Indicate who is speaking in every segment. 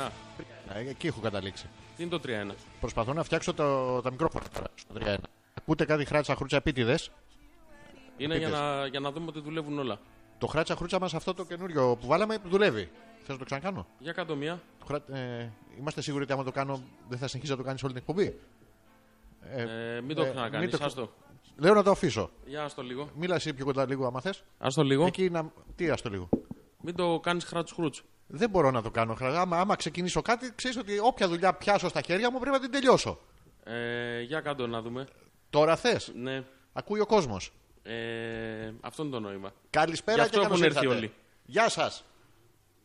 Speaker 1: 3-1.
Speaker 2: Ε, Εκεί έχω καταλήξει.
Speaker 1: Τι είναι το 3-1.
Speaker 2: Προσπαθώ να φτιάξω το, τα μικρόφωνα τώρα στο 3-1. Ακούτε κάτι χράτσα χρούτσα επίτηδες.
Speaker 1: Είναι για
Speaker 2: Επίτηδες.
Speaker 1: να, για να δούμε ότι δουλεύουν όλα.
Speaker 2: Το χράτσα χρούτσα μας αυτό το καινούριο που βάλαμε δουλεύει. Θες να το ξανακάνω.
Speaker 1: Για κάτω μία.
Speaker 2: Το χρα- ε, είμαστε σίγουροι ότι άμα το κάνω δεν θα συνεχίσει να το κάνει όλη την εκπομπή.
Speaker 1: Ε, μην το
Speaker 2: ε,
Speaker 1: ξανακάνεις.
Speaker 2: μην το-
Speaker 1: Άστο.
Speaker 2: Λέω να το αφήσω.
Speaker 1: Για άστο λίγο.
Speaker 2: Μίλα εσύ πιο κοντά λίγο, άμα θες.
Speaker 1: Άστο λίγο.
Speaker 2: Εκεί να. Τι ας το λίγο.
Speaker 1: Μην το κάνεις χράτς χρούτς.
Speaker 2: Δεν μπορώ να το κάνω. χρα- Άμα, άμα ξεκινήσω κάτι, ξέρεις ότι όποια δουλειά πιάσω στα χέρια μου πρέπει να την τελειώσω.
Speaker 1: Ε, για κάτω να δούμε.
Speaker 2: Τώρα θες.
Speaker 1: Ναι.
Speaker 2: Ακούει ο κόσμος.
Speaker 1: Ε, αυτό είναι το νόημα. Γι'
Speaker 2: Καλησπέρα
Speaker 1: αυτό
Speaker 2: και καλώ
Speaker 1: έχουν έρθει
Speaker 2: ήρθατε.
Speaker 1: όλοι.
Speaker 2: Γεια σας.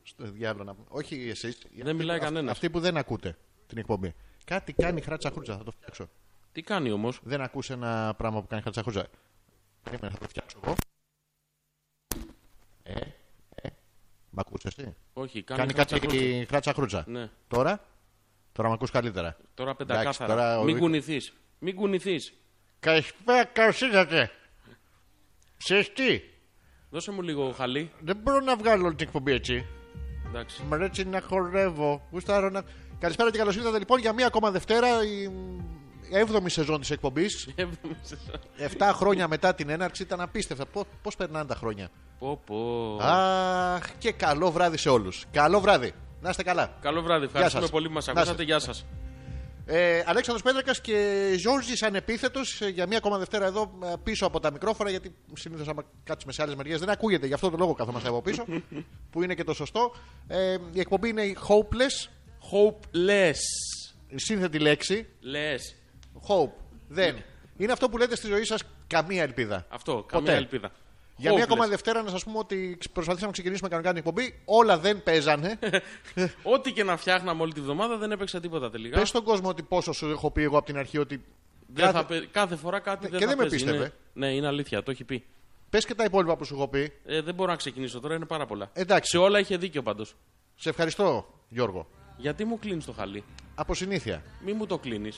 Speaker 2: Στο διάβολο να πούμε. Όχι εσείς.
Speaker 1: μιλάει κανένας.
Speaker 2: Αυτοί που δεν ακούτε την εκπομπή. Κάτι κάνει χράτσα χρούτσα, θα το φτιάξω.
Speaker 1: Τι κάνει όμως.
Speaker 2: Δεν ακούσε ένα πράγμα που κάνει χράτσα χρούτσα. Περίμενε, θα το φτιάξω εγώ. Ε, ε. Μ' ακούσε εσύ.
Speaker 1: Όχι, κάνει,
Speaker 2: Κάνει,
Speaker 1: χράτσα
Speaker 2: κάτι
Speaker 1: χρούτς.
Speaker 2: η χράτσα χρούτσα.
Speaker 1: Ναι.
Speaker 2: Τώρα, τώρα με ακούς καλύτερα.
Speaker 1: Τώρα πεντακάθαρα.
Speaker 2: τώρα ο
Speaker 1: Μην
Speaker 2: Βίκ-
Speaker 1: κουνηθείς. Μην κουνηθείς.
Speaker 2: Καλησπέρα, καλώς ήρθατε. Ξέρεις τι,
Speaker 1: Δώσε μου λίγο χαλί.
Speaker 2: δεν μπορώ να βγάλω όλη την εκπομπή έτσι.
Speaker 1: Εντάξει.
Speaker 2: Μ' αρέσει να χορεύω. Γουστάρω να... Καλησπέρα και καλώς ήρθατε λοιπόν για μία ακόμα Δευτέρα, η 7η σεζόν της εκπομπής. 7 χρόνια μετά την έναρξη ήταν απίστευτα. Πώς, πώς περνάνε τα χρόνια.
Speaker 1: πω, πω.
Speaker 2: Αχ, και καλό βράδυ σε όλους. Καλό βράδυ. Να είστε καλά.
Speaker 1: Καλό βράδυ. Ευχαριστούμε
Speaker 2: σας.
Speaker 1: πολύ που μας
Speaker 2: Να
Speaker 1: ακούσατε.
Speaker 2: σας.
Speaker 1: Γεια σας.
Speaker 2: Ε, Αλέξανδρος Πέτρακας και Ζόρζης ανεπίθετος ε, για μία ακόμα Δευτέρα εδώ ε, πίσω από τα μικρόφωνα γιατί συνήθως άμα κάτσουμε σε άλλες μεριές δεν ακούγεται γι' αυτό το λόγο καθόμαστε από πίσω που είναι και το σωστό ε, η εκπομπή είναι η Hopeless
Speaker 1: Hopeless.
Speaker 2: η σύνθετη λέξη
Speaker 1: Λες.
Speaker 2: Hope δεν είναι αυτό που λέτε στη ζωή σας καμία ελπίδα
Speaker 1: Αυτό.
Speaker 2: Ποτέ.
Speaker 1: Καμία ελπίδα.
Speaker 2: για μία ακόμα
Speaker 1: Hopeless.
Speaker 2: Δευτέρα να σας πούμε ότι προσπαθήσαμε να ξεκινήσουμε κανονικά την εκπομπή όλα δεν παίζανε
Speaker 1: Ό,τι και να φτιάχναμε όλη τη βδομάδα δεν έπαιξε τίποτα τελικά.
Speaker 2: πες στον κόσμο ότι πόσο σου έχω πει εγώ από την αρχή ότι
Speaker 1: Δεν
Speaker 2: κάθε-
Speaker 1: θα πε- Κάθε φορά κάτι δεν
Speaker 2: και
Speaker 1: θα
Speaker 2: δεν με
Speaker 1: παίζει.
Speaker 2: πίστευε.
Speaker 1: Είναι- Ναι, είναι αλήθεια. Το έχει πει.
Speaker 2: πες και τα υπόλοιπα που σου έχω πει
Speaker 1: Ε, δεν μπορώ να ξεκινήσω τώρα, είναι πάρα πολλά.
Speaker 2: Εντάξει.
Speaker 1: Σε όλα είχε δίκιο πάντως.
Speaker 2: σε ευχαριστώ Γιώργο
Speaker 1: Γιατί μου κλείνεις το χαλί,
Speaker 2: από συνήθεια
Speaker 1: μη μου το κλείνεις.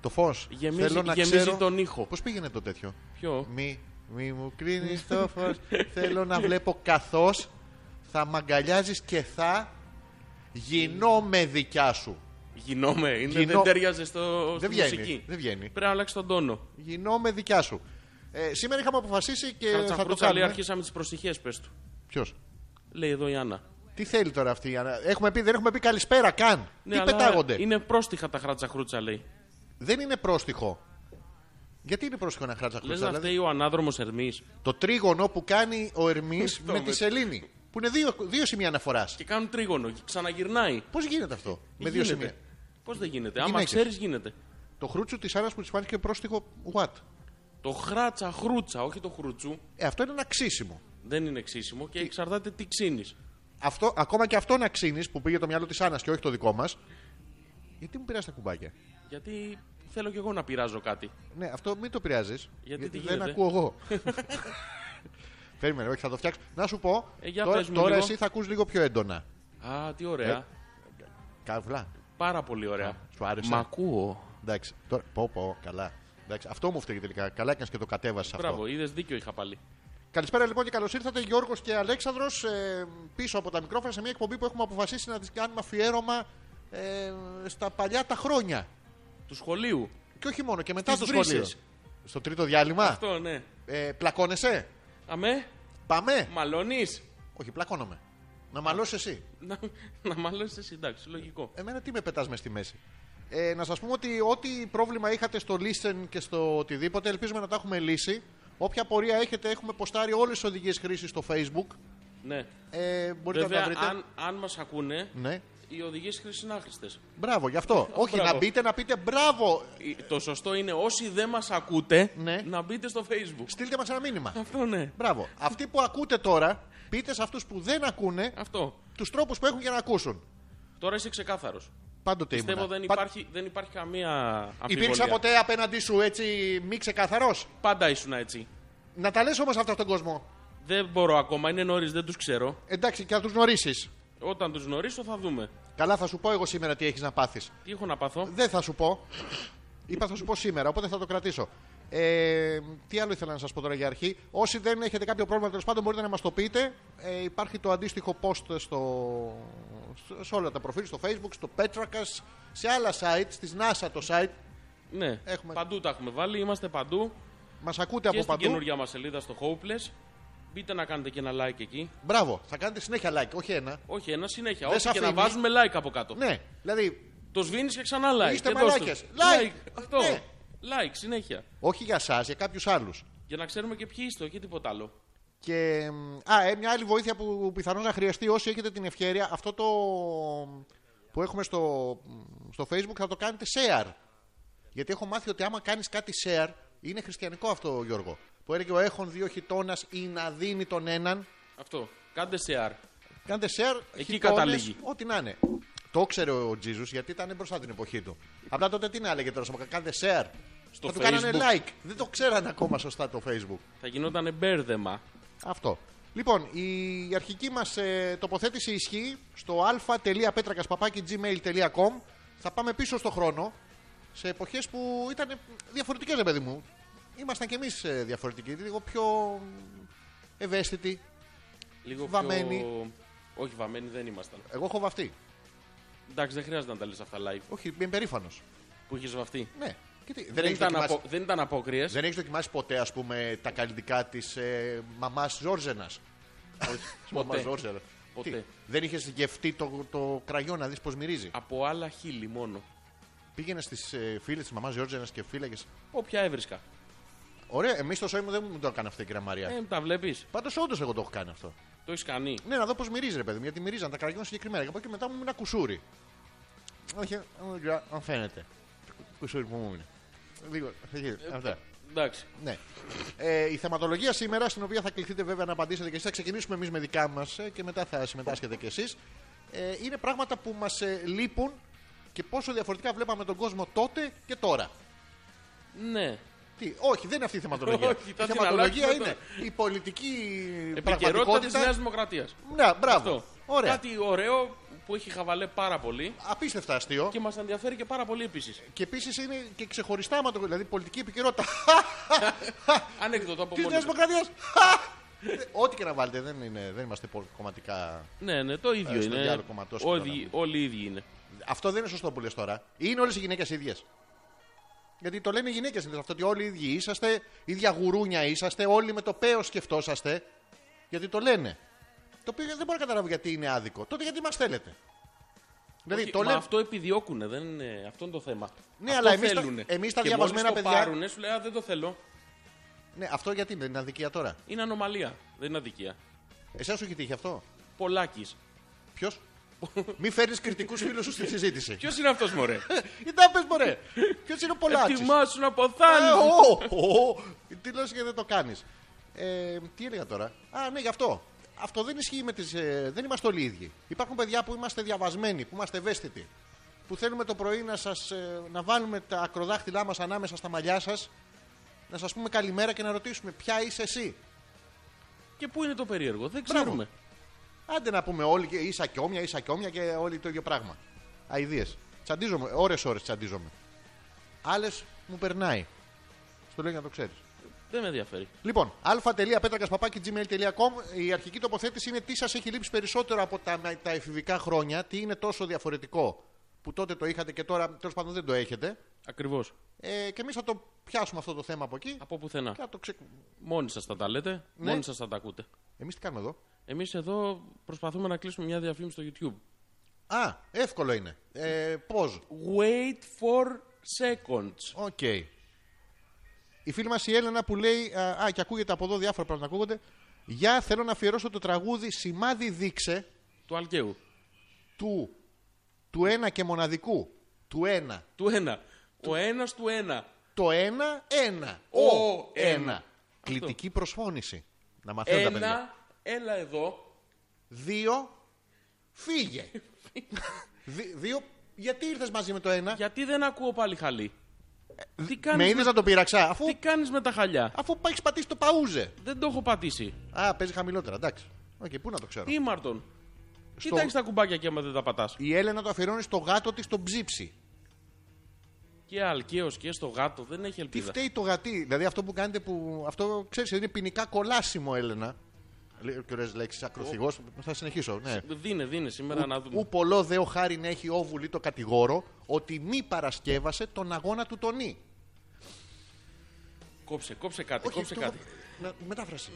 Speaker 2: Το φως.
Speaker 1: Γεμίζει- γεμίζει τον ήχο.
Speaker 2: Πώς πήγαινε το τέτοιο.
Speaker 1: Ποιο.
Speaker 2: Μη, μη μου κρίνεις το φως. Θέλω να βλέπω καθώς θα μ' αγκαλιάζεις και θα γινόμαι δικιά σου.
Speaker 1: Γινόμαι, είναι,
Speaker 2: Γινό-
Speaker 1: δεν ταιριάζει στο... στη
Speaker 2: Δεν βγαίνει.
Speaker 1: μουσική.
Speaker 2: Δεν Ε, βγαίνει.
Speaker 1: Πρέπει να αλλάξει τον τόνο.
Speaker 2: Γινόμαι δικιά σου. Ε, σήμερα είχαμε αποφασίσει και
Speaker 1: Κράτσα
Speaker 2: θα το
Speaker 1: φρούτσα, λέει,
Speaker 2: κάνουμε.
Speaker 1: αρχίσαμε τις προσυχέ, πες του.
Speaker 2: Ποιος.
Speaker 1: Λέει εδώ η Άννα.
Speaker 2: Τι θέλει τώρα αυτή η Άννα. Έχουμε πει, δεν έχουμε πει καλησπέρα καν.
Speaker 1: Ναι,
Speaker 2: Τι
Speaker 1: αλλά
Speaker 2: πετάγονται.
Speaker 1: Είναι πρόστιχα τα χράτσα χρούτσα, λέει.
Speaker 2: Δεν είναι πρόστιχο. Γιατί είναι πρόστιχο να χράτσα
Speaker 1: Λε
Speaker 2: χλούτσα.
Speaker 1: να
Speaker 2: δηλαδή.
Speaker 1: φταίει ο ανάδρομος Ερμής.
Speaker 2: Το τρίγωνο που κάνει ο Ερμής με
Speaker 1: με-
Speaker 2: τη Σελήνη. Που είναι δύο, δύο σημεία αναφοράς.
Speaker 1: Και κάνουν τρίγωνο, και ξαναγυρνάει.
Speaker 2: Πώς γίνεται αυτό με δύο σημεία.
Speaker 1: Πώς δεν γίνεται, άμα
Speaker 2: Γυναίκες.
Speaker 1: ξέρεις γίνεται.
Speaker 2: Το χρούτσου της Άρα που της φάνηκε πρόστιχο, what.
Speaker 1: Το χράτσα χρούτσα, όχι το χρούτσου,
Speaker 2: Ε, αυτό είναι ένα ξύσιμο.
Speaker 1: δεν είναι ξύσιμο και εξαρτάται τι ξύνεις.
Speaker 2: Αυτό, ακόμα και αυτό να ξύνεις που πήγε το μυαλό της Άννας και όχι το δικό μας. Γιατί μου πειράζει τα κουμπάκια.
Speaker 1: Γιατί θέλω κι εγώ να πειράζω κάτι.
Speaker 2: Ναι, αυτό μην το πειράζεις.
Speaker 1: τι
Speaker 2: δεν
Speaker 1: γίνεται?
Speaker 2: ακούω εγώ. Περίμενε, όχι, θα το φτιάξω. Να σου πω,
Speaker 1: Ε, για
Speaker 2: τώρα,
Speaker 1: πες μου
Speaker 2: τώρα
Speaker 1: λίγο.
Speaker 2: εσύ θα ακούς λίγο πιο έντονα.
Speaker 1: Α, τι ωραία.
Speaker 2: Ε. Καύλα.
Speaker 1: Πάρα πολύ ωραία.
Speaker 2: Σου άρεσε.
Speaker 1: Μ' ακούω.
Speaker 2: Εντάξει. Τώρα, πω, πω, καλά. Εντάξει, αυτό μου φταίει τελικά. Καλά έκανες και το κατέβασες αυτό.
Speaker 1: Μπράβο, είδες δίκιο είχα πάλι.
Speaker 2: Καλησπέρα λοιπόν και καλώς ήρθατε Γιώργος και Αλέξανδρος ε, πίσω από τα μικρόφωνα σε μια εκπομπή που έχουμε αποφασίσει να τη κάνουμε αφιέρωμα ε, στα παλιά τα χρόνια.
Speaker 1: Του σχολείου.
Speaker 2: Και όχι μόνο, και μετά το
Speaker 1: Στις
Speaker 2: σχολείο.
Speaker 1: βρύσες.
Speaker 2: Στο τρίτο διάλειμμα.
Speaker 1: Αυτό, ναι.
Speaker 2: Ε, πλακώνεσαι.
Speaker 1: Αμέ,
Speaker 2: Πάμε.
Speaker 1: μαλώνεις.
Speaker 2: Όχι, πλακώνομαι. Να μαλώσεις εσύ.
Speaker 1: Να, να μαλώσεις εσύ, εντάξει, λογικό.
Speaker 2: Εμένα τι με πετάς μες στη μέση. Ε, να σας πούμε ότι ό,τι πρόβλημα είχατε στο listen και στο οτιδήποτε, ελπίζουμε να τα έχουμε λύσει. Όποια πορεία έχετε, έχουμε ποστάρει όλες τις οδηγίες χρήσης στο facebook.
Speaker 1: Ναι.
Speaker 2: Ε, μπορείτε
Speaker 1: Βέβαια,
Speaker 2: να τα βρείτε.
Speaker 1: αν, αν μας ακούνε,
Speaker 2: Ναι.
Speaker 1: οι οδηγίες χρήση είναι άχρηστε.
Speaker 2: Μπράβο, γι' αυτό. Όχι,
Speaker 1: Μπράβο.
Speaker 2: να μπείτε να πείτε μπράβο.
Speaker 1: Ε, Το σωστό είναι όσοι δεν μας ακούτε,
Speaker 2: Ναι.
Speaker 1: να μπείτε στο facebook.
Speaker 2: Στείλτε μας ένα μήνυμα.
Speaker 1: Αυτό, ναι.
Speaker 2: Μπράβο. Αυτοί που ακούτε τώρα, πείτε σε αυτούς που δεν ακούνε
Speaker 1: Αυτό.
Speaker 2: τους τρόπους που έχουν για να ακούσουν.
Speaker 1: Τώρα είσαι ξεκάθαρος.
Speaker 2: Ναι. Πάντοτε
Speaker 1: Πιστεύω
Speaker 2: ήμουν.
Speaker 1: δεν υπάρχει, δεν υπάρχει καμία αμφιβολία.
Speaker 2: Υπήρξα ποτέ απέναντί σου έτσι μη ξεκαθαρός.
Speaker 1: Πάντα ήσουν έτσι.
Speaker 2: Να τα λες όμως αυτά στον κόσμο.
Speaker 1: Δεν μπορώ ακόμα, είναι νωρίς, δεν τους ξέρω.
Speaker 2: Εντάξει, και να τους γνωρίσεις.
Speaker 1: Όταν τους γνωρίσω θα δούμε.
Speaker 2: Καλά, θα σου πω εγώ σήμερα τι έχεις να πάθεις.
Speaker 1: Τι έχω να πάθω.
Speaker 2: Δεν θα σου πω. Είπα θα σου πω σήμερα, οπότε θα το κρατήσω. Ε, τι άλλο ήθελα να σας πω τώρα για αρχή. Όσοι δεν έχετε κάποιο πρόβλημα, τέλος πάντων μπορείτε να μας το πείτε. Ε, υπάρχει το αντίστοιχο post στο, σε όλα τα προφίλ, στο facebook, στο Petracas, σε άλλα site, τη NASA το site.
Speaker 1: Ναι,
Speaker 2: Έχουμε-
Speaker 1: παντού τα έχουμε βάλει, είμαστε παντού.
Speaker 2: Μας ακούτε
Speaker 1: και
Speaker 2: από
Speaker 1: στην
Speaker 2: παντού.
Speaker 1: καινούργια μας σελίδα στο Hopeless. Μπείτε να κάνετε και ένα like εκεί.
Speaker 2: Μπράβο, θα κάνετε συνέχεια like, όχι ένα.
Speaker 1: Όχι, ένα συνέχεια.
Speaker 2: Δεν
Speaker 1: Όχι,
Speaker 2: σ'
Speaker 1: και να
Speaker 2: αφήνει.
Speaker 1: βάζουμε like από κάτω.
Speaker 2: Ναι, δηλαδή
Speaker 1: Το σβήνεις και ξανά like.
Speaker 2: Είστε
Speaker 1: και δώσ' το.
Speaker 2: μαλάκες. Like.
Speaker 1: Like! Αυτό.
Speaker 2: Ναι.
Speaker 1: Like, συνέχεια.
Speaker 2: όχι για εσάς, για κάποιους άλλους.
Speaker 1: Για να ξέρουμε και ποιοι είστε, όχι τίποτα άλλο.
Speaker 2: Και, μ, α, ε, μια άλλη βοήθεια που πιθανώ να χρειαστεί όσοι έχετε την ευκαιρία, αυτό το που έχουμε στο, στο facebook θα το κάνετε share. Γιατί έχω μάθει ότι άμα κάνεις κάτι share, είναι χριστιανικό αυτό Γιώργο. Που έλεγε ο έχων δύο χιτώνας ή να δίνει τον έναν.
Speaker 1: Αυτό. Κάντε share.
Speaker 2: Κάντε share,
Speaker 1: Εκεί
Speaker 2: χιτώνες,
Speaker 1: καταλήγει.
Speaker 2: Ό,τι να είναι. Το ήξερε ο Τζίζους γιατί ήταν μπροστά την εποχή του. Απλά τότε τι να έλεγε τώρα, «Σωμα- κάντε share.
Speaker 1: Στο
Speaker 2: θα του κάνανε
Speaker 1: Facebook.
Speaker 2: like. Δεν το ξέρανε ακόμα σωστά το facebook.
Speaker 1: Θα γινόταν μπέρδεμα.
Speaker 2: Αυτό. Λοιπόν, η αρχική μας ε, τοποθέτηση ισχύει στο α.πέτρακας.gmail.com Θα πάμε πίσω στο χρόνο, σε εποχές που ήταν διαφορετικές, ρε παιδί μου. Ήμασταν κι εμείς ε, διαφορετικοί, λίγο πιο ευαίσθητοι.
Speaker 1: Λίγο
Speaker 2: Βαμμένοι.
Speaker 1: πιο. Όχι, βαμμένοι δεν ήμασταν.
Speaker 2: Εγώ έχω βαφτεί.
Speaker 1: Εντάξει, δεν χρειάζεται να τα λες αυτά live.
Speaker 2: Όχι, είμαι περήφανος.
Speaker 1: Που είχε βαφτεί.
Speaker 2: Ναι. Και τι, δεν,
Speaker 1: Δεν,
Speaker 2: έχεις
Speaker 1: ήταν
Speaker 2: δοκιμάσει,
Speaker 1: απο- δεν ήταν απόκριες.
Speaker 2: δεν έχεις δοκιμάσει ποτέ, ας πούμε, τα καλλιτικά της ε, μαμάς Ζόρζενας. Της μαμάς
Speaker 1: ποτέ.
Speaker 2: Ζόρζενα.
Speaker 1: Ποτέ.
Speaker 2: Τι, δεν είχες γευτεί το, το κραγιό να δεις πώς μυρίζει.
Speaker 1: Από άλλα χείλη μόνο.
Speaker 2: Πήγαινες στις ε, φίλες της μαμάς Γιώργινα και φύλαγες.
Speaker 1: Όποια έβρισκα.
Speaker 2: Ωραία, εμείς στο σόι μου δεν μου το έκανε αυτό η κυρία Μαρία.
Speaker 1: Ε, τα βλέπεις.
Speaker 2: Πάντως όντως εγώ το έχω κάνει αυτό.
Speaker 1: Το έχεις κάνει.
Speaker 2: Ναι, να δω πώς μυρίζει ρε παιδί μου, γιατί μυρίζαν τα καραγκιόν συγκεκριμένα. Και από εκεί μετά μου ένα κουσούρι. Όχι, αν- αν φαίνεται. Κουσούρι που μου είναι. Λίγο, ε, αυτά.
Speaker 1: Εντάξει.
Speaker 2: Ναι. Ε, η θεματολογία σήμερα, στην οποία θα κληθείτε βέβαια να απαντήσετε και εσείς, θα ξεκινήσουμε εμείς με δικά μας και μετά θα συμμετάσχετε κι εσείς. Ε, είναι πράγματα που μας ε, λείπουν και πόσο διαφορετικά βλέπαμε τον κόσμο τότε και τώρα.
Speaker 1: Ναι.
Speaker 2: Τι, όχι, δεν είναι αυτή η θεματολογία.
Speaker 1: Όχι,
Speaker 2: η
Speaker 1: θα την
Speaker 2: θεματολογία
Speaker 1: αλλάξουμε
Speaker 2: είναι η πολιτική
Speaker 1: Επικαιρότητα της Νέα
Speaker 2: πραγματικότητα.
Speaker 1: Δημοκρατίας.
Speaker 2: Ναι, μπράβο.
Speaker 1: Αυτό.
Speaker 2: Ωραία.
Speaker 1: Κάτι ωραίο που έχει χαβαλέ πάρα πολύ
Speaker 2: Απίστευτα αστείο. Και,
Speaker 1: και μας ενδιαφέρει και πάρα πολύ επίσης.
Speaker 2: επίσης είναι και ξεχωριστά άμα το. Δηλαδή πολιτική επικαιρότητα
Speaker 1: Ανέκδοτο από
Speaker 2: τη
Speaker 1: μόνο.
Speaker 2: Νέα
Speaker 1: του.
Speaker 2: Δημοκρατίας. Ό,τι και να βάλετε, δεν, είναι, δεν είμαστε πολύ κομματικά.
Speaker 1: Ναι, ναι, το ίδιο
Speaker 2: Ε, στο
Speaker 1: είναι.
Speaker 2: διάλογο κομματός
Speaker 1: Όλοι-
Speaker 2: τώρα.
Speaker 1: Όλοι οι ίδιοι είναι.
Speaker 2: Αυτό δεν είναι σωστό που λες τώρα. Είναι όλες οι γυναίκες ίδιες. Γιατί το λένε οι γυναίκες αυτό, ότι όλοι οι ίδιοι είσαστε, ίδια γουρούνια είσαστε, όλοι με το παίο σκεφτόσαστε. Γιατί το λένε. Το οποίο δεν μπορώ να καταλάβω γιατί είναι άδικο. Τότε γιατί μας θέλετε. Δηλαδή
Speaker 1: Όχι,
Speaker 2: το
Speaker 1: μα
Speaker 2: λένε.
Speaker 1: αυτό επιδιώκουνε, δεν είναι, αυτό είναι το θέμα.
Speaker 2: Ναι,
Speaker 1: αυτό
Speaker 2: αλλά εμείς τα-
Speaker 1: θέλουνε.
Speaker 2: εμείς τα
Speaker 1: Και
Speaker 2: διαβασμένα
Speaker 1: μόλις το
Speaker 2: παιδιά-
Speaker 1: Πάρουνε, σου λέει, «Α, δεν το θέλω.
Speaker 2: Ναι, αυτό γιατί δεν είναι αδικία τώρα.
Speaker 1: Είναι ανομαλία. Δεν είναι αδικία.
Speaker 2: Εσάς σου έχει τύχει αυτό.
Speaker 1: Πολλάκι.
Speaker 2: Ποιος. Μη φέρνεις κριτικούς φίλους σου στη συζήτηση.
Speaker 1: Ποιος είναι αυτός, Μωρέ.
Speaker 2: Τι τα πες, μωρέ. Ποιος είναι ο Πολάτσης?
Speaker 1: Ετοιμάσουν από
Speaker 2: Ε,
Speaker 1: θάνατο.
Speaker 2: ω, ω, ω. Τι λες και δεν το κάνεις. Ε, τι έλεγα τώρα. Α, ναι, γι' αυτό. Αυτό δεν ισχύει με τις, ε, δεν είμαστε όλοι οι ίδιοι. Υπάρχουν παιδιά που είμαστε διαβασμένοι, που είμαστε ευαίσθητοι. Που θέλουμε το πρωί να, σας, ε, να βάλουμε τα ακροδάχτυλά μας ανάμεσα στα μαλλιά σας, να σας πούμε καλημέρα και να ρωτήσουμε ποια είσαι εσύ.
Speaker 1: Και πού είναι το περίεργο, δεν
Speaker 2: Μπράβο.
Speaker 1: ξέρουμε.
Speaker 2: Άντε να πούμε όλοι και ίσα και όμοια, ίσα και όμοια και όλοι το ίδιο πράγμα. Αιδίε. Τσαντίζομαι, ώρε-ώρε τσαντίζομαι. Άλλες μου περνάει. Στο λέω για να το ξέρεις.
Speaker 1: Δεν με ενδιαφέρει.
Speaker 2: Λοιπόν, α.πέτρακα.gmail.com Η αρχική τοποθέτηση είναι τι σας έχει λείψει περισσότερο από τα, τα εφηβικά χρόνια, τι είναι τόσο διαφορετικό που τότε το είχατε και τώρα τέλος πάντων δεν το έχετε.
Speaker 1: Ακριβώς.
Speaker 2: Ε, και εμείς θα το πιάσουμε αυτό το θέμα από εκεί.
Speaker 1: Από πουθενά.
Speaker 2: Και θα το ξε...
Speaker 1: Μόνοι σας θα τα λέτε,
Speaker 2: Ναι.
Speaker 1: μόνοι σας θα τα ακούτε.
Speaker 2: Εμείς τι κάνουμε εδώ.
Speaker 1: Εμείς εδώ προσπαθούμε να κλείσουμε μια διαφήμιση στο YouTube.
Speaker 2: Α, εύκολο είναι. Ε, Πώς.
Speaker 1: Wait for seconds.
Speaker 2: Οκ. Η φίλη μας η Έλενα που λέει. Α, α, και ακούγεται από εδώ διάφορα πράγματα να ακούγονται. Γεια, θέλω να αφιερώσω το τραγούδι Σημάδι Δείξε
Speaker 1: Του Αλκαίου.
Speaker 2: του, του ένα και μοναδικού. Του ένα.
Speaker 1: Του ένα. Ο ένας του ένα.
Speaker 2: Το ένα, ένα.
Speaker 1: Ο,
Speaker 2: Ο,
Speaker 1: ένα.
Speaker 2: ένα. Κλητική προσφώνηση. Να μαθαίνουν τα παιδιά.
Speaker 1: Ένα, έλα εδώ.
Speaker 2: Δύο, φύγε. Δι- δύο, γιατί ήρθες μαζί με το ένα.
Speaker 1: Γιατί δεν ακούω πάλι χαλί.
Speaker 2: Ε,
Speaker 1: Τι
Speaker 2: Με
Speaker 1: κάνεις
Speaker 2: είδες
Speaker 1: με,
Speaker 2: να το πειραξά. Αφού,
Speaker 1: τι κάνεις με τα χαλιά.
Speaker 2: αφού πάει πατήσει το παούζε.
Speaker 1: Δεν το έχω πατήσει.
Speaker 2: Α, παίζει χαμηλότερα, εντάξει. Οκ, πού να το ξέρω.
Speaker 1: Ήμαρτον. Κοίταξε τα κουμπάκια και άμα δεν τα πατάς.
Speaker 2: Η Έλενα το αφιερώνει στο γάτο της τον ψήψη.
Speaker 1: και αλκαίος και στο γάτο. Δεν έχει
Speaker 2: Τι
Speaker 1: ελπίδα.
Speaker 2: φταίει το γατί. Δηλαδή αυτό που κάνετε που. Αυτό ξέρεις, είναι ποινικά κολάσιμο, Έλενα. Λέω και ωραίε λέξει, ακροθυγός. Θα συνεχίσω. Ναι.
Speaker 1: Δίνε, δίνε σήμερα να δούμε.
Speaker 2: Ου πολλό δέο χάριν έχει όβουλη το κατηγόρο ότι μη παρασκεύασε τον αγώνα του τον Νι.
Speaker 1: Κόψε, κόψε κάτι, Ε, κόψε
Speaker 2: το-
Speaker 1: κάτι.
Speaker 2: Να- Μετάφραση.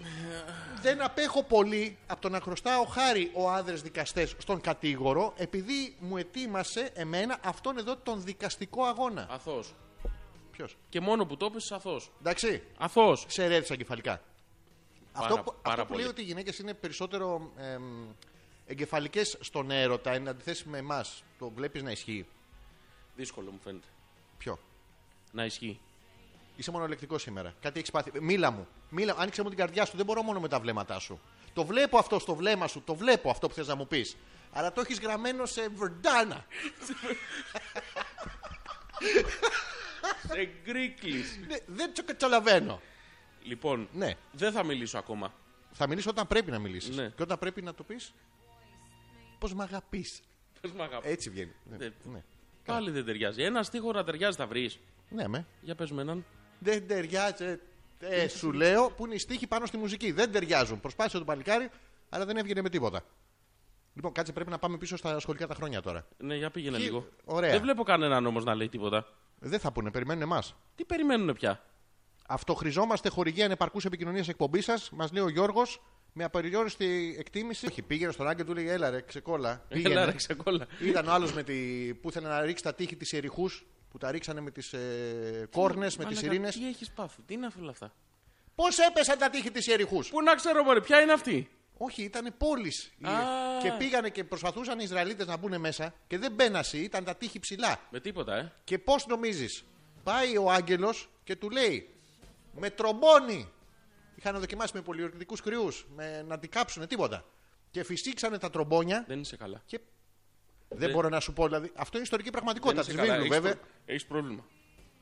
Speaker 2: Δεν απέχω πολύ από το να χρωστάω χάρη ο άδρες δικαστές στον κατήγορο επειδή μου ετοίμασε εμένα αυτόν εδώ τον δικαστικό αγώνα.
Speaker 1: Αθώ.
Speaker 2: Ποιος.
Speaker 1: Και μόνο που το έπεσε, αθώ.
Speaker 2: Εντάξει.
Speaker 1: Αθώ.
Speaker 2: σε ρέθησαν κεφαλικά.
Speaker 1: Πάρα-
Speaker 2: αυτό που,
Speaker 1: πάρα
Speaker 2: αυτό που
Speaker 1: πολύ.
Speaker 2: λέει ότι οι γυναίκες είναι περισσότερο εμ, εγκεφαλικές στον έρωτα εν αντιθέσεις με εμάς. Το βλέπεις να ισχύει.
Speaker 1: Δύσκολο μου φαίνεται.
Speaker 2: Ποιο.
Speaker 1: Να ισχύει.
Speaker 2: Είσαι μονολεκτικός σήμερα. Κάτι έχεις πάθει. Μίλα μου. Μίλα, μου. άνοιξε μου την καρδιά σου. Δεν μπορώ μόνο με τα βλέμματά σου. Το βλέπω αυτό στο βλέμμα σου. Το βλέπω αυτό που θες να μου πεις. Αλλά το έχεις γραμμένο σε βερντάνα.
Speaker 1: Σε γκρίκλις.
Speaker 2: Ναι, δεν το καταλαβαίνω.
Speaker 1: Λοιπόν,
Speaker 2: Ναι.
Speaker 1: δεν θα μιλήσω ακόμα.
Speaker 2: Θα μιλήσω όταν πρέπει να μιλήσεις.
Speaker 1: Ναι.
Speaker 2: Και όταν πρέπει να το πεις. Πώς μ' αγαπείς.
Speaker 1: Πες μ' αγάπη.
Speaker 2: Έτσι βγαίνει. Ναι.
Speaker 1: Δεν-
Speaker 2: Ναι.
Speaker 1: Πάλι δεν ταιριάζει. Ένα στίχο να ταιριάζει θα βρεις.
Speaker 2: ναι, με.
Speaker 1: Για πες με έναν.
Speaker 2: Δεν ταιριάζει. Ε, σου λέω που είναι οι στίχοι πάνω στη μουσική. Δεν ταιριάζουν. Προσπάθησε το παλικάρι, αλλά δεν έβγαινε με τίποτα. Λοιπόν, κάτσε πρέπει να πάμε πίσω στα σχολικά τα χρόνια τώρα.
Speaker 1: Ναι, για πήγαινε
Speaker 2: Χι-
Speaker 1: λίγο.
Speaker 2: ωραία.
Speaker 1: Δεν βλέπω κανέναν όμως να λέει τίποτα.
Speaker 2: Δεν θα πούνε, περιμένουν εμάς.
Speaker 1: Τι περιμένουν πια.
Speaker 2: Αυτοχρηζόμαστε χορηγία ανεπαρκούς επικοινωνίας εκπομπής σας, μας λέει ο Γιώργος, με απεριόριστη εκτίμηση. Όχι, πήγαινε στον Άγγελ, του λέει Έλα ρε, ξεκόλα.
Speaker 1: Έλα,
Speaker 2: Πήγαινε.
Speaker 1: ρε, ξεκόλα.
Speaker 2: Ήταν ο άλλος με τη... που ήθελε να ρίξει τα τείχη της Ερυχού, που τα ρίξανε με τις ε, κόρνες, με τι
Speaker 1: Μαλάκα,
Speaker 2: ειρήνε.
Speaker 1: Τι έχεις πάθει, τι είναι όλα αυτά.
Speaker 2: Πώς έπεσαν τα τείχη της Ερυχού.
Speaker 1: Πού να ξέρω, Μωρή, ποια είναι αυτή.
Speaker 2: Όχι, ήταν πόλει.
Speaker 1: Α.
Speaker 2: Και πήγανε και προσπαθούσαν οι Ισραηλίτες να μπουν μέσα και δεν μπαίνασε, ήταν τα τείχη ψηλά.
Speaker 1: Με τίποτα, ε.
Speaker 2: Και πώς νομίζεις, πάει ο Άγγελος και του λέει Με τρομπόνι. Είχαν δοκιμάσει με πολιορκητικούς κρυούς με, να την κάψουν τίποτα. Και φυσήξανε τα τρομπόνια
Speaker 1: Δεν είσαι καλά.
Speaker 2: και. Δεν,
Speaker 1: Ναι.
Speaker 2: μπορώ να σου πω, δηλαδή. Αυτό είναι ιστορική πραγματικότητα τη Βίβλου, βέβαια.
Speaker 1: Έχεις πρόβλημα.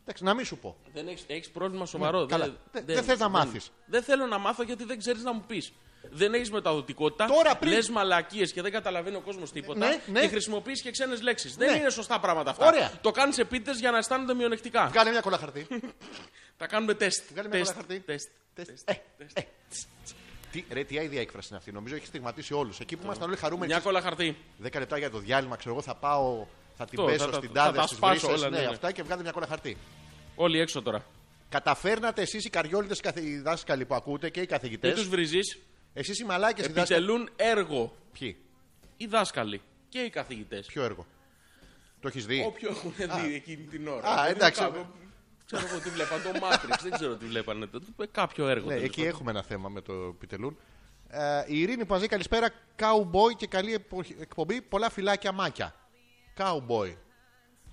Speaker 2: Εντάξει, να μην σου πω.
Speaker 1: Δεν έχεις, έχεις πρόβλημα σοβαρό.
Speaker 2: Ναι, καλά. Δε- δεν θες να μάθεις.
Speaker 1: Δεν, θέλω να μάθω γιατί δεν ξέρεις να μου πεις. Δεν έχεις μεταδοτικότητα.
Speaker 2: Τώρα πριν-
Speaker 1: Λες μαλακίες και δεν καταλαβαίνει ο κόσμος τίποτα.
Speaker 2: Ναι, ναι.
Speaker 1: Και χρησιμοποιείς και ξένες λέξεις. Δεν
Speaker 2: Ναι.
Speaker 1: είναι σωστά πράγματα αυτά.
Speaker 2: Ωραία.
Speaker 1: Το κάνεις επίτηδες για να αισθάνονται μειονεκτικά.
Speaker 2: Βγάλε μια κολλά χαρτί.
Speaker 1: Τα κάνουμε τεστ.
Speaker 2: Βγάλε μια
Speaker 1: τεστ,
Speaker 2: κολλά χαρτί.
Speaker 1: Τεστ.
Speaker 2: Τεστ. Ε, ε, τς, τς. Τι, ρε, τι ίδια έκφραση είναι αυτή. Νομίζω έχει στιγματίσει όλους. Εκεί που ήμασταν όλοι χαρούμενοι.
Speaker 1: Μια κόλλα χαρτί.
Speaker 2: 10 λεπτά για το διάλειμμα, ξέρω εγώ, θα πάω, θα την
Speaker 1: Αυτό,
Speaker 2: πέσω
Speaker 1: θα τα-
Speaker 2: στην
Speaker 1: θα
Speaker 2: τάδε,
Speaker 1: τα
Speaker 2: στις
Speaker 1: σπάσω
Speaker 2: βρύσες,
Speaker 1: όλα,
Speaker 2: ναι,
Speaker 1: ναι, ναι.
Speaker 2: αυτά και βγάλετε μια κόλλα χαρτί.
Speaker 1: Όλοι έξω τώρα.
Speaker 2: Καταφέρνατε εσείς οι καριόλιδες και οι δάσκαλοι που ακούτε και οι καθηγητές.
Speaker 1: Δεν τους βρίζεις.
Speaker 2: Εσείς οι μαλάκες οι δάσκαλοι.
Speaker 1: Επιτελούν έργο
Speaker 2: Ποιοι,
Speaker 1: οι δάσκαλοι και οι καθηγητές.
Speaker 2: ποιο έργο. Το έχεις δει. Ναι,
Speaker 1: Όποιο έχουν δει εκείνη την ώρα.
Speaker 2: Ε. Α,
Speaker 1: Δεν
Speaker 2: εντάξει.
Speaker 1: πάω- Ξέρω εγώ τι βλέπα, το Matrix, δεν ξέρω τι βλέπανε. Το- το- Κάποιο έργο.
Speaker 2: Ναι,
Speaker 1: τέλος
Speaker 2: εκεί
Speaker 1: πάντων.
Speaker 2: έχουμε ένα θέμα με το επιτελούν. Ε, η Ειρήνη που μας λέει καλησπέρα, cowboy και καλή εποχ- εκπομπή, πολλά φυλάκια μάκια. Cowboy.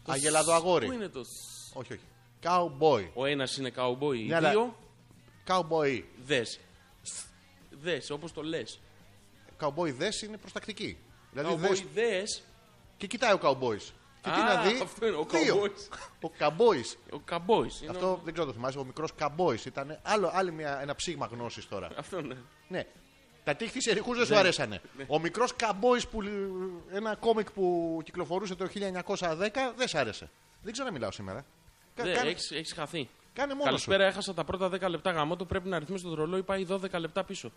Speaker 1: Το
Speaker 2: Αγελαδο
Speaker 1: Πού
Speaker 2: αγόρι.
Speaker 1: είναι το σ?
Speaker 2: Όχι, όχι. Cowboy.
Speaker 1: Ο ένας είναι cowboy, οι
Speaker 2: Ναι, αλλά-
Speaker 1: δύο
Speaker 2: Cowboy.
Speaker 1: δες. Δες, όπως το λες.
Speaker 2: Cowboy δες είναι προστακτική. Δηλαδή δες
Speaker 1: Cowboy δες.
Speaker 2: Και κοιτάει ο Cowboys. Και τι
Speaker 1: Α,
Speaker 2: να δει.
Speaker 1: αυτό είναι, ο
Speaker 2: Δύο.
Speaker 1: Cowboys.
Speaker 2: Ο Cowboys.
Speaker 1: Ο cowboy. Είναι...
Speaker 2: Αυτό δεν ξέρω το θυμάσαι. Ο μικρός Cowboys ήταν άλλο, άλλη μια, ένα ψήγμα γνώσης τώρα.
Speaker 1: Αυτό ναι.
Speaker 2: ναι. Τα τείχη της Ερυχού δεν σου αρέσανε. Ο μικρός Cowboys που. ένα κόμικ που κυκλοφορούσε το 1910 δεν σ' άρεσε. Δεν ξέρω να μιλάω σήμερα. Κα-
Speaker 1: Δε,
Speaker 2: κάνε-
Speaker 1: Ναι, έχεις, έχεις χαθεί.
Speaker 2: Κάνε μόνος σου.
Speaker 1: Καλησπέρα, έχασα τα πρώτα 10 λεπτά γαμό του. Πρέπει να ρυθμίσω το ρολόι, πάει 12 λεπτά πίσω.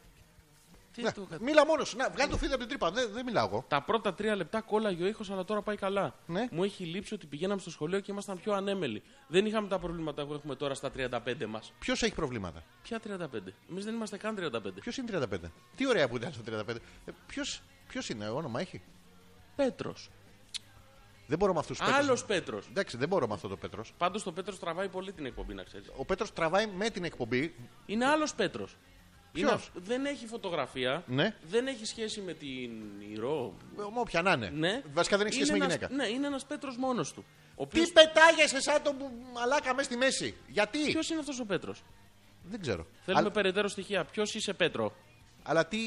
Speaker 1: Τι
Speaker 2: Να,
Speaker 1: το κα-
Speaker 2: Μίλα μόνος σου. Να, βγάλε το φίδι από την τρύπα. Δεν, δεν μιλάω εγώ.
Speaker 1: Τα πρώτα τρία λεπτά κόλλαγε ο ήχος, αλλά τώρα πάει καλά.
Speaker 2: Ναι.
Speaker 1: Μου έχει λείψει ότι πηγαίναμε στο σχολείο και ήμασταν πιο ανέμελοι. Δεν είχαμε τα προβλήματα που έχουμε τώρα στα 35 μας.
Speaker 2: Ποιος έχει προβλήματα.
Speaker 1: Ποια 35. Εμείς δεν είμαστε καν 35.
Speaker 2: Ποιος είναι 35. Τι ωραία που ήταν στο 35. Ποιο Ε, είναι, όνομα έχει.
Speaker 1: Πέτρος.
Speaker 2: Δεν μπορώ με αυτούς τους
Speaker 1: Άλλος Πέτρος.
Speaker 2: Εντάξει, δεν μπορώ με αυτό το Πέτρος.
Speaker 1: Πάντως το Πέτρος τραβάει πολύ την εκπομπή, να ξέρεις.
Speaker 2: Ο Πέτρος τραβάει με την εκπομπή.
Speaker 1: Είναι άλλος Πέτρος.
Speaker 2: Ποιος?
Speaker 1: Δεν έχει φωτογραφία.
Speaker 2: Ναι.
Speaker 1: Δεν έχει σχέση με την ηρώ.
Speaker 2: με Ε, Όποια να είναι.
Speaker 1: Ναι.
Speaker 2: Βασικά δεν έχει σχέση με
Speaker 1: Είναι ένας-
Speaker 2: γυναίκα.
Speaker 1: Ναι, είναι ένας Πέτρος μόνος του. Ο
Speaker 2: Τι πετάγεσαι σαν τον που- μαλάκα μέσα στη μέση. Γιατί.
Speaker 1: Ποιος είναι αυτός ο Πέτρος.
Speaker 2: Δεν ξέρω.
Speaker 1: Θέλουμε
Speaker 2: Αλλά,
Speaker 1: περαιτέρω στοιχεία. Ποιος είσαι Πέτρο.
Speaker 2: αλλά τι,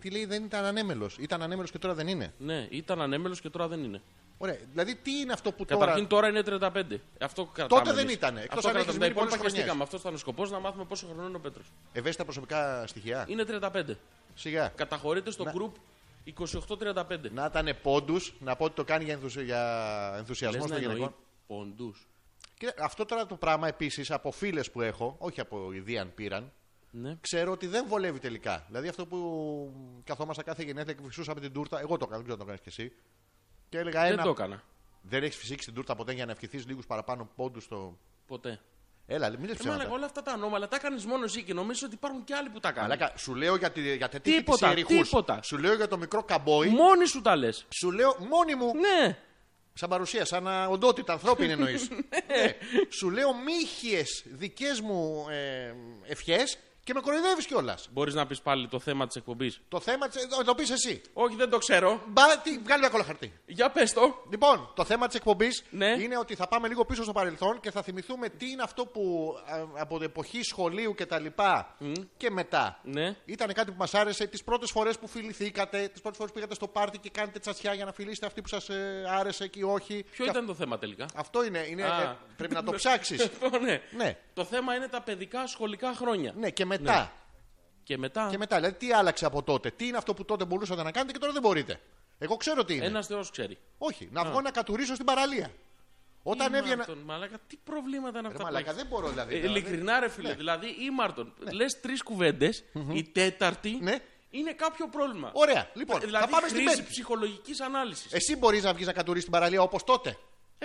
Speaker 2: τι λέει δεν ήταν ανέμελος. Ήταν ανέμελος και τώρα δεν είναι.
Speaker 1: Ναι, ήταν ανέμελος και τώρα δεν είναι.
Speaker 2: Ωραία. Δηλαδή τι είναι αυτό που τώρα.
Speaker 1: Καταρχήν τώρα είναι 35. Αυτό κρατάμε.
Speaker 2: δεν
Speaker 1: εμείς.
Speaker 2: ήτανε, εκτός
Speaker 1: Αυτό
Speaker 2: αν έχεις
Speaker 1: κρατάμε. Τα
Speaker 2: μείνει
Speaker 1: υπόλοιπα
Speaker 2: πολλές χρονιές.
Speaker 1: χαιρεστήκαμε. Αυτός ήταν ο σκοπός να μάθουμε πόσο χρόνο είναι ο Πέτρος.
Speaker 2: Ευαίσθητα προσωπικά στοιχεία.
Speaker 1: Είναι 35.
Speaker 2: Σιγά.
Speaker 1: Καταχωρείται στο group 28-35.
Speaker 2: Να ήταν πόντους, να πω ότι το κάνει για, ενθουσια... για
Speaker 1: Λες ναι, λοιπόν.
Speaker 2: ενθουσιασμό
Speaker 1: να
Speaker 2: των
Speaker 1: εννοεί
Speaker 2: γυναικών.
Speaker 1: ποντού.
Speaker 2: Κοίτα, αυτό τώρα το πράγμα επίσης από φίλες που έχω, όχι από ιδίαν πήραν,
Speaker 1: Ναι.
Speaker 2: ξέρω ότι δεν βολεύει τελικά. Δηλαδή αυτό που καθόμασταν κάθε γενέθλια και φυσούσαμε την τούρτα, εγώ το έκανα, δεν ξέρω αν το κάνεις κι εσύ. Και έλεγα
Speaker 1: Δεν
Speaker 2: ένα.
Speaker 1: το έκανα.
Speaker 2: Δεν έχεις φυσήξει την τούρτα ποτέ για να ευχηθείς λίγους παραπάνω πόντους στο.
Speaker 1: Ποτέ.
Speaker 2: Έλα, μην λες
Speaker 1: Ε, μάλλον
Speaker 2: ψέματα.
Speaker 1: όλα αυτά τα ανώμαλα τα κάνεις μόνο εσύ και νομίζει ότι υπάρχουν και άλλοι που τα κάνουν.
Speaker 2: Μαλάκα, σου λέω για, τη, για τα τύχη
Speaker 1: Τίποτα,
Speaker 2: της ιεριχούς.
Speaker 1: τίποτα.
Speaker 2: Σου λέω για το μικρό καμπόι.
Speaker 1: Μόνοι σου τα λες.
Speaker 2: Σου λέω μόνη μου.
Speaker 1: Ναι.
Speaker 2: Σαν παρουσία, σαν α, οντότητα ανθρώπινη εννοείς. ναι. Σου λέω μύχιες δικές μου ε, ευχές και με κοροϊδεύεις κιόλας.
Speaker 1: Μπορείς να πεις πάλι το θέμα της εκπομπής.
Speaker 2: Το θέμα της. Το πεις εσύ.
Speaker 1: Όχι, δεν το ξέρω.
Speaker 2: Μπα, τι, βγάλει μια κόλλα χαρτί.
Speaker 1: Για πες το.
Speaker 2: Λοιπόν, το θέμα της εκπομπής
Speaker 1: Ναι.
Speaker 2: είναι ότι θα πάμε λίγο πίσω στο παρελθόν και θα θυμηθούμε τι είναι αυτό που α, από την εποχή σχολείου και τα λοιπά και μετά.
Speaker 1: Ναι.
Speaker 2: Ήταν κάτι που μας άρεσε τις πρώτες φορές που φιληθήκατε, τις πρώτες φορές που πήγατε στο πάρτι και κάνετε τσατσιά για να φιλήσετε αυτή που σας άρεσε και όχι.
Speaker 1: Ποιο
Speaker 2: Και
Speaker 1: ήταν το θέμα τελικά.
Speaker 2: Αυτό είναι. είναι
Speaker 1: Α.
Speaker 2: ε, πρέπει να το ψάξεις.
Speaker 1: Αυτό, ναι.
Speaker 2: ναι.
Speaker 1: Το θέμα είναι τα παιδικά σχολικά χρόνια.
Speaker 2: ναι, και μετά.
Speaker 1: Και μετά.
Speaker 2: Και μετά. Δηλαδή, τι άλλαξε από τότε. Τι είναι αυτό που τότε μπορούσατε να κάνετε και τώρα δεν μπορείτε. Εγώ ξέρω τι είναι.
Speaker 1: Ένας θεός ξέρει.
Speaker 2: Όχι. Να βγω να κατουρίσω στην παραλία. Όταν
Speaker 1: Ή
Speaker 2: έβγαινα.
Speaker 1: Μάρτον, μαλάκα, τι προβλήματα είναι
Speaker 2: Ρε
Speaker 1: αυτά που
Speaker 2: μαλάκα,
Speaker 1: έχεις.
Speaker 2: δεν μπορώ δηλαδή.
Speaker 1: Ε,
Speaker 2: τώρα, δεν-
Speaker 1: ειλικρινά, ρε φίλε. Δηλαδή, ή Μάρτον, λες τρεις η τέταρτη
Speaker 2: Ναι.
Speaker 1: είναι κάποιο πρόβλημα.
Speaker 2: Ωραία. Λοιπόν,
Speaker 1: δηλαδή,
Speaker 2: θα πάμε στην
Speaker 1: χρήση
Speaker 2: πέμπτη.
Speaker 1: ψυχολογικής ανάλυσης. Ε,
Speaker 2: Εσύ μπορείς να βγεις να κατουρίσεις στην παραλία όπως τότε.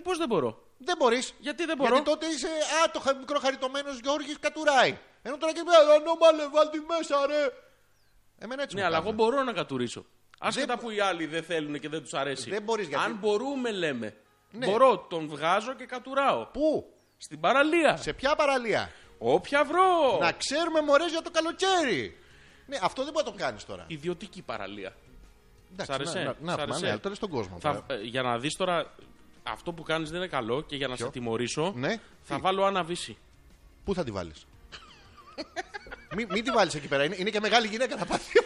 Speaker 1: πώ Ε, δεν μπορώ.
Speaker 2: Δεν μπορείς.
Speaker 1: Γιατί δεν μπορώ.
Speaker 2: Γιατί τότε είσαι. Α, το χα- μικρό χαριτωμένο Γιώργη κατουράει. Ενώ τώρα και «Ε, πει Ανώμαλε, βάλτε μέσα, ρε. Εμένα έτσι
Speaker 1: Ναι,
Speaker 2: μου
Speaker 1: αλλά
Speaker 2: κάνουν.
Speaker 1: εγώ μπορώ να κατουρίσω. Άσχετα που οι άλλοι δεν θέλουν και δεν τους αρέσει.
Speaker 2: Δεν μπορείς, γιατί-
Speaker 1: Αν μπορούμε, λέμε.
Speaker 2: Ναι.
Speaker 1: Μπορώ, τον βγάζω και κατουράω.
Speaker 2: Πού,
Speaker 1: Στην παραλία.
Speaker 2: σε ποια παραλία.
Speaker 1: Όποια βρω.
Speaker 2: Να ξέρουμε μωρές για το καλοκαίρι. Ναι, αυτό δεν μπορεί να το κάνεις τώρα.
Speaker 1: Ιδιωτική παραλία.
Speaker 2: Εντάξει,
Speaker 1: Σ' άρεσε?
Speaker 2: να- να-
Speaker 1: Σ'
Speaker 2: Να πούμε,
Speaker 1: άρεσε?
Speaker 2: ναι, αλλά τώρα στον κόσμο.
Speaker 1: Θα-
Speaker 2: τώρα.
Speaker 1: ε, για να δεις τώρα, αυτό που κάνεις δεν είναι καλό και για να σε τιμωρήσω,
Speaker 2: Ναι.
Speaker 1: θα βάλω Άννα Βύση.
Speaker 2: Πού θα τη βάλεις. μην, μην τη βάλεις εκεί πέρα. Είναι, είναι και μεγάλη γυναίκα να πάθει.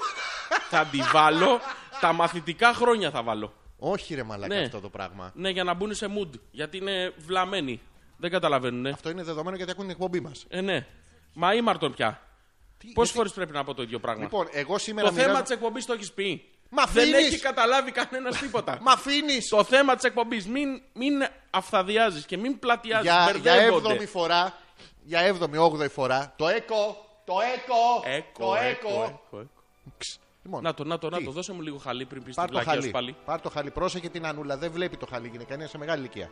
Speaker 1: θα τη βάλω, τα μαθητικά χρόνια θα βάλω.
Speaker 2: Όχι, ρε μαλάκα
Speaker 1: Ναι.
Speaker 2: αυτό το πράγμα.
Speaker 1: Ναι, για να μπουν σε mood. Γιατί είναι βλαμμένοι. Δεν καταλαβαίνουν. Ε,
Speaker 2: Αυτό είναι δεδομένο γιατί ακούν την εκπομπή μας.
Speaker 1: ε ναι. Μα ήμαρτον πια. Πόσε φορές πρέπει να πω το ίδιο πράγμα.
Speaker 2: Λοιπόν, εγώ
Speaker 1: το
Speaker 2: σήμερα.
Speaker 1: θέμα
Speaker 2: μοιράζω-
Speaker 1: της εκπομπής το έχεις πει.
Speaker 2: Μα
Speaker 1: Δεν
Speaker 2: αφήνεις.
Speaker 1: έχει καταλάβει κανένας τίποτα.
Speaker 2: Μ' αφήνεις
Speaker 1: το θέμα της εκπομπής. Μην, μην αυθαδιάζεις και μην πλατιάζεις.
Speaker 2: για, για έβδομη φορά. Για έβδομη, όγδοη φορά. Το έκο! Το έκο! το έκο! Ξ. Λοιπόν,
Speaker 1: Να το, να το, να
Speaker 2: τι,
Speaker 1: το. Δώσε μου λίγο χαλί πριν πεις την
Speaker 2: Πάρ το
Speaker 1: πλακιά σου
Speaker 2: χαλί.
Speaker 1: πάλι.
Speaker 2: Πάρ το χαλί. Πρόσεχε την Ανούλα. Δεν βλέπει το χαλί γυναίκα. Είναι σε μεγάλη ηλικία.
Speaker 1: Ναι.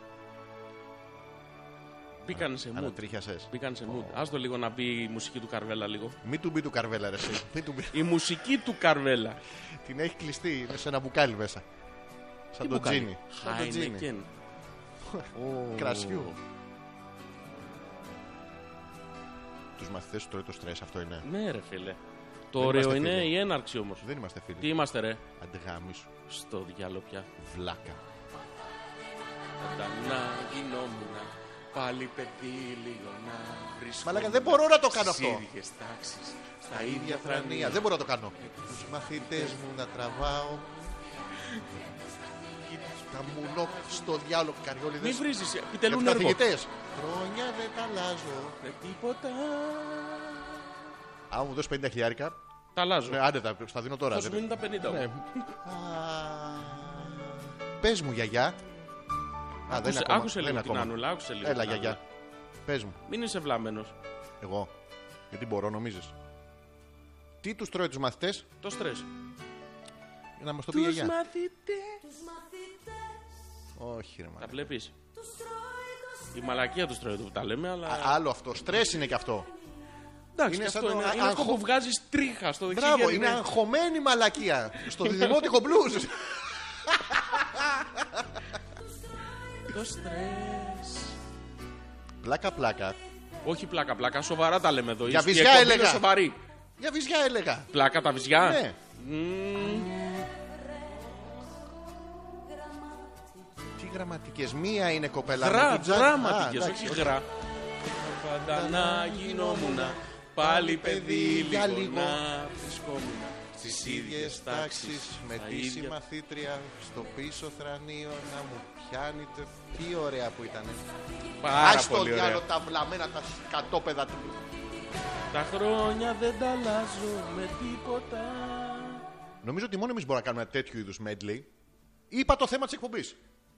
Speaker 1: Μπήκανε σε mood.
Speaker 2: Ανατρίχιασε.
Speaker 1: Μπήκανε σε mood. Άστο λίγο να μπει η μουσική του Καρβέλα λίγο.
Speaker 2: Μην του μπει του καρβέλα, ρε. εσύ. Μην του μπει.
Speaker 1: Η μουσική του Καρβέλα.
Speaker 2: Την έχει κλειστή. Είναι σε ένα μπουκάλι μέσα. Σαν τον
Speaker 1: μπουκάλι?
Speaker 2: τζίνι. Σαν τον τζίνι.
Speaker 1: Heineken.
Speaker 2: Κρασιού. Τους μαθητές του τρώει το στρες, αυτό είναι.
Speaker 1: Ναι, ρε φίλε. Το
Speaker 2: Δεν
Speaker 1: ωραίο
Speaker 2: είμαστε
Speaker 1: είναι
Speaker 2: φίλοι.
Speaker 1: η έναρξη όμως.
Speaker 2: Δεν είμαστε φίλοι.
Speaker 1: Τι είμαστε, ρε.
Speaker 2: Αντεγάμι σου.
Speaker 1: Στο διάλογο πια.
Speaker 2: Βλάκα.
Speaker 1: Πάντα να γινόμουν πάλι παιδί λίγο να βρίσκω.
Speaker 2: Μαλάκα, δεν μπορώ να το κάνω αυτό.
Speaker 1: ίδιες τάξεις, στα ίδια
Speaker 2: Διαφρανία.
Speaker 1: θρανία.
Speaker 2: Δεν μπορώ να το κάνω. Τους μαθητές μου να τραβάω. Τα μουνό στο διάλογο
Speaker 1: Μην
Speaker 2: καριόλιδες.
Speaker 1: βρίζεις, ε,
Speaker 2: Τους
Speaker 1: επιτελούν έργο.
Speaker 2: καθηγητές. Χρόνια δεν τα αλλάζω.
Speaker 1: Ε, Τίποτα.
Speaker 2: Αν μου δώσεις 50 χιλιάρικα,
Speaker 1: Τα αλλάζω.
Speaker 2: ναι, άντε τα, στα δίνω τώρα.
Speaker 1: Θα σου
Speaker 2: δεν-
Speaker 1: μείνουν τα 50.
Speaker 2: Ναι.
Speaker 1: όμως.
Speaker 2: Α, Πες μου γιαγιά. Α, δεν είναι
Speaker 1: Άκουσε-
Speaker 2: ακόμα,
Speaker 1: Άκουσε
Speaker 2: δεν
Speaker 1: λίγο
Speaker 2: είναι
Speaker 1: την
Speaker 2: ακόμα.
Speaker 1: Άνουλα, άκουσε λίγο.
Speaker 2: Έλα
Speaker 1: την
Speaker 2: γιαγιά.
Speaker 1: Άνουλα.
Speaker 2: Πες μου.
Speaker 1: Μην είσαι βλαμμένος.
Speaker 2: Εγώ. Γιατί μπορώ, νομίζεις. Τι τους τρώει τους μαθητές,
Speaker 1: Το στρες.
Speaker 2: να μας το πει η
Speaker 1: Τους
Speaker 2: γιαγιά.
Speaker 1: μαθητές.
Speaker 2: Όχι, ρε
Speaker 1: Τα
Speaker 2: μάνα.
Speaker 1: βλέπεις. Η μαλακία τους τρώει εδώ που τα λέμε, αλλά.
Speaker 2: Άλλο αυτό. Στρες είναι και αυτό.
Speaker 1: Εντάξει,
Speaker 2: Είναι
Speaker 1: και
Speaker 2: σαν
Speaker 1: αυτό
Speaker 2: το
Speaker 1: είναι,
Speaker 2: α-
Speaker 1: είναι αυτό
Speaker 2: αγχο-
Speaker 1: που βγάζεις τρίχα στο δεξί
Speaker 2: Μπράβο,
Speaker 1: χέρι,
Speaker 2: είναι
Speaker 1: ναι.
Speaker 2: αγχωμένη μαλακία. Στο δημότυχο μπλουζ.
Speaker 1: Το στρες.
Speaker 2: Πλάκα, πλάκα.
Speaker 1: Όχι πλάκα, πλλάκα, σοβαρά τα λέμε εδώ.
Speaker 2: Για
Speaker 1: Η
Speaker 2: βυζιά
Speaker 1: εκπομπή είναι
Speaker 2: έλεγα.
Speaker 1: σοβαρή.
Speaker 2: Για βυζιά έλεγα.
Speaker 1: Πλάκα τα βυζιά.
Speaker 2: Ναι. Τι γραμματικές. Μία είναι κοπέλα. μου,
Speaker 1: Γρά,
Speaker 2: την ψάχνει. Α,
Speaker 1: δράματικες,
Speaker 2: εντάξει.
Speaker 1: όχι γρά. Πάντα να γινόμουνα πάλι παιδί
Speaker 2: Για
Speaker 1: λίγο
Speaker 2: λίγο.
Speaker 1: να βρισκόμουν στις ίδιες
Speaker 2: ίδιες
Speaker 1: τάξεις
Speaker 2: τάξεις με
Speaker 1: τα
Speaker 2: τη
Speaker 1: ίδια-
Speaker 2: συμμαθήτρια στο πίσω θρανείο να μου πιάνει το... Τι ωραία που ήταν.
Speaker 1: Πάρα
Speaker 2: Ας το
Speaker 1: πολύ ωραία.
Speaker 2: διάλο τα βλαμμένα τα κατόπεδα του.
Speaker 1: Τα χρόνια δεν τα αλλάζω με τίποτα.
Speaker 2: Νομίζω ότι μόνο εμείς μπορούμε να κάνουμε τέτοιου είδους medley. Είπα το θέμα της εκπομπής.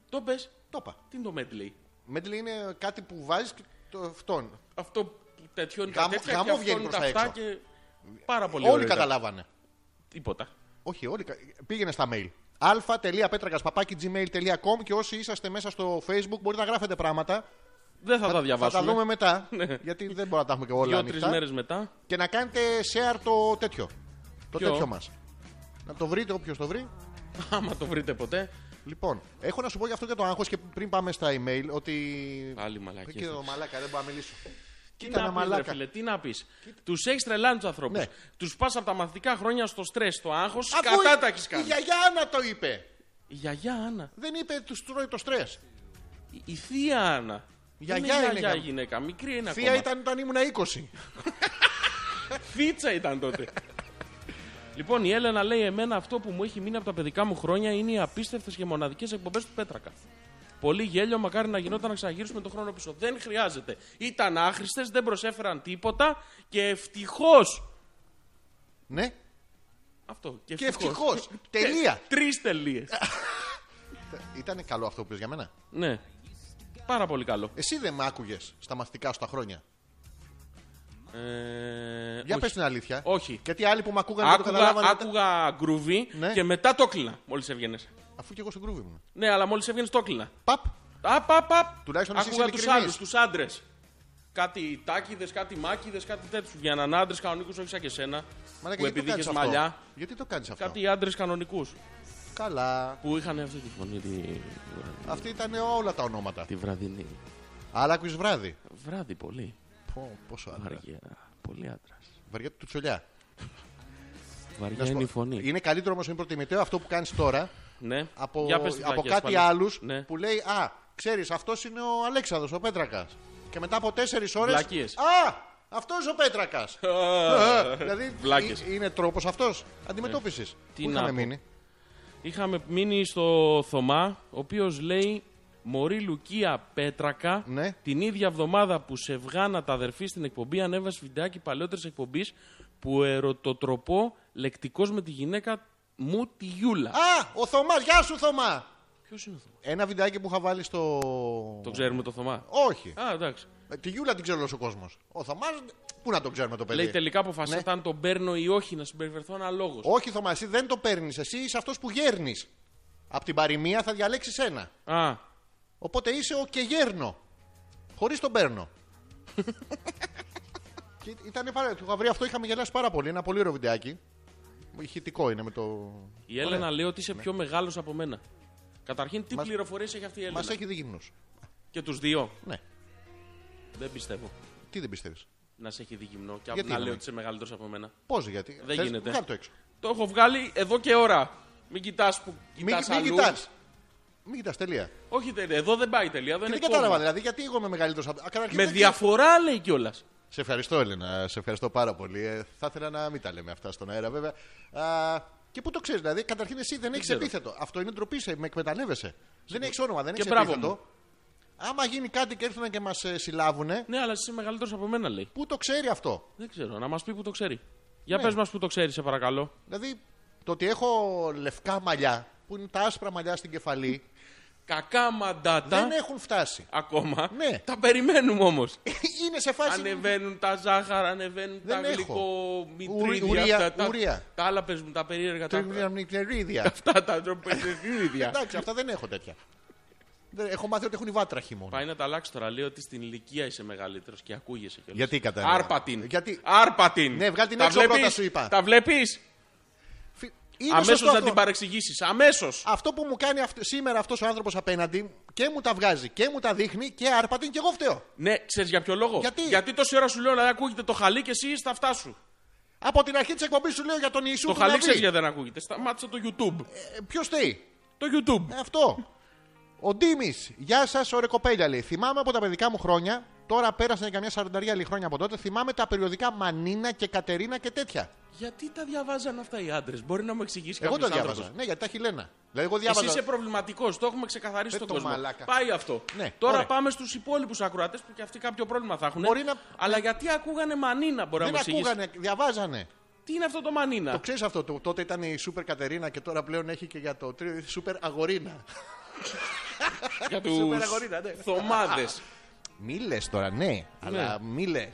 Speaker 1: Το πες,
Speaker 2: Το είπα.
Speaker 1: τι είναι το medley.
Speaker 2: Μέντλι είναι κάτι που βάζεις και το αυτόν.
Speaker 1: Αυτό που τέτοιο είναι τα
Speaker 2: Γαμό-
Speaker 1: τέτοια
Speaker 2: γαμό
Speaker 1: και αυτό
Speaker 2: βγαίνει
Speaker 1: είναι τα
Speaker 2: προς τα
Speaker 1: αυτά
Speaker 2: έξω.
Speaker 1: και πάρα πολύ
Speaker 2: όλοι
Speaker 1: ωραία ήταν.
Speaker 2: καταλάβανε.
Speaker 1: Τίποτα.
Speaker 2: Όχι, όλοι. κα- Πήγαινε στα mail. αλφα.πέτρακα.gmail.com και όσοι είσαστε μέσα στο facebook μπορείτε να γράφετε πράγματα.
Speaker 1: Δεν θα, τα
Speaker 2: Θα τα
Speaker 1: διαβάσουμε. Ναι.
Speaker 2: δούμε μετά. γιατί δεν μπορούμε να τα έχουμε και όλα
Speaker 1: Δύο-τρει
Speaker 2: ανοιχτά.
Speaker 1: μέρες μετά.
Speaker 2: Και να κάνετε share το τέτοιο. Το
Speaker 1: Ποιο?
Speaker 2: τέτοιο μας. Να το βρείτε όποιος το βρει.
Speaker 1: Άμα το βρείτε ποτέ.
Speaker 2: Λοιπόν, έχω να σου πω για αυτό και το άγχος και πριν πάμε στα email ότι.
Speaker 1: Πάλι
Speaker 2: Εκεί
Speaker 1: μαλακία.
Speaker 2: εδώ, μαλάκα, δεν μπορώ να μιλήσω.
Speaker 1: Τι
Speaker 2: Κοίτα να
Speaker 1: να πεις, ρε
Speaker 2: μαλάκα.
Speaker 1: φίλε, τι να πεις. Του έχει τρελάνει τους ανθρώπους.
Speaker 2: Ναι.
Speaker 1: Τους πας από τα μαθητικά χρόνια στο στρες, στο άγχος.
Speaker 2: Αφού
Speaker 1: Κατά τα έχει
Speaker 2: Η
Speaker 1: κάνει.
Speaker 2: γιαγιά Άννα το είπε.
Speaker 1: Η γιαγιά Άννα.
Speaker 2: Δεν είπε τους τρώει το στρες.
Speaker 1: Η- Η θεία Άννα.
Speaker 2: Γιαγιά
Speaker 1: Δεν είναι
Speaker 2: είναι
Speaker 1: γιαγιά
Speaker 2: γαμ-
Speaker 1: γυναίκα. Μικρή είναι
Speaker 2: Θεία
Speaker 1: ακόμα.
Speaker 2: ήταν όταν ήμουν 20.
Speaker 1: Θίτσα ήταν τότε. λοιπόν, η Έλενα λέει: Εμένα αυτό που μου έχει μείνει από τα παιδικά μου χρόνια είναι οι απίστευτες και μοναδικές εκπομπές του Πέτρακα. Πολύ γέλιο, μακάρι να γινόταν να ξαναγυρίσουμε τον χρόνο πίσω. Δεν χρειάζεται. Ήταν άχρηστες, δεν προσέφεραν τίποτα και ευτυχώς.
Speaker 2: ναι,
Speaker 1: Αυτό.
Speaker 2: και ευτυχώ. Τελεία.
Speaker 1: Τρεις τελείες.
Speaker 2: Ήταν καλό αυτό που πες για μένα.
Speaker 1: ναι. Πάρα πολύ καλό.
Speaker 2: Εσύ δεν με άκουγες στα μαθητικά σου τα χρόνια.
Speaker 1: Ε,
Speaker 2: Για
Speaker 1: όχι.
Speaker 2: πε την αλήθεια.
Speaker 1: Όχι.
Speaker 2: Γιατί άλλοι που με ακούγαν δεν το
Speaker 1: Άκουγα,
Speaker 2: καταλάβανε. μετά-
Speaker 1: άκουγα γκρουβί
Speaker 2: Ναι.
Speaker 1: και μετά το κλείνα μόλις έβγαινες.
Speaker 2: Αφού και εγώ στην κρούβη μου.
Speaker 1: Ναι, αλλά μόλις έβγαινες το κλείνα.
Speaker 2: Παπ.
Speaker 1: Απ, απ, απ.
Speaker 2: Τουλάχιστον εσύ
Speaker 1: Άκουγα
Speaker 2: είσαι
Speaker 1: τους άλλου,
Speaker 2: ειλικρινής.
Speaker 1: τους άντρες. Κάτι τάκιδε, κάτι μάκιδε, κάτι τέτοιους. Βγαίναν άντρες κανονικούς, όχι σαν και εσένα.
Speaker 2: Μαλάκα, ναι,
Speaker 1: που
Speaker 2: γιατί το
Speaker 1: επειδή
Speaker 2: κάνεις
Speaker 1: είχες
Speaker 2: αυτό?
Speaker 1: μαλλιά.
Speaker 2: Γιατί το κάνεις αυτό.
Speaker 1: Κάτι άντρες κανονικούς.
Speaker 2: Καλά.
Speaker 1: Που είχαν αυτή τη φωνή τη,
Speaker 2: Αυτή ήταν όλα τα ονόματα.
Speaker 1: τη βραδινή.
Speaker 2: Αλλά άκουγες βράδυ.
Speaker 1: Βράδυ πολύ.
Speaker 2: Πω, πόσο άντρα.
Speaker 1: Βαριά. Πολύ άντρας.
Speaker 2: Βαριά του τσολιά.
Speaker 1: Βαριά
Speaker 2: Να σου
Speaker 1: είναι
Speaker 2: πω,
Speaker 1: η φωνή.
Speaker 2: Είναι καλύτερο όμως, είναι προτιμητέο αυτό που κάνεις τώρα
Speaker 1: Ναι.
Speaker 2: από,
Speaker 1: Για πες τις
Speaker 2: από
Speaker 1: βλακίες
Speaker 2: κάτι
Speaker 1: πάλι.
Speaker 2: άλλους
Speaker 1: Ναι.
Speaker 2: που λέει Α, ξέρεις, αυτός είναι ο Αλέξανδρος, ο Πέτρακας. Και μετά από τέσσερις ώρες.
Speaker 1: Βλακίες.
Speaker 2: Α, αυτός ο Πέτρακας. δηλαδή
Speaker 1: Βλάκες. Ε,
Speaker 2: ε, είναι τρόπος αυτός αντιμετώπισης.
Speaker 1: Τι
Speaker 2: Πού
Speaker 1: να
Speaker 2: είχαμε
Speaker 1: πω.
Speaker 2: μείνει.
Speaker 1: Είχαμε μείνει στο Θωμά, ο οποίος λέει Μωρή Λουκία Πέτρακα,
Speaker 2: Ναι.
Speaker 1: την ίδια εβδομάδα που σε βγάνα τα αδερφή στην εκπομπή, ανέβασε βιντεάκι παλαιότερης εκπομπής που ερωτοτροπώ λεκτικός με τη γυναίκα μου τη Γιούλα.
Speaker 2: Α, ο Θωμάς, γεια σου Θωμά.
Speaker 1: Ποιος είναι ο Θωμάς.
Speaker 2: Ένα βιντεάκι που είχα βάλει στο.
Speaker 1: Το ξέρουμε το Θωμά.
Speaker 2: Όχι.
Speaker 1: Α, εντάξει.
Speaker 2: Ε, Τη Γιούλα την ξέρει όλος ο κόσμος. Ο Θωμάς, πού να τον ξέρουμε το παιδί.
Speaker 1: Λέει τελικά αποφασίσατε αν τον παίρνω ή όχι να συμπεριφερθώ αναλόγως.
Speaker 2: Όχι, Θωμά, εσύ δεν το παίρνεις. Εσύ είσαι αυτός που γέρνεις. Από την παροιμία θα διαλέξεις ένα.
Speaker 1: Α,
Speaker 2: Οπότε είσαι ο και γέρνο. Χωρίς τον παίρνω. και ήταν πάρα. Το είχα βρει αυτό, είχαμε γελάσει πάρα πολύ. Ένα πολύ ωραίο βιντεάκι. Ηχητικό είναι με το.
Speaker 1: η Έλενα λέει ότι είσαι πιο μεγάλος από μένα. Καταρχήν, τι
Speaker 2: Ναι. Μας-
Speaker 1: πληροφορίες έχει αυτή η Έλενα.
Speaker 2: Μα έχει δει γυμνούς.
Speaker 1: Και τους δύο.
Speaker 2: Ναι.
Speaker 1: Δεν πιστεύω.
Speaker 2: Τι δεν πιστεύεις.
Speaker 1: να σε έχει δει γυμνό και
Speaker 2: Γιατί
Speaker 1: να
Speaker 2: είναι,
Speaker 1: λέω
Speaker 2: μη?
Speaker 1: ότι είσαι μεγαλύτερος από μένα.
Speaker 2: Πώς γιατί.
Speaker 1: Δεν γίνεται.
Speaker 2: Βγάλ' το έξω.
Speaker 1: Το έχω βγάλει εδώ και ώρα. Μην κοιτάς που
Speaker 2: Μην
Speaker 1: κοιτάς
Speaker 2: μην
Speaker 1: αλλού.
Speaker 2: κοιτάς. Μην κοιτάς, τελεία. Και
Speaker 1: Όχι, τελεία. εδώ δεν πάει τελεία. Εδώ είναι
Speaker 2: δεν κατάλαβα,
Speaker 1: κόμμα.
Speaker 2: δηλαδή, γιατί εγώ είμαι μεγαλύτερος από. Α, καταρχήν
Speaker 1: Με
Speaker 2: δεν
Speaker 1: διαφορά λέει κιόλας.
Speaker 2: Σε ευχαριστώ, Έλενα. Σε ευχαριστώ πάρα πολύ. Ε, θα ήθελα να μην τα λέμε αυτά στον αέρα, βέβαια. Α, και πού το ξέρεις, δηλαδή, καταρχήν εσύ δεν έχεις
Speaker 1: ξέρω.
Speaker 2: επίθετο. Αυτό είναι ντροπή, σε, με εκμεταλλεύεσαι. Δεν έχεις όνομα, δεν
Speaker 1: Και
Speaker 2: έχεις
Speaker 1: μπράβο
Speaker 2: επίθετο.
Speaker 1: μου.
Speaker 2: Άμα γίνει κάτι και έρθουν και μας συλλάβουνε,
Speaker 1: Ναι, αλλά είσαι μεγαλύτερος από μένα λέει.
Speaker 2: πού το ξέρει αυτό.
Speaker 1: Δεν ξέρω, να μας πει που το ξέρει. Για
Speaker 2: Ναι.
Speaker 1: πες πε μας που το ξέρει, σε παρακαλώ.
Speaker 2: Δηλαδή, το ότι έχω λευκά μαλλιά, που είναι τα άσπρα μαλλιά στην κεφαλή,
Speaker 1: Κακά μαντάτα
Speaker 2: δεν έχουν φτάσει.
Speaker 1: ακόμα.
Speaker 2: Ναι.
Speaker 1: Τα περιμένουμε όμως.
Speaker 2: είναι σε φάση.
Speaker 1: Ανεβαίνουν τα ζάχαρα, ανεβαίνουν
Speaker 2: Δεν
Speaker 1: τα
Speaker 2: έχω.
Speaker 1: γλυκό,
Speaker 2: Ουρι-
Speaker 1: μητρίδια.
Speaker 2: ουρία-
Speaker 1: αυτά, τα-
Speaker 2: ουρία.
Speaker 1: Τα άλλα παίζουν τα περίεργα. Τα...
Speaker 2: Τριγνυρίδια.
Speaker 1: Αυτά τα τροπεζιδίδια.
Speaker 2: Εντάξει, αυτά δεν έχω τέτοια. Δεν- Έχω μάθει ότι έχουν οι βάτρα χειμώνα.
Speaker 1: Πάει να τα αλλάξει τώρα. Λέει ότι στην ηλικία είσαι μεγαλύτερος και ακούγεσαι κιόλας.
Speaker 2: Γιατί κατάλαβα.
Speaker 1: Άρπατην.
Speaker 2: Γιατί-
Speaker 1: Άρπατην.
Speaker 2: Ναι, βγάλ' την
Speaker 1: Τα
Speaker 2: έξω
Speaker 1: βλέπεις?
Speaker 2: πρώτα, σου είπα.
Speaker 1: Τα βλέπεις.
Speaker 2: Φι- είναι
Speaker 1: Αμέσως
Speaker 2: σωστό
Speaker 1: να
Speaker 2: αυτό.
Speaker 1: την παρεξηγήσεις. Αμέσως.
Speaker 2: αυτό που μου κάνει αυτ- σήμερα αυτός ο άνθρωπος απέναντι και μου τα βγάζει και μου τα δείχνει και άρπατην και εγώ φταίω.
Speaker 1: Ναι, ξέρεις για ποιο λόγο.
Speaker 2: Γιατί?
Speaker 1: τόση ώρα σου λέω να ακούγεται το χαλί και εσύ στα αυτά σου.
Speaker 2: Από την αρχή της εκπομπής σου λέω για τον Ιησού
Speaker 1: Το
Speaker 2: του
Speaker 1: χαλί ξέρει
Speaker 2: Ναβί. Ε,
Speaker 1: γιατί δεν ακούγεται. Σταμάτησε το YouTube.
Speaker 2: Ποιο θέλει.
Speaker 1: Το
Speaker 2: ε.
Speaker 1: YouTube.
Speaker 2: Αυτό. Ο Ντίμης, γεια σας, ωραία κοπέλια λέει. Θυμάμαι από τα παιδικά μου χρόνια, τώρα πέρασαν καμιά σαρανταρία άλλη χρόνια από τότε, θυμάμαι τα περιοδικά Μανίνα και Κατερίνα και τέτοια.
Speaker 1: Γιατί τα διαβάζαν αυτά οι άντρες, μπορεί να μου εξηγήσει
Speaker 2: Εγώ
Speaker 1: κάποιο
Speaker 2: τα
Speaker 1: άνθρωπο.
Speaker 2: διάβαζα. Ναι, γιατί τα χιλένα. Δηλαδή, εγώ
Speaker 1: Εσύ
Speaker 2: διάβαζα.
Speaker 1: είσαι προβληματικός, το έχουμε ξεκαθαρίσει
Speaker 2: Ε,
Speaker 1: στον
Speaker 2: το
Speaker 1: κόσμο.
Speaker 2: μαλάκα.
Speaker 1: Πάει αυτό.
Speaker 2: Ναι,
Speaker 1: Τώρα
Speaker 2: ωραία.
Speaker 1: πάμε στους υπόλοιπους ακροατές που και αυτοί κάποιο πρόβλημα θα έχουν.
Speaker 2: Μπορεί να-
Speaker 1: Αλλά γιατί ακούγανε μανίνα, μπορεί να
Speaker 2: Δεν
Speaker 1: μου εξηγήσεις.
Speaker 2: ακούγανε, διαβάζανε.
Speaker 1: Τι είναι αυτό το μανίνα.
Speaker 2: Το ξέρεις αυτό. το- τότε ήταν η Σούπερ Κατερίνα και τώρα πλέον έχει και για το τρίτο. Σούπερ Αγορίνα.
Speaker 1: για τους
Speaker 2: Σούπερα γορίνα, ναι.
Speaker 1: Θωμάδες.
Speaker 2: Μη λες τώρα, ναι, αλλά μη λες.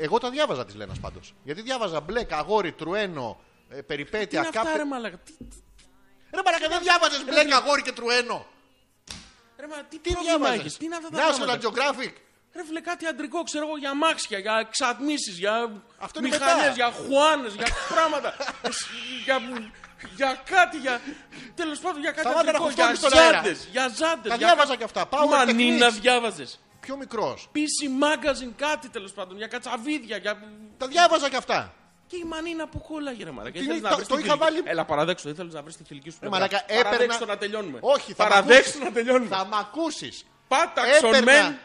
Speaker 2: Εγώ τα διάβαζα τη Λένας πάντως. Γιατί διάβαζα μπλε, καγόρι, τρουένο, ε,
Speaker 1: Τι
Speaker 2: περιπέτεια,
Speaker 1: είναι αυτά,
Speaker 2: κάπτε.
Speaker 1: ρε μαλακα. Τι, τι-
Speaker 2: Ρε μαλακα, δεν διάβαζες μπλε, καγόρι και τρουένο.
Speaker 1: ρε, μα, τι,
Speaker 2: Τι
Speaker 1: πρόβλημα
Speaker 2: διάβαζε.
Speaker 1: έχεις, τι είναι αυτά τα
Speaker 2: National
Speaker 1: πράγματα.
Speaker 2: Geographic.
Speaker 1: Ρε φίλε, κάτι αντρικό, ξέρω εγώ, για αμάξια, για εξατμίσει, για
Speaker 2: Αυτό είναι
Speaker 1: μηχανές,
Speaker 2: μετά.
Speaker 1: για χουάνες, για πράγματα. Εσύ, για, για κάτι, για. Τέλος πάντων, για κάτι
Speaker 2: Σταμάτα να
Speaker 1: αντρικό. Για
Speaker 2: χουφτώνεις στον αέρα.
Speaker 1: ζάντες, για ζάντες.
Speaker 2: Τα διάβαζα κι αυτά. Power
Speaker 1: Μανίνα
Speaker 2: Techniques.
Speaker 1: διάβαζες.
Speaker 2: Πιο μικρός.
Speaker 1: PC Magazine, κάτι τέλος πάντων, για κατσαβίδια, για
Speaker 2: Τα διάβαζα κι αυτά.
Speaker 1: Και η μανίνα που κόλλαγε, ρε
Speaker 2: Τι
Speaker 1: Μαλάκα. Ήθελες
Speaker 2: είναι,
Speaker 1: να
Speaker 2: το-
Speaker 1: βρεις
Speaker 2: το
Speaker 1: την
Speaker 2: είχα
Speaker 1: θηλυκή-
Speaker 2: βάλει-
Speaker 1: Έλα, παραδέξω, δεν θέλεις να βρεις τη θηλυκή σου.
Speaker 2: Ρε
Speaker 1: πλευρά.
Speaker 2: μαλάκα, έπαιρνα-
Speaker 1: Παραδέξω να τελειώνουμε.
Speaker 2: Όχι, θα μ'
Speaker 1: Παραδέξω
Speaker 2: ακούσεις.
Speaker 1: να τελειώνουμε.
Speaker 2: Θα μ' ακούσεις.
Speaker 1: Πάταξον
Speaker 2: Έπαιρνα
Speaker 1: μεν.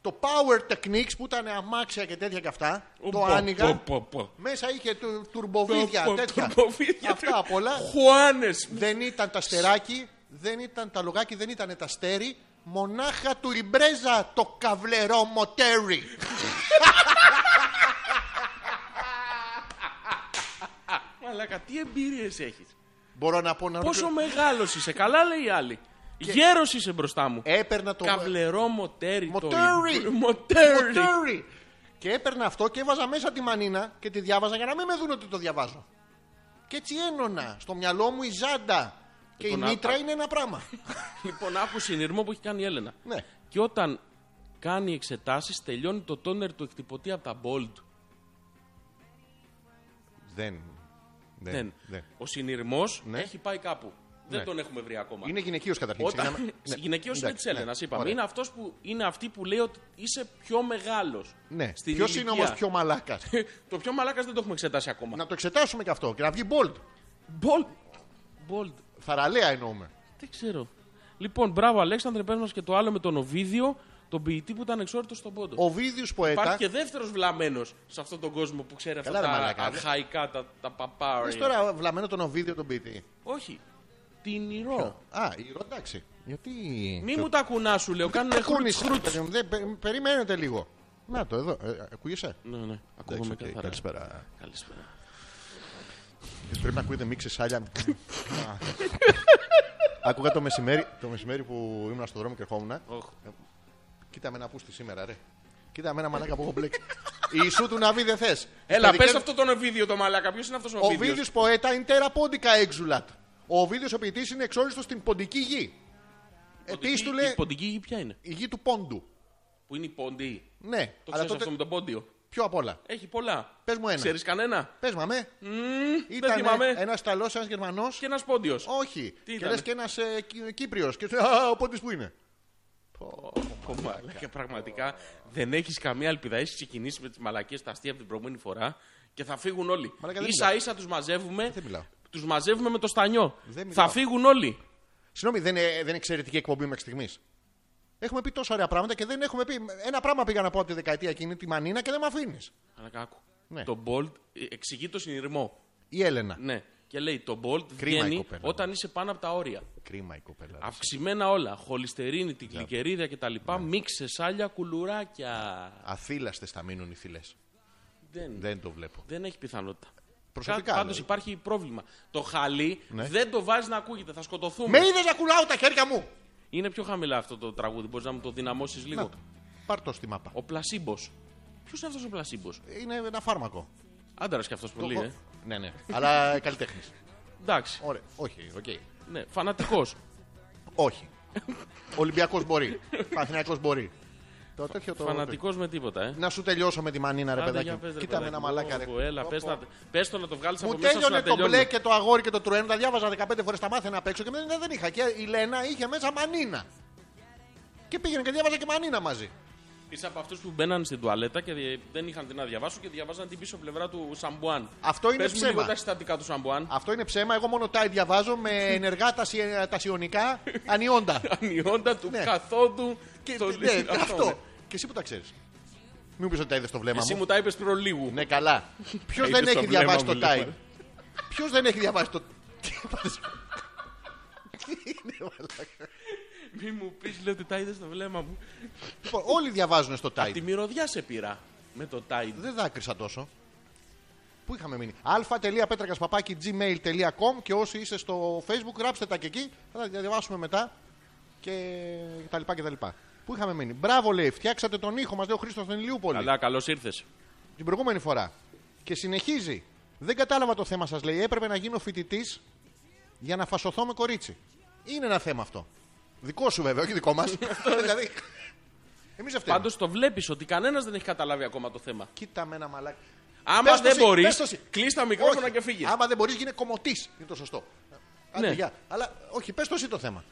Speaker 2: το Power Techniques που ήταν αμάξια και τέτοια κι αυτά. Το
Speaker 1: Πω, πω,
Speaker 2: άνοιγα.
Speaker 1: πω, πω.
Speaker 2: Μέσα είχε του- τουρμποβίδια
Speaker 1: Πω, πω,
Speaker 2: τέτοια.
Speaker 1: τουρμποβίδια,
Speaker 2: Αυτά απ' όλα.
Speaker 1: Χουάνες.
Speaker 2: Δεν ήταν τα στεράκι, δεν ήταν τα λογάκι, δεν ήταν τα στέρι. Μονάχα του ριμπρέζα το καβλερό μοτέρι.
Speaker 1: Μαλάκα, τι εμπειρίες έχεις.
Speaker 2: Μπορώ να πω να
Speaker 1: Πόσο μεγάλος είσαι. Καλά λέει η άλλη. Γέρος είσαι μπροστά μου.
Speaker 2: Έπαιρνα Ε, το
Speaker 1: Καβλερό μοτέρι. το
Speaker 2: Μοτέρι.
Speaker 1: υβ- Μοτέρι.
Speaker 2: μοτέρι. Και έπαιρνα αυτό και έβαζα μέσα τη μανίνα και τη διάβαζα για να μην με δουν ότι το διαβάζω. Και έτσι ένωνα στο μυαλό μου η ζάντα και η
Speaker 1: Λοιπόν,
Speaker 2: μήτρα
Speaker 1: α-
Speaker 2: είναι ένα πράγμα.
Speaker 1: Λοιπόν, άκου συνειρμό που έχει κάνει η Έλενα.
Speaker 2: Ναι.
Speaker 1: Και όταν κάνει εξετάσεις τελειώνει το τόνερ του εκτυπωτή από τα bold.
Speaker 2: Δεν.
Speaker 1: Δεν. Ναι.
Speaker 2: Ε,
Speaker 1: Ο συνειρμός
Speaker 2: Ναι.
Speaker 1: έχει πάει κάπου. Δεν
Speaker 2: Ναι.
Speaker 1: τον έχουμε βρει ακόμα.
Speaker 2: Είναι γυναικείος καταρχήν. ξεκινάμε.
Speaker 1: Όταν...
Speaker 2: Ναι.
Speaker 1: Γυναικείος είναι
Speaker 2: Εντάξει,
Speaker 1: τη Έλενα,
Speaker 2: ναι.
Speaker 1: είπαμε.
Speaker 2: Ωραία.
Speaker 1: Είναι, αυτός που... είναι αυτή που λέει ότι είσαι πιο μεγάλος.
Speaker 2: Ναι. Ποιος είναι όμως πιο μαλάκας.
Speaker 1: το πιο μαλάκας δεν το έχουμε εξετάσει ακόμα.
Speaker 2: να το εξετάσουμε και αυτό και να βγει bold.
Speaker 1: Bold. Bold.
Speaker 2: Θαραλέα εννοούμε.
Speaker 1: Δεν ξέρω. Λοιπόν, μπράβο Αλέξανδρε, πες μας και το άλλο με τον Οβίδιο, τον ποιητή που ήταν εξόρυτος στον πόντο.
Speaker 2: Ο Βίδιους Ποέτα.
Speaker 1: Υπάρχει και δεύτερος βλαμμένος σε αυτόν τον κόσμο που ξέρει αυτά
Speaker 2: Καλά, ρε
Speaker 1: τα
Speaker 2: μαλάκα.
Speaker 1: αρχαϊκά, τα, τα παπάρια.
Speaker 2: Πες τώρα βλαμμένο τον Οβίδιο τον ποιητή.
Speaker 1: Όχι. Την ηρώ.
Speaker 2: Α, ήρω, εντάξει. Γιατί.
Speaker 1: Μη
Speaker 2: το-
Speaker 1: μου τα κουνάς σου, λέω. Κάνουν
Speaker 2: Δεν ακούνε οι
Speaker 1: χρούτ.
Speaker 2: σύντροφοι, δεν- πε- Περιμένετε λίγο. Να το εδώ. Ε, ακούγεσαι.
Speaker 1: Ναι, ναι.
Speaker 2: Εντάξει,
Speaker 1: Ακούγομαι
Speaker 2: οκ,
Speaker 1: καθαρά.
Speaker 2: Καλησπέρα.
Speaker 1: Καλησπέρα.
Speaker 2: Ε, Πρέπει να ακούγεται μίξη σάλια. Α. Άκουγα το μεσημέρι, το μεσημέρι που ήμουν στον δρόμο και ερχόμουν.
Speaker 1: Οχ.
Speaker 2: Κοίτα με ένα πούστη σήμερα, ρε. Κοίτα με ένα μαλάκα που έχω μπλέξει. Η σου του να βγει δεν θες.
Speaker 1: Έλα, πες αυτό το βίντεο το μαλάκα. Ποιος είναι αυτός ο
Speaker 2: Ο
Speaker 1: βίντεο.
Speaker 2: Βίδιο Ποέτα είναι τέρα πόντικα έξουλατ. Ο Βίδιος ο ποιητή είναι εξόριστος στην ποντική γη. Επίση του λέει
Speaker 1: Η ποντική γη ποια είναι.
Speaker 2: η γη του πόντου.
Speaker 1: Που είναι η ποντή.
Speaker 2: Ναι,
Speaker 1: Το
Speaker 2: αλλά
Speaker 1: ξέρεις
Speaker 2: τότε
Speaker 1: αυτό με τον πόντιο.
Speaker 2: πιο απ' όλα.
Speaker 1: Έχει πολλά.
Speaker 2: Πες μου ένα.
Speaker 1: Ξέρεις κανένα.
Speaker 2: Πες μα με.
Speaker 1: δεν
Speaker 2: Ήταν
Speaker 1: θυμάμαι.
Speaker 2: ένας Ιταλό, ένας Γερμανός.
Speaker 1: Και ένας πόντιος.
Speaker 2: Όχι. και
Speaker 1: ήτανε?
Speaker 2: λες και ένας ε, Κύπριος. Και σου λέει, Α, ο πόντι που είναι.
Speaker 1: Μαλάκα, πραγματικά δεν έχεις καμία ελπίδα. Έχεις ξεκινήσει με τις μαλακίε τα αστεία από την προηγούμενη φορά και θα φύγουν όλοι.
Speaker 2: Μαλάκα, δεν
Speaker 1: σα ίσα τους μαζεύουμε.
Speaker 2: Δεν μιλάω.
Speaker 1: Τους μαζεύουμε με το στανιό.
Speaker 2: Δεν μιλάω.
Speaker 1: Θα φύγουν όλοι.
Speaker 2: Συγγνώμη, δεν, είναι- δεν είναι εξαιρετική εκπομπή μέχρι στιγμής. Έχουμε πει τόσα ωραία πράγματα και δεν έχουμε πει. Ένα πράγμα πήγα να πω από τη δεκαετία εκείνη, τη μανίνα και δεν με αφήνει.
Speaker 1: Μαλάκα, άκου.
Speaker 2: Ναι.
Speaker 1: Το Bolt ε, εξηγεί το συνειρμό.
Speaker 2: Η Έλενα.
Speaker 1: Ναι. Και λέει το Bolt
Speaker 2: Κρίμα η
Speaker 1: βγαίνει
Speaker 2: κοπέλα. ναι.
Speaker 1: όταν είσαι πάνω από τα όρια.
Speaker 2: Κρίμα η κοπέλα.
Speaker 1: Αυξημένα όλα. Χολυστερίνη, την γλυκερίδια κτλ.
Speaker 2: Ναι.
Speaker 1: Μίξε σάλια, κουλουράκια.
Speaker 2: Αθήλαστε θα μείνουν οι θηλέ.
Speaker 1: Δεν,
Speaker 2: Δεν το βλέπω.
Speaker 1: δεν έχει πιθανότητα.
Speaker 2: Ναι. Προσωπικά,
Speaker 1: Πάντω
Speaker 2: λέω.
Speaker 1: υπάρχει πρόβλημα. Το χαλί
Speaker 2: Ναι.
Speaker 1: δεν το βάζεις να ακούγεται, θα σκοτωθούμε.
Speaker 2: Με είδες να κουλάω τα χέρια μου!
Speaker 1: Είναι πιο χαμηλά αυτό το τραγούδι, μπορείς να μου το δυναμώσεις λίγο.
Speaker 2: Να το. Πάρ το στη μάπα.
Speaker 1: Ο πλασίμπος. Ποιος είναι αυτός ο πλασίμπος.
Speaker 2: Είναι ένα φάρμακο.
Speaker 1: Άντρα και αυτό πολύ,
Speaker 2: Το-
Speaker 1: ε.
Speaker 2: Ναι, ναι. Αλλά καλλιτέχνης.
Speaker 1: Εντάξει.
Speaker 2: Ωραία. Όχι, οκ.
Speaker 1: Ναι, φανατικός.
Speaker 2: Όχι. Ολυμπιακός μπορεί. Παθηναϊκό μπορεί. Το τέτοιο το.
Speaker 1: φανατικός με τίποτα, ε.
Speaker 2: Να σου τελειώσω με τη μανίνα, ρε
Speaker 1: Άντε,
Speaker 2: παιδάκι.
Speaker 1: για
Speaker 2: μου.
Speaker 1: πες, ρε
Speaker 2: Κοίτα με
Speaker 1: παιδάκι
Speaker 2: ένα
Speaker 1: μου.
Speaker 2: μαλάκα, ρε.
Speaker 1: Ω, έλα,
Speaker 2: Πω,
Speaker 1: πες
Speaker 2: πω.
Speaker 1: να- πες το να το βγάλεις από
Speaker 2: Μου
Speaker 1: μέσα σου να
Speaker 2: τέλειωνε το
Speaker 1: τελειώνει.
Speaker 2: μπλε και το αγόρι και το τρουένο. Τα διάβαζα 15 φορές, τα μάθαινα απ' έξω και δεν, δεν είχα. Και η Λένα είχε μέσα μανίνα. Και πήγαινε και διάβαζα και μανίνα μαζί.
Speaker 1: Είσαι από αυτούς που μπαίναν στην τουαλέτα και διε- δεν είχαν τι να διαβάσουν και διαβάζαν την πίσω πλευρά του Σαμπουάν.
Speaker 2: Αυτό είναι
Speaker 1: Πες μου λίγο
Speaker 2: ψέμα.
Speaker 1: τα συστατικά του Σαμπουάν.
Speaker 2: Αυτό είναι ψέμα. Εγώ μόνο τα διαβάζω με ενεργά τα, σι- τα σιωνικά ανιόντα.
Speaker 1: Ανιόντα του
Speaker 2: Ναι.
Speaker 1: καθόδου.
Speaker 2: και,
Speaker 1: το-
Speaker 2: ναι, αυτό.
Speaker 1: ναι.
Speaker 2: Και εσύ που τα ξέρεις. Μην πεις ότι τα είδες στο βλέμμα
Speaker 1: Εσύ
Speaker 2: μου.
Speaker 1: μου τα είπες προλίγου.
Speaker 2: Ναι, καλά. Ποιος
Speaker 1: Είδες
Speaker 2: δεν
Speaker 1: το
Speaker 2: έχει
Speaker 1: βλέμμα
Speaker 2: διαβάσει
Speaker 1: μου,
Speaker 2: το Time.
Speaker 1: λοιπόν.
Speaker 2: Ποιος δεν έχει διαβάσει το. Τι είπες? Τι είναι, μαλάκα.
Speaker 1: Μη μου πεις, λέω ότι τα είδες στο βλέμμα μου.
Speaker 2: Λοιπόν, Όλοι διαβάζουν στο
Speaker 1: Τη
Speaker 2: Time. Ναι.
Speaker 1: μυρωδιά σε πήρα με το Tide.
Speaker 2: Δεν δάκρυσα τόσο. Πού είχαμε μείνει. α.πέτρακα.gmail.com και όσοι είστε στο facebook, γράψτε τα και εκεί. Θα τα διαβάσουμε μετά και τα λοιπά και τα λοιπά. Πού είχαμε μείνει. Μπράβο, λέει. Φτιάξατε τον ήχο μας, λέει ο Χρήστος στην Ηλιούπολη.
Speaker 1: Καλά, καλώς ήρθες.
Speaker 2: Την προηγούμενη φορά. Και συνεχίζει. Δεν κατάλαβα το θέμα σας, λέει. Έπρεπε να γίνω φοιτητής για να φασωθώ με κορίτσι. Είναι ένα θέμα αυτό. Δικό σου βέβαια, όχι δικό μας. δηλαδή. Εμείς αυτό.
Speaker 1: Πάντως το βλέπεις ότι κανένας δεν έχει καταλάβει ακόμα το θέμα.
Speaker 2: Κοίτα με ένα μαλάκι.
Speaker 1: Άμα
Speaker 2: Πες το
Speaker 1: δεν
Speaker 2: συ,
Speaker 1: μπορείς,
Speaker 2: πες το συ.
Speaker 1: κλείσει τα μικρόφωνα
Speaker 2: Όχι.
Speaker 1: και φύγεις.
Speaker 2: Άμα δεν μπορείς, γίνε κομμωτής. Είναι το σωστό. Άντε,
Speaker 1: Ναι.
Speaker 2: γεια. Αλλά όχι, πες το εσύ το θέμα.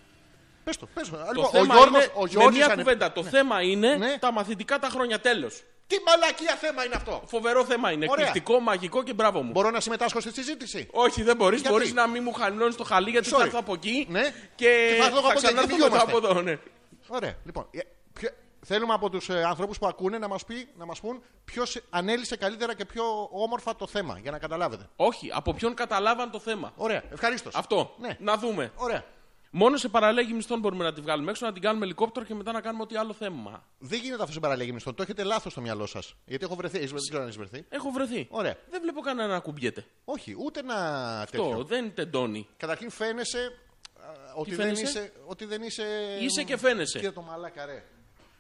Speaker 2: Πες το, πες το.
Speaker 1: Το
Speaker 2: Λοιπόν, ο
Speaker 1: θέμα
Speaker 2: Γιώργος,
Speaker 1: είναι.
Speaker 2: ο
Speaker 1: με
Speaker 2: Γιώργος
Speaker 1: μία
Speaker 2: ανε-
Speaker 1: κουβέντα. Το θέμα είναι
Speaker 2: Ναι.
Speaker 1: τα μαθητικά τα χρόνια. Τέλος.
Speaker 2: Τι μαλακία θέμα είναι αυτό.
Speaker 1: Φοβερό θέμα είναι.
Speaker 2: Ωραία.
Speaker 1: Εκπληκτικό, μαγικό και μπράβο μου.
Speaker 2: Μπορώ να συμμετάσχω στη συζήτηση.
Speaker 1: Όχι, δεν μπορείς.
Speaker 2: Γιατί?
Speaker 1: Μπορείς να μην μου χαλινώνεις το χαλί γιατί
Speaker 2: Sorry.
Speaker 1: θα έρθω από εκεί
Speaker 2: Ναι.
Speaker 1: και
Speaker 2: Και θα έρθω εγώ από εκεί,
Speaker 1: ξανάρθω
Speaker 2: και
Speaker 1: μετά
Speaker 2: δικαιούμαστε.
Speaker 1: από εδώ. Ναι.
Speaker 2: Ωραία, λοιπόν. ε, ποιο- Θέλουμε από τους ε, ανθρώπους που ακούνε να μας να μας πούν ποιος ανέλησε καλύτερα και πιο όμορφα το θέμα, για να καταλάβετε.
Speaker 1: Όχι, από ποιον καταλάβαν το θέμα.
Speaker 2: Ωραία, ευχαρίστως.
Speaker 1: Αυτό.
Speaker 2: Ναι.
Speaker 1: Να δούμε.
Speaker 2: Ωραία.
Speaker 1: Μόνο σε παραλέγη μισθών μπορούμε να τη βγάλουμε έξω, να την κάνουμε ελικόπτερο και μετά να κάνουμε ό,τι άλλο θέμα.
Speaker 2: Δεν γίνεται αυτό σε παραλλαγή μισθών. Το έχετε λάθος στο μυαλό σας. Γιατί έχω βρεθεί. Εις- Δεν ξέρω αν έχεις βρεθεί.
Speaker 1: Έχω βρεθεί.
Speaker 2: Ωραία.
Speaker 1: Δεν βλέπω κανένα να κουμπιέται.
Speaker 2: Όχι, ούτε να.
Speaker 1: Το
Speaker 2: τέτοιο.
Speaker 1: δεν τεντώνει.
Speaker 2: Καταρχήν φαίνεσαι, α, ότι,
Speaker 1: φαίνεσαι?
Speaker 2: Δεν είσαι, ότι δεν είσαι.
Speaker 1: Είσαι και φαίνεσαι.
Speaker 2: Κύριε το μαλάκα, ρε.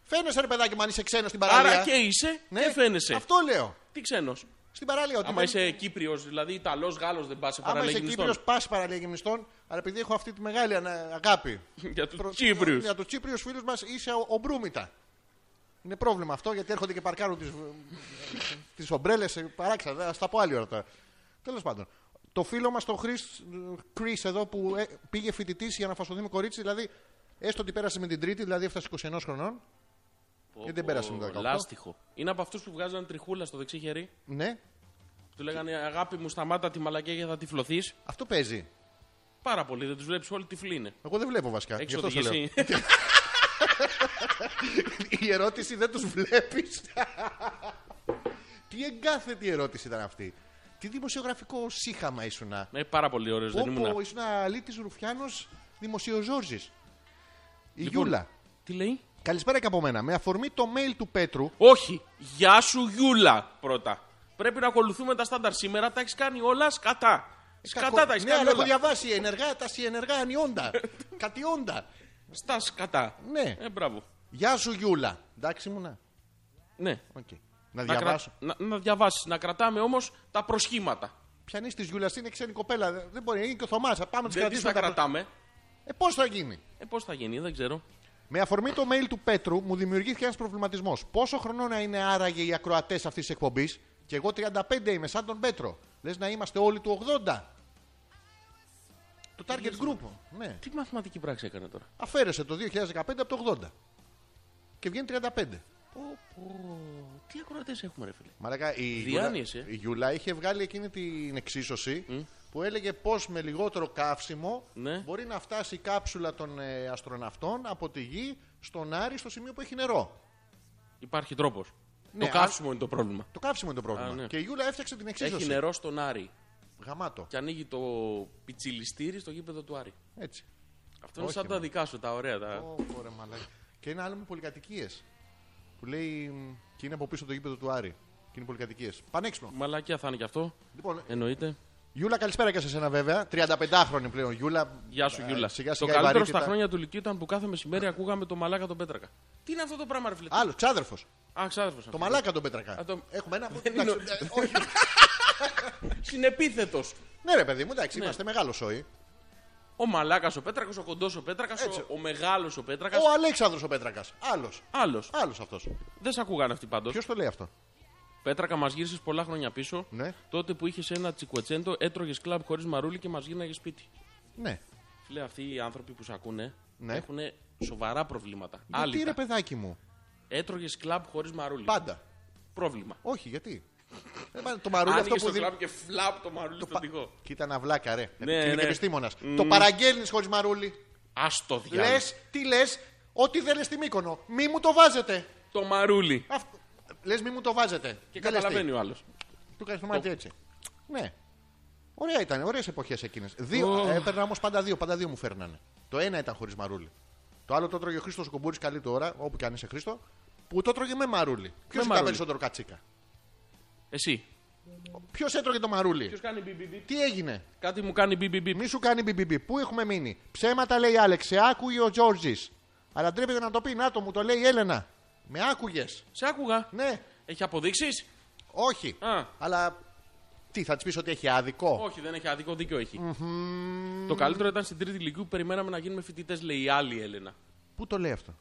Speaker 2: Φαίνεσαι, ρε παιδάκι, μου αν είσαι ξένος στην παραλία.
Speaker 1: Άρα και είσαι
Speaker 2: Ναι,
Speaker 1: και φαίνεσαι.
Speaker 2: Αυτό λέω.
Speaker 1: Τι ξένος.
Speaker 2: Στην παραλία. Ότι
Speaker 1: Άμα
Speaker 2: δεν-
Speaker 1: είσαι Κύπριος, δηλαδή Ιταλός, Γάλλος, δεν πας σε
Speaker 2: άμα είσαι
Speaker 1: παραλέγη μισθών.
Speaker 2: Κύπριος, πα παραλία γυμνιστών. Αλλά επειδή έχω αυτή τη μεγάλη ανα- αγάπη.
Speaker 1: Για τους
Speaker 2: προ-
Speaker 1: Κύπριου.
Speaker 2: Για τους Τσίπριου φίλους μας είσαι ο, ομπρούμητα. Είναι πρόβλημα αυτό γιατί έρχονται και παρκάρουν τις, τις ομπρέλες ε, παράξενα. Ας τα πω άλλη ώρα τώρα. Τέλος πάντων. Το φίλο μας το Chris, Chris εδώ που ε, πήγε φοιτητής για να φασωθεί με κορίτσι, δηλαδή έστω ότι πέρασε με την τρίτη, δηλαδή έφτασε 21 χρονών. Γιατί δεν πέρασε με το 18.
Speaker 1: Λάστιχο. Είναι από αυτούς που βγάζανε τριχούλα στο δεξί χέρι.
Speaker 2: Ναι,
Speaker 1: Του λέγανε Αγάπη μου, σταμάτα τη μαλακία και θα τυφλωθεί.
Speaker 2: αυτό παίζει.
Speaker 1: Πάρα πολύ, δεν τους βλέπεις όλοι τυφλοί είναι.
Speaker 2: Εγώ δεν βλέπω βασικά. Γι'
Speaker 1: Έχει
Speaker 2: αυτό σε λέω.
Speaker 1: οδηγήσει.
Speaker 2: Η ερώτηση δεν τους βλέπεις. Τι εγκάθετη ερώτηση ήταν αυτή. Τι δημοσιογραφικό σύχαμα ήσουνα.
Speaker 1: Ναι, πάρα πολύ ωραίος δεν
Speaker 2: Όπω
Speaker 1: ήμουν.
Speaker 2: ήσουν αλήτη Ρουφιάνος δημοσιοζόρζης. Η Γιούλα.
Speaker 1: Λοιπόν, Τι λέει.
Speaker 2: Καλησπέρα και από μένα. Με αφορμή το mail του Πέτρου.
Speaker 1: Όχι. Γεια σου Γιούλα πρώτα. Πρέπει να ακολουθούμε τα στάνταρ σήμερα. Τα έχεις κάνει όλα σκατά. Σκατά
Speaker 2: Κακό-
Speaker 1: τα έχεις
Speaker 2: ναι, αλλά
Speaker 1: κάνει
Speaker 2: έχω
Speaker 1: όλα.
Speaker 2: διαβάσει ενεργά τα συνεργά ανιόντα. Κάτι όντα.
Speaker 1: Στα σκατά.
Speaker 2: Ναι.
Speaker 1: Ε, μπράβο.
Speaker 2: Γεια σου Γιούλα. Εντάξει ήμουνα.
Speaker 1: Ναι.
Speaker 2: Οκ. Να
Speaker 1: Να, κρα...
Speaker 2: διαβάσω.
Speaker 1: να, να διαβάσεις. Να κρατάμε όμως τα προσχήματα.
Speaker 2: Πιανή της Γιούλας είναι ξένη κοπέλα. Δε- Δεν μπορεί, είναι και ο Θωμάς. Πάμε να τις
Speaker 1: Δεν τις
Speaker 2: κρατήσουμε.
Speaker 1: τα
Speaker 2: τα-
Speaker 1: κρατάμε.
Speaker 2: Ε, πώς θα γίνει.
Speaker 1: Ε, πώς θα γίνει, δεν ξέρω.
Speaker 2: Με αφορμή το mail του Πέτρου, μου δημιουργήθηκε ένας προβληματισμός. Πόσο χρονών να είναι άραγε οι ακροατές αυτής της εκπομπής, και εγώ 35 είμαι, σαν τον Πέτρο. Λες να είμαστε όλοι του 80. Το target group.
Speaker 1: λοιπόν.
Speaker 2: Ναι.
Speaker 1: Τι μαθηματική πράξη έκανε τώρα.
Speaker 2: Αφαίρεσε το 2015 από το 80. Και βγαίνει 35.
Speaker 1: Πω, πω. Τι ακροατές έχουμε, ρε φίλε.
Speaker 2: Μαλάκα, η,
Speaker 1: Διάνοιες,
Speaker 2: Γιούλα-
Speaker 1: ε.
Speaker 2: η Γιούλα είχε βγάλει εκείνη την εξίσωση που έλεγε πώς με λιγότερο καύσιμο
Speaker 1: Ναι.
Speaker 2: μπορεί να φτάσει η κάψουλα των ε, αστροναυτών από τη γη στον Άρη στο σημείο που έχει νερό.
Speaker 1: Υπάρχει τρόπος.
Speaker 2: Ναι,
Speaker 1: το καύσιμο είναι το πρόβλημα.
Speaker 2: Το καύσιμο είναι το πρόβλημα.
Speaker 1: Α, ναι.
Speaker 2: Και η Γιούλα έφτιαξε την εξίσωση.
Speaker 1: Έχει νερό στον Άρη.
Speaker 2: Γαμάτο.
Speaker 1: Και ανοίγει το πιτσιλιστήρι στο γήπεδο του Άρη.
Speaker 2: Έτσι.
Speaker 1: Αυτό είναι
Speaker 2: Όχι,
Speaker 1: σαν τα
Speaker 2: μα.
Speaker 1: δικά σου, τα ωραία. Τα...
Speaker 2: Ω, ωραία, μαλάκα. Και ένα άλλο με πολυκατοικίες. Που λέει. μ, και είναι από πίσω το γήπεδο του Άρη. Και είναι πολυκατοικίες. Πανέξυπνο.
Speaker 1: Μαλακιά θα είναι και αυτό.
Speaker 2: Λοιπόν,
Speaker 1: Εννοείται.
Speaker 2: Γιούλα, καλησπέρα και σε σένα βέβαια. 35χρονη πλέον Γιούλα.
Speaker 1: Γεια σου,
Speaker 2: Ε,
Speaker 1: Γιούλα.
Speaker 2: Σιγά,
Speaker 1: το
Speaker 2: σιγά η
Speaker 1: καλύτερο
Speaker 2: βαρύτητα.
Speaker 1: στα χρόνια του Λυκείου ήταν που κάθε μεσημέρι ακούγαμε το μαλάκα τον Πέτρακα. Τι είναι αυτό το πράγμα, ρε φίλε.
Speaker 2: Άλλος, ξάδερφος.
Speaker 1: Α, ξάδερφος.
Speaker 2: Το μαλάκα τον Πέτρακα.
Speaker 1: Α, το-
Speaker 2: Έχουμε ένα.
Speaker 1: Δεν είναι ο-
Speaker 2: εντάξει, ε, όχι.
Speaker 1: Συνεπίθετος.
Speaker 2: ναι, ρε παιδί μου, εντάξει, είμαστε μεγάλος σόι.
Speaker 1: Ο μαλάκας ο Πέτρακας, ο κοντός ο Πέτρακας,
Speaker 2: Έτσι.
Speaker 1: ο, ο μεγάλος ο Πέτρακας.
Speaker 2: Ο Αλέξανδρος ο Πέτρακας. Άλλος.
Speaker 1: Άλλος.
Speaker 2: Άλλος αυτός.
Speaker 1: Δεν σε ακούγανε αυτοί πάντως.
Speaker 2: Ποιος το λέει αυτό.
Speaker 1: Πέτρακα, μας γύρισες πολλά χρόνια πίσω.
Speaker 2: Ναι.
Speaker 1: Τότε που είχες ένα τσικουετσέντο, έτρωγες κλαμπ χωρίς μαρούλι και μας γίναγε σπίτι.
Speaker 2: Ναι.
Speaker 1: Φίλε, αυτοί οι άνθρωποι που σε ακούνε
Speaker 2: Ναι.
Speaker 1: έχουν σοβαρά προβλήματα.
Speaker 2: Γιατί
Speaker 1: Άλυτα.
Speaker 2: ρε παιδάκι μου.
Speaker 1: Έτρωγες κλαμπ χωρίς μαρούλι.
Speaker 2: Πάντα.
Speaker 1: Πρόβλημα.
Speaker 2: Όχι, γιατί. Ε, μα, το μαρούλι αυτό
Speaker 1: Άνοιγε το
Speaker 2: που δίνει.
Speaker 1: κλαμπ και φλαπ το μαρούλι στον τοίχο.
Speaker 2: Κοίτα να βλάκα, ρε.
Speaker 1: Ναι,
Speaker 2: είναι
Speaker 1: ναι.
Speaker 2: επιστήμονας. Το παραγγέλνεις χωρίς μαρούλι.
Speaker 1: Ας το διάλογο.
Speaker 2: Λε, τι λες, ό,τι δεν λε στη Μύκονο. Μη μου το βάζετε.
Speaker 1: Το μαρούλι.
Speaker 2: Λες, μη μου το βάζετε.
Speaker 1: Και
Speaker 2: Δεν λες τι.
Speaker 1: καταλαβαίνει ο άλλος.
Speaker 2: Του κάνεις το μάτι έτσι. Ναι. Ωραία ήταν, ωραίες εποχές εκείνες. Δύο, Ε,
Speaker 1: Ω.
Speaker 2: Έπαιρνα όμως πάντα δύο, πάντα δύο μου φέρνανε. Το ένα ήταν χωρίς μαρούλι. Το άλλο το τρώγε ο Χρήστος Κομπούρη καλή του ώρα, όπου και αν είσαι Χρήστο, που το τρώγε με μαρούλι. Ποιο ήταν
Speaker 1: μαρούλι.
Speaker 2: περισσότερο κατσίκα.
Speaker 1: Εσύ.
Speaker 2: Ποιος έτρωγε το μαρούλι.
Speaker 1: Ποιος κάνει BBB.
Speaker 2: Τι έγινε.
Speaker 1: Κάτι μου κάνει BBB.
Speaker 2: Μη σου κάνει μπιμπιμπι. Πού έχουμε μείνει. Ψέματα λέει Άλεξε. Άκουγε ο Τζόρτζη. Αλλά ντρέπεται να το πει. Να το μου το λέει η Έλενα. Με άκουγες.
Speaker 1: Σε άκουγα.
Speaker 2: Ναι.
Speaker 1: Έχει αποδείξεις.
Speaker 2: Όχι.
Speaker 1: Α.
Speaker 2: Αλλά τι θα της πεις ότι έχει άδικο.
Speaker 1: Όχι, δεν έχει άδικο, δίκιο έχει. Το καλύτερο ήταν στην τρίτη ηλικία που περιμέναμε να γίνουμε φοιτητές, λέει η άλλη Έλενα.
Speaker 2: Πού το λέει αυτό.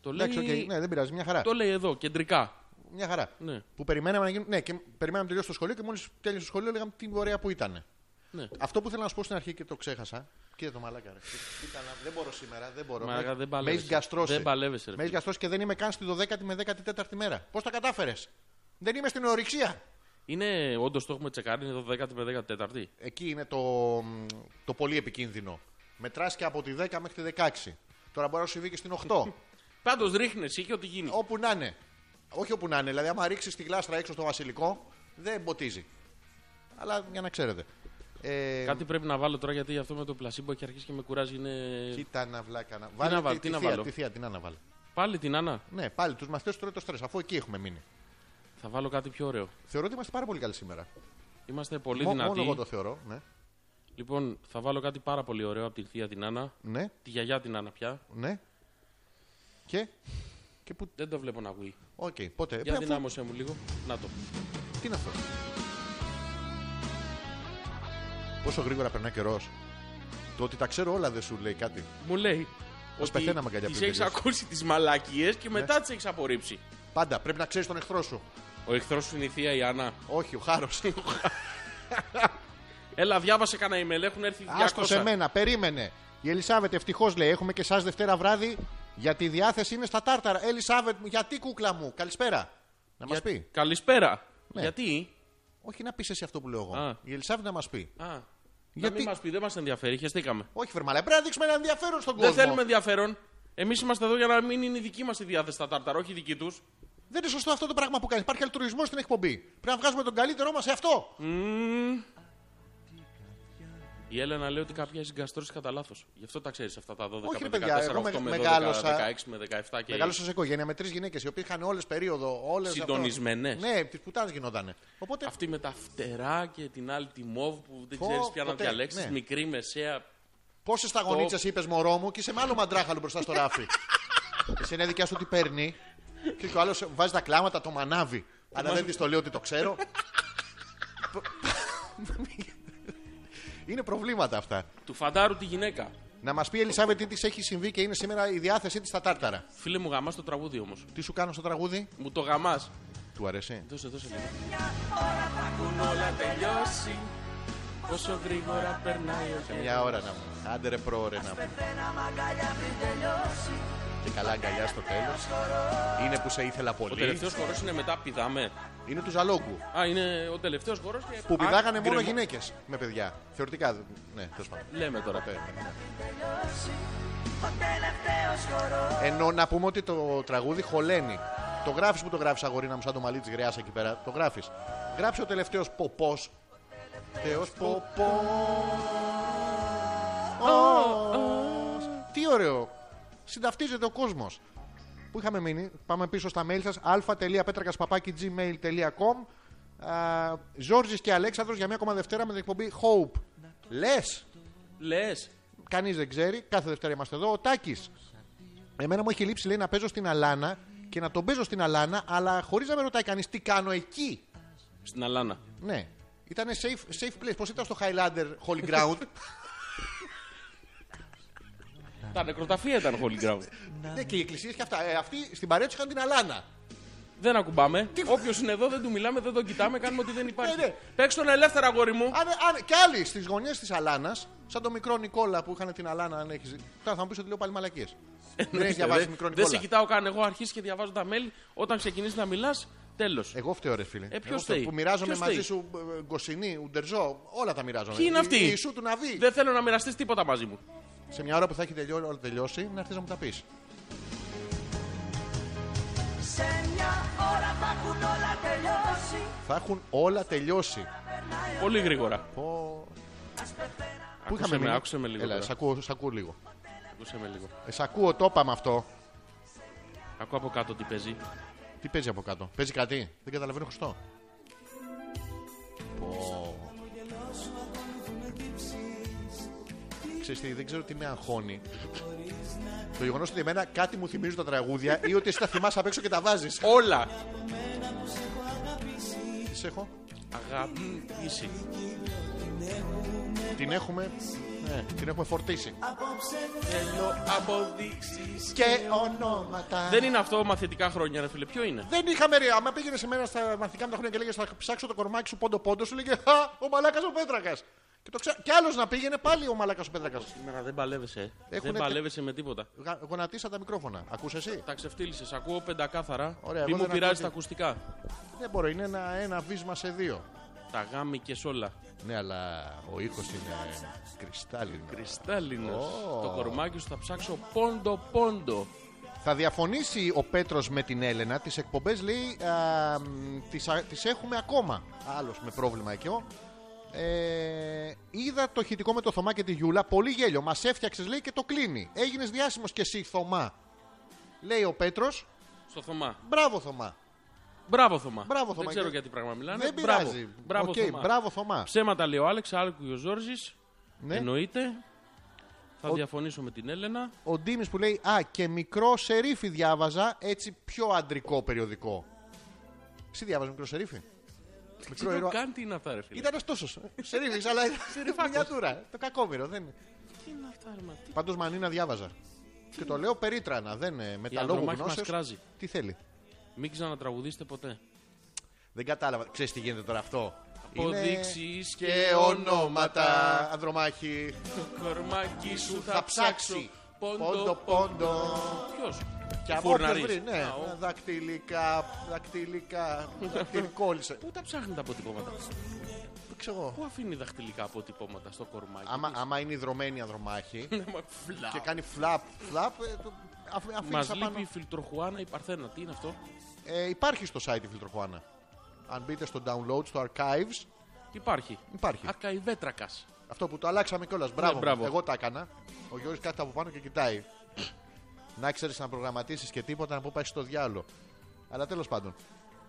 Speaker 1: Το λέει,
Speaker 2: Εντάξει, οκ, ναι, δεν πειράζει. Μια χαρά.
Speaker 1: το λέει εδώ, κεντρικά.
Speaker 2: Μια χαρά.
Speaker 1: Ναι.
Speaker 2: Που περιμέναμε να γίνουν. Ναι, και περιμέναμε να τελειώσει το σχολείο και μόλις τέλειωσε το σχολείο λέγαμε τι ωραία που ήταν.
Speaker 1: Ναι.
Speaker 2: Αυτό που ήθελα να σου πω στην αρχή και το ξέχασα. Κοίτα το μαλάκα. Ρε. Τι- τι κάνω, δεν μπορώ σήμερα, δεν μπορώ.
Speaker 1: Μαλάκα,
Speaker 2: Με-
Speaker 1: δεν
Speaker 2: με
Speaker 1: παλεύεσαι.
Speaker 2: έχει γκαστρώσει.
Speaker 1: Δεν παλεύεσαι, ρε
Speaker 2: Με έχει
Speaker 1: φίλε.
Speaker 2: γκαστρώσει και δεν είμαι καν στη 12η με 14η μέρα. Πώς τα κατάφερες. Δεν είμαι στην ορυξία.
Speaker 1: Είναι όντως το έχουμε τσεκάρει, είναι το 10 με 14η.
Speaker 2: Εκεί είναι το, μ, το πολύ επικίνδυνο. Μετράς και από τη 10 μέχρι τη 16. Τώρα μπορεί να σου συμβεί και στην 8.
Speaker 1: Πάντω ρίχνε εσύ και ό,τι γίνει.
Speaker 2: όπου να είναι. Όχι όπου να είναι. Δηλαδή, άμα ρίξεις τη γλάστρα έξω στο βασιλικό, δεν ποτίζει. Αλλά για να ξέρετε. Ε,
Speaker 1: Κάτι πρέπει να βάλω τώρα γιατί αυτό με το πλασίμπο έχει αρχίσει και με κουράζει. Είναι...
Speaker 2: Κοίτα να βλάκα να βάλω.
Speaker 1: να βάλω,
Speaker 2: τη,
Speaker 1: τι
Speaker 2: τη
Speaker 1: να
Speaker 2: θεία,
Speaker 1: βάλω.
Speaker 2: Τη θεία, την άναβαλ.
Speaker 1: Πάλι την Άννα.
Speaker 2: Ναι, πάλι τους μαθητές τους τρώει το στρες, αφού εκεί έχουμε μείνει.
Speaker 1: Θα βάλω κάτι πιο ωραίο.
Speaker 2: Θεωρώ ότι είμαστε πάρα πολύ καλοί σήμερα.
Speaker 1: Είμαστε πολύ
Speaker 2: Μό-
Speaker 1: δυνατοί.
Speaker 2: μόνο εγώ το θεωρώ. Ναι,
Speaker 1: Λοιπόν, θα βάλω κάτι πάρα πολύ ωραίο από τη θεία την Άννα.
Speaker 2: ναι,
Speaker 1: Τη γιαγιά την Άννα πια.
Speaker 2: ναι. Και. Και που.
Speaker 1: Δεν το βλέπω να ακούει.
Speaker 2: Οκ, πότε.
Speaker 1: Για
Speaker 2: Ε, Πε, αφού-
Speaker 1: δυνάμωσέ μου λίγο. Να το.
Speaker 2: Τι είναι αυτό. Πόσο γρήγορα περνάει καιρός. Το ότι τα ξέρω όλα δεν σου λέει κάτι.
Speaker 1: Μου λέει. Ότι
Speaker 2: πεθαίναμε αγκαλιά
Speaker 1: τις
Speaker 2: πριν
Speaker 1: έχεις
Speaker 2: τελειώσει. Ναι.
Speaker 1: ακούσει τις μαλακίες και μετά τις έχεις απορρίψει.
Speaker 2: Πάντα πρέπει να ξέρεις τον εχθρό σου.
Speaker 1: Ο εχθρός σου είναι η θεία η Άννα.
Speaker 2: Όχι, ο χάρος.
Speaker 1: Έλα, διάβασε κανένα email, έχουν έρθει 200.
Speaker 2: Άστο σε μένα, περίμενε. Η Ελισάβετ, ευτυχώς λέει, έχουμε και εσάς Δευτέρα βράδυ. Γιατί η διάθεση είναι στα τάρταρα. Ελισάβετ, μου, γιατί κούκλα μου, καλησπέρα. Να μας
Speaker 1: Για-
Speaker 2: πει.
Speaker 1: Καλησπέρα.
Speaker 2: Ναι.
Speaker 1: Γιατί.
Speaker 2: Όχι να πεις εσύ αυτό που λέω εγώ.
Speaker 1: Α.
Speaker 2: Η Ελισάβετ να μας πει.
Speaker 1: Α, Γιατί...
Speaker 2: Γιατί-
Speaker 1: Να μην μας πει, δεν μας ενδιαφέρει, χαιστήκαμε.
Speaker 2: Όχι, Φερμαλέ, πρέπει να δείξουμε ένα ενδιαφέρον στον κόσμο.
Speaker 1: Δεν θέλουμε ενδιαφέρον. Εμείς είμαστε εδώ για να μην είναι η δική μα η διάθεση στα τάρταρα, όχι η δική τους.
Speaker 2: Δεν είναι σωστό αυτό το πράγμα που κάνεις. Υπάρχει αλτουρισμό στην εκπομπή. Πρέπει να βγάζουμε τον καλύτερό μας σε αυτό.
Speaker 1: Ναι. Η Έλενα λέει ότι κάποια έχει γκαστρώσει κατά λάθος. Γι' αυτό τα ξέρεις αυτά τα 12
Speaker 2: Όχι, ρε,
Speaker 1: με 14,
Speaker 2: παιδιά, εγώ
Speaker 1: 8 με 12,
Speaker 2: μεγάλωσα-
Speaker 1: 16 με 17 και.
Speaker 2: Μεγάλωσε σε οικογένεια με τρεις γυναίκες οι οποίε είχαν όλες περίοδο. Όλες αυτό.
Speaker 1: Συντονισμένες.
Speaker 2: Ναι, τις πουτάνες γινότανε. Οπότε
Speaker 1: Αυτή με τα φτερά και την άλλη τη μόβ που δεν
Speaker 2: Πω,
Speaker 1: ξέρεις πια να
Speaker 2: ποτέ,
Speaker 1: διαλέξεις.
Speaker 2: ναι.
Speaker 1: Μικρή, μεσαία.
Speaker 2: Πόσες σταγονίτσες είπες μωρό μου και είσαι με άλλο μαντράχαλο μπροστά στο ράφι. Εσύ είναι δικιά σου τι παίρνει. Και ο άλλος βάζει τα κλάματα, το μανάβει. Αλλά δεν τη το λέω ότι το ξέρω. είναι προβλήματα αυτά.
Speaker 1: Του φαντάρου τη γυναίκα.
Speaker 2: Να μας πει η Ελισάβετ τι της έχει συμβεί και είναι σήμερα η διάθεσή της στα τάρταρα.
Speaker 1: Φίλε μου, γαμάς το τραγούδι όμως.
Speaker 2: Τι σου κάνω στο τραγούδι,
Speaker 1: Μου το γαμάς.
Speaker 2: του αρέσει.
Speaker 1: Δώσε, δώσε λίγο.
Speaker 3: Ώρα θα έχουν όλα τελειώσει.
Speaker 1: Πόσο γρήγορα περνάει ο καιρός.
Speaker 2: Μια ώρα να μου. Άντε ρε πρόωρε να μου.
Speaker 3: Πεθαίνα μαγκαλιά πριν τελειώσει.
Speaker 2: Και καλά αγκαλιά στο τέλος. Είναι που σε ήθελα
Speaker 1: Ο
Speaker 2: πολύ.
Speaker 1: τελευταίος χορός είναι μετά πηδάμε.
Speaker 2: Είναι του Ζαλόγκου.
Speaker 1: Α, είναι ο τελευταίος χορός και.
Speaker 2: Που
Speaker 1: Α,
Speaker 2: πηδάγανε μόνο
Speaker 1: γκρεμό.
Speaker 2: γυναίκες με παιδιά. Θεωρητικά. δε- Ναι, τέλος πάντων.
Speaker 1: Λέμε τώρα.
Speaker 2: Ποτέ.
Speaker 3: τελειώσει. Ο τελευταίος χορός.
Speaker 2: Ενώ να πούμε ότι το τραγούδι χωλαίνει. Το γράφεις που το γράφεις, αγορίνα μου, σαν το μαλλί της γριάς εκεί πέρα. Το γράφεις. Γράψε ο τελευταίος ποπός. Θεός ποπός. Τι ωραίο. Συνταυτίζεται ο κόσμος. Πού είχαμε μείνει, πάμε πίσω στα mail σας. αλφα.πέτρακα.gmail.com Ζόρζης και Αλέξανδρος για μία ακόμα Δευτέρα με την εκπομπή Hope. Λες
Speaker 1: Λες.
Speaker 2: Κανείς δεν ξέρει. Κάθε Δευτέρα είμαστε εδώ. Ο Τάκης. Εμένα μου έχει λείψει, λέει, να παίζω στην Αλάνα και να τον παίζω στην Αλάνα, αλλά χωρίς να με ρωτάει κανείς τι κάνω εκεί.
Speaker 1: Στην Αλάνα.
Speaker 2: Ναι. Ήταν safe, safe place. Πώς ήταν στο Highlander Holy Ground.
Speaker 1: Τα νεκροταφεία ήταν Holy Ground.
Speaker 2: ναι, και οι εκκλησίες και αυτά. Ε, αυτοί στην παρέα του είχαν την Αλάνα.
Speaker 1: δεν ακουμπάμε. Όποιος είναι εδώ δεν του μιλάμε, δεν τον κοιτάμε, κάνουμε ότι δεν
Speaker 2: Ναι,
Speaker 1: υπάρχει.
Speaker 2: ναι.
Speaker 1: Παίξ τον ελεύθερα, αγόρι μου.
Speaker 2: Αν, αν, και άλλοι στις γωνιές της Αλάνας, σαν τον μικρό Νικόλα που είχαν την Αλάνα, αν έχεις. Τώρα θα μου πεις ότι λέω πάλι μαλακίες.
Speaker 1: Ε,
Speaker 2: δεν έχεις διαβάσει
Speaker 1: Δε-
Speaker 2: ναι, μικρό
Speaker 1: ναι, Δεν σε
Speaker 2: Νικόλα.
Speaker 1: κοιτάω καν. Εγώ αρχίσει και διαβάζω τα mail. Όταν ξεκινήσεις να μιλάς, τέλος.
Speaker 2: Εγώ φταίω, ρε φίλε.
Speaker 1: Ε, ποιος
Speaker 2: Εγώ φταίω
Speaker 1: φταίει?
Speaker 2: Που μοιράζομαι
Speaker 1: Ποιος
Speaker 2: μαζί
Speaker 1: φταίει?
Speaker 2: σου ε, ε, γκοσινή, ουντερζό, όλα τα μοιράζομαι.
Speaker 1: Ποιοι είναι
Speaker 2: Η-
Speaker 1: αυτοί?
Speaker 2: Η, Ιησού του Ναβί.
Speaker 1: Δεν θέλω να μοιραστείς τίποτα μαζί μου.
Speaker 2: σε μια ώρα που θα έχει τελειώ- όλα τελειώσει, να έρθεις να μου τα πεις.
Speaker 3: Σε μια ώρα θα έχουν όλα τελειώσει.
Speaker 2: Θα έχουν όλα τελειώσει.
Speaker 1: Πολύ γρήγορα.
Speaker 2: Πω. Ε, Πού
Speaker 1: Άκουσε με, άκουσε με λίγο.
Speaker 2: Έλα,
Speaker 1: τώρα.
Speaker 2: σ' ακούω, σ' ακούω λίγο.
Speaker 1: Άκουσε με λίγο.
Speaker 2: Ε, σ' ακούω, το είπαμε αυτό.
Speaker 1: Ακούω από κάτω τι παίζει.
Speaker 2: Τι παίζει από κάτω. Παίζει κάτι. Δεν καταλαβαίνω Χριστό. Ξέρεις τι, δεν ξέρω τι με αγχώνει. Το γεγονός ότι εμένα κάτι μου θυμίζουν τα τραγούδια ή ότι εσύ τα θυμάσαι απ' έξω και τα βάζεις.
Speaker 1: Όλα.
Speaker 2: Τις έχω.
Speaker 1: Αγάπη, είσαι.
Speaker 2: Την έχουμε. Ναι, την έχουμε φορτίσει.
Speaker 1: Θέλω αποδείξεις.
Speaker 2: Και ονόματα.
Speaker 1: Δεν είναι αυτό μαθητικά χρόνια, ρε φίλε. Ποιο είναι.
Speaker 2: Δεν είχαμε ρε. Άμα πήγαινες σε μένα στα μαθητικά μου τα χρόνια και λέγες Θα ψάξω το κορμάκι σου πόντο πόντο, σου λέγε Χα, ο μαλάκας ο Πέτρακας. Και, το ξα... και άλλος να πήγαινε πάλι ο μαλάκα ο Πέτρακας.
Speaker 1: Σήμερα δεν παλεύεσαι. ε.
Speaker 2: Έχουνε
Speaker 1: Δεν
Speaker 2: τε-
Speaker 1: παλεύεσαι με τίποτα.
Speaker 2: Γα- Γονατίσα τα μικρόφωνα. Ακούσε εσύ.
Speaker 1: Τα ξεφτύλισε. Ακούω πεντακάθαρα.
Speaker 2: Ωραία,
Speaker 1: Μη
Speaker 2: εγώ
Speaker 1: μου
Speaker 2: δεν
Speaker 1: πειράζει
Speaker 2: ακούω
Speaker 1: τα ακουστικά.
Speaker 2: Δεν μπορώ, είναι ένα, ένα βίσμα σε δύο.
Speaker 1: Τα γάμι και σόλα.
Speaker 2: Ναι, αλλά ο ήχος είναι κρυστάλλινο.
Speaker 1: Κρυστάλλινος.
Speaker 2: Ω.
Speaker 1: Το κορμάκι σου θα ψάξω πόντο πόντο.
Speaker 2: Θα διαφωνήσει ο Πέτρος με την Έλενα. Τις εκπομπές λέει α, μ, τις, α- τις έχουμε ακόμα. Άλλος με πρόβλημα εκεί. ο. Ε, είδα το χητικό με το Θωμά και τη Γιούλα. Πολύ γέλιο. Μας έφτιαξες λέει και το κλείνει. Έγινες διάσημος και εσύ Θωμά. Λέει ο Πέτρος.
Speaker 1: Στο Θωμά.
Speaker 2: Μπράβο Θωμά.
Speaker 1: Μπράβο Θωμά.
Speaker 2: Μπράβο,
Speaker 1: Δεν
Speaker 2: Θωμά,
Speaker 1: ξέρω
Speaker 2: και-
Speaker 1: γιατί πράγμα μιλάνε.
Speaker 2: Δεν
Speaker 1: Ναι, Μπράβο.
Speaker 2: πειράζει.
Speaker 1: Μπράβο
Speaker 2: Οκ,
Speaker 1: Θωμά.
Speaker 2: μπράβο, Θωμά.
Speaker 1: Ψέματα λέει ο Άλεξ, άλλο και ο Ζόρζης.
Speaker 2: Ναι.
Speaker 1: Εννοείται. Θα διαφωνήσω με την Έλενα.
Speaker 2: Ο Ντίμης που λέει Α και μικρό σερίφι διάβαζα Έτσι πιο αντρικό περιοδικό Εσύ διάβαζε μικρό σερίφι
Speaker 1: Ξέρω
Speaker 2: ήρωα.
Speaker 1: καν τι είναι αυτά, ρε φίλε.
Speaker 2: Ήταν τόσο. Σερίφι, ε. αλλά ήταν μινιατούρα. ε. Το κακόμοιρο. Δεν...
Speaker 1: Τι είναι αυτά, ρε, μα, τι-
Speaker 2: Πάντως Μανίνα διάβαζα. Και το λέω περίτρανα. Δεν, ε, με τα λόγου
Speaker 1: Ανδρομάχη μας
Speaker 2: γνώσεως.
Speaker 1: κράζει.
Speaker 2: Τι θέλει.
Speaker 1: Μην ξανατραγουδήσετε ποτέ.
Speaker 2: Δεν κατάλαβα. Ξέρεις τι γίνεται τώρα αυτό. Είναι-
Speaker 1: Αποδείξεις
Speaker 2: και ονόματα. Ανδρομάχη.
Speaker 1: Το κορμάκι σου
Speaker 2: Θα ψάξει. Πόντο, πόντο.
Speaker 1: Ποιος.
Speaker 2: Και από όποιος βρει, ναι. Δακτυλικά, δακτυλικά. Δακτυλικόλυσε.
Speaker 1: Πού τα ψάχνει τα αποτυπώματα.
Speaker 2: Πού ξέρω εγώ.
Speaker 1: Πού αφήνει δαχτυλικά αποτυπώματα στο κορμάκι.
Speaker 2: Άμα, άμα είναι ιδρωμένη ανδρομάχη
Speaker 1: Ναι, μα φλα.
Speaker 2: και κάνει φλαπ, φλαπ, ε, το- αφ- αφήνεις
Speaker 1: Μας
Speaker 2: απάνω.
Speaker 1: λείπει η φιλτροχουάνα η Παρθένα. Τι είναι αυτό.
Speaker 2: Ε, υπάρχει στο site η Φιλτροχουάνα. Αν μπείτε στο download, στο archives,
Speaker 1: Υπάρχει.
Speaker 2: υπάρχει.
Speaker 1: Αρκαϊβέτρακα.
Speaker 2: Αυτό που το αλλάξαμε κιόλας. Μπράβο,
Speaker 1: Ναι, μπράβο.
Speaker 2: Εγώ τα έκανα. Ο Γιώργη κάθεται από πάνω και κοιτάει. να ξέρεις να προγραμματίσεις και τίποτα να πω πάει στο διάλογο. Αλλά τέλος πάντων.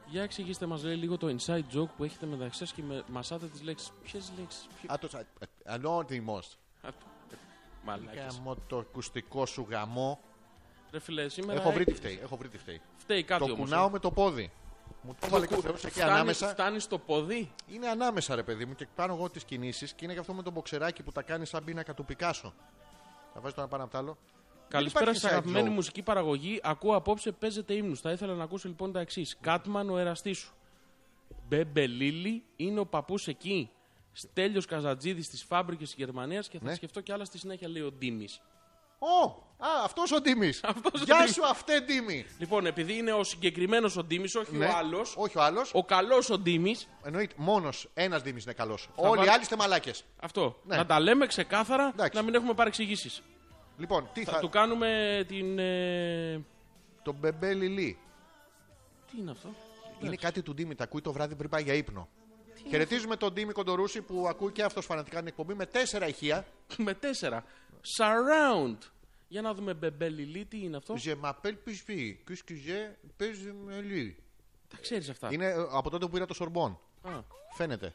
Speaker 1: Για εξηγήστε μας, λέει λίγο το inside joke που έχετε μεταξύ σας και με... μασάτε τις λέξεις. Ποιες λέξεις.
Speaker 2: Α, το- ε, α, Ανώνυμο.
Speaker 1: ε, Μαλάκες.
Speaker 2: Γαμώ το ακουστικό σου γαμό.
Speaker 1: Ρε φίλε, σήμερα.
Speaker 2: Έχω βρει
Speaker 1: έ-
Speaker 2: τη φταίει. Έχω βρει τη φταίει.
Speaker 1: Φταίει κάτι
Speaker 2: Το
Speaker 1: όμως,
Speaker 2: κουνάω
Speaker 1: ε.
Speaker 2: με το πόδι. Μου το έβαλε και ο Θεός εκεί
Speaker 1: Φτάνει-
Speaker 2: ανάμεσα.
Speaker 1: Φτάνει στο ποδί.
Speaker 2: Είναι ανάμεσα, ρε παιδί μου, και πάνω εγώ τις κινήσεις και είναι και αυτό με τον μποξεράκι που τα κάνει σαν πίνακα του Πικάσο. Θα βάζεις το ένα πάνω απ' το άλλο.
Speaker 1: Καλησπέρα
Speaker 2: υπάρχει
Speaker 1: στην
Speaker 2: inside
Speaker 1: αγαπημένη
Speaker 2: joke.
Speaker 1: μουσική παραγωγή. Ακούω απόψε παίζετε ύμνους. Θα ήθελα να ακούσω λοιπόν τα εξής. Κάτμαν ο εραστής σου. Μπέμπε Λίλι είναι ο παππούς εκεί. Στέλιος Καζατζίδης στι φάμπρικε της Γερμανίας και θα
Speaker 2: Ναι.
Speaker 1: σκεφτώ κι άλλα στη συνέχεια, λέει ο Ντίμης.
Speaker 2: Ω! Α, αυτός ο Ντίμης.
Speaker 1: Αυτός ο
Speaker 2: Γεια
Speaker 1: Ντίμης.
Speaker 2: σου, αυτέ Ντίμη.
Speaker 1: Λοιπόν, επειδή είναι ο συγκεκριμένος ο Ντίμης, όχι
Speaker 2: Ναι.
Speaker 1: ο άλλος,
Speaker 2: Όχι ο άλλος.
Speaker 1: ο καλός ο Ντίμης,
Speaker 2: Εννοείται. Μόνος ένας Δήμη είναι καλός. Όλοι οι
Speaker 1: βάλω-
Speaker 2: άλλοι είστε μαλάκες.
Speaker 1: αυτό.
Speaker 2: Ναι.
Speaker 1: Να τα λέμε ξεκάθαρα,
Speaker 2: Εντάξει.
Speaker 1: να μην έχουμε παρεξηγήσεις.
Speaker 2: Λοιπόν, τι
Speaker 1: Θα...
Speaker 2: θα.
Speaker 1: του κάνουμε την. ε,
Speaker 2: Το μπεμπέ λιλί.
Speaker 1: Τι είναι αυτό.
Speaker 2: Είναι κάτι του Ντίμη. Τα ακούει το βράδυ πριν πάει για ύπνο. Χαιρετίζουμε τον Ντίμη Κοντορούση που ακούει και αυτός φανατικά την εκπομπή με τέσσερα ηχεία.
Speaker 1: Με τέσσερα. Surround. Για να δούμε μπεμπέ Λιλί, τι είναι αυτό.
Speaker 2: Je m'appelle Πισπί. Κουσκουζέ, παίζει με λί.
Speaker 1: Τα ξέρεις αυτά.
Speaker 2: Είναι ε, από τότε που πήρα το σορμπόν.
Speaker 1: Α,
Speaker 2: Φαίνεται.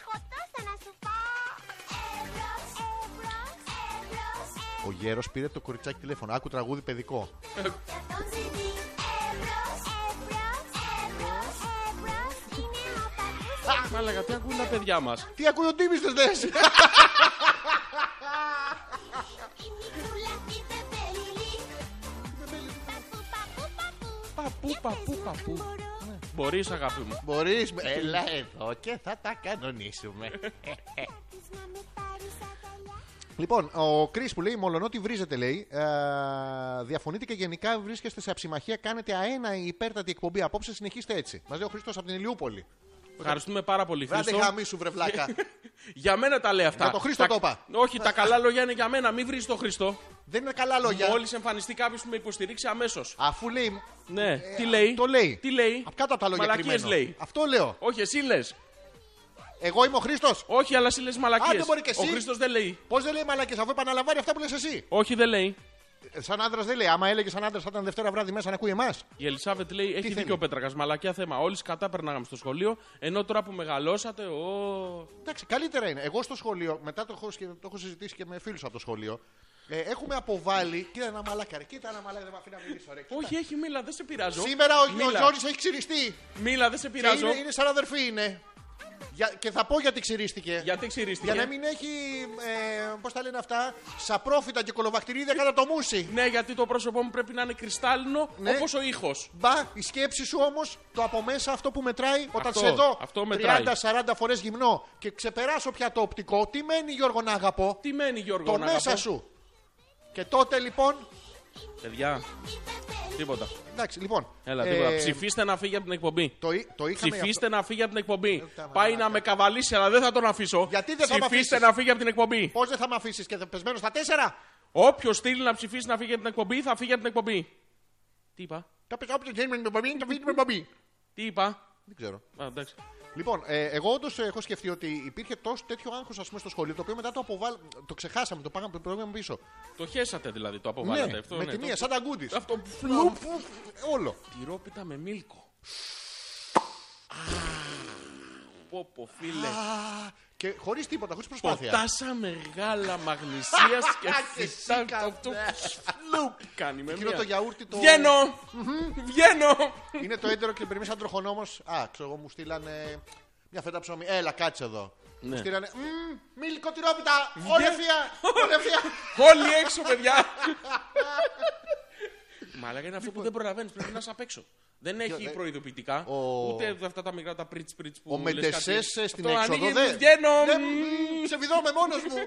Speaker 4: Έχω τόσα να σου πω. Εύρος, εύρος, εύρος,
Speaker 2: Ο γέρο πήρε το κοριτσάκι τηλέφωνο. Άκου τραγούδι παιδικό.
Speaker 1: Ε.
Speaker 4: για τον ζητή. Εύρος, εύρος, εύρος, εύρος, είναι ο παππούς
Speaker 1: μάλακα, τι ακούν τα παιδιά μας.
Speaker 2: Τι ακούει ο Ντίμης, δεν λε.
Speaker 4: Η μικρούλα τη Μπεμπελίλη. Παππού, παππού,
Speaker 1: Παππού,
Speaker 4: παππού.
Speaker 1: παππού,
Speaker 4: Για πες
Speaker 1: παππού. Ναι.
Speaker 4: μου αν μπορώ.
Speaker 1: Μπορείς, αγάπη μου.
Speaker 2: Μπορείς. Έλα εδώ και θα τα κανονίσουμε.
Speaker 4: Της να με πάρεις αγκαλιά.
Speaker 2: Λοιπόν, ο Κρι που λέει, μολονότι βρίζετε, λέει, α, διαφωνείτε και γενικά βρίσκεστε σε αψημαχία, κάνετε αένα η υπέρτατη εκπομπή. Απόψε συνεχίστε έτσι. Μας λέει ο Χρήστος από την Ηλιούπολη.
Speaker 1: Ευχαριστούμε πάρα πολύ,
Speaker 2: Βράδυ
Speaker 1: Χρήστο.
Speaker 2: γαμί σου, βρεβλάκα.
Speaker 1: Για μένα τα λέει αυτά.
Speaker 2: Για τον Χρήστο
Speaker 1: Τα-
Speaker 2: το είπα.
Speaker 1: Όχι, τα καλά λόγια είναι για μένα. Μην βρεις τον Χριστό.
Speaker 2: Δεν είναι καλά λόγια.
Speaker 1: Μόλις εμφανιστεί κάποιος που με υποστηρίξει αμέσως.
Speaker 2: Αφού λέει.
Speaker 1: Ναι,
Speaker 2: ε,
Speaker 1: τι λέει.
Speaker 2: Το λέει.
Speaker 1: Τι λέει.
Speaker 2: Απ' κάτω από τα λόγια
Speaker 1: Μαλακίες
Speaker 2: κρυμμένο.
Speaker 1: λέει.
Speaker 2: Αυτό λέω.
Speaker 1: Όχι, εσύ λες.
Speaker 2: Εγώ είμαι ο Χρήστος.
Speaker 1: Όχι, αλλά εσύ λες μαλακίες.
Speaker 2: Άντε, μπορεί και εσύ.
Speaker 1: Ο Χριστό δεν λέει.
Speaker 2: Πώς δεν λέει μαλακέ, αφού επαναλαμβάνει αυτά που λες εσύ.
Speaker 1: Όχι, δεν λέει.
Speaker 2: Ε, Σαν άντρας δεν λέει. Άμα έλεγε σαν άντρας θα ήταν Δευτέρα βράδυ μέσα να ακούει εμάς.
Speaker 1: Η Ελισάβετ λέει: Έχει
Speaker 2: θέλει?»
Speaker 1: δίκιο ο Πέτρακας. Μαλακιά θέμα. Όλοι κατά περνάγαμε στο σχολείο. Ενώ τώρα που μεγαλώσατε, ο.
Speaker 2: Εντάξει, καλύτερα είναι. Εγώ στο σχολείο, μετά το έχω, σχε- το έχω συζητήσει και με φίλους από το σχολείο, ε, έχουμε αποβάλει. Κοίτα ένα μαλάκα, ρε, κοίτα ένα μαλάκα, δεν με αφήνει να μιλήσω. Ρε, κοίτα.
Speaker 1: Όχι, έχει μίλα, δεν σε πειράζω.
Speaker 2: Σήμερα ο, ο
Speaker 1: Μίλα.
Speaker 2: Γιώργης έχει ξυριστεί.
Speaker 1: Μίλα, δεν σε
Speaker 2: Και
Speaker 1: πειράζω.
Speaker 2: Είναι, είναι σαν αδερφή είναι. Για- και θα πω γιατί ξυρίστηκε.
Speaker 1: Γιατί ξυρίστηκε.
Speaker 2: Για να μην έχει, ε, πώς τα λένε αυτά, σαπρόφυτα και κολοβακτηρίδια κατά το μουσι.
Speaker 1: Ναι, γιατί το πρόσωπό μου πρέπει να είναι κρυστάλλινο
Speaker 2: Ναι.
Speaker 1: όπως ο ήχος.
Speaker 2: Μπα, η σκέψη σου όμως, το από μέσα αυτό που μετράει όταν
Speaker 1: Αυτό,
Speaker 2: σε δω
Speaker 1: αυτό μετράει.
Speaker 2: 30-40 φορές γυμνό και ξεπεράσω πια το οπτικό, τι μένει Γιώργο να αγαπώ.
Speaker 1: Τι μένει, Γιώργο,
Speaker 2: το
Speaker 1: να
Speaker 2: μέσα
Speaker 1: αγαπώ?
Speaker 2: σου. Και τότε λοιπόν.
Speaker 1: Παιδιά, τίποτα.
Speaker 2: Εντάξει, λοιπόν.
Speaker 1: Έλα,
Speaker 2: ε,
Speaker 1: τίποτα. Ψηφίστε να φύγει από την εκπομπή.
Speaker 2: Το, εί- το είχαμε. Ε,
Speaker 1: Ψηφίστε να φύγει από την εκπομπή.
Speaker 2: τα
Speaker 1: Πάει
Speaker 2: μαλάκα.
Speaker 1: να με καβαλήσει, αλλά δεν θα τον αφήσω.
Speaker 2: Γιατί δεν θα με
Speaker 1: Ψηφίστε
Speaker 2: αφήσεις?
Speaker 1: να φύγει από την εκπομπή.
Speaker 2: Πώς δεν θα με αφήσεις και θα πεσμένος στα τέσσερα.
Speaker 1: Όποιος στείλει να ψηφίσει να φύγει από την εκπομπή, θα φύγει από την εκπομπή. Τι είπα,
Speaker 2: Τα πες όπλο, γέννημα, με μπαμπή, τα φύγει με μπαμπή.
Speaker 1: τι είπα.
Speaker 2: Δεν ξέρω.
Speaker 1: Α, εντάξει.
Speaker 2: Λοιπόν, ε, εγώ όντως έχω σκεφτεί ότι υπήρχε τόσο τέτοιο άγχος στο σχολείο, το οποίο μετά το αποβάλ... Το ξεχάσαμε, το πήγαμε το πήγαμε πίσω.
Speaker 1: Το χέσατε δηλαδή, το αποβάλλατε. Ναι. αυτό,
Speaker 2: με
Speaker 1: ναι,
Speaker 2: τη
Speaker 1: το-
Speaker 2: μία, σαν τα γκούντις.
Speaker 1: Αυτό που φλουπ.
Speaker 2: Όλο.
Speaker 1: Τυρόπιτα με μίλκο. Πω πω φίλε.
Speaker 2: Και χωρίς τίποτα, χωρίς προσπάθεια.
Speaker 1: Ποτάσα μεγάλα μαγνησίας και
Speaker 2: Και
Speaker 1: φυσά
Speaker 2: σίκα,
Speaker 1: αυτό
Speaker 2: ναι.
Speaker 1: φλουπ κάνει με
Speaker 2: Εκείνο
Speaker 1: μία.
Speaker 2: το γιαούρτι το-
Speaker 1: Βγαίνω! Βγαίνω!
Speaker 2: Είναι το έντερο και περιμένεις σαν τροχονόμος. Α, ξέρω εγώ, μου στείλανε μια φέτα ψωμί. Έλα, κάτσε εδώ. Μου στείλανε. «Μμμ, Μίλκο τυρόπιτα! Όλεφια! Όλεφια!
Speaker 1: Όλοι έξω, παιδιά! Λοιπόν. Μαλάκα είναι αυτό που δεν προλαβαίνεις, πρέπει να είσαι απ' έξω. Δεν έχει προειδοποιητικά,
Speaker 2: Ο-
Speaker 1: ούτε αυτά τα μικρά τα πριτς πριτς που
Speaker 2: Ο
Speaker 1: λες κάτι.
Speaker 2: Μεντεσέ στην
Speaker 1: Αυτό
Speaker 2: έξοδο.
Speaker 1: ανοίγει,
Speaker 2: δεν-
Speaker 1: Βγαίνω!
Speaker 2: δεν- μμμ, Σε βιδώ με μόνο μου.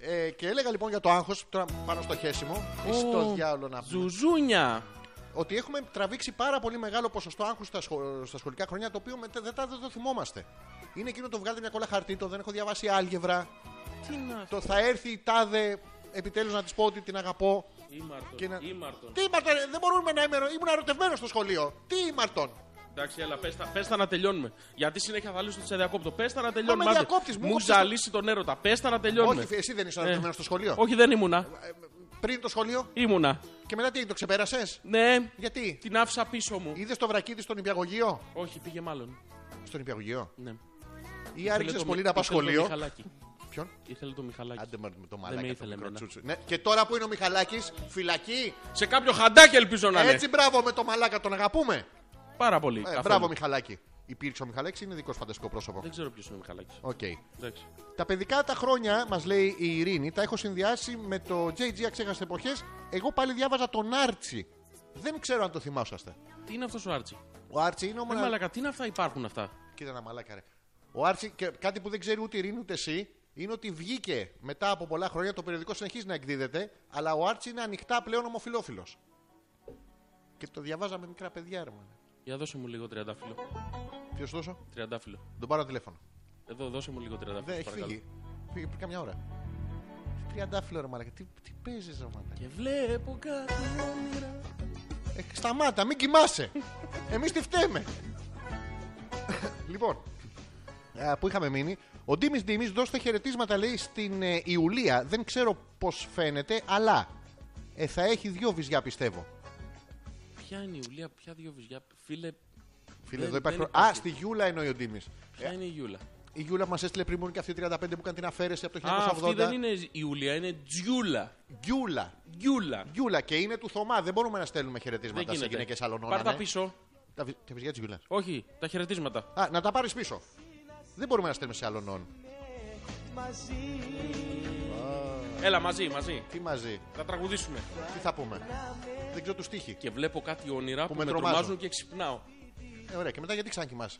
Speaker 2: Ε, και έλεγα λοιπόν για το άγχος, τώρα πάνω στο χέσιμο, ή στο
Speaker 1: Ω,
Speaker 2: διάολο να πούμε,
Speaker 1: Ζουζούνια!
Speaker 2: ότι έχουμε τραβήξει πάρα πολύ μεγάλο ποσοστό άγχους στα, σχο- στα σχολικά χρόνια, το οποίο μετά δεν, τα- δεν το θυμόμαστε. Είναι εκείνο το βγάλετε μια κολλά χαρτί, το δεν έχω διαβάσει άλγευρα,
Speaker 1: Τι να...
Speaker 2: το θα έρθει η τάδε επιτέλους να της πω ότι την αγαπώ.
Speaker 1: Ήμαρτον,
Speaker 2: Και να-
Speaker 1: ήμαρτον.
Speaker 2: Τι ήμαρτον, ρε, δεν μπορούμε να είμαι, ήμουν ερωτευμένος στο σχολείο. Τι ήμαρτον.
Speaker 1: Εντάξει, έλα, πες τα, πες τα να τελειώνουμε. Γιατί συνέχεια θα λύσω ότι σε διακόπτω. Πες τα να τελειώνουμε.
Speaker 2: με
Speaker 1: άντε.
Speaker 2: διακόπτης, μου
Speaker 1: μου
Speaker 2: κόψες το-
Speaker 1: ζαλίσει τον έρωτα. Πες τα να τελειώνουμε.
Speaker 2: Όχι, εσύ δεν είσαι ερωτευμένος στο σχολείο.
Speaker 1: Ε. Όχι, δεν ήμουνα.
Speaker 2: Πριν το σχολείο
Speaker 1: Ήμουνα.
Speaker 2: και μετά τι, έγινε, το ξεπέρασες.
Speaker 1: Ναι,
Speaker 2: Γιατί.
Speaker 1: την άφησα πίσω μου.
Speaker 2: Είδες το βρακί τη στον υπηαγωγείο.
Speaker 1: Όχι, πήγε μάλλον.
Speaker 2: Στον υπηαγωγείο.
Speaker 1: Ναι.
Speaker 2: Ή
Speaker 1: Ήθελε
Speaker 2: άρχισε
Speaker 1: το-
Speaker 2: πολύ να πας
Speaker 1: ήθελε το
Speaker 2: σχολείο.
Speaker 1: Μιχαλάκη.
Speaker 2: Ποιον.
Speaker 1: Ήθελε το Μιχαλάκης.
Speaker 2: Άντε μα- με το
Speaker 1: με
Speaker 2: μαλάκα
Speaker 1: ήθελε
Speaker 2: το
Speaker 1: εμένα.
Speaker 2: μικροτσούτσου. Ναι, και τώρα που είναι ο Μιχαλάκης, φυλακή.
Speaker 1: Σε κάποιο χαντάκι ελπίζω να είναι.
Speaker 2: Έτσι μπράβο με το μαλάκα, τον αγαπούμε.
Speaker 1: Πάρα πολύ.
Speaker 2: Ε,
Speaker 1: Καθόλου. Ε.
Speaker 2: μπράβο Μιχαλάκη. Υπήρξε ο Μιχαλάκης, είναι δικό σου φανταστικό πρόσωπο.
Speaker 1: Δεν ξέρω ποιος είναι ο Μιχαλάκης.
Speaker 2: Οκ.
Speaker 1: Εντάξει.
Speaker 2: Τα παιδικά τα χρόνια, μας λέει η Ειρήνη, τα έχω συνδυάσει με το JG Αξέχαστε Εποχές. Εγώ πάλι διάβαζα τον Άρτσι. Δεν ξέρω αν το θυμάσαστε.
Speaker 1: Τι είναι αυτός ο Άρτσι.
Speaker 2: Ο Άρτσι είναι ο
Speaker 1: Ε,
Speaker 2: μονα-
Speaker 1: μαλακα, τι είναι αυτά, υπάρχουν αυτά.
Speaker 2: Κοίτα ένα μαλάκα, ρε. Ο Άρτσι, και κάτι που δεν ξέρει ούτε η Ειρήνη ούτε εσύ, είναι ότι βγήκε μετά από πολλά χρόνια, το περιοδικό συνεχίζει να εκδίδεται, αλλά ο Άρτσι είναι ανοιχτά πλέον ομοφυλόφιλος. Και το διαβάζαμε μικρά παιδιά, ρε.
Speaker 1: Για δώσε μου λίγο τριαντάφυλλο.
Speaker 2: Ποιος τόσο,
Speaker 1: Τριαντάφυλλο.
Speaker 2: τον πάρω τηλέφωνο.
Speaker 1: Εδώ, δώσε μου λίγο τριαντάφυλλο.
Speaker 2: Δεν Ναι, έχει
Speaker 1: παρακαλώ.
Speaker 2: φύγει. Φύγει πριν καμιά ώρα. Τριαντάφυλλο, ρε μαλάκα. Τι, τι παίζεις, ρε μαλάκα.
Speaker 1: Και βλέπω κάτι όνειρα.
Speaker 2: Ε, σταμάτα, μην κοιμάσαι. Εμείς τι φταίμε. λοιπόν, α, που είχαμε μείνει. Ο Ντίμης Ντίμης δώστε χαιρετίσματα λέει στην ε, Ιουλία. Δεν ξέρω πώς φαίνεται, αλλά ε, θα έχει δύο βυζιά πιστεύω.
Speaker 1: Ποια είναι η Ιουλία, ποια δύο βυζιά. Φίλε,
Speaker 2: Φίλε,
Speaker 1: Δεν-
Speaker 2: εδώ υπάρχει.
Speaker 1: δεν
Speaker 2: χρο- Α,
Speaker 1: υπάρχει.
Speaker 2: στη Γιούλα εννοεί ο Ντίμης.
Speaker 1: ποια είναι η Ιούλα.
Speaker 2: Η Γιούλα που μας έστειλε πριν μου και αυτή η 35 που κάνει την αφαίρεση από το 1980.
Speaker 1: Α, αυτή δεν είναι η Ιουλία, είναι Τζιούλα.
Speaker 2: Γιούλα.
Speaker 1: Γιούλα.
Speaker 2: Γιούλα και είναι του Θωμά. Δεν μπορούμε να στέλνουμε χαιρετίσματα σε
Speaker 1: Δεν γίνεται.
Speaker 2: γυναίκες άλλων
Speaker 1: Πάρ'
Speaker 2: όλων. ε.
Speaker 1: τα πίσω.
Speaker 2: Τα βυ- τα βυζιά της Γιούλας.
Speaker 1: Όχι, τα χαιρετίσματα.
Speaker 2: Α, να τα πάρεις πίσω. Δεν μπορούμε να στέλνουμε σε άλλον όν.
Speaker 1: Έλα, μαζί, μαζί.
Speaker 2: Τι μαζί.
Speaker 1: Θα τραγουδήσουμε.
Speaker 2: Τι θα πούμε. Δεν ξέρω τους τύχη.
Speaker 1: Και βλέπω κάτι όνειρα που,
Speaker 2: με
Speaker 1: με
Speaker 2: τρομάζουν.
Speaker 1: τρομάζουν και ξυπνάω.
Speaker 2: Ε, ωραία, και μετά γιατί ξανακοιμάσαι.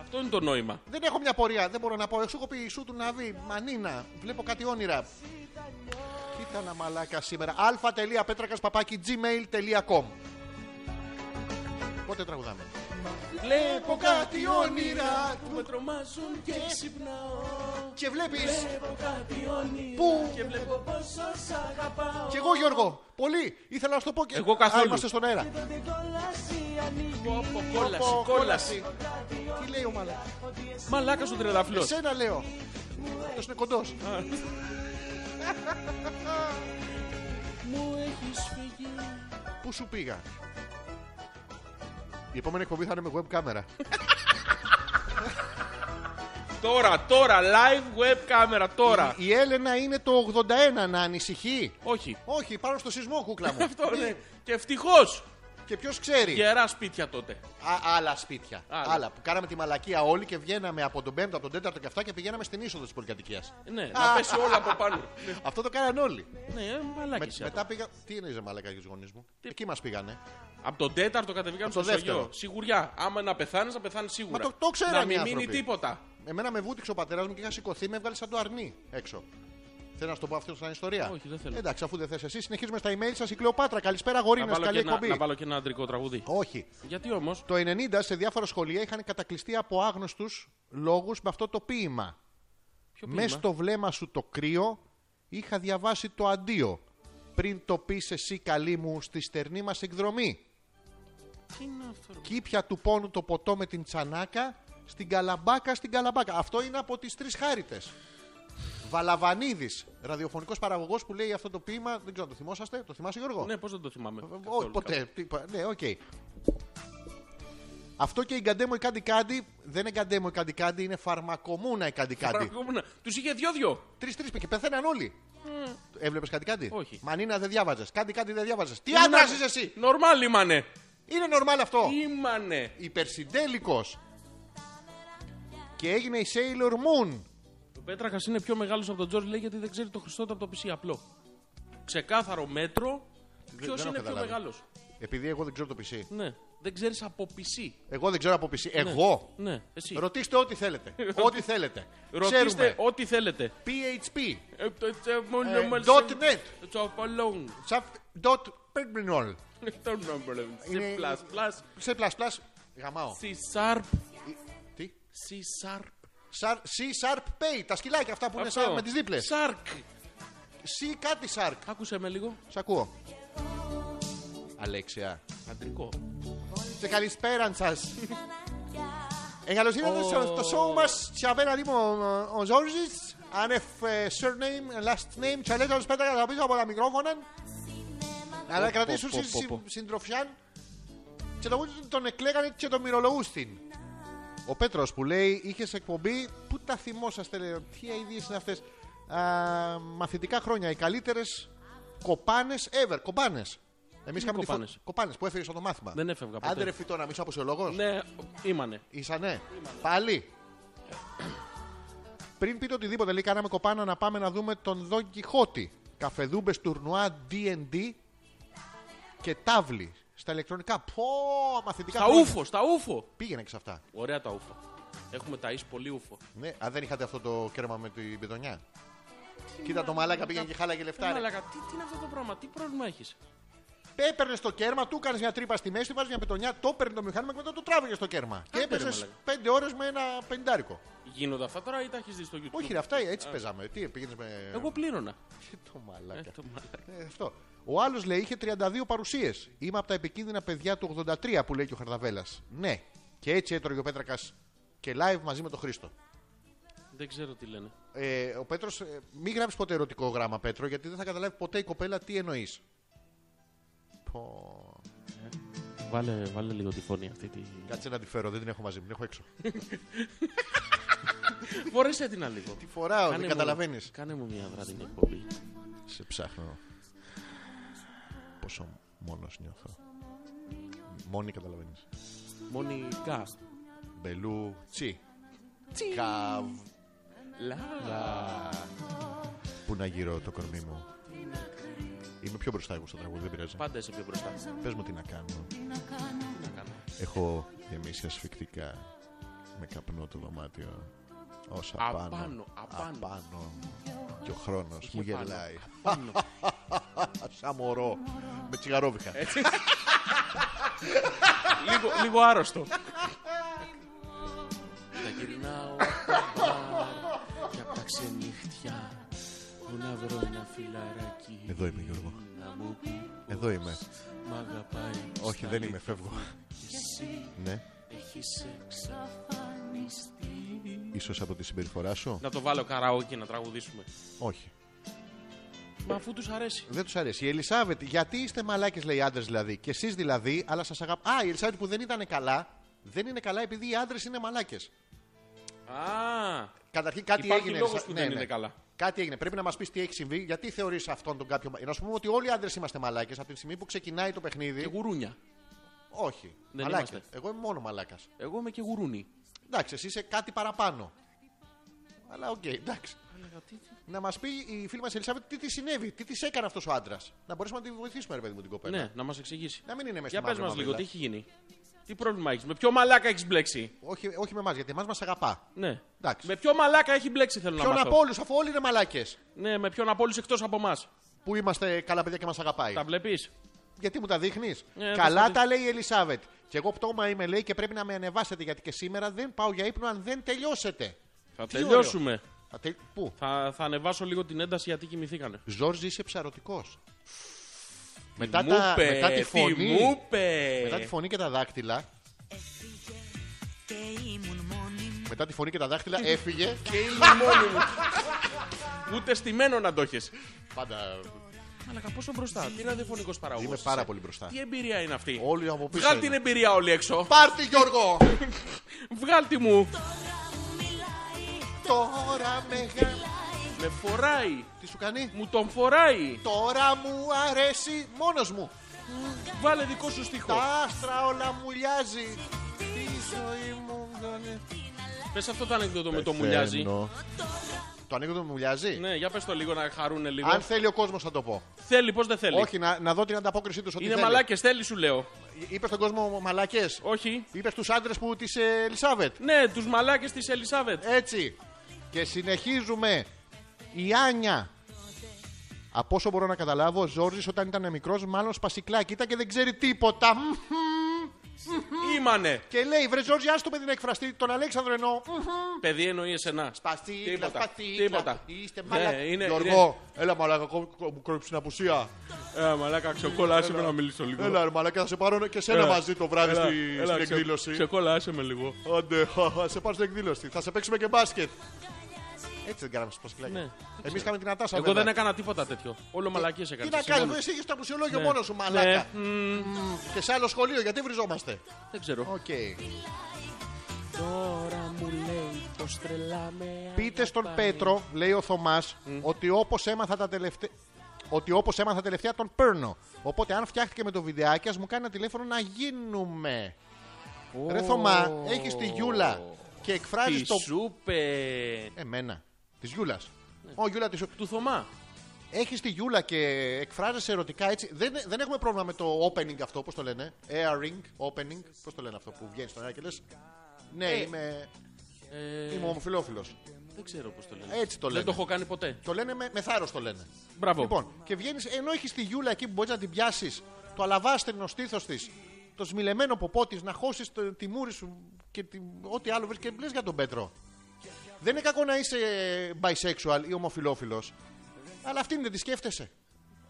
Speaker 1: Αυτό είναι το νόημα.
Speaker 2: Δεν έχω μια πορεία, δεν μπορώ να πω. Σου έχω πει σου του Ναβί, Μανίνα, βλέπω κάτι όνειρα. Κοίτα να μαλάκα σήμερα. αλφα.πέτρακα παπάκι gmail.com Πότε τραγουδάμε.
Speaker 1: Βλέπω
Speaker 2: κάτι όνειρα
Speaker 1: που με τρομάζουν και ξυπνάω.
Speaker 2: Και βλέπεις.
Speaker 1: Βλέπω κάτι όνειρα
Speaker 2: Πού?
Speaker 1: και βλέπω πόσο σ' αγαπάω.
Speaker 2: Κι εγώ Γιώργο, πολύ. Ήθελα να σου το πω και.
Speaker 1: Εγώ καθόλου.
Speaker 2: Α, είμαστε στον αέρα.
Speaker 1: Πω, πω,
Speaker 2: Πω,
Speaker 1: Κόλαση, κόλαση.
Speaker 2: Τι λέει ο μαλάκας.
Speaker 1: Μαλάκα σου τρεδαφλό.
Speaker 2: Εσένα λέω. Αυτό είναι κοντό.
Speaker 1: Μου έχεις φύγει.
Speaker 2: Πού σου πήγα. Η επόμενη εκπομπή θα είναι με web κάμερα.
Speaker 1: Τώρα, τώρα, live web κάμερα, τώρα.
Speaker 2: Η Έλενα είναι το 81 να ανησυχεί.
Speaker 1: Όχι.
Speaker 2: Όχι, πάνω στο σεισμό, κούκλα μου.
Speaker 1: Αυτό ναι. Και ευτυχώς
Speaker 2: Και ποιος ξέρει.
Speaker 1: γερά σπίτια τότε.
Speaker 2: Α, άλλα σπίτια.
Speaker 1: Άλλα.
Speaker 2: Άλλα. που κάναμε τη μαλακία όλοι και βγαίναμε από τον 5ο, από τον 4ο και αυτά και πηγαίναμε στην είσοδο της πολυκατοικίας.
Speaker 1: Ναι, να πέσει όλα από πάνω.
Speaker 2: Αυτό το κάναν όλοι.
Speaker 1: Ναι, ε, μαλάκι.
Speaker 2: Με,
Speaker 1: είσαι αυτό.
Speaker 2: μετά πήγα. Τι είναι η μαλακά για τους γονείς μου. Εκεί μας πήγανε.
Speaker 1: Από τον τέταρτο κατεβήκαμε
Speaker 2: Από
Speaker 1: στο
Speaker 2: το
Speaker 1: δεύτερο.
Speaker 2: δεύτερο.
Speaker 1: Σιγουριά. Άμα να πεθάνεις, να πεθάνεις σίγουρα.
Speaker 2: Μα το- το ξέραν
Speaker 1: Να
Speaker 2: οι
Speaker 1: μην μείνει
Speaker 2: άνθρωποι.
Speaker 1: τίποτα.
Speaker 2: Εμένα με βούτυξε ο πατέρας μου και είχα σηκωθεί, με έβγαλε σαν το αρνί έξω. Θέλω να σου το πω αυτό σαν ιστορία.
Speaker 1: Όχι, δεν θέλω.
Speaker 2: Εντάξει, αφού δεν θες εσύ, συνεχίζουμε στα email σας. Η Κλεοπάτρα, καλησπέρα γορίνε,
Speaker 1: να, βάλω
Speaker 2: καλή
Speaker 1: και ένα,
Speaker 2: εκπομπή.
Speaker 1: να βάλω και ένα αντρικό τραγούδι.
Speaker 2: Όχι.
Speaker 1: Γιατί όμως.
Speaker 2: Το 90 σε διάφορα σχολεία είχαν κατακλειστεί από άγνωστους λόγους με αυτό το ποίημα.
Speaker 1: Ποιο
Speaker 2: Με
Speaker 1: ποίημα.
Speaker 2: στο βλέμμα σου το κρύο είχα διαβάσει το αντίο πριν το πεις εσύ καλή μου στη στερνή μας εκδρομή.
Speaker 1: Τι είναι αυτό. ρε.
Speaker 2: Κήπια του πόνου το ποτό με την τσανάκα στην καλαμπάκα στην καλαμπάκα. Αυτό είναι από τις τρεις χάριτες. Βαλαβανίδης, ραδιοφωνικός παραγωγός που λέει αυτό το ποίημα, δεν ξέρω αν το θυμόσαστε, το θυμάσαι Γιώργο.
Speaker 1: Ναι, πώς δεν το θυμάμαι.
Speaker 2: Ε,
Speaker 1: καθόλου.
Speaker 2: Όχι, ποτέ. Τίποτα. Ναι, οκ. Αυτό και η γκαντέμο η κάντι κάντι δεν είναι γκαντέμο η κάντι κάντι, είναι φαρμακομούνα η κάντι κάντι.
Speaker 1: Του ναι. είχε δυο-δυο.
Speaker 2: Τρει-τρει και πεθαίναν όλοι. Έβλεπες κάτι κάτι.
Speaker 1: Mm. Όχι.
Speaker 2: Μανίνα δεν διάβαζες. Κάτι κάτι δεν διάβαζες. Τι άντρας είσαι εσύ.
Speaker 1: Νορμάλ ήμανε.
Speaker 2: Είναι νορμάλ αυτό.
Speaker 1: Ήμανε.
Speaker 2: Υπερσυντέλικος. Και έγινε η Sailor Moon.
Speaker 1: Ο Πέτρακα είναι πιο μεγάλος από τον Τζορτ, λέει γιατί δεν ξέρει το Χριστότο από το PC απλό. Ξεκάθαρο μέτρο. Ποιος
Speaker 2: δεν έχω
Speaker 1: είναι πιο
Speaker 2: καταλάβει.
Speaker 1: μεγάλος.
Speaker 2: Επειδή εγώ δεν ξέρω το PC.
Speaker 1: Ναι. Δεν ξέρεις από PC.
Speaker 2: Εγώ δεν ξέρω από PC. Εγώ.
Speaker 1: Ναι, εσύ.
Speaker 2: Ρωτήστε ό,τι θέλετε. ό,τι θέλετε.
Speaker 1: Ρωτήστε
Speaker 2: Ξέρουμε.
Speaker 1: ό,τι θέλετε.
Speaker 2: PHP.
Speaker 1: Ε, το- το- μόνο
Speaker 2: Ε,
Speaker 1: μας-
Speaker 2: dot net.
Speaker 1: Το απολόγν.
Speaker 2: Soft dot Terminal.
Speaker 1: Το νόμπολο. C++.
Speaker 2: Είναι- C++. Γαμάω.
Speaker 1: C sharp.
Speaker 2: Τι.
Speaker 1: C sharp.
Speaker 2: Sar- C-Sharp Pay. Τα σκυλάκια αυτά που είναι
Speaker 1: Αυτό.
Speaker 2: sharp με τις δίπλες.
Speaker 1: Shark.
Speaker 2: C κάτι Shark.
Speaker 1: Άκουσε με λίγο.
Speaker 2: Σ' ακούω. Αλέξια.
Speaker 1: Αντρικό.
Speaker 2: Σε καλησπέρα σα. Εγκαλώ ήρθατε στο- στο show μας. Τι απέναντί μου ο- ο Ζόρζης. Άνευ ε, surname, and last name. Τι αλέξα του πέταγα τα πίσω από τα μικρόφωνα. Αλλά
Speaker 1: πω,
Speaker 2: κρατήσουν
Speaker 1: πω, πω, πω.
Speaker 2: συντροφιά. Και το ούτε τον εκλέγανε και τον μυρολογούστην. Ο Πέτρος που λέει είχες εκπομπή. Πού τα θυμόσαστε, λέω. Τι αειδίε είναι αυτές. Μαθητικά χρόνια. Οι καλύτερες κοπάνες ever. Κοπάνες. Εμείς είχαμε τη
Speaker 1: κοπάνες?
Speaker 2: φο- Κοπάνες που έφυγε από το μάθημα.
Speaker 1: Δεν έφευγα ποτέ.
Speaker 2: Άντε ρε φυτό να μην είσαι αποσιολόγος.
Speaker 1: Ναι, ήμανε.
Speaker 2: Ήσανε. Πάλι. Πριν πείτε οτιδήποτε, λέει, κάναμε κοπάνα να πάμε να δούμε τον Δον Κιχώτη. Καφεδούμπες τουρνουά D&D και τάβλη στα ηλεκτρονικά. Πω, μαθητικά.
Speaker 1: Στα
Speaker 2: χρόνια.
Speaker 1: ούφο, στα ούφο.
Speaker 2: Πήγαινε και σε αυτά.
Speaker 1: Ωραία τα ούφο. Έχουμε ταΐσει πολύ ούφο.
Speaker 2: Ναι, αν δεν είχατε αυτό το κέρμα με την πιτονιά. Κοίτα το μαλάκα πήγαινε και χάλαγε
Speaker 1: Ε,
Speaker 2: λεφτά. ρε.
Speaker 1: Μαλάκα, τι, τι είναι αυτό το πράγμα, τι πρόβλημα έχεις.
Speaker 2: Έπαιρνες το κέρμα, του έκανες μια τρύπα στη μέση, του βάζεις μια πετονιά, το έπαιρνε το μηχάνημα και μετά το τράβηγες στο κέρμα. Και
Speaker 1: ρε,
Speaker 2: έπαιζες
Speaker 1: μαλάκα.
Speaker 2: 5 ώρες με ένα πεντάρικο.
Speaker 1: Γίνονται αυτά τώρα ή τα έχεις δει στο YouTube.
Speaker 2: Όχι, ρε, αυτά έτσι παίζαμε. Τι πήγαινες με.
Speaker 1: Εγώ πλήρωνα.
Speaker 2: Τι το
Speaker 1: Ε,
Speaker 2: μαλάκα.
Speaker 1: το μαλάκα.
Speaker 2: Ε, αυτό. Ο άλλος λέει είχε 32 παρουσίες. Είμαι από τα επικίνδυνα παιδιά του 83 που λέει και ο Χαρδαβέλας. Ναι. Και έτσι έτρωγε ο Πέτρακας και live μαζί με τον Χρήστο.
Speaker 1: Δεν ξέρω τι λένε.
Speaker 2: Ε, ο Πέτρος, ε, μην γράψεις ποτέ ερωτικό γράμμα, Πέτρο, γιατί δεν θα καταλάβει ποτέ η κοπέλα τι εννοείς. Πω.
Speaker 1: Βάλε, βάλε λίγο τη φωνή αυτή. Τη...
Speaker 2: Κάτσε να τη φέρω, δεν την έχω μαζί μου, την έχω έξω.
Speaker 1: Φορέσέ την άλλη λίγο.
Speaker 2: τη φοράω,
Speaker 1: Κάνε
Speaker 2: δεν
Speaker 1: μου-
Speaker 2: καταλαβαίνεις.
Speaker 1: Κάνε μου μια βραδινή εκπομπή.
Speaker 2: Σε ψάχνω. Πόσο μόνος νιώθω. Μόνη καταλαβαίνεις.
Speaker 1: Μονικά.
Speaker 2: Μπελού, τσι. Καβ.
Speaker 1: Λα.
Speaker 2: Πού να γύρω το κορμί μου. Είμαι πιο μπροστά εγώ στο τραγούδι, δεν πειράζει.
Speaker 1: Πάντα είσαι πιο μπροστά.
Speaker 2: Πες μου τι να κάνω. Έχω γεμίσει ασφικτικά με καπνό το δωμάτιο. Όσα
Speaker 1: Απάνω,
Speaker 2: πάνω,
Speaker 1: απάνω.
Speaker 2: απάνω. Και ο χρόνος μου
Speaker 1: πάνω,
Speaker 2: γελάει.
Speaker 1: απάνω.
Speaker 2: Σαν μωρό. Με
Speaker 1: Ε,
Speaker 2: τσιγαρόβιχα.
Speaker 1: λίγο, λίγο άρρωστο. Τα γυρνάω απ' τα μπαρ και απ' τα ξενυχτιά που να βρω ένα φιλαράκι
Speaker 2: Εδώ είμαι, Γιώργο.
Speaker 1: να μου πεις
Speaker 2: Εδώ είμαι.
Speaker 1: μ' αγαπάει
Speaker 2: Όχι,
Speaker 1: στα
Speaker 2: δεν
Speaker 1: λι-
Speaker 2: είμαι, φεύγω.
Speaker 1: Εσύ
Speaker 2: Ναι,
Speaker 1: έχεις εξαφανιστεί
Speaker 2: ίσως από τη συμπεριφορά σου.
Speaker 1: Να το βάλω καραόκι να τραγουδήσουμε
Speaker 2: Όχι.
Speaker 1: Μα αφού τους αρέσει.
Speaker 2: Δεν τους αρέσει. Η Ελισάβετ, γιατί είστε μαλάκες, λέει άντρες δηλαδή. Και εσείς δηλαδή, αλλά σας αγαπά. Α, η Ελισάβετ που δεν ήταν καλά, δεν είναι καλά επειδή οι άντρες είναι μαλάκες.
Speaker 1: Α,
Speaker 2: Καταρχήν κάτι
Speaker 1: Υπάρχει
Speaker 2: έγινε.
Speaker 1: λόγος
Speaker 2: Ελισά- Ναι,
Speaker 1: που δεν είναι καλά.
Speaker 2: Κάτι έγινε. Πρέπει να μας πεις τι έχει συμβεί, γιατί θεωρείς αυτόν τον κάποιο. Να σου πούμε ότι όλοι οι άντρες είμαστε μαλάκες από τη στιγμή που ξεκινάει το παιχνίδι.
Speaker 1: και γουρούνια.
Speaker 2: Όχι.
Speaker 1: Δεν
Speaker 2: μαλάκες.
Speaker 1: είμαστε.
Speaker 2: Εγώ είμαι μόνο μαλάκας.
Speaker 1: Εγώ είμαι και γουρούνι.
Speaker 2: Εντάξει, εσύ είσαι κάτι παραπάνω. Αλλά οκ, εντάξει. Να μας πει η φίλη μας Ελισάβετ τι της συνέβη, τι της έκανε αυτός ο άντρας. Να μπορέσουμε να τη βοηθήσουμε, ρε παιδί μου, την κοπέλα.
Speaker 1: Ναι, να μας εξηγήσει.
Speaker 2: Να μην είναι μέσα
Speaker 1: Για
Speaker 2: στη
Speaker 1: πες
Speaker 2: μαύρη
Speaker 1: μας λίγο,
Speaker 2: μαυρίλα.
Speaker 1: τι έχει γίνει. Τι πρόβλημα έχεις, με ποιο μαλάκα έχεις μπλέξει.
Speaker 2: Όχι, όχι με εμάς, γιατί εμάς μας αγαπά.
Speaker 1: Ναι.
Speaker 2: Εντάξει.
Speaker 1: Με ποιο μαλάκα έχει μπλέξει, θέλω να
Speaker 2: Ποιον
Speaker 1: μάθω.
Speaker 2: από όλους, αφού όλοι είναι μαλάκες.
Speaker 1: Ναι, με ποιον από όλους εκτός από εμάς.
Speaker 2: Που είμαστε καλά παιδιά και μας αγαπάει.
Speaker 1: Τα βλέπεις.
Speaker 2: Γιατί μου τα δείχνεις.
Speaker 1: Ε,
Speaker 2: καλά
Speaker 1: δεν
Speaker 2: τα λέει η Ελισάβετ. Και εγώ πτώμα είμαι, λέει, και πρέπει να με ανεβάσετε γιατί και σήμερα δεν πάω για ύπνο αν δεν τελειώσετε.
Speaker 1: Θα
Speaker 2: Τι
Speaker 1: τελειώσουμε.
Speaker 2: ωραίο. Θα τελ- Πού.
Speaker 1: Θα, θα ανεβάσω λίγο την ένταση γιατί κοιμηθήκανε.
Speaker 2: Ζόρζι, είσαι ψαρωτικός.
Speaker 1: Τι
Speaker 2: Μετά,
Speaker 1: μου
Speaker 2: τα-
Speaker 1: πε,
Speaker 2: μετά τη
Speaker 1: τι
Speaker 2: φωνή.
Speaker 1: μου πε.
Speaker 2: Μετά τη φωνή και τα δάχτυλα.
Speaker 5: Έφυγε και ήμουν μόνη μου.
Speaker 2: Μετά τη φωνή και τα δάχτυλα έφυγε.
Speaker 1: Και ήμουν μόνη μου. Ούτε στημένο να το έχεις.
Speaker 2: Πάντα.
Speaker 1: Μαλακα πόσο μπροστά. Τι ραδιοφωνικό παραγωγός.
Speaker 2: Είμαι πάρα πολύ μπροστά.
Speaker 1: Τι εμπειρία είναι αυτή.
Speaker 2: Όλοι από πίσω.
Speaker 1: Βγάλ
Speaker 2: είναι.
Speaker 1: την εμπειρία όλοι έξω.
Speaker 2: Πάρτι Γιώργο!
Speaker 1: Βγάλ τη μου.
Speaker 2: Τώρα με γα-
Speaker 1: Με φοράει.
Speaker 2: Τι σου κάνει?
Speaker 1: Μου τον φοράει.
Speaker 2: Τώρα μου αρέσει μόνος μου.
Speaker 1: Βάλε δικό σου στίχο.
Speaker 2: Τα άστρα όλα μου λιάζει. Τη ζωή μου δεν
Speaker 1: Πες αυτό το ανέκδοτο με το μουλιάζει.
Speaker 2: Το ανέκδοτο μου λιάζει.
Speaker 1: Ναι, για πες το λίγο να χαρούνε λίγο.
Speaker 2: Αν θέλει ο κόσμος θα το πω.
Speaker 1: Θέλει, πώς δεν θέλει.
Speaker 2: Όχι, να, να δω την ανταπόκρισή τους.
Speaker 1: Είναι μαλάκες, θέλει σου λέω.
Speaker 2: Είπε στον κόσμο μαλακέ.
Speaker 1: Όχι.
Speaker 2: Είπε στους άντρες που της Ελισάβετ.
Speaker 1: Ναι, τους μαλάκες της
Speaker 2: Ε.
Speaker 1: Ελισάβετ.
Speaker 2: Έτσι. Και συνεχίζουμε. Η Άνια. Από όσο μπορώ να καταλάβω, ο Ζόρζης όταν ήταν μικρός, μάλλον σπασικλάκι ήταν και δεν ξέρει τίποτα. Μμμ.
Speaker 1: Ήμανε.
Speaker 2: Και λέει, Βρε Ζόρζη, άστο με την εκφραστή, τον Αλέξανδρο εννοώ. Μμμ.
Speaker 1: Παιδί εννοεί εσένα.
Speaker 2: Σπασίκλα,
Speaker 1: Τίποτα.
Speaker 2: σπασίκλα.
Speaker 1: Τίποτα.
Speaker 2: Είστε
Speaker 1: Ναι,
Speaker 2: μαλα...
Speaker 1: είναι-
Speaker 2: Γιώργο, έλα μαλακά, κο- κο- μου κρύψει την απουσία.
Speaker 1: Ε, μαλάκα, ξεκόλα, άσε με να μιλήσω λίγο.
Speaker 2: Έλα, ρε μαλακά, θα σε πάρω και σένα
Speaker 1: Έλα.
Speaker 2: μαζί το βράδυ
Speaker 1: Έλα,
Speaker 2: στη-
Speaker 1: έλα,
Speaker 2: στην
Speaker 1: ξε-
Speaker 2: εκδήλωση.
Speaker 1: Ξεκόλα, άσε με λίγο.
Speaker 2: Άντε, χαχα, σε πάρω στην εκδήλωση. Θα σε παίξουμε και μπάσκετ. Έτσι δεν κάναμε στο
Speaker 1: Ναι,
Speaker 2: σπασικλάκι.
Speaker 1: δεν
Speaker 2: Εμείς κάναμε την Ατάσα.
Speaker 1: Εγώ δεν έκανα τίποτα τέτοιο. Όλο μαλακίες
Speaker 2: Τι
Speaker 1: έκανα.
Speaker 2: να κάνει, εσύ είχε το απουσιολόγιο
Speaker 1: Ναι.
Speaker 2: μόνος σου, μαλάκα. Και σε άλλο σχολείο, γιατί βριζόμαστε.
Speaker 1: Δεν ξέρω.
Speaker 2: Οκ.
Speaker 1: Τώρα μου λέει πως τρελάμε.
Speaker 2: Πείτε στον Πέτρο, λέει ο Θωμάς, ότι όπως έμαθα τα τελευταία. Ότι όπως έμαθα τελευταία τον παίρνω. Οπότε αν φτιάχτηκε με το βιντεάκι, ας μου κάνει ένα τηλέφωνο να γίνουμε. Ρε Θωμά, έχεις τη Γιούλα και εκφράζεις
Speaker 1: Τι
Speaker 2: το.
Speaker 1: σου Ναι. είπε.
Speaker 2: Εμένα. Της Γιούλας. Ω, Γιούλα, της σου.
Speaker 1: Του Θωμά.
Speaker 2: Έχεις τη Γιούλα και εκφράζεσαι ερωτικά έτσι. Δεν, δεν έχουμε πρόβλημα με το opening αυτό, πώς το λένε. Airing, opening. Πώς το λένε αυτό που βγαίνεις στον αέρα και λες. Ναι,
Speaker 1: Ε.
Speaker 2: είμαι,
Speaker 1: Ε,
Speaker 2: είμαι ομοφυλόφιλος.
Speaker 1: δεν ξέρω πώς το λένε.
Speaker 2: Έτσι το λένε.
Speaker 1: Δεν το έχω κάνει ποτέ.
Speaker 2: Το λένε με, με θάρρος το λένε.
Speaker 1: Μπράβο.
Speaker 2: Λοιπόν, και βγαίνεις ενώ έχεις τη Γιούλα εκεί που μπορείς να την πιάσεις, το αλαβάστρινο στήθος της, το σμιλεμένο ποπό της, να χώσεις τη μούρη σου και τη- ό,τι άλλο βρεις και λες για τον Πέτρο. Δεν είναι κακό να είσαι bisexual ή ομοφυλόφιλος. Αλλά αυτήν δεν τη σκέφτεσαι.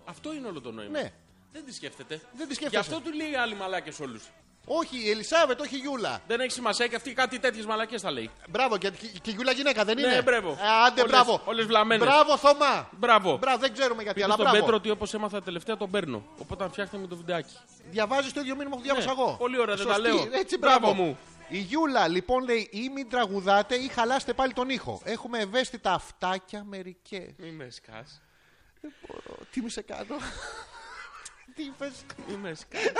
Speaker 1: Αυτό είναι όλο το νόημα.
Speaker 2: Ναι.
Speaker 1: Δεν τη σκέφτεται.
Speaker 2: Δεν τη
Speaker 1: Γι'
Speaker 2: σκέφτεσαι.
Speaker 1: αυτό του λέει άλλοι μαλάκες όλους.
Speaker 2: Όχι, η Ελισάβετ, όχι η Γιούλα.
Speaker 1: Δεν έχει σημασία και αυτή κάτι τέτοιες μαλακές θα λέει.
Speaker 2: Μπράβο, και, και- και η Γιούλα γυναίκα δεν
Speaker 1: Ναι,
Speaker 2: είναι.
Speaker 1: μπράβο.
Speaker 2: Α, άντε,
Speaker 1: Όλες-
Speaker 2: μπράβο.
Speaker 1: όλες βλαμμένες.
Speaker 2: Μπράβο, Θωμά.
Speaker 1: Μπράβο.
Speaker 2: Μπράβο, δεν ξέρουμε γιατί,
Speaker 1: Πείτε
Speaker 2: αλλά
Speaker 1: στον
Speaker 2: μπράβο.
Speaker 1: Πέτρο ότι όπως έμαθα τελευταία τον παίρνω. Οπότε φτιάχνει με το βιντεάκι.
Speaker 2: Διαβάζεις το ίδιο μήνυμα που διάβασα
Speaker 1: Ναι,
Speaker 2: εγώ.
Speaker 1: πολύ ωραία, δεν τα
Speaker 2: Σωστή,
Speaker 1: λέω.
Speaker 2: Έτσι, μπράβο.
Speaker 1: Μπράβο μου.
Speaker 2: Η Γιούλα λοιπόν λέει ή μην τραγουδάτε ή χαλάστε πάλι τον ήχο. Έχουμε ευαίσθητα αυτάκια μερικές.
Speaker 1: Μη με σκάς.
Speaker 2: Τι μου σε κάνω. Τι είπες.
Speaker 1: Μη με σκάς.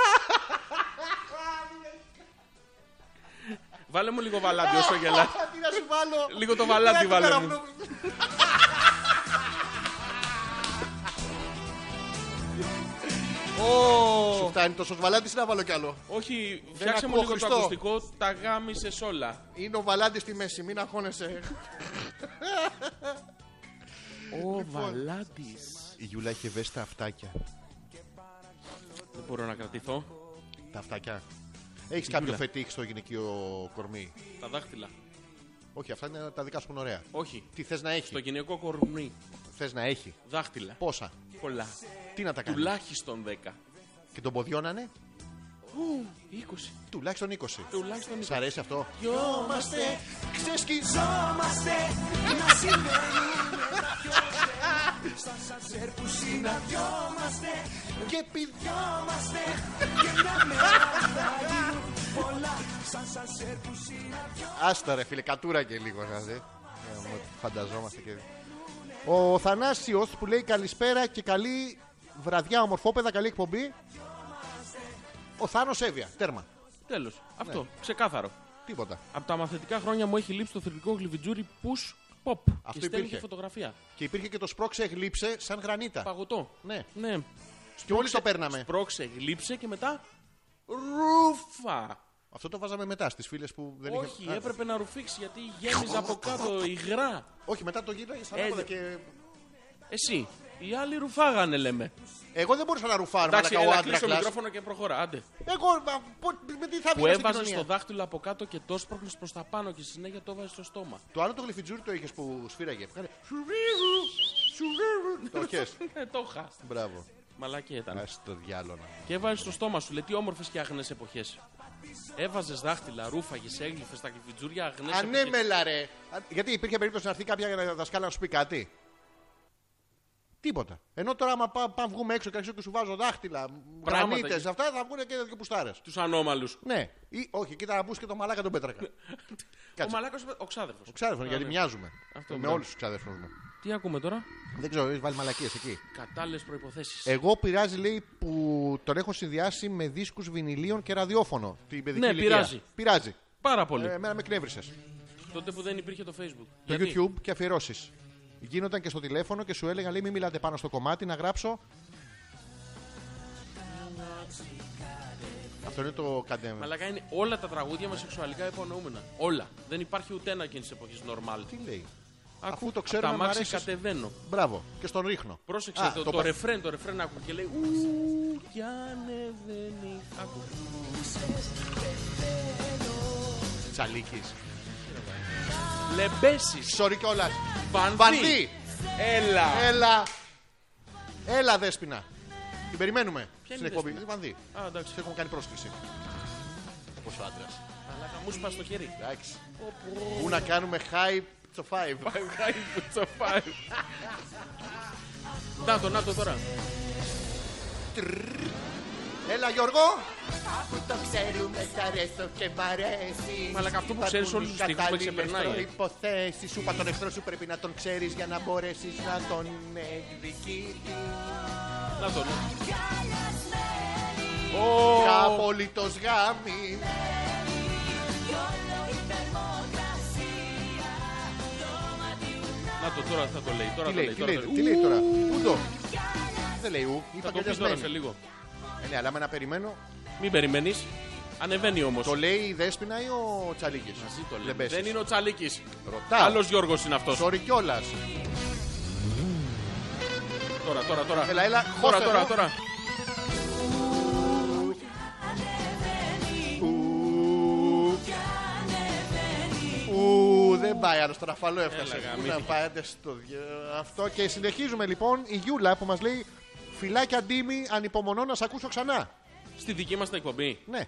Speaker 1: Βάλε μου λίγο βαλάντι όσο γελάς.
Speaker 2: Τι να σου βάλω.
Speaker 1: Λίγο το βαλάντι
Speaker 2: Τι να
Speaker 1: βάλε
Speaker 2: κάνω,
Speaker 1: μου.
Speaker 2: αυτό. Σου φτάνει τόσο βαλάντι ή να βάλω κι άλλο.
Speaker 1: Όχι, φτιάξε μου
Speaker 2: ακούω
Speaker 1: λίγο το
Speaker 2: Χριστό.
Speaker 1: ακουστικό, τα γάμισες όλα.
Speaker 2: Είναι ο βαλάντι στη μέση, μην αγχώνεσαι.
Speaker 1: Ο Βαλάντης.
Speaker 2: Η Γιούλα έχει ευαίσθητα αυτάκια.
Speaker 1: Δεν μπορώ να κρατηθώ.
Speaker 2: Τα αυτάκια. Έχεις κάποιο
Speaker 1: Γιούλα.
Speaker 2: φετίχ στο γυναικείο κορμί.
Speaker 1: Τα δάχτυλα.
Speaker 2: Όχι, αυτά είναι τα δικά σου που είναι ωραία.
Speaker 1: Όχι.
Speaker 2: Τι θες να
Speaker 1: Στο
Speaker 2: έχει.
Speaker 1: γυναικό κορμί.
Speaker 2: Θες να έχει.
Speaker 1: Δάχτυλα.
Speaker 2: Πόσα.
Speaker 1: Πολλά.
Speaker 2: Τι να τα κάνει.
Speaker 1: Τουλάχιστον 10.
Speaker 2: Και τον ποδιό να είναι
Speaker 1: 20.
Speaker 2: τουλάχιστον 20.
Speaker 1: Τουλάχιστον 20.
Speaker 2: Σ' αρέσει αυτό.
Speaker 1: Γιόμαστε.
Speaker 2: Ξεσκιζόμαστε
Speaker 6: στα σανσέρ που συναντιόμαστε
Speaker 2: Και πι-
Speaker 6: Διόμαστε και μια μέρα θα γίνουν πολλά Σαν σανσέρ που συναντιόμαστε
Speaker 2: Άστα ρε φίλε, κατούρα και λίγο να δει. Ε, μου, Φανταζόμαστε και... Ο Θανάσιος που λέει καλησπέρα και καλή βραδιά ομορφόπεδα, καλή εκπομπή. Ο Θάνος Εύβοια, τέρμα.
Speaker 1: Τέλος. Αυτό. Ξεκάθαρο.
Speaker 2: Τίποτα.
Speaker 1: Από τα μαθητικά χρόνια μου έχει λείψει το θρηλυκό γλυβιτζούρι push pop.
Speaker 2: Αυτό
Speaker 1: και στέλνει
Speaker 2: υπήρχε.
Speaker 1: και φωτογραφία.
Speaker 2: Και υπήρχε και το σπρώξε γλύψε σαν γρανίτα.
Speaker 1: Παγωτό.
Speaker 2: Ναι.
Speaker 1: Ναι.
Speaker 2: Και όλοι το παίρναμε.
Speaker 1: Σπρώξε, γλύψε και μετά. Ρούφα.
Speaker 2: Αυτό το βάζαμε μετά στις φίλες που δεν είχε...
Speaker 1: Όχι,
Speaker 2: Α,
Speaker 1: έπρεπε να ρουφήξει γιατί γέμιζε από κάτω υγρά.
Speaker 2: Όχι, μετά το γύρνα σαν άποδα
Speaker 1: Ε,
Speaker 2: και...
Speaker 1: Εσύ. Οι άλλοι ρουφάγανε, λέμε.
Speaker 2: Εγώ δεν μπορούσα να ρουφάρω,
Speaker 1: Εντάξει,
Speaker 2: μαλακα, ο
Speaker 1: έλα,
Speaker 2: άντρας
Speaker 1: κλείσ' το
Speaker 2: κλάς.
Speaker 1: μικρόφωνο και προχώρα. Άντε.
Speaker 2: Εγώ, μα, πο- με τι θα
Speaker 1: Που
Speaker 2: βγήκα στην
Speaker 1: έβαζε το
Speaker 2: κοινωνία.
Speaker 1: δάχτυλο από κάτω και το σπρώχνες προς τα πάνω και στη συνέχεια το έβαζες στο στόμα.
Speaker 2: Το άλλο το γλυφιτζούρι το είχες που σφύραγε. Κάνε σουρίρου, σουρίρου. Το Ναι, είχες.
Speaker 1: Ε, το είχα.
Speaker 2: Μπράβο.
Speaker 1: Μαλακή ήταν.
Speaker 2: Ας το διάλογο.
Speaker 1: Και έβαζες στο στόμα σου, λέει τι όμορφες και αγνέ εποχές. Έβαζες δάχτυλα, ρούφαγες, έγλυφες τα κλειφιτζούρια, αγνέ
Speaker 2: ναι, Ανέμελα, ρε. Α, Γιατί υπήρχε περίπτωση να έρθει κάποια για να δασκάλα να σου πει κάτι. Τίποτα. Ενώ τώρα, άμα πά- πάμε βγούμε έξω και αρχίσω και σου βάζω δάχτυλα, γρανίτε,
Speaker 1: και-
Speaker 2: αυτά θα βγουν και δύο πουστάρες.
Speaker 1: Τους ανώμαλους.
Speaker 2: Ναι. Ή, όχι, κοίτα να μπούς και το μαλάκα τον Πέτρακα.
Speaker 1: Ο
Speaker 2: Κάτσε.
Speaker 1: μαλάκο, ο ξάδερφος.
Speaker 2: Ξάδερφος, γιατί μοιάζουμε.
Speaker 1: Ναι. Αυτό,
Speaker 2: Με
Speaker 1: μπράβο.
Speaker 2: όλους τους ξάδερφους μου.
Speaker 1: Τι ακούμε τώρα,
Speaker 2: Δεν ξέρω, έχεις βάλει μαλακίες εκεί.
Speaker 1: κατάλληλες προποθέσει.
Speaker 2: Εγώ πειράζει, λέει, που τον έχω συνδυάσει με δίσκους βινιλίων και ραδιόφωνο. Την παιδική
Speaker 1: Ναι,
Speaker 2: ηλικία.
Speaker 1: πειράζει.
Speaker 2: Πειράζει.
Speaker 1: Πάρα πολύ.
Speaker 2: Ε, εμένα με κνεύρισες.
Speaker 1: Τότε που δεν υπήρχε το Facebook.
Speaker 2: Το
Speaker 1: Γιατί?
Speaker 2: YouTube και αφιερώσεις. Γίνονταν και στο τηλέφωνο και σου έλεγαν λέει μην μιλάτε πάνω στο κομμάτι να γράψω. Αυτό είναι το κατέμ.
Speaker 1: Μαλακά είναι όλα τα τραγούδια με σεξουαλικά υπονοούμενα. Όλα. Δεν υπάρχει ούτε ένα εκείνης της εποχής normal.
Speaker 2: Τι λέει.
Speaker 1: Ακού,
Speaker 2: αφού το
Speaker 1: απ'
Speaker 2: ξέρουμε,
Speaker 1: Τα
Speaker 2: μ'
Speaker 1: μάξι
Speaker 2: αρέσεις.
Speaker 1: κατεβαίνω.
Speaker 2: Μπράβο. Και στον ρίχνω.
Speaker 1: Πρόσεξε
Speaker 2: Α,
Speaker 1: το, το,
Speaker 2: πα-
Speaker 1: ρεφρέν, το ρεφρέν άκου και λέει Ου, κι ανεβαίνει. Άκου.
Speaker 2: Τσαλίκης.
Speaker 1: Λεμπέσεις.
Speaker 2: Sorry κιόλα.
Speaker 1: Βανδύ.
Speaker 2: Βανδύ.
Speaker 1: Έλα.
Speaker 2: Έλα. Έλα δέσποινα. Την περιμένουμε.
Speaker 1: Ποια
Speaker 2: Στην
Speaker 1: είναι η
Speaker 2: εκπομπή.
Speaker 1: Δέσποινα?
Speaker 2: Βανδύ.
Speaker 1: Α, εντάξει.
Speaker 2: Σε έχουμε κάνει πρόσκληση. Όπως ο άντρας.
Speaker 1: Μαλάκα, μου σπάς το χέρι.
Speaker 2: Εντάξει. Πού να κάνουμε high to five.
Speaker 1: Five high, it's a five. Να το, να το τώρα.
Speaker 2: Έλα Γιώργο.
Speaker 6: Αφού το ξέρουμε σ' αρέσω και μ' αρέσει
Speaker 1: Μαλάκα, αυτό που ξέρεις όλους τους στίχους με ξεπερνάει.
Speaker 2: Υποθέσει σου, είπα τον εχθρό σου πρέπει να τον ξέρεις για να μπορέσεις να τον εκδικήσεις.
Speaker 1: Να το, ναι.
Speaker 2: Απόλυτος γάμι.
Speaker 1: Να το, τώρα θα το λέει. Τώρα
Speaker 2: Τι
Speaker 1: το
Speaker 2: λέει,
Speaker 1: λέει.
Speaker 2: τι
Speaker 1: Τώρα
Speaker 2: λέει,
Speaker 1: το λέει.
Speaker 2: τι λέει τώρα. Πού το. Δεν λέει ου, είπα
Speaker 1: Θα το πεις τώρα σε
Speaker 2: καλιασμένη.
Speaker 1: λίγο.
Speaker 2: Ε, Ναι, αλλά με να περιμένω.
Speaker 1: Μην περιμένεις. Ανεβαίνει όμως.
Speaker 2: Το λέει η Δέσποινα ή ο Τσαλίκης. Λεμπέσεις.
Speaker 1: Δεν είναι ο Τσαλίκης.
Speaker 2: Ρωτάω.
Speaker 1: Άλλος Γιώργος είναι αυτός.
Speaker 2: Sorry κιόλας.
Speaker 1: Τώρα, τώρα, τώρα.
Speaker 2: Έλα, έλα,
Speaker 1: Τώρα,
Speaker 2: χώστε
Speaker 1: τώρα,
Speaker 2: εδώ.
Speaker 1: τώρα.
Speaker 2: Ου, δεν πάει άλλος, στον αφαλό έφτασε.
Speaker 1: Έλα,
Speaker 2: Πού
Speaker 1: γαμίτη.
Speaker 2: να πάει, άντε στο δυο- αυτό. Και συνεχίζουμε λοιπόν η Γιούλα που μας λέει Φιλάκια Ντίμη, ανυπομονώ να σε ακούσω ξανά.
Speaker 1: Στη δική μας την εκπομπή.
Speaker 2: Ναι.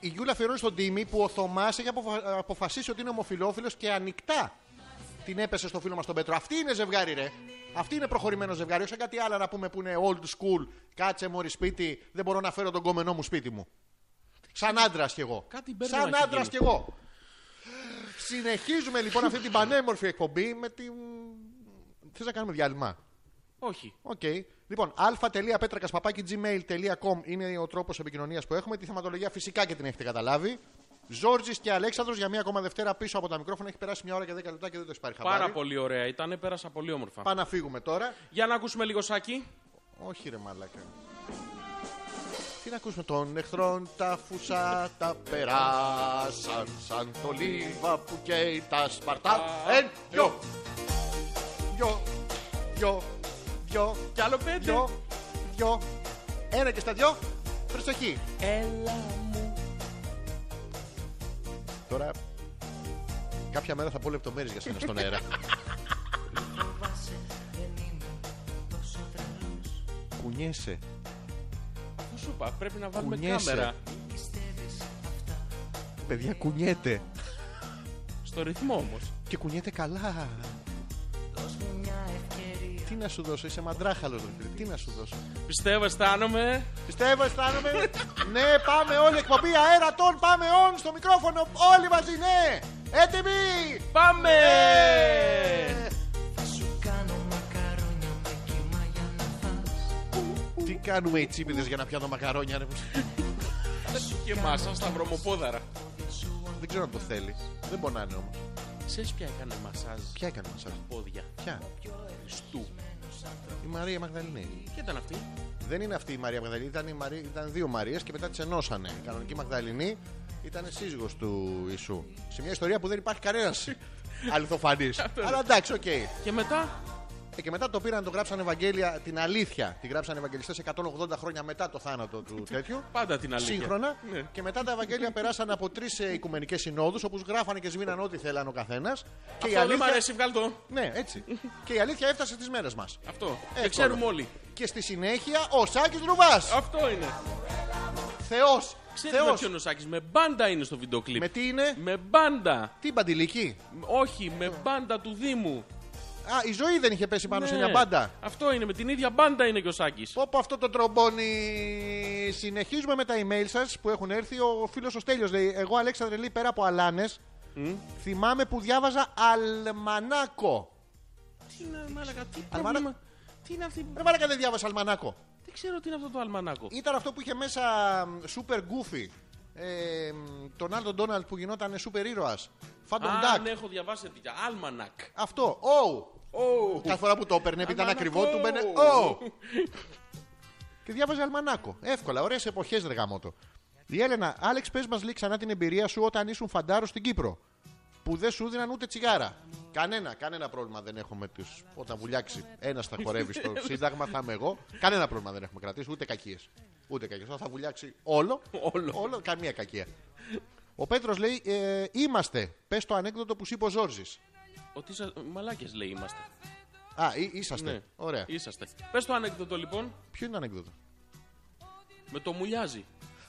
Speaker 2: Η Γιούλα αφιερώνει στον Τίμη που ο Θωμάς έχει αποφα- αποφασίσει ότι είναι ομοφυλόφιλος και ανοιχτά την έπεσε στο φίλο μας τον Πέτρο. Αυτή είναι ζευγάρι, ρε. Αυτή είναι προχωρημένο ζευγάρι. Όχι σαν κάτι άλλο να πούμε που είναι old school. Κάτσε μωρή σπίτι, δεν μπορώ να φέρω τον κόμενό μου σπίτι μου. Σαν άντρα κι εγώ.
Speaker 1: Κάτι μπέρδεμα
Speaker 2: σαν
Speaker 1: έχει
Speaker 2: άντρας
Speaker 1: γίνει.
Speaker 2: κι εγώ. Συνεχίζουμε λοιπόν αυτή την πανέμορφη εκπομπή με την. Θες να κάνουμε διάλειμμα.
Speaker 1: Όχι.
Speaker 2: Οκ. Λοιπόν, α.πέτρακα.gmail.com είναι ο τρόπος επικοινωνίας που έχουμε. Τη θεματολογία φυσικά και την έχετε καταλάβει. Ζόρτζη και Αλέξανδρος για μία ακόμα Δευτέρα πίσω από τα μικρόφωνα. Έχει περάσει μια ώρα και 10 λεπτά και δεν το έχει πάρει χαμπάρι.
Speaker 1: Πάρα πολύ ωραία. Ήτανε, πέρασα πολύ όμορφα.
Speaker 2: Πάμε να φύγουμε τώρα.
Speaker 1: Για να ακούσουμε λίγο σάκι.
Speaker 2: Όχι, ρε μαλάκα. Τι να ακούσουμε των εχθρών τα φουσά τα περάσαν σαν το λίβα που καίει τα σπαρτά.
Speaker 1: ε,
Speaker 2: Εν δυο, δυο, δυο, δυο,
Speaker 1: Κι άλλο πέντε.
Speaker 2: δυο, δυο, ένα και στα δυο, προσοχή.
Speaker 1: Έλα μου.
Speaker 2: Τώρα κάποια μέρα θα πω λεπτομέρειες για σένα στον αέρα.
Speaker 5: Φοβάσαι, δεν είμαι τόσο τρελός
Speaker 2: Κουνιέσαι,
Speaker 1: Αφού σου είπα, πρέπει να βάλουμε
Speaker 2: Κουνιέσαι.
Speaker 1: κάμερα.
Speaker 5: Πιστεύεις αυτά
Speaker 2: παιδιά κουνιέται
Speaker 1: Στο ρυθμό όμως.
Speaker 2: και κουνιέται καλά.
Speaker 5: Δώσ' μου μια ευκαιρία
Speaker 2: Τι να σου δώσω, είσαι μαντράχαλος, τι να σου δώσω.
Speaker 1: Πιστεύω, αισθάνομαι.
Speaker 2: Πιστεύω, αισθάνομαι. ναι, πάμε όλοι εκπομπή αέρα των. Πάμε on στο μικρόφωνο. Όλοι μαζί, ναι. Έτοιμοι.
Speaker 1: Πάμε!
Speaker 5: Σου κάνω μακαρόνια με κύμα για να φας
Speaker 2: Τι κάνουμε οι τσίπηδε για να πιάνω μακαρόνια, ρε.
Speaker 1: Και μάσα στα βρωμοπόδαρα.
Speaker 2: Δεν ξέρω αν το θέλεις. Δεν πονάνε όμως.
Speaker 1: Σε ποια έκανε μασάζ
Speaker 2: Ποια έκανε μα
Speaker 1: πόδια.
Speaker 2: Ποια.
Speaker 1: Χριστού.
Speaker 2: Η Μαρία Μαγδαληνή.
Speaker 1: Και ήταν αυτή.
Speaker 2: Δεν είναι αυτή η Μαρία Μαγδαληνή. Ήταν, η Μαρία, ήταν δύο Μαρίες και μετά τις ενώσανε. Η κανονική Μαγδαληνή ήταν σύζυγος του Ισού. Σε μια ιστορία που δεν υπάρχει κανένας αληθοφανής. Αλλά εντάξει, οκ.
Speaker 1: Και μετά.
Speaker 2: Ε, και μετά το πήραν, το γράψαν Ευαγγέλια την αλήθεια. Την γράψαν Ευαγγελιστές 180 χρόνια μετά το θάνατο του τέτοιου.
Speaker 1: Πάντα την αλήθεια.
Speaker 2: Σύγχρονα.
Speaker 1: Ναι.
Speaker 2: Και μετά τα Ευαγγέλια περάσαν από ε, τρει οικουμενικές συνόδους, όπου γράφανε και σβήναν ό,τι θέλαν ο καθένας. Και η
Speaker 1: Αυτό δεν μ'
Speaker 2: αλήθεια.
Speaker 1: αρέσει, βγάλ το.
Speaker 2: Ναι, έτσι. και η αλήθεια έφτασε στις μέρες μας.
Speaker 1: Αυτό. Και ξέρουμε όλοι.
Speaker 2: Και στη συνέχεια ο Σάκης Ρουβάς.
Speaker 1: Αυτό είναι.
Speaker 2: Θεός.
Speaker 1: Ξέρετε με
Speaker 2: Θεός.
Speaker 1: ποιον είναι ο Σάκης. Με μπάντα είναι στο βίντεο κλιπ.
Speaker 2: Με τι είναι.
Speaker 1: Με μπάντα.
Speaker 2: Τι μπαντιλική.
Speaker 1: Όχι, με μπάντα του Δήμου.
Speaker 2: Α, η ζωή δεν είχε πέσει πάνω σε
Speaker 1: Ναι.
Speaker 2: μια μπάντα.
Speaker 1: Αυτό είναι, με την ίδια μπάντα είναι και ο Σάκης.
Speaker 2: Πω πω αυτό το τρομπόνι. Συνεχίζουμε με τα email σας που έχουν έρθει. Ο φίλος ο Στέλιος λέει: Εγώ, Αλέξανδρε, λέει πέρα από αλάνες, θυμάμαι που διάβαζα αλμανάκο.
Speaker 1: Τι είναι, μάλακα, τι
Speaker 2: Αλμανάκο.
Speaker 1: πρόβλημα. Τι είναι αυτή.
Speaker 2: Ρε μαλάκα δεν διάβασα αλμανάκο.
Speaker 1: Δεν ξέρω τι είναι αυτό το αλμανάκο.
Speaker 2: Ήταν αυτό που είχε μέσα μ, super goofy. Ε, μ, τον Άλτον Ντόναλτ που γινόταν super ήρωα. Phantom
Speaker 1: Α,
Speaker 2: Duck.
Speaker 1: ναι, έχω διαβάσει τέτοια. Αλμανακ.
Speaker 2: Αυτό. Oh.
Speaker 1: Ου.
Speaker 2: Κάθε φορά που το έπαιρνε, επειδή ήταν
Speaker 1: Αλμανακό.
Speaker 2: ακριβό, του μπαίνε. Ω! και διάβαζε αλμανάκο. Εύκολα, ωραίες εποχές, ρε γαμότο. Η Έλενα, Άλεξ, πες μας λίγο ξανά την εμπειρία σου όταν ήσουν φαντάρος στην Κύπρο. Που δεν σου δίναν ούτε τσιγάρα. Κανένα, κανένα πρόβλημα δεν έχω με τους. Όταν βουλιάξει ένας θα χορεύει στο Σύνταγμα, θα είμαι εγώ. Κανένα πρόβλημα δεν έχουμε κρατήσει, ούτε κακίες. Ούτε κακίες. Όταν θα βουλιάξει όλο,
Speaker 1: Όλο.
Speaker 2: όλο καμία κακία. Ο Πέτρος λέει: ε, Είμαστε. Πες το ανέκδοτο που σου είπε ο Ζόρζης.
Speaker 1: Ότι σα... μαλάκες λέει είμαστε.
Speaker 2: Α, ή- είσαστε.
Speaker 1: Ναι.
Speaker 2: Ε, Ωραία.
Speaker 1: Είσαστε. Πες το ανέκδοτο λοιπόν,
Speaker 2: Ποιο είναι το ανέκδοτο.
Speaker 1: με το μουλιάζει.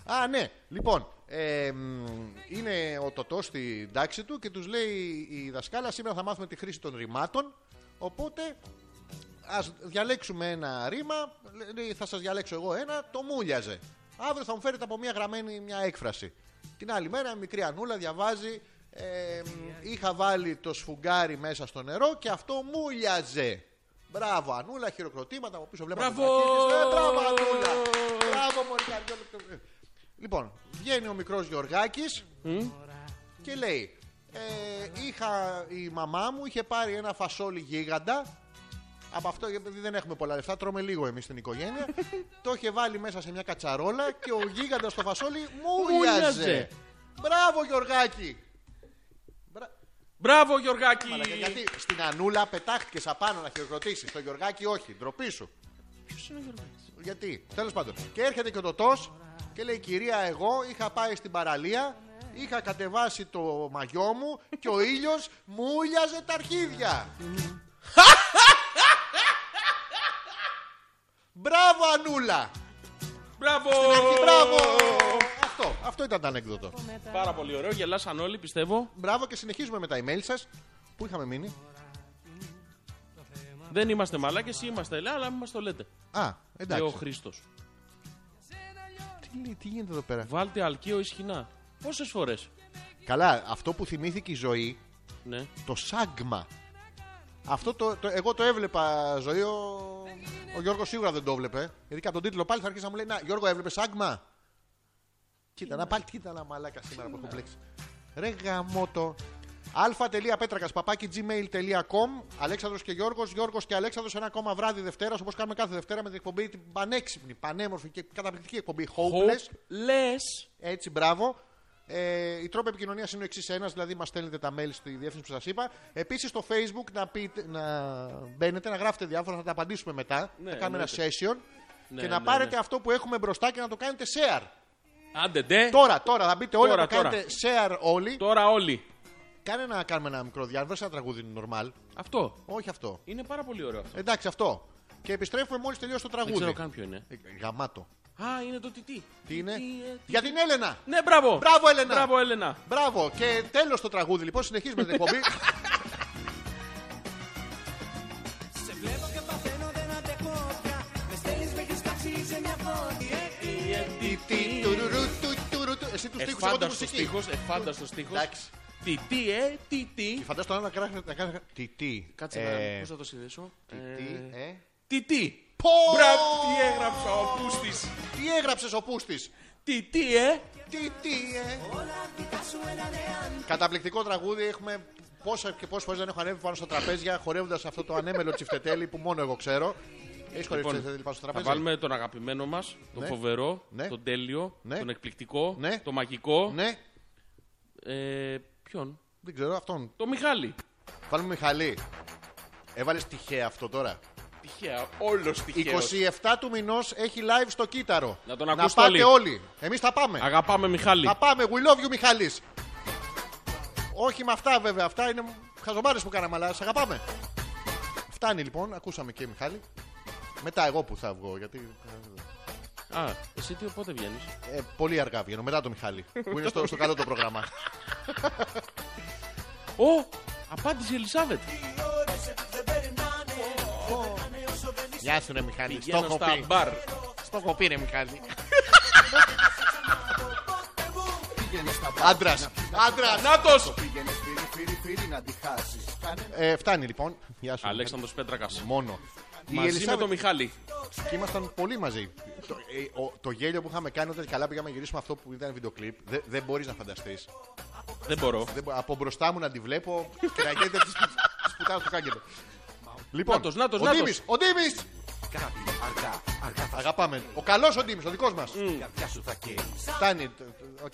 Speaker 2: Α, ναι. Λοιπόν, ε, μ, είναι ο Τωτός στην τάξη του και τους λέει η δασκάλα: Σήμερα θα μάθουμε τη χρήση των ρημάτων. Οπότε ας διαλέξουμε ένα ρήμα. Λέει, θα σας διαλέξω εγώ ένα. Το μούλιαζε. Αύριο θα μου φέρετε από μια γραμμένη μια έκφραση. Την άλλη μέρα, μικρή Ανούλα διαβάζει. Ε, μ, είχα βάλει το σφουγγάρι μέσα στο νερό και αυτό μούλιαζε. Μπράβο, Ανούλα, χειροκροτήματα από πίσω βλέπαμε.
Speaker 1: Μπράβο!
Speaker 2: τον Ακίδη. Ε, μπράβο, Ανούλα! Μπράβο, μωρή, καρδιό λεπτό. Λοιπόν, βγαίνει ο μικρός Γεωργάκη και λέει: ε, είχα, Η μαμά μου είχε πάρει ένα φασόλι γίγαντα. Από αυτό, επειδή δεν έχουμε πολλά λεφτά, τρώμε λίγο εμείς στην οικογένεια. το είχε βάλει μέσα σε μια κατσαρόλα και ο γίγαντας στο φασόλι μούλιαζε.
Speaker 1: Μούλιαζε.
Speaker 2: Μπράβο, Γεωργάκη! Μπρα-
Speaker 1: Μπράβο Γιωργάκη!
Speaker 2: Μαλακα, γιατί στην Ανούλα πετάχτηκες απάνω να χειροκροτήσεις. Στο Γεωργάκη, όχι, ντροπή σου.
Speaker 1: Ποιος είναι ο Γιωργάκης?
Speaker 2: Γιατί, τέλος πάντων. Και έρχεται και ο Τωτός και λέει: Κυρία, εγώ είχα πάει στην παραλία, είχα κατεβάσει το μαγιό μου και ο ήλιος μούλιαζε τα αρχίδια. Μπράβο, Ανούλα!
Speaker 1: Μπράβο!
Speaker 2: Μπράβο! Αυτό, αυτό ήταν το ανέκδοτο.
Speaker 1: Πάρα πολύ ωραίο, γελάσαν όλοι πιστεύω.
Speaker 2: Μπράβο και συνεχίζουμε με τα email σας. Πού είχαμε μείνει.
Speaker 1: Δεν είμαστε μαλάκες, είμαστε λέει, αλλά μας το λέτε.
Speaker 2: Α,
Speaker 1: Λέει ο
Speaker 2: εντάξει.
Speaker 1: Χρήστος.
Speaker 2: Τι, λέει, τι γίνεται εδώ πέρα.
Speaker 1: Βάλτε αλκείο ισχυνά. Πόσες φορές.
Speaker 2: Καλά, αυτό που θυμήθηκε η ζωή
Speaker 1: Ναι.
Speaker 2: το σάγμα. Αυτό το, το- εγώ το έβλεπα ζωή, ο, ο Γιώργος σίγουρα δεν το έβλεπε. Γιατί από τον τίτλο πάλι θα αρχίσει να μου λέει Να, Γιώργο, έβλεπες σάγμα. Κοίτα να πάλι, κοίτα να μαλάκα σήμερα που έχω μπλέξει. Ρε γαμότο. αλφα.πέτρακα παπάκι gmail.com Αλέξανδρος και Γιώργος, Γιώργος και Αλέξανδρος ένα ακόμα βράδυ Δευτέρας, όπως κάνουμε κάθε Δευτέρα με την εκπομπή την πανέξυπνη, πανέμορφη και καταπληκτική εκπομπή Hopeless.
Speaker 1: Λες.
Speaker 2: Έτσι, μπράβο. Ε, η τρόπη επικοινωνίας είναι ο εξής: ένας, δηλαδή μας στέλνετε τα mail στη διεύθυνση που σας είπα. Επίσης στο Facebook να, πείτε, να μπαίνετε, να γράφετε διάφορα, θα τα απαντήσουμε μετά.
Speaker 1: Ναι,
Speaker 2: να κάνουμε ένα
Speaker 1: εννοείται.
Speaker 2: session
Speaker 1: Ναι,
Speaker 2: και
Speaker 1: ναι,
Speaker 2: να
Speaker 1: ναι.
Speaker 2: πάρετε αυτό που έχουμε μπροστά και να το κάνετε share.
Speaker 1: Άντε ντε.
Speaker 2: Τώρα, τώρα θα μπείτε όλοι
Speaker 1: Τώρα,
Speaker 2: να το κάνετε share όλοι.
Speaker 1: Τώρα όλοι.
Speaker 2: Κάνε να κάνουμε ένα μικρό διάλειμμα, σε ένα τραγούδι είναι normal.
Speaker 1: Αυτό.
Speaker 2: Όχι αυτό.
Speaker 1: Είναι πάρα πολύ ωραίο αυτό.
Speaker 2: Εντάξει, αυτό. Και επιστρέφουμε μόλις τελειώσει το
Speaker 1: Δεν ξέρω
Speaker 2: τραγούδι.
Speaker 1: καν ποιο είναι.
Speaker 2: Ε, Γαμάτο.
Speaker 1: Α, είναι το τι.
Speaker 2: Τι είναι.
Speaker 1: ε, τι-
Speaker 2: Για την Έλενα.
Speaker 1: Ναι, μπράβο.
Speaker 2: Μπράβο, Έλενα.
Speaker 1: Μπράβο, Έλενα.
Speaker 2: Μπράβο. Και τέλος το τραγούδι, λοιπόν, συνεχίζουμε την εκπομπή.
Speaker 6: Σε βλέπω και παθαίνω
Speaker 2: του στίχους εγώ την
Speaker 1: Εφάνταστο
Speaker 2: μουσική.
Speaker 1: στίχος. Εφάνταστο στίχος.
Speaker 2: Εντάξει.
Speaker 1: Τι, τι, ε, τι, τι.
Speaker 2: Και φαντάζομαι τον άλλο να κάνει- να κάνει. Τι, τι.
Speaker 1: Κάτσε
Speaker 2: ε,
Speaker 1: να. Πώς θα το συνδέσω.
Speaker 2: Τι, τι, ε.
Speaker 1: Τι, τι.
Speaker 2: Πω!
Speaker 1: Μπράβο, τι έγραψα ο πούστης.
Speaker 2: Τι έγραψες ο Πούστης.
Speaker 1: Τι, τι, ε.
Speaker 2: Τι, τι, ε. Καταπληκτικό τραγούδι. Έχουμε πόσα και πόσες φορές δεν έχω ανέβει πάνω στα τραπέζια χορεύοντας αυτό το ανέμελο τσιφτετέλι που μόνο εγώ ξέρω. Έχεις χορεύει τσιφτετέλι πάνω στο
Speaker 1: Λοιπόν, Θα
Speaker 2: τραπέζι.
Speaker 1: βάλουμε τον αγαπημένο μας, τον
Speaker 2: Ναι.
Speaker 1: φοβερό,
Speaker 2: Ναι.
Speaker 1: τον τέλειο,
Speaker 2: Ναι.
Speaker 1: τον εκπληκτικό,
Speaker 2: Ναι.
Speaker 1: τον μαγικό.
Speaker 2: Ναι,
Speaker 1: Ε, ποιον.
Speaker 2: δεν ξέρω αυτόν.
Speaker 1: Το Μιχάλη.
Speaker 2: Βάλουμε Μιχαλή. Έβαλες τυχαία αυτό τώρα.
Speaker 1: Τυχαία, όλος τυχαίος.
Speaker 2: 27 του μηνός έχει live στο κύτταρο.
Speaker 1: Να τον ακούσετε
Speaker 2: πάτε όλοι.
Speaker 1: όλοι.
Speaker 2: Εμείς θα πάμε.
Speaker 1: Αγαπάμε Μιχάλη.
Speaker 2: Θα πάμε. We love you, Μιχαλή. Όχι με αυτά βέβαια. Αυτά είναι χαζομάρες που κάναμε, αλλά σε αγαπάμε. Φτάνει λοιπόν. Ακούσαμε και Μιχάλη. Μετά εγώ που θα βγω, γιατί
Speaker 1: Α, εσύ τι πότε βγαίνεις.
Speaker 2: ε, πολύ αργά βγαίνω. Μετά το Μιχάλη, που είναι στο, στο καλό το πρόγραμμα.
Speaker 1: Ω! Απάντησε η Ελισάβετ.
Speaker 2: Γεια σου, ρε Μιχάλη. Στο
Speaker 1: Πηγαίνω
Speaker 2: έχω
Speaker 1: στα
Speaker 2: πει.
Speaker 1: μπαρ.
Speaker 2: Στο έχω πει, ρε Μιχάλη. Άντρας. Άντρας.
Speaker 1: Νάτος!
Speaker 2: Ε, φτάνει λοιπόν. Γεια σου.
Speaker 1: Αλέξανδρος Πέτρακας.
Speaker 2: Μόνο. Η
Speaker 1: Μαζί με
Speaker 2: Ελισάβετ-
Speaker 1: τον Μιχάλη.
Speaker 2: Και ήμασταν πολύ μαζί. Το, ε, ο- το γέλιο που είχαμε κάνει όταν καλά πήγαμε να γυρίσουμε αυτό που ήταν βίντεο κλιπ, δεν, δεν μπορείς να φανταστείς.
Speaker 1: Δεν μπορώ.
Speaker 2: Από μπροστά μου να τη βλέπω και να γίνεται τη πουτάνα του κάγκελο. Λοιπόν,
Speaker 1: Νάτος, νάτος,
Speaker 2: ο
Speaker 1: νάτος.
Speaker 2: Ντίμης, ο Ντίμης! Αγαπάμε. Ο καλός ο Ντίμης, ο δικός μας. Φτάνει. τ- τ- Οκ.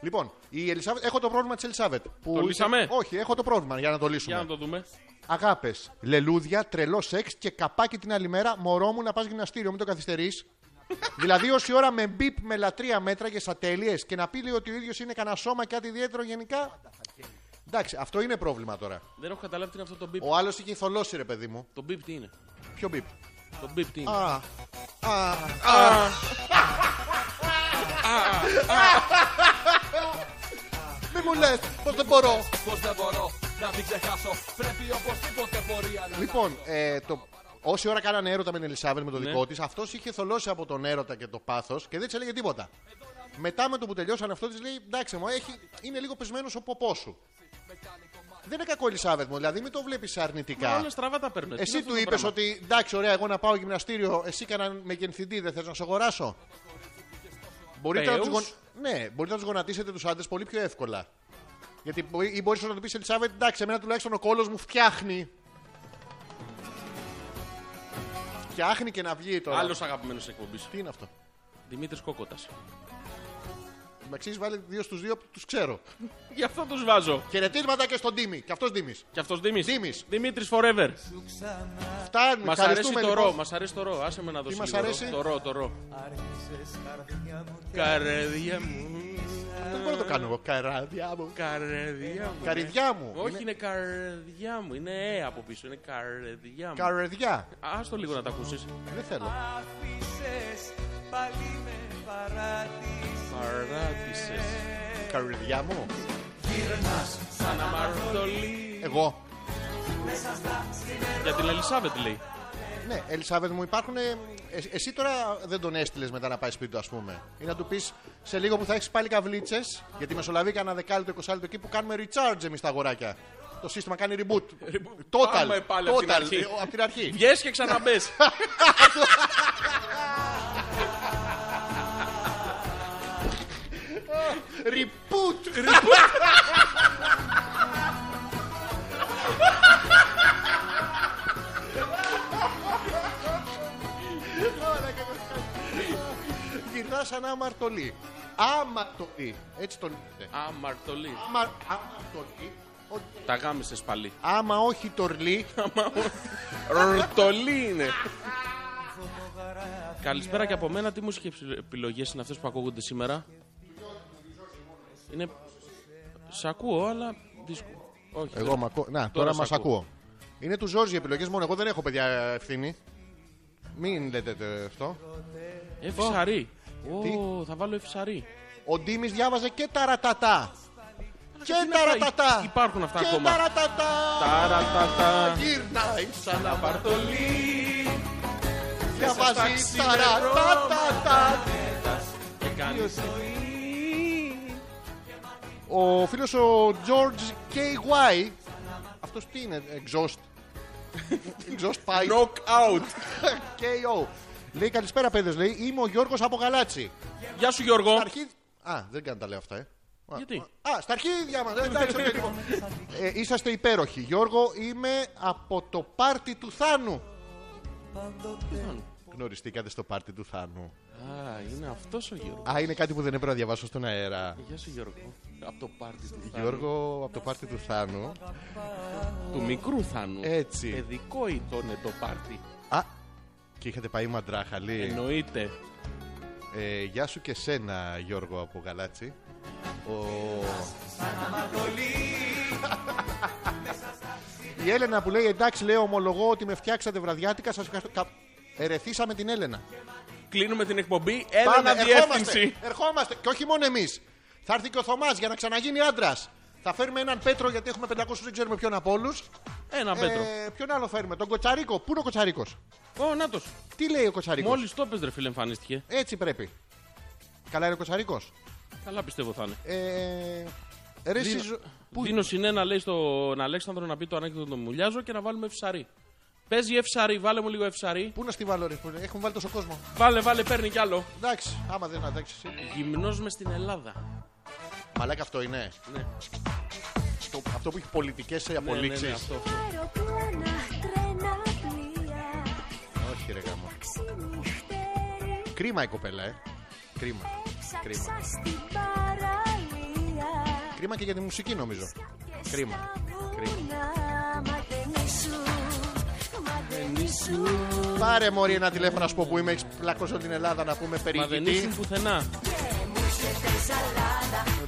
Speaker 2: Λοιπόν, η Ελισάβετ, έχω το πρόβλημα της Ελισάβετ. Που
Speaker 1: Το λύσαμε?
Speaker 2: Όχι, έχω το πρόβλημα για να το λύσουμε.
Speaker 1: Για να το δούμε.
Speaker 2: Αγάπες, λελούδια, τρελό σεξ και καπάκι την άλλη μέρα. Μωρό μου να πας γυμναστήριο, μην το καθυστερείς. δηλαδή, όση ώρα με μπίπ με λατρεία μέτρα και σατέλειες και να πει λέει, ότι ο ίδιος είναι κανένα σώμα και κάτι ιδιαίτερο γενικά. Εντάξει, αυτό είναι πρόβλημα τώρα.
Speaker 1: Δεν έχω καταλάβει τι είναι αυτό το μπιπ.
Speaker 2: Ο άλλος είχε θολώσει, ρε παιδί μου.
Speaker 1: Το μπιπ τι είναι.
Speaker 2: Ποιο μπίπ.
Speaker 1: Το μπιπ τι είναι.
Speaker 2: Α, α, Μη μου λες, πώ δεν μπορώ.
Speaker 7: Πως δεν μπορώ να την ξεχάσω Πρέπει οπωσδήποτε πορεία να
Speaker 2: Λοιπόν, ε, το... όση ώρα κάνανε έρωτα με την Ελισάβετ με το
Speaker 1: Ναι.
Speaker 2: δικό της, αυτός είχε θολώσει από τον έρωτα και το πάθος και δεν της έλεγε τίποτα. Μετά με το που τελειώσαν αυτό, της λέει: Εντάξει, μου έχει... είναι λίγο πεσμένος ο ποπός σου. Δεν είναι κακό η Ελισάβετ μου, δηλαδή μην το βλέπεις αρνητικά.
Speaker 1: Όλα στραβά τα παίρνετε.
Speaker 2: Εσύ του είπε ότι εντάξει, ωραία, εγώ να πάω γυμναστήριο, εσύ κανέναν μεγενθυντή, δεν θες να σε αγοράσω. Μπορείτε να, τους
Speaker 1: Θεούς.
Speaker 2: γον- ναι, μπορείτε να τους γονατίσετε τους άντρες πολύ πιο εύκολα. Γιατί μπορεί, ή μπορείς να του πεις Ελισάβετ, εντάξει, εμένα τουλάχιστον ο κόλος μου φτιάχνει. Φτιάχνει και να βγει τώρα.
Speaker 1: Άλλος αγαπημένος εκπομπής.
Speaker 2: Τι είναι αυτό.
Speaker 1: Δημήτρης Κόκοτας.
Speaker 2: Με αξίζει βάλει δύο στους δύο που τους ξέρω.
Speaker 1: Γι' αυτό τους βάζω.
Speaker 2: Χαιρετίσματα και στον Τίμη. Και αυτός Τίμη.
Speaker 1: Και αυτός Δήμης.
Speaker 2: Δήμης.
Speaker 1: Δημήτρη Forever.
Speaker 2: Φτάνει.
Speaker 1: Μας αρέσει
Speaker 2: ευχαριστούμε,
Speaker 1: το
Speaker 2: λοιπόν.
Speaker 1: ρο. Μας αρέσει το ρο. Άσε με να δώσει
Speaker 2: μας
Speaker 1: λίγο ρο.
Speaker 2: αρέσει?
Speaker 1: Το ρο, το ρο. Καρδιά μου.
Speaker 2: Δεν μπορώ να το κάνω εγώ. Καραδιά μου.
Speaker 1: Καρδιά μου.
Speaker 2: Καριδιά μου.
Speaker 1: Όχι, είναι καρδιά μου. Είναι ε από πίσω. Είναι καρδιά μου.
Speaker 2: Καρεδιά.
Speaker 1: Άστο λίγο να τα ακούσεις.
Speaker 2: Δεν θέλω.
Speaker 6: Άφησες, πάλι με παράτησες
Speaker 1: Παράτησες.
Speaker 2: Καρεδιά μου.
Speaker 1: Σαν αμαρτωλή.
Speaker 2: Εγώ.
Speaker 1: Για την Ελισάβετ λέει.
Speaker 2: Ναι, Ελισάβετ μου υπάρχουν. εσύ τώρα δεν τον έστειλες μετά να πάει σπίτι του, ας πούμε. Ή να του πεις σε λίγο που θα έχεις πάλι καβλίτσες. Γιατί μεσολαβεί κανένα δεκάλυτο, εικοσάλυτο εκεί που κάνουμε recharge εμείς τα αγοράκια. Το σύστημα κάνει reboot. Total.
Speaker 1: Πάμε πάλι απ' την
Speaker 2: Total.
Speaker 1: αρχή.
Speaker 2: Ε, ο- απ' την αρχή.
Speaker 1: Βγες και ξαναμπες.
Speaker 2: Reboot. Γυρνά σαν αμαρτωλή. Αμαρτωλή. Έτσι τον λέτε.
Speaker 1: Αμαρτωλή.
Speaker 2: Αμα- αμαρτωλή. Ότι
Speaker 1: Τα γάμισες πάλι.
Speaker 2: Άμα όχι τορλή,
Speaker 1: Ρτολή είναι. Καλησπέρα και από μένα. Τι μουσικές επιλογές είναι αυτές που ακούγονται σήμερα. Είναι... Σ' ακούω, αλλά... δύσκολο. Όχι.
Speaker 2: Εγώ
Speaker 1: δεν-
Speaker 2: μ' ακούω. Να, τώρα,
Speaker 1: σ'
Speaker 2: μας μα
Speaker 1: ακούω.
Speaker 2: ακούω. Είναι του Ζόρζι οι επιλογές μόνο. Εγώ δεν έχω παιδιά ε, ευθύνη. Μην λέτε τε- αυτό.
Speaker 1: Ε, φυσαρή.
Speaker 2: Τι?
Speaker 1: Ω, θα βάλω εφησαρή.
Speaker 2: Ο Ντίμης διάβαζε και τα ρατατά. Και τα ρατατά.
Speaker 1: Υπάρχουν αυτά
Speaker 2: και
Speaker 1: ακόμα.
Speaker 2: τα ρατατά.
Speaker 1: Ταρατατά.
Speaker 2: Γυρνάει σαν να
Speaker 1: Αμαρτωλή.
Speaker 2: διαβάζει
Speaker 1: ξημερώματα.
Speaker 2: τα ρατατά.
Speaker 1: Και κάνεις...
Speaker 2: Ο φίλος ο George KY. Αυτός τι είναι, exhaust. exhaust pipe.
Speaker 1: Knockout.
Speaker 2: KO. Λέει καλησπέρα παιδες, λέει. Είμαι ο Γιώργος από Γαλάτσι.
Speaker 1: Γεια σου Γιώργο.
Speaker 2: Στα αρχή... Α, δεν κάνω τα λέω αυτά, ε. Α,
Speaker 1: Γιατί?
Speaker 2: Α, στα αρχίδια μας. ε, εντάξει, οκ, λοιπόν. ε, είσαστε υπέροχοι. Γιώργο, είμαι από το πάρτι του Θάνου. Γνωριστήκατε στο πάρτι του Θάνου.
Speaker 1: Α, είναι αυτός ο Γιώργος.
Speaker 2: Α, είναι κάτι που δεν έπρεπε να διαβάσω στον αέρα.
Speaker 1: Γεια σου Γιώργο. Από το πάρτι του Θάνου.
Speaker 2: Γιώργο, από το πάρτι του Θάνου.
Speaker 1: Του μικρού Θάνου.
Speaker 2: Έτσι.
Speaker 1: Παιδικό ήταν το πάρτι.
Speaker 2: Α, και είχατε πάει μαντράχαλη.
Speaker 1: Εννοείται.
Speaker 2: Ε, γεια σου και σένα, Γιώργο από Γαλάτσι. Ο... Η Έλενα που λέει εντάξει, λέω ομολογώ ότι με φτιάξατε βραδιάτικα. Σας ευχαριστώ. Κα... Ερεθίσαμε την Έλενα.
Speaker 1: Κλείνουμε την εκπομπή. Έλενα
Speaker 2: ερχόμαστε,
Speaker 1: διεύθυνση.
Speaker 2: ερχόμαστε. Και όχι μόνο εμείς. Θα έρθει και ο Θωμάς για να ξαναγίνει άντρας. Θα φέρουμε έναν Πέτρο γιατί έχουμε 500, δεν ξέρουμε ποιον από όλους.
Speaker 1: Ένα Πέτρο.
Speaker 2: Ε, ποιον άλλο φέρουμε, τον Κοτσαρίκο. Πού είναι ο Κοτσαρίκος.
Speaker 1: Ω, νάτος.
Speaker 2: Τι λέει ο Κοτσαρίκος.
Speaker 1: Μόλις το πες ρε φίλε εμφανίστηκε.
Speaker 2: Έτσι πρέπει. Καλά είναι ο Κοτσαρίκος.
Speaker 1: Καλά πιστεύω θα είναι.
Speaker 2: Ε, ρε,
Speaker 1: Δίνω-
Speaker 2: συζω-
Speaker 1: Πού... Δίνω συνένα λέει στον Αλέξανδρο να πει το ανέκδοτο τον μουλιάζω και να βάλουμε ευσαρή. Παίζει ευσαρή, βάλε μου λίγο ευσαρή.
Speaker 2: Πού να στη βάλω, ρε, που- έχουν βάλει τόσο κόσμο.
Speaker 1: Βάλε, βάλε, παίρνει κι άλλο.
Speaker 2: Εντάξει, άμα δεν αντέξει εσύ.
Speaker 1: Γυμνός μες στην Ελλάδα.
Speaker 2: Μαλάκα αυτό είναι.
Speaker 1: Ναι.
Speaker 2: Το- αυτό που έχει ε, πολιτικέ απολύξει.
Speaker 1: Ναι, ναι, ναι, αυτό.
Speaker 4: Αεροπλάνα, τρένα, πλοία,
Speaker 2: Όχι, ρε γάμο.
Speaker 4: ξυνυχτέρι,
Speaker 2: Κρίμα η κοπέλα, ε. Κρίμα.
Speaker 4: ψάξα στην παραλία
Speaker 2: Κρίμα και για τη μουσική νομίζω.
Speaker 4: και
Speaker 2: Κρίμα.
Speaker 4: στα
Speaker 2: Κρίμα.
Speaker 4: βουνά, μα δεν ήσουν, μα δεν ήσουν.
Speaker 2: Πάρε μωρή ένα τηλέφωνο να σου πω που είμαι. Έχεις πλακώσει όλη την Ελλάδα να πούμε
Speaker 1: Μα δεν
Speaker 2: περιηγητή.
Speaker 1: ήσουν πουθενά.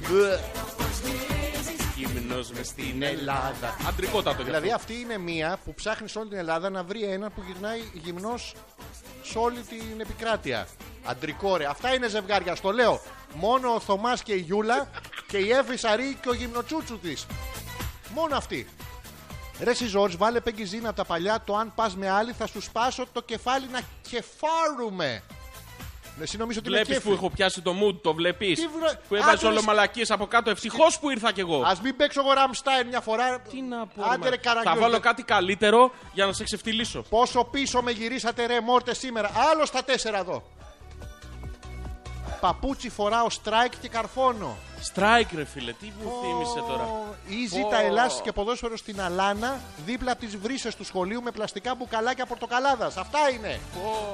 Speaker 2: Μπε.
Speaker 1: Γυμνός μες στην
Speaker 2: Την Ελλάδα.
Speaker 1: Αντρικότατο
Speaker 2: Δηλαδή αυτή είναι μία που ψάχνει σε όλη την Ελλάδα να βρει ένα που γυρνάει γυμνός σε όλη την επικράτεια. Αντρικό ρε. Αυτά είναι ζευγάρια. Στο λέω. Μόνο ο Θωμάς και η Γιούλα και η Εύη Σαρή και ο γυμνοτσούτσου της. Μόνο αυτή. Ρε Σιζόρτ, βάλε πέγγιζίνα από τα παλιά. Το αν πας με άλλη θα σου σπάσω το κεφάλι να κεφάρουμε. Εσύ νομίζω ότι είναι
Speaker 1: Βλέπεις
Speaker 2: κέφι.
Speaker 1: που έχω πιάσει το mood, το βλέπεις.
Speaker 2: Τι βρε-
Speaker 1: Που έβαζε
Speaker 2: Άκουρες-
Speaker 1: όλο μαλακίε από κάτω. Ευτυχώς που ήρθα κι εγώ.
Speaker 2: Ας μην παίξω εγώ Ραμστάιν μια φορά.
Speaker 1: Τι να πω.
Speaker 2: Άντε,
Speaker 1: ρε,
Speaker 2: ρε,
Speaker 1: Θα
Speaker 2: καραγκιόζη.
Speaker 1: βάλω κάτι καλύτερο για να σε ξεφτυλίσω.
Speaker 2: Πόσο πίσω με γυρίσατε ρε μόρτε σήμερα. Άλλος στα τέσσερα εδώ. Παπούτσι φοράω στράικ και καρφώνω.
Speaker 1: Strike, ρε φίλε, τι μου θύμισε τώρα.
Speaker 2: Easy
Speaker 1: Πω.
Speaker 2: τα Ελλάς και ποδόσφαιρο στην Αλάνα δίπλα από τις βρύσες του σχολείου με πλαστικά μπουκαλάκια πορτοκαλάδας. Αυτά είναι.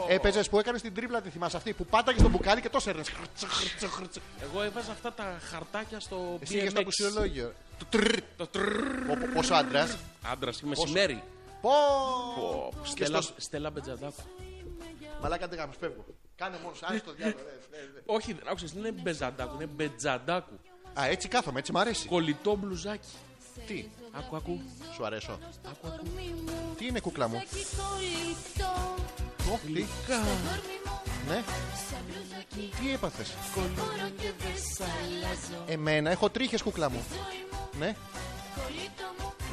Speaker 2: Έπαιζες που έκανες την τρίπλα τη θυμάσαι αυτή που πάταγες στο μπουκάλι και τόσο έρνες.
Speaker 1: Εγώ έβαζα αυτά τα χαρτάκια στο
Speaker 2: Εσύ είχες
Speaker 1: BMX.
Speaker 2: στο μουσιολόγιο. Το τρρρ. Ω, Πόσο άντρας.
Speaker 1: Άντρας ή μεσημέρι.
Speaker 2: Πω. Και
Speaker 1: Στέλλα,
Speaker 2: στο-
Speaker 1: Στέλλα Μπετζαδάκου.
Speaker 2: Μαλάκα δεν κάνω, φεύγω. Κάνε μόνος, άρεσε το διάλογο. ρε, ρε, ρε.
Speaker 1: Όχι, δεν άκουσες, δεν είναι Μπεζαντάκου, είναι Μπετζαντάκου.
Speaker 2: Α, έτσι κάθομαι, έτσι μ' αρέσει.
Speaker 1: Κολλητό μπλουζάκι.
Speaker 2: Τι,
Speaker 1: Ακού, ακού.
Speaker 2: σου αρέσω. Τι είναι κούκλα μου. Ω, τι,
Speaker 1: Κα-
Speaker 2: ναι. Τι έπαθες. Εμένα έχω τρίχες κούκλα μου. Ναι.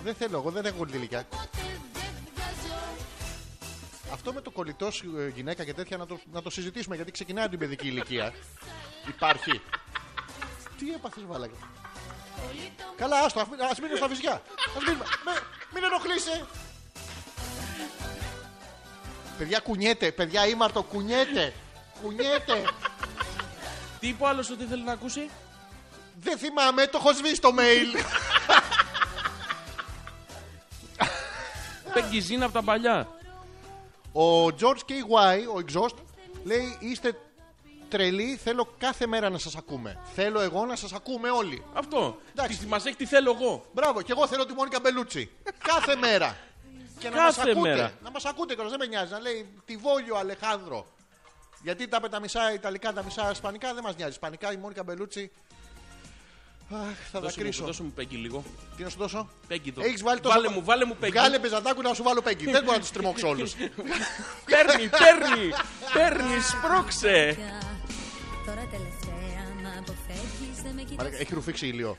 Speaker 2: Δεν θέλω, εγώ δεν έχω κολλητήλικια. Αυτό με το κολλητό σου, ε, γυναίκα και τέτοια να το, να το συζητήσουμε γιατί ξεκινάει από την παιδική ηλικία. Υπάρχει. Τι έπαθες μαλάκα. Καλά, άστο, ας μην- ας μείνουμε στα φυσικά. Ας μείνουμε. Με, μην ενοχλείσαι. Παιδιά κουνιέται, παιδιά ήμαρτο κουνιέται. Κουνιέται.
Speaker 1: Τι είπε ο άλλος ότι θέλει να ακούσει.
Speaker 2: Δεν θυμάμαι, το έχω σβήσει το mail.
Speaker 1: Πέγγιζίνα από τα παλιά.
Speaker 2: Ο George KY, ο Exhaust, λέει είστε τρελοί, θέλω κάθε μέρα να σας ακούμε. Θέλω εγώ να σας ακούμε όλοι.
Speaker 1: Αυτό.
Speaker 2: Εντάξει.
Speaker 1: Μας έχει τι θέλω εγώ.
Speaker 2: Μπράβο, και εγώ θέλω τη Μόνικα Μπελούτσι. κάθε μέρα. Και να μας
Speaker 1: Κάθε
Speaker 2: ακούτε.
Speaker 1: μέρα.
Speaker 2: Να μας ακούτε κιόλας, δεν με νοιάζει. Να λέει τη Βόλιο Αλεχάνδρο. Γιατί τα είπε τα μισά Ιταλικά, τα μισά Ισπανικά, δεν μας νοιάζει. Ισπανικά η Μόνικα Μπελούτσι. Αχ, θα
Speaker 1: Δώσε μου,
Speaker 2: δακρύσω.
Speaker 1: δώσε μου πέγγι λίγο.
Speaker 2: Τι να σου δώσω.
Speaker 1: Πέγγι το.
Speaker 2: Έχεις βάλει τόσο...
Speaker 1: βάλε μου, βάλε μου πέγγι.
Speaker 2: Βγάλε πεζαντάκου να σου βάλω πέγγι. δεν μπορώ να τους τριμώξω όλους.
Speaker 1: Παίρνει, παίρνει, παίρνει, σπρώξε.
Speaker 8: Τώρα τελευταία, μα αποφεύγεις, δεν με κοιτάς
Speaker 2: Έχει ρουφήξει ήλιο.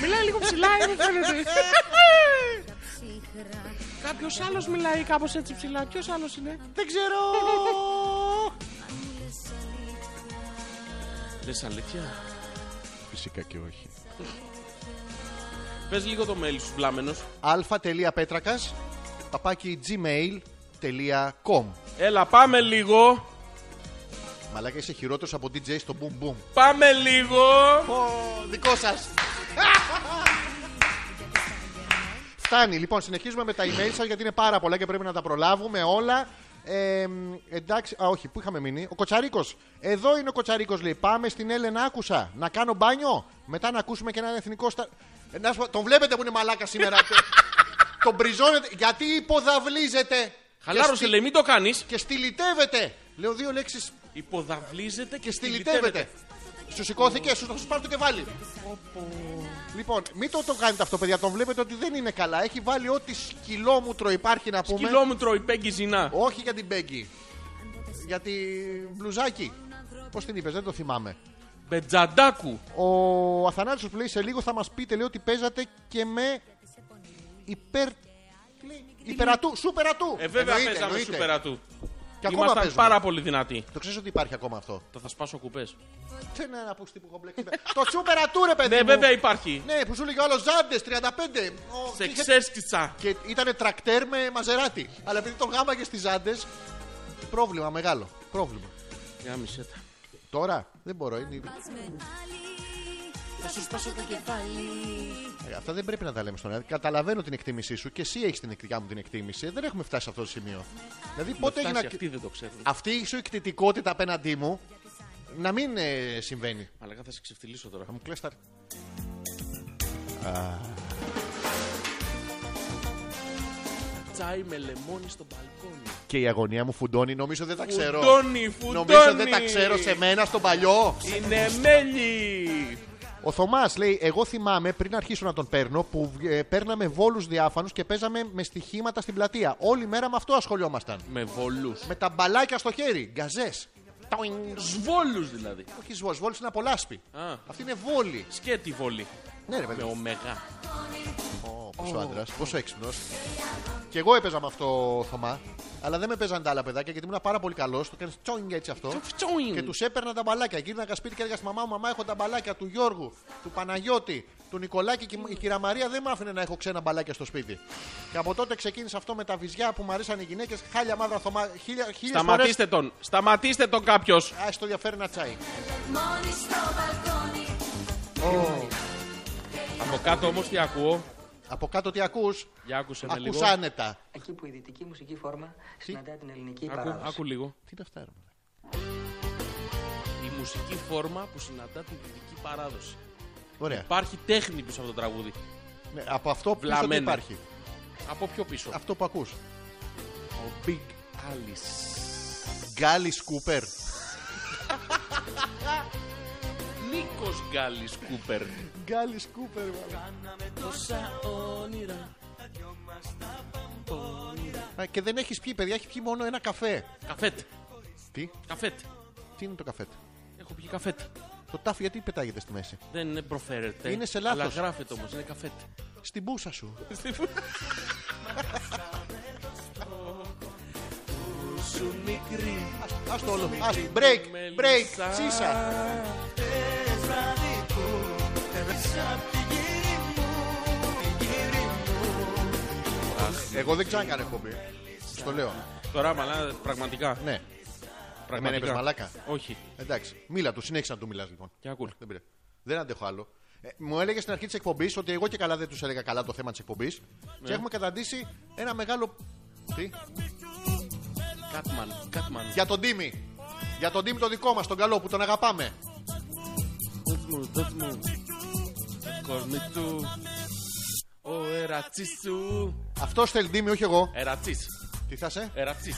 Speaker 1: Μιλάει λίγο ψηλά, είναι φαίνεται.
Speaker 8: ψυχρά
Speaker 1: Κάποιος άλλος μιλάει κάπως έτσι ψηλά. Ποιος άλλος είναι.
Speaker 2: Δεν ξέρω.
Speaker 1: Λες αλήθεια.
Speaker 2: Φυσικά και όχι.
Speaker 1: Πες λίγο το mail σου, βλάμενος.
Speaker 2: α.πέτρακα παπάκι gmail.com
Speaker 1: Έλα, πάμε λίγο.
Speaker 2: Μαλάκα είσαι χειρότερος από DJ στο boom boom.
Speaker 1: Πάμε λίγο.
Speaker 2: δικό σας. Φτάνει. Λοιπόν, συνεχίζουμε με τα email σας γιατί είναι πάρα πολλά και πρέπει να τα προλάβουμε όλα. Ε, μ, εντάξει, α, όχι, πού είχαμε μείνει. Ο Κοτσαρίκος. Εδώ είναι ο Κοτσαρίκος, λέει. Πάμε στην Έλενα, άκουσα. Να κάνω μπάνιο. Μετά να ακούσουμε και έναν εθνικό. Στα... Ε, να σου πω, τον βλέπετε που είναι μαλάκα σήμερα. τον μπριζώνετε. Γιατί υποδαβλίζετε. Και
Speaker 1: Χαλάρωσε,
Speaker 2: στι-
Speaker 1: λέει, μην το κάνεις.
Speaker 2: Και στυλιτεύετε. Λέω δύο λέξεις
Speaker 1: Υποδαβλίζεται και
Speaker 2: και στυλιτεύεται. Σου σηκώθηκε, σου θα σου πάρει το κεφάλι. Λοιπόν, μην το, το κάνετε αυτό, παιδιά. Τον βλέπετε ότι δεν είναι καλά. Έχει βάλει ό,τι σκυλόμουτρο υπάρχει να πούμε.
Speaker 1: Κιλόμετρο η Πέγκη Ζηνά.
Speaker 2: Όχι για την Μπέγκη. Για τη μπλουζάκι. Πώς την είπες, δεν το θυμάμαι.
Speaker 1: Μπετζαντάκου.
Speaker 2: Ο Αθανάσιος που λέει σε λίγο θα μας πείτε, λέει ότι παίζατε και με υπερ. τι λέει, Υπερατού, σούπερατού.
Speaker 1: Ε, βέβαια
Speaker 2: Εννοείται,
Speaker 1: παίζαμε
Speaker 2: εννοείται.
Speaker 1: σούπερα του.
Speaker 2: Και ακόμα
Speaker 1: Ήμασταν
Speaker 2: παίζουμε.
Speaker 1: πάρα πολύ δυνατοί.
Speaker 2: Το ξέρεις ότι υπάρχει ακόμα αυτό.
Speaker 1: Θα, θα σπάσω κουπές.
Speaker 2: Τι είναι να που έχω μπλέξει. Το σούπερατού, ρε παιδί.
Speaker 1: Ναι,
Speaker 2: μου.
Speaker 1: βέβαια υπάρχει.
Speaker 2: Ναι, που σου έλεγε ο άλλος Ζάντες 35. Ο, και
Speaker 1: Σε
Speaker 2: είχε-
Speaker 1: ξέσκιτσα.
Speaker 2: Και ήταν τρακτέρ με μαζεράτη. Αλλά επειδή τον γάμαγες στις Ζάντες. Πρόβλημα μεγάλο. Πρόβλημα.
Speaker 1: Για μισέ τα.
Speaker 2: Τώρα δεν μπορώ. Είναι...
Speaker 8: Πας με άλλη, θα σου σπάσω το κεφάλι.
Speaker 2: Ε, Αυτά δεν πρέπει να τα λέμε στον αέρα. Καταλαβαίνω την εκτίμησή σου και εσύ έχεις την εκτικά μου την εκτίμηση. Δεν έχουμε φτάσει σε αυτό το σημείο. Δηλαδή πότε
Speaker 1: Φτάσει,
Speaker 2: έγινε.
Speaker 1: Αυτοί δεν το ξέρουν.
Speaker 2: Αυτή η σου εκτιτικότητα απέναντί μου να μην ε, συμβαίνει.
Speaker 1: Αλλά θα σε ξεφτυλίσω τώρα.
Speaker 2: Θα μου κλέσει τα.
Speaker 1: Τσάι με λεμόνι στο μπαλκόνι.
Speaker 2: Και η αγωνία μου φουντώνει, νομίζω δεν τα ξέρω.
Speaker 1: Φουντώνει, φουντώνει.
Speaker 2: Νομίζω δεν τα ξέρω σε μένα στον παλιό.
Speaker 1: Είναι μέλι.
Speaker 2: Ο Θωμάς λέει: Εγώ θυμάμαι πριν αρχίσω να τον παίρνω που ε, παίρναμε βόλους διάφανους και παίζαμε με στοιχήματα στην πλατεία. Όλη μέρα με αυτό ασχολιόμασταν.
Speaker 1: Με βολού.
Speaker 2: Με τα μπαλάκια στο χέρι, γκαζές. Τοιν.
Speaker 1: Σβόλους δηλαδή.
Speaker 2: Όχι σβόλ, σβόλ είναι από λάσπη.
Speaker 1: Α.
Speaker 2: Αυτή είναι βόλη.
Speaker 1: Σκέτη βολή.
Speaker 2: Ναι, ρε
Speaker 1: Με
Speaker 2: παιδί.
Speaker 1: ομεγά.
Speaker 2: Ω, Πόσο άντρας, πόσο έξυπνος. Και εγώ έπαιζα με αυτό, Θωμά. Αλλά δεν με παίζαν τα άλλα παιδάκια γιατί ήμουν πάρα πολύ καλός. Το κάνεις τσόινγκ έτσι αυτό.
Speaker 1: Φτσόιν.
Speaker 2: Και τους έπαιρνα τα μπαλάκια. Γύρναγα σπίτι και έλεγα στη μαμά μου: Μαμά, έχω τα μπαλάκια του Γιώργου, του Παναγιώτη, του Νικολάκη και η κυρία Μαρία δεν μ' άφηνε να έχω ξένα μπαλάκια στο σπίτι. Και από τότε ξεκίνησε αυτό με τα βυζιά που μου αρέσαν οι γυναίκες. Χάλια μαύρα θωμά. Χίλια, χίλιες φορές.
Speaker 1: Σταματήστε τον. Σταματήστε τον κάποιος.
Speaker 2: Α το διαφέρει ένα τσάι.
Speaker 8: Μόνη στο μπαλκόνι.
Speaker 1: Από κάτω όμως τι ακούω.
Speaker 2: Από κάτω τι ακούς.
Speaker 1: Για άκουσε με
Speaker 2: Ακούς
Speaker 1: λίγο.
Speaker 2: άνετα.
Speaker 9: Εκεί που η δυτική μουσική φόρμα συναντά την ελληνική
Speaker 1: Άκου,
Speaker 9: παράδοση.
Speaker 1: άκου λίγο.
Speaker 2: Τι είναι αυτά, ρε μαλάκα.
Speaker 1: Η μουσική φόρμα που συναντά την δυτική παράδοση.
Speaker 2: Ωραία.
Speaker 1: Υπάρχει τέχνη πίσω από το τραγούδι.
Speaker 2: Ναι, από αυτό πίσω τι
Speaker 1: Βλαμμένα.
Speaker 2: υπάρχει.
Speaker 1: Από πιο πίσω.
Speaker 2: Αυτό που ακούς.
Speaker 1: Ο Big Alice.
Speaker 2: Γκάλις Κούπερ.
Speaker 1: Νίκος Γκάλι Κούπερ.
Speaker 2: Γκάλι Κούπερ,
Speaker 1: Τόσα όνειρα.
Speaker 2: Και δεν έχεις πιει, παιδιά, έχει πιει μόνο ένα καφέ.
Speaker 1: Καφέτ.
Speaker 2: Τι,
Speaker 1: Καφέτ.
Speaker 2: τι είναι το καφέ. του?
Speaker 1: Έχω πιει καφέτ.
Speaker 2: Το τάφι γιατί πετάγεται στη μέση.
Speaker 1: Δεν είναι προφέρεται.
Speaker 2: Είναι σε λάθος.
Speaker 1: Αλλά γράφεται όμως. Είναι καφέτ.
Speaker 2: Στην μπούσα σου.
Speaker 1: Σου μικρή.
Speaker 2: Ας το όλο. Ας, break, break,
Speaker 1: Μελισσά.
Speaker 2: τσίσα. Εγώ δεν ξανά κάνω εκπομπή. Σου το λέω.
Speaker 1: Τώρα μαλά, πραγματικά.
Speaker 2: Ναι. Εμένα είπες μαλάκα.
Speaker 1: Όχι.
Speaker 2: Εντάξει. Μίλα του, συνέχισε να του μιλάς λοιπόν.
Speaker 1: Και ακούλ.
Speaker 2: Δεν, πειράζει. δεν αντέχω άλλο. Ε, μου έλεγε στην αρχή της εκπομπής ότι εγώ και καλά δεν τους έλεγα καλά το θέμα της εκπομπής.
Speaker 1: Ναι.
Speaker 2: Και έχουμε καταντήσει ένα μεγάλο. Τι?
Speaker 1: Κάτμαν. Κάτμαν.
Speaker 2: Για τον Τίμη. Για τον Τίμη το δικό μας, τον καλό που τον αγαπάμε.
Speaker 1: Δώσ' μου, δώσ' μου. Το κορμί του. Ο ερατσί σου.
Speaker 2: Αυτό θέλει Τίμη, όχι εγώ.
Speaker 1: Ερατσί.
Speaker 2: Τι ε? θα σε.
Speaker 1: Ερατσί.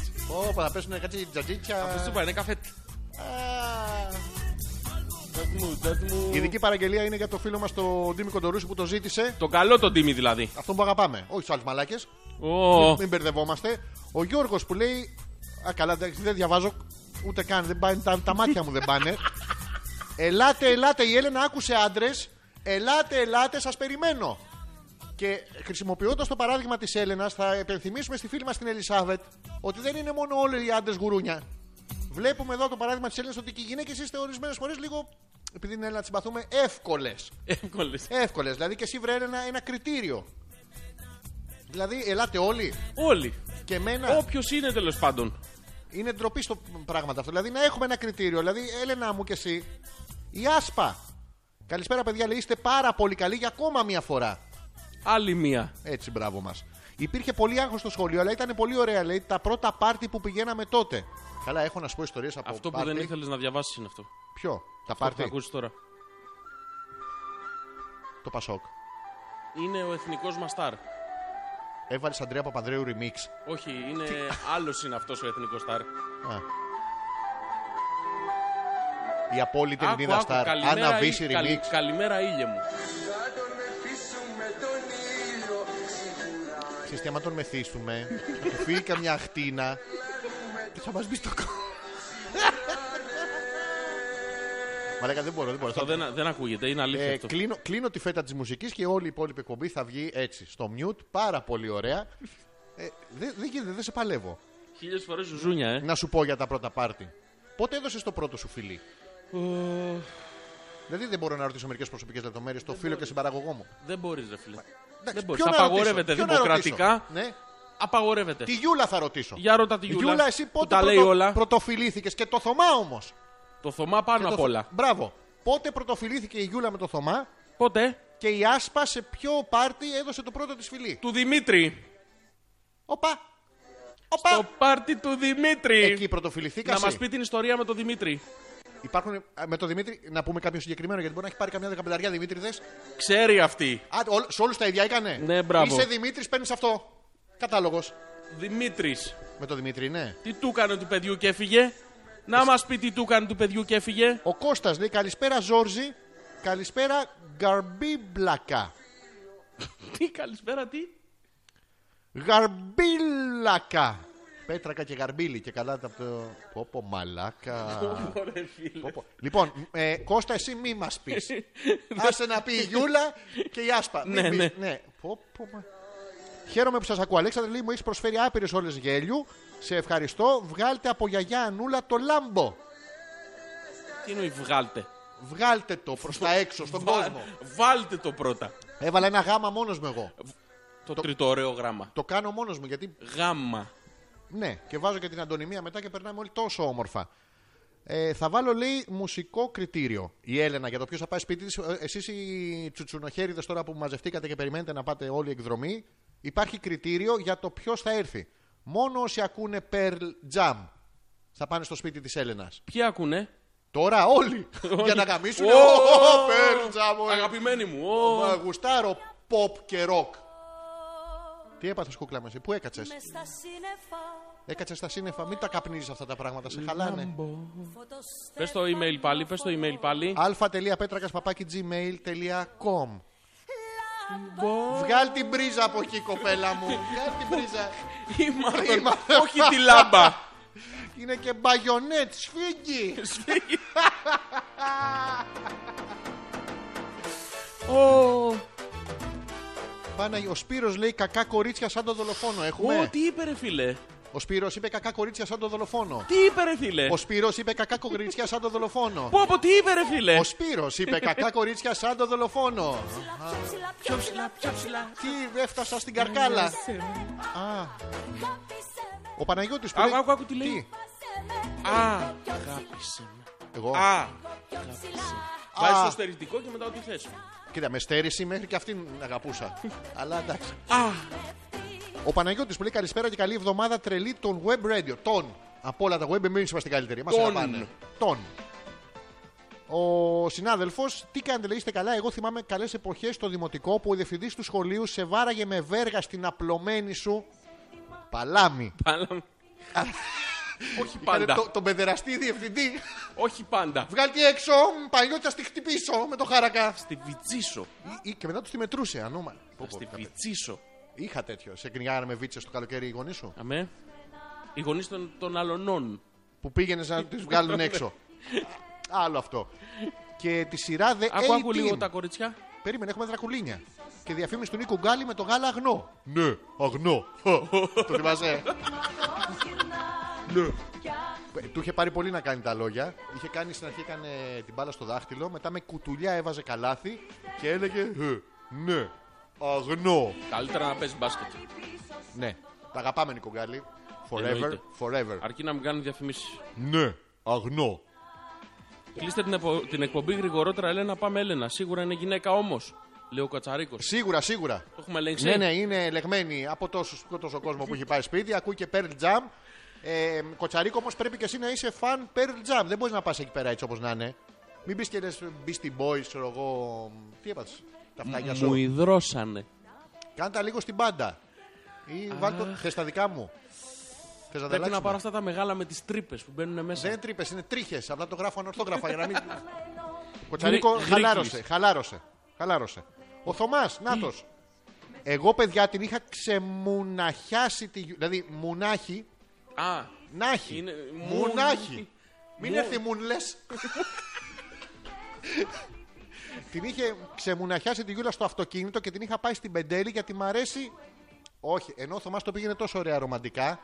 Speaker 2: Ω, θα πέσουν κάτι
Speaker 1: Αφού σου
Speaker 2: τζατζίτσια.
Speaker 1: είπα, είναι καφέτ. Δώσ' μου, δώσ' μου.
Speaker 2: Η ειδική παραγγελία είναι για το φίλο μας τον Τίμη Κοντορούση που το ζήτησε.
Speaker 1: Το καλό τον τίμη δηλαδή.
Speaker 2: Αυτό που αγαπάμε. Όχι τους άλλους μαλάκες.
Speaker 1: Ω,
Speaker 2: Μην μπερδευόμαστε. Ο Γιώργος που λέει. Α, καλά, εντάξει, δεν διαβάζω ούτε καν. Δεν πάνε, τα, τα μάτια μου δεν πάνε. ελάτε, ελάτε. Η Έλενα άκουσε άντρες. Ελάτε, ελάτε, σας περιμένω. Και χρησιμοποιώντας το παράδειγμα της Έλενας, θα επενθυμίσουμε στη φίλη μας την Ελισάβετ ότι δεν είναι μόνο όλοι οι άντρες γουρούνια. Βλέπουμε εδώ το παράδειγμα της Έλενας ότι και οι γυναίκες είστε ορισμένες φορές λίγο επειδή είναι Έλληνα, τις συμπαθούμε, εύκολες.
Speaker 1: Εύκολες.
Speaker 2: Εύκολες. Δηλαδή και εσύ βρε ένα, ένα κριτήριο. Δηλαδή, ελάτε όλοι
Speaker 1: Όλοι.
Speaker 2: και εμένα.
Speaker 1: Όποιος είναι τέλος πάντων.
Speaker 2: Είναι ντροπή στο πράγματα αυτό. Δηλαδή, να έχουμε ένα κριτήριο. Δηλαδή, Έλενα μου και εσύ, η Άσπα. Καλησπέρα, παιδιά. Λέει, είστε πάρα πολύ καλοί για ακόμα μία φορά.
Speaker 1: Άλλη μία.
Speaker 2: Έτσι, μπράβο μας. Υπήρχε πολύ άγχος στο σχολείο, αλλά ήταν πολύ ωραία. Λέει τα πρώτα πάρτι που πηγαίναμε τότε. Καλά, έχω να σου πω ιστορίες από
Speaker 1: Αυτό που
Speaker 2: πάρτι.
Speaker 1: δεν ήθελες να διαβάσεις είναι αυτό.
Speaker 2: Ποιο, τα
Speaker 1: Αυτό που θα
Speaker 2: πάρτι.
Speaker 1: ακούσεις τώρα.
Speaker 2: Το Πασόκ.
Speaker 1: Είναι ο εθνικός μας στάρ.
Speaker 2: Έβαλες Αντρέα Παπανδρέου remix.
Speaker 1: Όχι, είναι άλλος είναι αυτός ο εθνικός στάρ.
Speaker 2: Α. Η απόλυτη
Speaker 1: Άκου,
Speaker 2: Ελληνίδα
Speaker 1: άκου,
Speaker 2: Σταρ.
Speaker 1: καλημέρα
Speaker 2: Άννα
Speaker 1: ή-
Speaker 2: Βύση
Speaker 1: καλη-
Speaker 2: remix.
Speaker 1: Καλημέρα ήλιε μου.
Speaker 2: Ξέρεις τι, άμα τον μεθύσουμε, θα του φύγει καμιά αχτίνα και θα μας μπει στο κόμμα. Μαλάκα δεν μπορώ, δεν μπορώ.
Speaker 1: Αυτό
Speaker 2: Θα-
Speaker 1: δεν, δεν ακούγεται, είναι αλήθεια
Speaker 2: Ε,
Speaker 1: αυτό.
Speaker 2: κλείνω, κλείνω τη φέτα της μουσικής και όλη η υπόλοιπη εκπομπή θα βγει έτσι, στο mute, πάρα πολύ ωραία. Ε, δεν δεν γίνεται, δεν σε παλεύω.
Speaker 1: Χίλιες φορές ζουζούνια, ε.
Speaker 2: Να σου πω για τα πρώτα πάρτι. Πότε έδωσες το πρώτο σου φιλί. Ε.
Speaker 1: Ω,
Speaker 2: Δηλαδή δεν μπορώ να ρωτήσω μερικές προσωπικές λεπτομέρειες στο φίλο και συμπαραγωγό μου.
Speaker 1: δεν μπορείς, ρε φίλε.
Speaker 2: Εντάξει,
Speaker 1: Δεν μπορείς.
Speaker 2: ποιο να ρωτήσω,
Speaker 1: Απαγορεύεται
Speaker 2: ποιο να ρωτήσω.
Speaker 1: δημοκρατικά.
Speaker 2: Ναι.
Speaker 1: Απαγορεύεται.
Speaker 2: Τη Γιούλα θα ρωτήσω.
Speaker 1: Για ρώτα τη Γιούλα.
Speaker 2: Γιούλα, εσύ
Speaker 1: που
Speaker 2: πότε
Speaker 1: τα λέει
Speaker 2: πρωτο...
Speaker 1: όλα.
Speaker 2: πρωτοφιλήθηκες και το Θωμά όμως.
Speaker 1: Το Θωμά πάνω απ'
Speaker 2: Το-
Speaker 1: όλα.
Speaker 2: Μπράβο. Πότε πρωτοφιλήθηκε η Γιούλα με το Θωμά
Speaker 1: Πότε?
Speaker 2: και η Άσπα σε ποιο πάρτι έδωσε το πρώτο της φιλί.
Speaker 1: Του Δημήτρη.
Speaker 2: Οπα! Οπα!
Speaker 1: Το πάρτι του Δημήτρη.
Speaker 2: Εκεί πρωτοφιληθήκα.
Speaker 1: Να μας πει την ιστορία με τον Δημήτρη.
Speaker 2: Υπάρχουν α, με τον Δημήτρη, να πούμε κάποιο συγκεκριμένο γιατί μπορεί να έχει πάρει καμιά δεκαπενταριά Δημήτρη. Δες.
Speaker 1: Ξέρει αυτή.
Speaker 2: Α, ό, σε όλους τα ίδια έκανε.
Speaker 1: Ναι, μπράβο.
Speaker 2: Είσαι Δημήτρης, παίρνεις αυτό. Κατάλογος.
Speaker 1: Δημήτρης.
Speaker 2: Με τον Δημήτρη, ναι.
Speaker 1: Τι του έκανε του παιδιού και έφυγε. Να μας πει τι του έκανε του παιδιού και έφυγε.
Speaker 2: Ο Κώστας λέει καλησπέρα Ζόρζη. Καλησπέρα Γκαρμπίμπλακα.
Speaker 1: Τι καλησπέρα, τι.
Speaker 2: Γαρμπίλακα. Πέτρακα και γαρμπίλι και καλά τα το. Πω πω, μαλάκα.
Speaker 1: Ωραία, φίλε.
Speaker 2: Πω, πω. λοιπόν, ε, Κώστα, εσύ μη μας πεις. Άσε να πει η Γιούλα και η Άσπα. Μην
Speaker 1: Ναι,
Speaker 2: πεις.
Speaker 1: ναι.
Speaker 2: Πω, πω, μα. Χαίρομαι που σας ακούω, Αλέξανδρε. Λέει, μου έχεις προσφέρει άπειρες όλες γέλιου. Σε ευχαριστώ. Βγάλτε από γιαγιά Ανούλα το λάμπο.
Speaker 1: Τι εννοεί, βγάλτε.
Speaker 2: Βγάλτε το προς τα έξω στον
Speaker 1: Βα-
Speaker 2: κόσμο.
Speaker 1: Βάλτε το πρώτα.
Speaker 2: Έβαλα ένα γάμα μόνος μου εγώ.
Speaker 1: Το, τρίτο ωραίο γράμμα.
Speaker 2: Το κάνω μόνος μου γιατί
Speaker 1: Γάμμα.
Speaker 2: Ναι, και βάζω και την αντωνυμία μετά και περνάμε όλοι τόσο όμορφα. Ε, θα βάλω λέει μουσικό κριτήριο. Η Έλενα για το ποιος θα πάει σπίτι της. Εσείς οι τσουτσουνοχέριδες τώρα που μαζευτήκατε και περιμένετε να πάτε όλη εκδρομή, υπάρχει κριτήριο για το ποιος θα έρθει. Μόνο όσοι ακούνε Pearl Jam θα πάνε στο σπίτι της Έλενας.
Speaker 1: Ποιοι ακούνε.
Speaker 2: Τώρα όλοι! για να γαμίσουν.
Speaker 1: Ω,
Speaker 2: Ω, ω, Pearl Jam, ω,
Speaker 1: Αγαπημένοι μου.
Speaker 2: ω,
Speaker 1: ω.
Speaker 2: μα Γουστάρω pop και rock. Τι έπαθες κούκλα με εσύ, πού έκατσες.
Speaker 8: Μες στα σύννεφα
Speaker 2: Έκατσες στα σύννεφα, μην τα καπνίζεις αυτά τα πράγματα, σε χαλάνε.
Speaker 1: Πες το email πάλι, πες το email πάλι.
Speaker 2: αλφα.πέτρακα.gmail.com Βγάλ την πρίζα από εκεί, κοπέλα μου. Βγάλ την πρίζα.
Speaker 1: Ή μάλλον,
Speaker 2: Ή μάλλον.
Speaker 1: όχι τη λάμπα.
Speaker 2: Είναι και μπαγιονέτ, σφίγγι.
Speaker 1: Ω,
Speaker 2: Πάνα, ο Σπύρος λέει κακά κορίτσια σαν το δολοφόνο.
Speaker 1: Ω,
Speaker 2: Έχουμε.
Speaker 1: τι είπε ρε φίλε.
Speaker 2: Ο Σπύρος είπε κακά κορίτσια σαν το δολοφόνο.
Speaker 1: Τι είπε ρε φίλε.
Speaker 2: Ο Σπύρος είπε κακά κορίτσια σαν το δολοφόνο.
Speaker 1: Πω πω, τι είπε ρε φίλε.
Speaker 2: Ο Σπύρος είπε κακά κορίτσια σαν το δολοφόνο.
Speaker 8: Πιο ψηλά, πιο ψηλά
Speaker 2: Τι έφτασα στην καρκάλα. Ο Παναγιώτης που
Speaker 1: Άκου,
Speaker 2: λέει-
Speaker 1: άκου, άκου τι λέει. Α, αγάπησε με.
Speaker 2: Εγώ.
Speaker 1: Α, βάζεις
Speaker 2: Α.
Speaker 1: το στερητικό και μετά ό,τι θες.
Speaker 2: Κοίτα, με στέρηση μέχρι και αυτήν αγαπούσα. Αλλά εντάξει.
Speaker 1: Α,
Speaker 2: Ο Παναγιώτης που λέει καλησπέρα και καλή εβδομάδα τρελή των web radio. Των. Από όλα τα web, εμείς είμαστε καλύτεροι. Μας
Speaker 1: Των.
Speaker 2: αγαπάνε. Των. Ο συνάδελφος, τι κάνετε, λέει, είστε καλά. Εγώ θυμάμαι καλές εποχές στο δημοτικό που ο διευθυντής του σχολείου σε βάραγε με βέργα στην απλωμένη σου. Παλάμη.
Speaker 1: αλλά... Όχι
Speaker 2: Κάνε
Speaker 1: πάντα.
Speaker 2: Το, τον πεδεραστή διευθυντή.
Speaker 1: Όχι πάντα.
Speaker 2: Βγάλτε έξω, παλιό θα στη χτυπήσω με το χάρακα.
Speaker 1: Στη βυτσίσω.
Speaker 2: Ή- ή- Και μετά του τη μετρούσε, ανώμα. Πω, πω,
Speaker 1: Στη
Speaker 2: καπέ.
Speaker 1: βυτσίσω.
Speaker 2: Είχα τέτοιο. Σε κυνηγάγανε με βίτσες το καλοκαίρι οι γονείς σου.
Speaker 1: Αμέ. Οι γονείς των, των αλωνών.
Speaker 2: Που πήγαινες να του βγάλουν έξω. Άλλο αυτό. Και τη σειρά The
Speaker 1: Άκου, άκου
Speaker 2: A-Team.
Speaker 1: λίγο τα κοριτσιά.
Speaker 2: Περίμενε, έχουμε δρακουλίνια. Και διαφήμιση του Νίκου Γκάλι με το γάλα αγνό. Ναι, αγνό. το θυμάσαι. ναι. Του είχε πάρει πολύ να κάνει τα λόγια. Είχε κάνει στην αρχή έκανε την μπάλα στο δάχτυλο, μετά με κουτουλιά έβαζε καλάθι και έλεγε «Ε, Ναι, αγνό.
Speaker 1: Καλύτερα να παίζεις μπάσκετ.
Speaker 2: Ναι, τα αγαπάμε Νικογκάλη. Forever,
Speaker 1: Εννοείται.
Speaker 2: forever.
Speaker 1: Αρκεί να μην κάνει διαφημίσεις.
Speaker 2: Ναι, αγνό.
Speaker 1: Κλείστε την, επο- την εκπομπή γρηγορότερα, Ελένα. Πάμε, Έλενα. Σίγουρα είναι γυναίκα όμως. Λέει ο Κατσαρίκος.
Speaker 2: Σίγουρα, σίγουρα.
Speaker 1: Το έχουμε ελέγξει.
Speaker 2: Ναι, ναι, είναι ελεγμένη από τόσο, τόσο κόσμο που έχει πάει σπίτι. Ακούει και Pearl Jam. Ε, Κοτσαρίκο όμως πρέπει και εσύ να είσαι fan Pearl Jam. Δεν μπορείς να πας εκεί πέρα έτσι όπως να είναι. Μην πεις και λες Beastie Boys, ξέρω εγώ. Τι έπαθες. Τα φτάκια
Speaker 1: Μου
Speaker 2: σου.
Speaker 1: υδρώσανε.
Speaker 2: Κάνε τα λίγο στην πάντα. Ή βάλτε Θες τα δικά μου. Θες να τα
Speaker 1: Πρέπει να πάρω
Speaker 2: αλλάξουμε.
Speaker 1: αυτά τα μεγάλα με τις τρύπες που μπαίνουν μέσα.
Speaker 2: Δεν είναι τρύπες, είναι τρίχες. Απλά το γράφω ανορθόγραφα για να μην. Κοτσαρίκο,
Speaker 1: Γρή-
Speaker 2: χαλάρωσε,
Speaker 1: γρίκλης.
Speaker 2: χαλάρωσε. Χαλάρωσε. Ο Θωμάς, νάτος. Εγώ, παιδιά, την είχα ξεμουναχιάσει. Τη... γιου- Δηλαδή, μουνάχη.
Speaker 1: Α,
Speaker 2: Νάχη.
Speaker 1: Είναι-
Speaker 2: Μουνάχη. Μην
Speaker 1: Μου-
Speaker 2: έρθει μουνλες. την είχε ξεμουναχιάσει τη Γιούλα στο αυτοκίνητο και την είχα πάει στην Πεντέλη γιατί μ' αρέσει. Όχι, ενώ ο Θωμάς το πήγαινε τόσο ωραία ρομαντικά.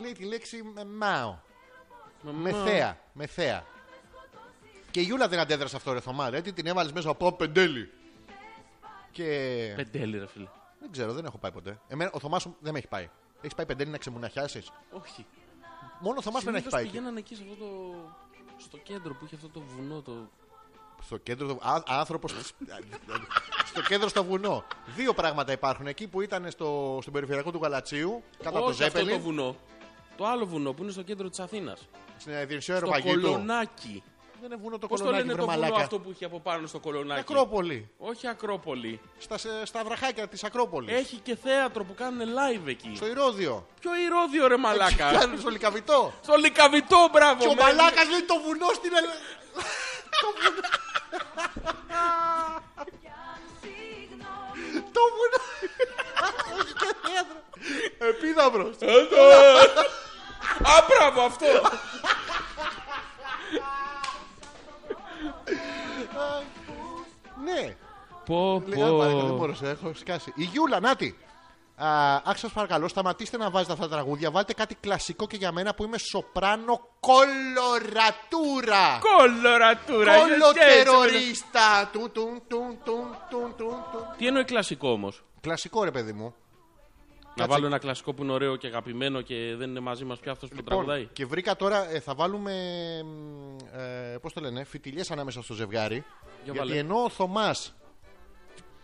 Speaker 2: Λέει τη λέξη «με μάω. Με θέα, με θέα. Και η Γιούλα δεν αντέδρασε αυτό, ρε Θωμά. Ρε, τι την έβαλες μέσα από πεντέλη. Και.
Speaker 1: πεντέλη, ρε φίλε.
Speaker 2: Δεν ξέρω, δεν έχω πάει ποτέ. Εμένα, ο Θωμάς δεν με έχει πάει. Έχεις πάει πεντέλη να ξεμουναχιάσεις.
Speaker 1: Όχι.
Speaker 2: Μόνο ο Θωμάς με έχει
Speaker 1: Συνήθως
Speaker 2: πάει.
Speaker 1: πηγαίνανε εκεί σε αυτό το. στο κέντρο που είχε αυτό το βουνό. Το...
Speaker 2: Στο κέντρο του. Α, άνθρωπος- στο κέντρο στο βουνό. Δύο πράγματα υπάρχουν εκεί που ήταν στο, στον περιφερειακό του Γαλατσίου, κατά το
Speaker 1: Όχι αυτό
Speaker 2: Ζέπελι,
Speaker 1: το βουνό. Το άλλο βουνό που είναι στο κέντρο της Αθήνας.
Speaker 2: στην Ιδρυσία
Speaker 1: Το
Speaker 2: Αεροπαγήτου.
Speaker 1: κολονάκι.
Speaker 2: Δεν είναι βουνό το
Speaker 1: Πώς το
Speaker 2: κολονάκι,
Speaker 1: λένε
Speaker 2: βρε
Speaker 1: το βουνό
Speaker 2: μαλάκα.
Speaker 1: αυτό που είχε από πάνω στο κολονάκι.
Speaker 2: Ακρόπολη.
Speaker 1: Όχι Ακρόπολη.
Speaker 2: Στα, στα βραχάκια της Ακρόπολης.
Speaker 1: Έχει και θέατρο που κάνουν live εκεί.
Speaker 2: Στο Ηρόδιο.
Speaker 1: Ποιο ηρόδιο ρε μαλάκα.
Speaker 2: Κάνουν στο λικαβιτό.
Speaker 1: Στο λικαβιτό, μπράβο.
Speaker 2: Και ο
Speaker 1: με-
Speaker 2: μαλάκας λέει το βουνό στην Ελλάδα. Το βουνό. Έχει και θέατρο. Επίδαυρο.
Speaker 1: Α, μπράβο αυτό.
Speaker 2: Ναι.
Speaker 1: Πω,
Speaker 2: Λέει, «Α, μαλάκα, Δεν μπορούσα, έχω σκάσει. Η Γιούλα, νάτι. Αχ, σα παρακαλώ, σταματήστε να βάζετε αυτά τα τραγούδια. Βάλτε κάτι κλασικό και για μένα που είμαι σοπράνο κολορατούρα.
Speaker 1: Κολορατούρα.
Speaker 2: Κολοτερορίστα. Τουν, τουν, τουν, τουν, τουν, τουν, τουν.
Speaker 1: Τι εννοεί κλασικό όμως.
Speaker 2: Κλασικό ρε παιδί μου.
Speaker 1: Να βάλω ένα κλασικό που είναι ωραίο και αγαπημένο και δεν είναι μαζί μας πια αυτός που
Speaker 2: Λοιπόν,
Speaker 1: τραγουδάει.
Speaker 2: Και βρήκα τώρα, ε, θα βάλουμε. μ, Ε, Πώς το λένε, φιτιλιές ανάμεσα στο ζευγάρι. γιατί
Speaker 1: βάλε.
Speaker 2: ενώ ο Θωμάς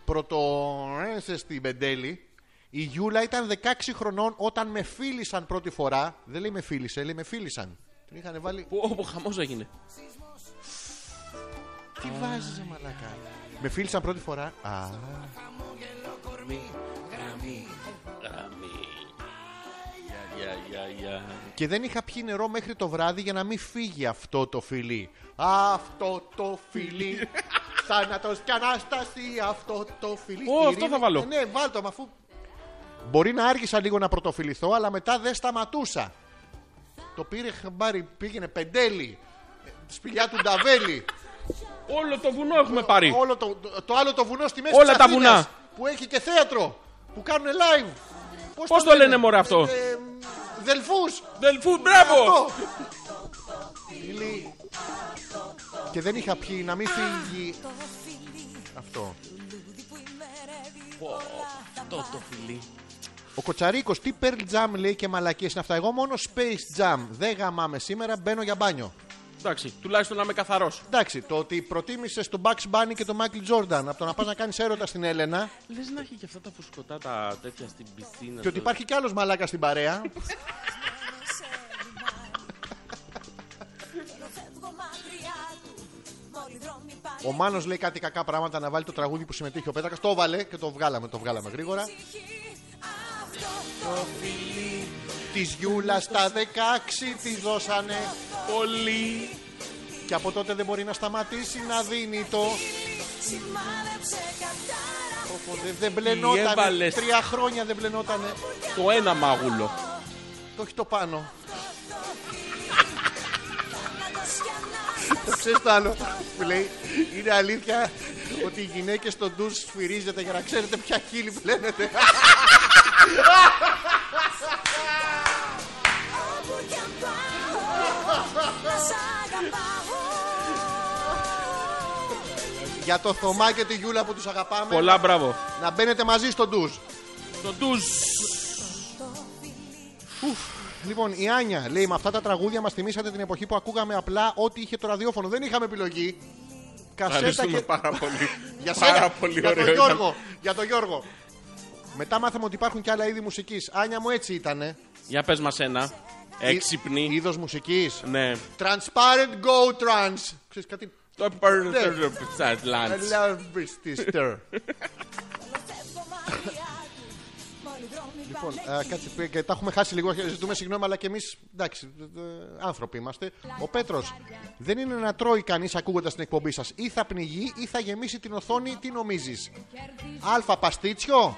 Speaker 2: πρωτοέρθε στην Πεντέλη, η Γιούλα ήταν 16 χρονών όταν με φίλησαν πρώτη φορά. Δεν λέει με φίλησε, λέει με φίλησαν. Την είχαν βάλει.
Speaker 1: Πω, Όπου χαμός έγινε.
Speaker 2: Τι βάζεις, μαλακά. Με φίλησαν πρώτη φορά. Α,
Speaker 1: Γεια, γεια, γεια.
Speaker 2: και δεν είχα πιει νερό μέχρι το βράδυ για να μην φύγει αυτό το φιλί. Αυτό το φιλί. Θάνατος και ανάσταση, αυτό το φιλί.
Speaker 1: Ω,
Speaker 2: Η
Speaker 1: αυτό
Speaker 2: Ειρήνη-
Speaker 1: θα βάλω.
Speaker 2: Ε, Ναι, βάλτο, αφού. Μπορεί να άργησα λίγο να πρωτοφιληθώ, αλλά μετά δεν σταματούσα. Το πήρε χαμπάρι, πήγαινε πεντέλη. ε, Σπηλιά του Νταβέλη.
Speaker 1: Όλο το βουνό έχουμε πάρει.
Speaker 2: Όλο το, το, το άλλο το βουνό στη μέση
Speaker 1: Όλα
Speaker 2: της
Speaker 1: τα
Speaker 2: Αθήνας,
Speaker 1: βουνά.
Speaker 2: Που έχει και θέατρο. Που κάνουν live.
Speaker 1: Πώς το λένε, μωρέ, αυτό?
Speaker 2: Ε, ε, δελφούς.
Speaker 1: Δελφούς, μπράβο!
Speaker 2: Αυτό. Φίλοι. Και δεν είχα πιει να μην φύγει. Αυτό.
Speaker 1: Αυτό το φιλί.
Speaker 2: Ο Κοτσαρίκος, τι Pearl Jam λέει και μαλακίες είναι αυτά. Εγώ μόνο Space Jam. Δεν γαμάμε σήμερα, μπαίνω για μπάνιο.
Speaker 1: Εντάξει, τουλάχιστον να είμαι καθαρός.
Speaker 2: Εντάξει, το ότι προτίμησες τον Bugs Bunny και τον Michael Jordan από το να πας να κάνεις έρωτα στην Έλενα
Speaker 1: Λες να έχει και αυτά τα φουσκωτά τα τέτοια στην πισίνα.
Speaker 2: και ότι υπάρχει κι άλλος μαλάκα στην παρέα. Ο Μάνος λέει κάτι κακά πράγματα να βάλει το τραγούδι που συμμετείχε ο Πέτρακας. Το βάλε και το βγάλαμε, το βγάλαμε γρήγορα. Της Γιούλας στα 16 της δώσανε.
Speaker 1: πολύ.
Speaker 2: Και από τότε δεν μπορεί να σταματήσει να δίνει το. Πω, πω, δεν- Δεν μπλενότανε.
Speaker 1: έβαλες.
Speaker 2: Τρία χρόνια δεν μπλενότανε.
Speaker 1: Το ένα μάγουλο.
Speaker 2: Το έχει το πάνω. Το ξέρεις το άλλο που λέει είναι αλήθεια ότι οι γυναίκες στον ντους σφυρίζεται για να ξέρετε ποια χείλη πλένετε.
Speaker 4: Όπου κι αν πάω
Speaker 2: Για το Θωμά και τη Γιούλα που τους αγαπάμε.
Speaker 1: Πολλά μπράβο.
Speaker 2: Να μπαίνετε μαζί στο ντουζ.
Speaker 1: Το ντουζ.
Speaker 2: Λοιπόν, η Άνια λέει: Με αυτά τα τραγούδια μας θυμήσατε την εποχή που ακούγαμε απλά ό,τι είχε το ραδιόφωνο. Δεν είχαμε επιλογή. Κασέτα
Speaker 1: Ευχαριστούμε
Speaker 2: και.
Speaker 1: πάρα πολύ.
Speaker 2: Για σένα,
Speaker 1: πάρα πολύ
Speaker 2: για τον
Speaker 1: ωραίο. ήταν.
Speaker 2: Γιώργο. Για τον Γιώργο. Μετά μάθαμε ότι υπάρχουν και άλλα είδη μουσικής. Άνια μου έτσι ήτανε.
Speaker 1: Για πες μας ένα. Έξυπνη.
Speaker 2: Είδος μουσικής.
Speaker 1: Ναι.
Speaker 2: Transparent Go Trans. Ξέρεις κάτι.
Speaker 1: Το
Speaker 2: Ναι. I
Speaker 1: Lance.
Speaker 2: love this sister. λοιπόν, α, κάτσε, πέ- και τα έχουμε χάσει λίγο. Ζητούμε συγγνώμη, αλλά και εμείς εντάξει, ε, ε, άνθρωποι είμαστε. Ο Πέτρος, δεν είναι να τρώει κανείς ακούγοντας την εκπομπή σας. Ή θα πνιγεί ή θα γεμίσει την οθόνη, τι νομίζεις. Α παστίτσιο,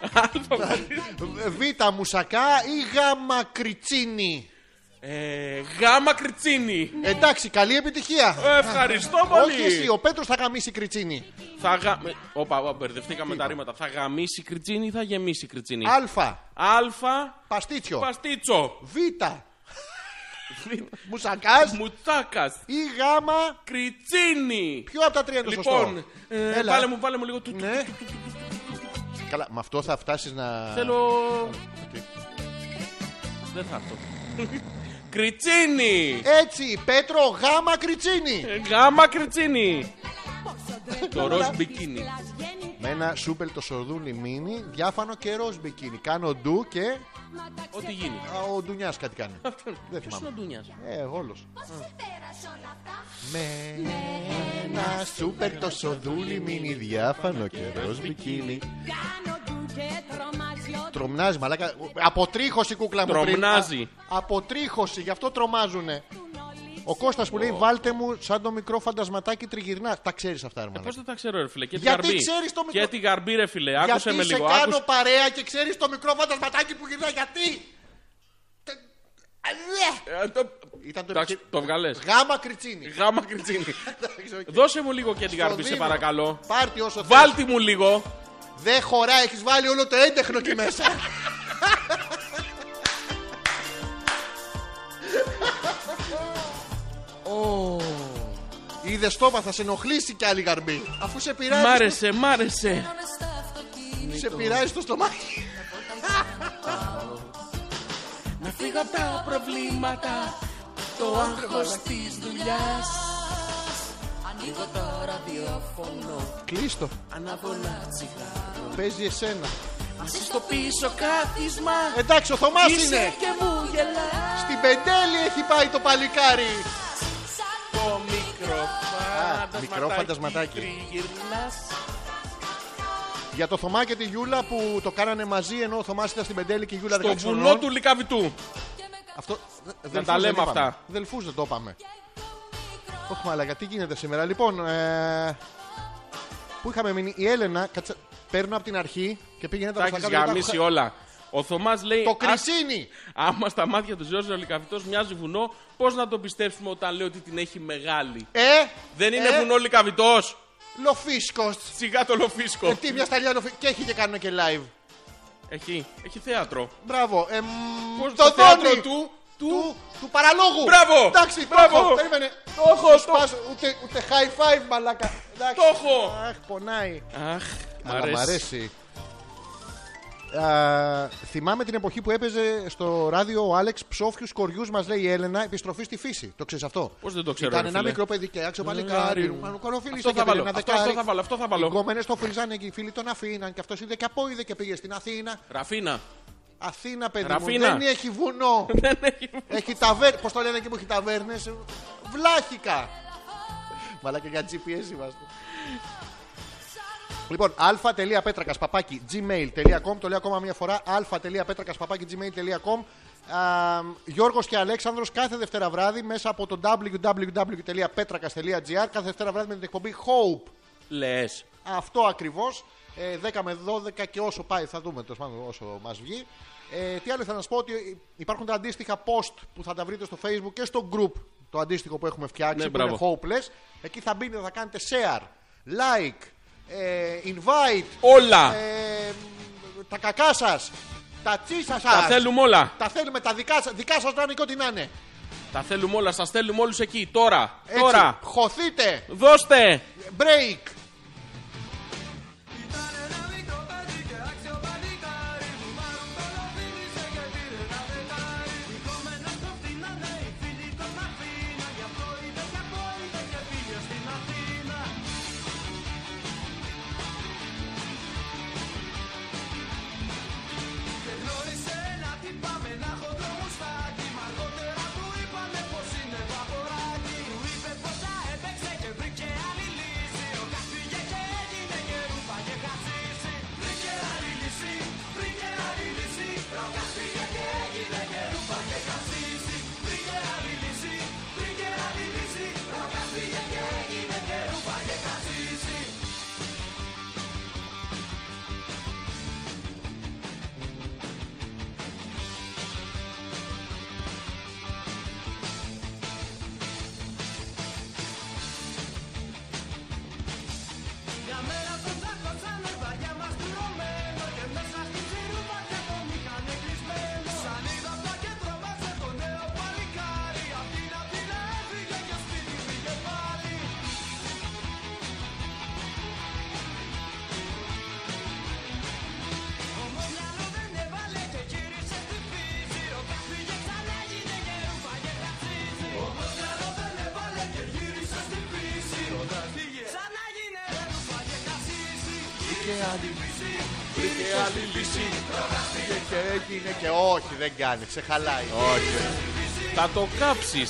Speaker 2: Β μουσακά ή Γ κριτσίνι.
Speaker 1: Ε, Γάμα κριτσίνη.
Speaker 2: Εντάξει, καλή επιτυχία.
Speaker 1: Ναι. Ε, Ευχαριστώ
Speaker 2: Όχι εσύ,
Speaker 1: πολύ.
Speaker 2: ο Πέτρος θα γαμίσει κριτσίνι.
Speaker 1: Θα γα... ε, Όπα, όπα, μπερδευτήκαμε τα ρήματα. Θα γαμίσει κριτσίνη ή θα γεμίσει κριτσίνη.
Speaker 2: Α
Speaker 1: Αλφα
Speaker 2: παστίτσιο,
Speaker 1: παστίτσο.
Speaker 2: Β μουσακά
Speaker 1: Μουτσάκα.
Speaker 2: ή γάμα
Speaker 1: Κριτσίνη.
Speaker 2: Ποιο από τα τρία είναι το
Speaker 1: Λοιπόν,
Speaker 2: σωστό.
Speaker 1: ε,
Speaker 2: Έλα.
Speaker 1: βάλε μου, βάλε μου λίγο του. του-
Speaker 2: Ναι. Καλά, με αυτό θα φτάσεις να.
Speaker 1: Θέλω. Δεν θα έρθω. Κριτσίνη.
Speaker 2: Έτσι, Πέτρο Γάμα Κριτσίνη.
Speaker 1: Ε, Γάμα κριτσίνη. Το ροζ μπικίνι.
Speaker 2: με ένα σούπελ το σορδούλι μίνι, διάφανο και ροζ μπικίνι. Κάνω ντου και.
Speaker 1: Ό,τι γίνει.
Speaker 2: Α, ο Ντουνιάς κάτι κάνει. Δεν
Speaker 1: Ποιος είναι ο
Speaker 2: θυμάμαι.
Speaker 1: Ντούνιας.
Speaker 2: Ε, όλο. Με ένα σούπερ το σορδούλι μίνι, διάφανο και ροζ μπικίνι. Τρομνάζει, μαλάκα. Αποτρίχωση κούκλα μου. πριν.
Speaker 1: Τρομνάζει.
Speaker 2: Α- Αποτρίχωση, γι' αυτό τρομάζουνε. Ο Κώστας που λέει βάλτε μου σαν το μικρό φαντασματάκι τριγυρνά. Τα ξέρεις αυτά, ρε
Speaker 1: Πώ
Speaker 2: μαλάκα.
Speaker 1: δεν τα ξέρω, ρε φίλε. Και την
Speaker 2: Γιατί
Speaker 1: γαρμπή.
Speaker 2: ξέρεις το μικρό-
Speaker 1: Και την γαρμπή, ρε φίλε. Άκουσε
Speaker 2: γιατί
Speaker 1: με
Speaker 2: σε
Speaker 1: λίγο.
Speaker 2: κάνω
Speaker 1: άκουσε-
Speaker 2: παρέα και ξέρεις το μικρό φαντασματάκι που γυρνά. Γιατί. Τε- Α, δε.
Speaker 1: Ε, το-
Speaker 2: Ήταν το
Speaker 1: Εντάξει, το βγαλέ.
Speaker 2: Γάμα κριτσίνη.
Speaker 1: Γάμα κριτσίνη.
Speaker 2: Εντάξει, οκ.
Speaker 1: Δώσε μου λίγο και την
Speaker 2: Στο
Speaker 1: γαρμπή, σε
Speaker 2: δίνω.
Speaker 1: παρακαλώ.
Speaker 2: Πάρτι όσο θες.
Speaker 1: Βάλτε μου λίγο.
Speaker 2: Δεν χωρά, έχεις βάλει όλο το έντεχνο εκεί μέσα. Ω, Είδες τόπα, θα σε ενοχλήσει κι άλλη γαρμπή. Αφού σε
Speaker 1: Μ'
Speaker 2: πειράζει,
Speaker 1: άρεσε, μ' άρεσε.
Speaker 2: σε πειράζει το στομάχι.
Speaker 1: Να φύγω από τα προβλήματα. Το άγχος της δουλειάς.
Speaker 2: Κλείστο. Παίζει εσένα.
Speaker 1: Στο πίσω κάθισμα.
Speaker 2: Εντάξει, ο Θωμάς είναι.
Speaker 1: Είσαι και μου γελάς.
Speaker 2: Στην πεντέλη έχει πάει το παλικάρι.
Speaker 1: Το μικρό φαντασματάκι.
Speaker 2: μικρό φαντασματάκι.
Speaker 1: Τριγυρνάς.
Speaker 2: Για το Θωμά και τη Γιούλα που το κάνανε μαζί ενώ ο Θωμάς ήταν στην πεντέλη και η Γιούλα
Speaker 1: Το
Speaker 2: 16
Speaker 1: βουνό
Speaker 2: χρονών.
Speaker 1: του λικαβιτού.
Speaker 2: Αυτό δεν
Speaker 1: τα λέμε αυτά.
Speaker 2: Δελφούς δεν το είπαμε. Όχι μαλακα, τι γίνεται σήμερα. Λοιπόν, ε, πού είχαμε μείνει. Η Έλενα, κάτσε, παίρνω από την αρχή και πήγαινε τα
Speaker 1: Τα έχεις
Speaker 2: μουσακά του,
Speaker 1: γαμίσει
Speaker 2: τα-
Speaker 1: όλα. Ο Θωμάς λέει.
Speaker 2: Το
Speaker 1: «Ας-
Speaker 2: κρυσίνι!
Speaker 1: Άμα στα μάτια του Ζόρζο Λικαβιτό μοιάζει βουνό, πώς να τον πιστέψουμε όταν λέει ότι την έχει μεγάλη.
Speaker 2: Ε,
Speaker 1: Δεν είναι
Speaker 2: ε,
Speaker 1: βουνό Λικαβιτό!
Speaker 2: Λοφίσκος.
Speaker 1: Σιγά το λοφίσκο.
Speaker 2: Ε, τι μια σταλιά λοφίσκος. Και έχει και κάνουν και live.
Speaker 1: Έχει, έχει θέατρο.
Speaker 2: Μπράβο. Ε, μ,
Speaker 1: Πώς
Speaker 2: το
Speaker 1: θέατρο
Speaker 2: δόνι
Speaker 1: του.
Speaker 2: του, του παραλόγου.
Speaker 1: Μπράβο.
Speaker 2: Εντάξει,
Speaker 1: Μπράβο.
Speaker 2: το έχω. Περίμενε.
Speaker 1: Το έχω, το-
Speaker 2: Σπάσω, ούτε, ούτε high five, μαλάκα. Εντάξει.
Speaker 1: Το έχω.
Speaker 2: Αχ, πονάει.
Speaker 1: Αχ, μ'
Speaker 2: Αλλά
Speaker 1: αρέσει.
Speaker 2: μ' αρέσει. Α, θυμάμαι την εποχή που έπαιζε στο ράδιο ο Άλεξ ψόφιους κοριούς, μας λέει η Έλενα, επιστροφή στη φύση. Το ξέρεις αυτό.
Speaker 1: Πώς δεν το ξέρω,
Speaker 2: Ήταν
Speaker 1: ρε
Speaker 2: ένα
Speaker 1: φίλε. Ναι,
Speaker 2: μικρό παιδί και άξιο παλικάρι. Μου κοροφίλησε
Speaker 1: Αυτό
Speaker 2: και
Speaker 1: θα
Speaker 2: πήρε
Speaker 1: βάλω.
Speaker 2: ένα
Speaker 1: Αυτό,
Speaker 2: δεκάρι.
Speaker 1: αυτό θα βάλω. Αυτό θα
Speaker 2: Οι
Speaker 1: βάλω.
Speaker 2: κόμενε το φρυζάνε και οι φίλοι τον αφήναν. Και αυτός είδε και από είδε και πήγε στην Αθήνα.
Speaker 1: Ραφίνα.
Speaker 2: Αθήνα, παιδί
Speaker 1: Ραφίνα.
Speaker 2: μου. Δεν έχει βουνό.
Speaker 1: Δεν έχει.
Speaker 2: έχει ταβέρ... Πώς το λένε εκεί που έχει ταβέρνες. Βλάχικα. Μαλάκα για GPS είμαστε. Λοιπόν, α.πέτρακα παπάκι gmail.com. Το λέω ακόμα μία φορά. α.πέτρακα παπάκι gmail.com. Γιώργος και Αλέξανδρος κάθε Δευτέρα βράδυ μέσα από το www.petrakas.gr κάθε Δευτέρα βράδυ με την εκπομπή Hope.
Speaker 1: Λες.
Speaker 2: Αυτό ακριβώς. Ε, 10 με 12 και όσο πάει, θα δούμε τέλος πάντων όσο μας βγει. Ε, τι άλλο θα να σου πω, ότι υπάρχουν τα αντίστοιχα post που θα τα βρείτε στο facebook και στο group το αντίστοιχο που έχουμε φτιάξει,
Speaker 1: Ναι,
Speaker 2: που είναι hopeless. Εκεί θα μπείτε, θα κάνετε share, like, ε, invite,
Speaker 1: Όλα.
Speaker 2: ε, τα κακά σας, τα τσίσα σας.
Speaker 1: Τα θέλουμε όλα.
Speaker 2: Τα θέλουμε, τα δικά σας δικά σας να είναι και ό,τι να είναι.
Speaker 1: Τα θέλουμε όλα. Σας θέλουμε όλους εκεί. Τώρα.
Speaker 2: Έτσι,
Speaker 1: Τώρα.
Speaker 2: Χωθείτε,
Speaker 1: Δώστε.
Speaker 2: break. Βρήκε άλλη λύση. Βρήκε άλλη λύση. Τραβάστηκε και έγινε και όχι, δεν κάνει. Σε χαλάει. Όχι.
Speaker 1: Θα το κάψεις.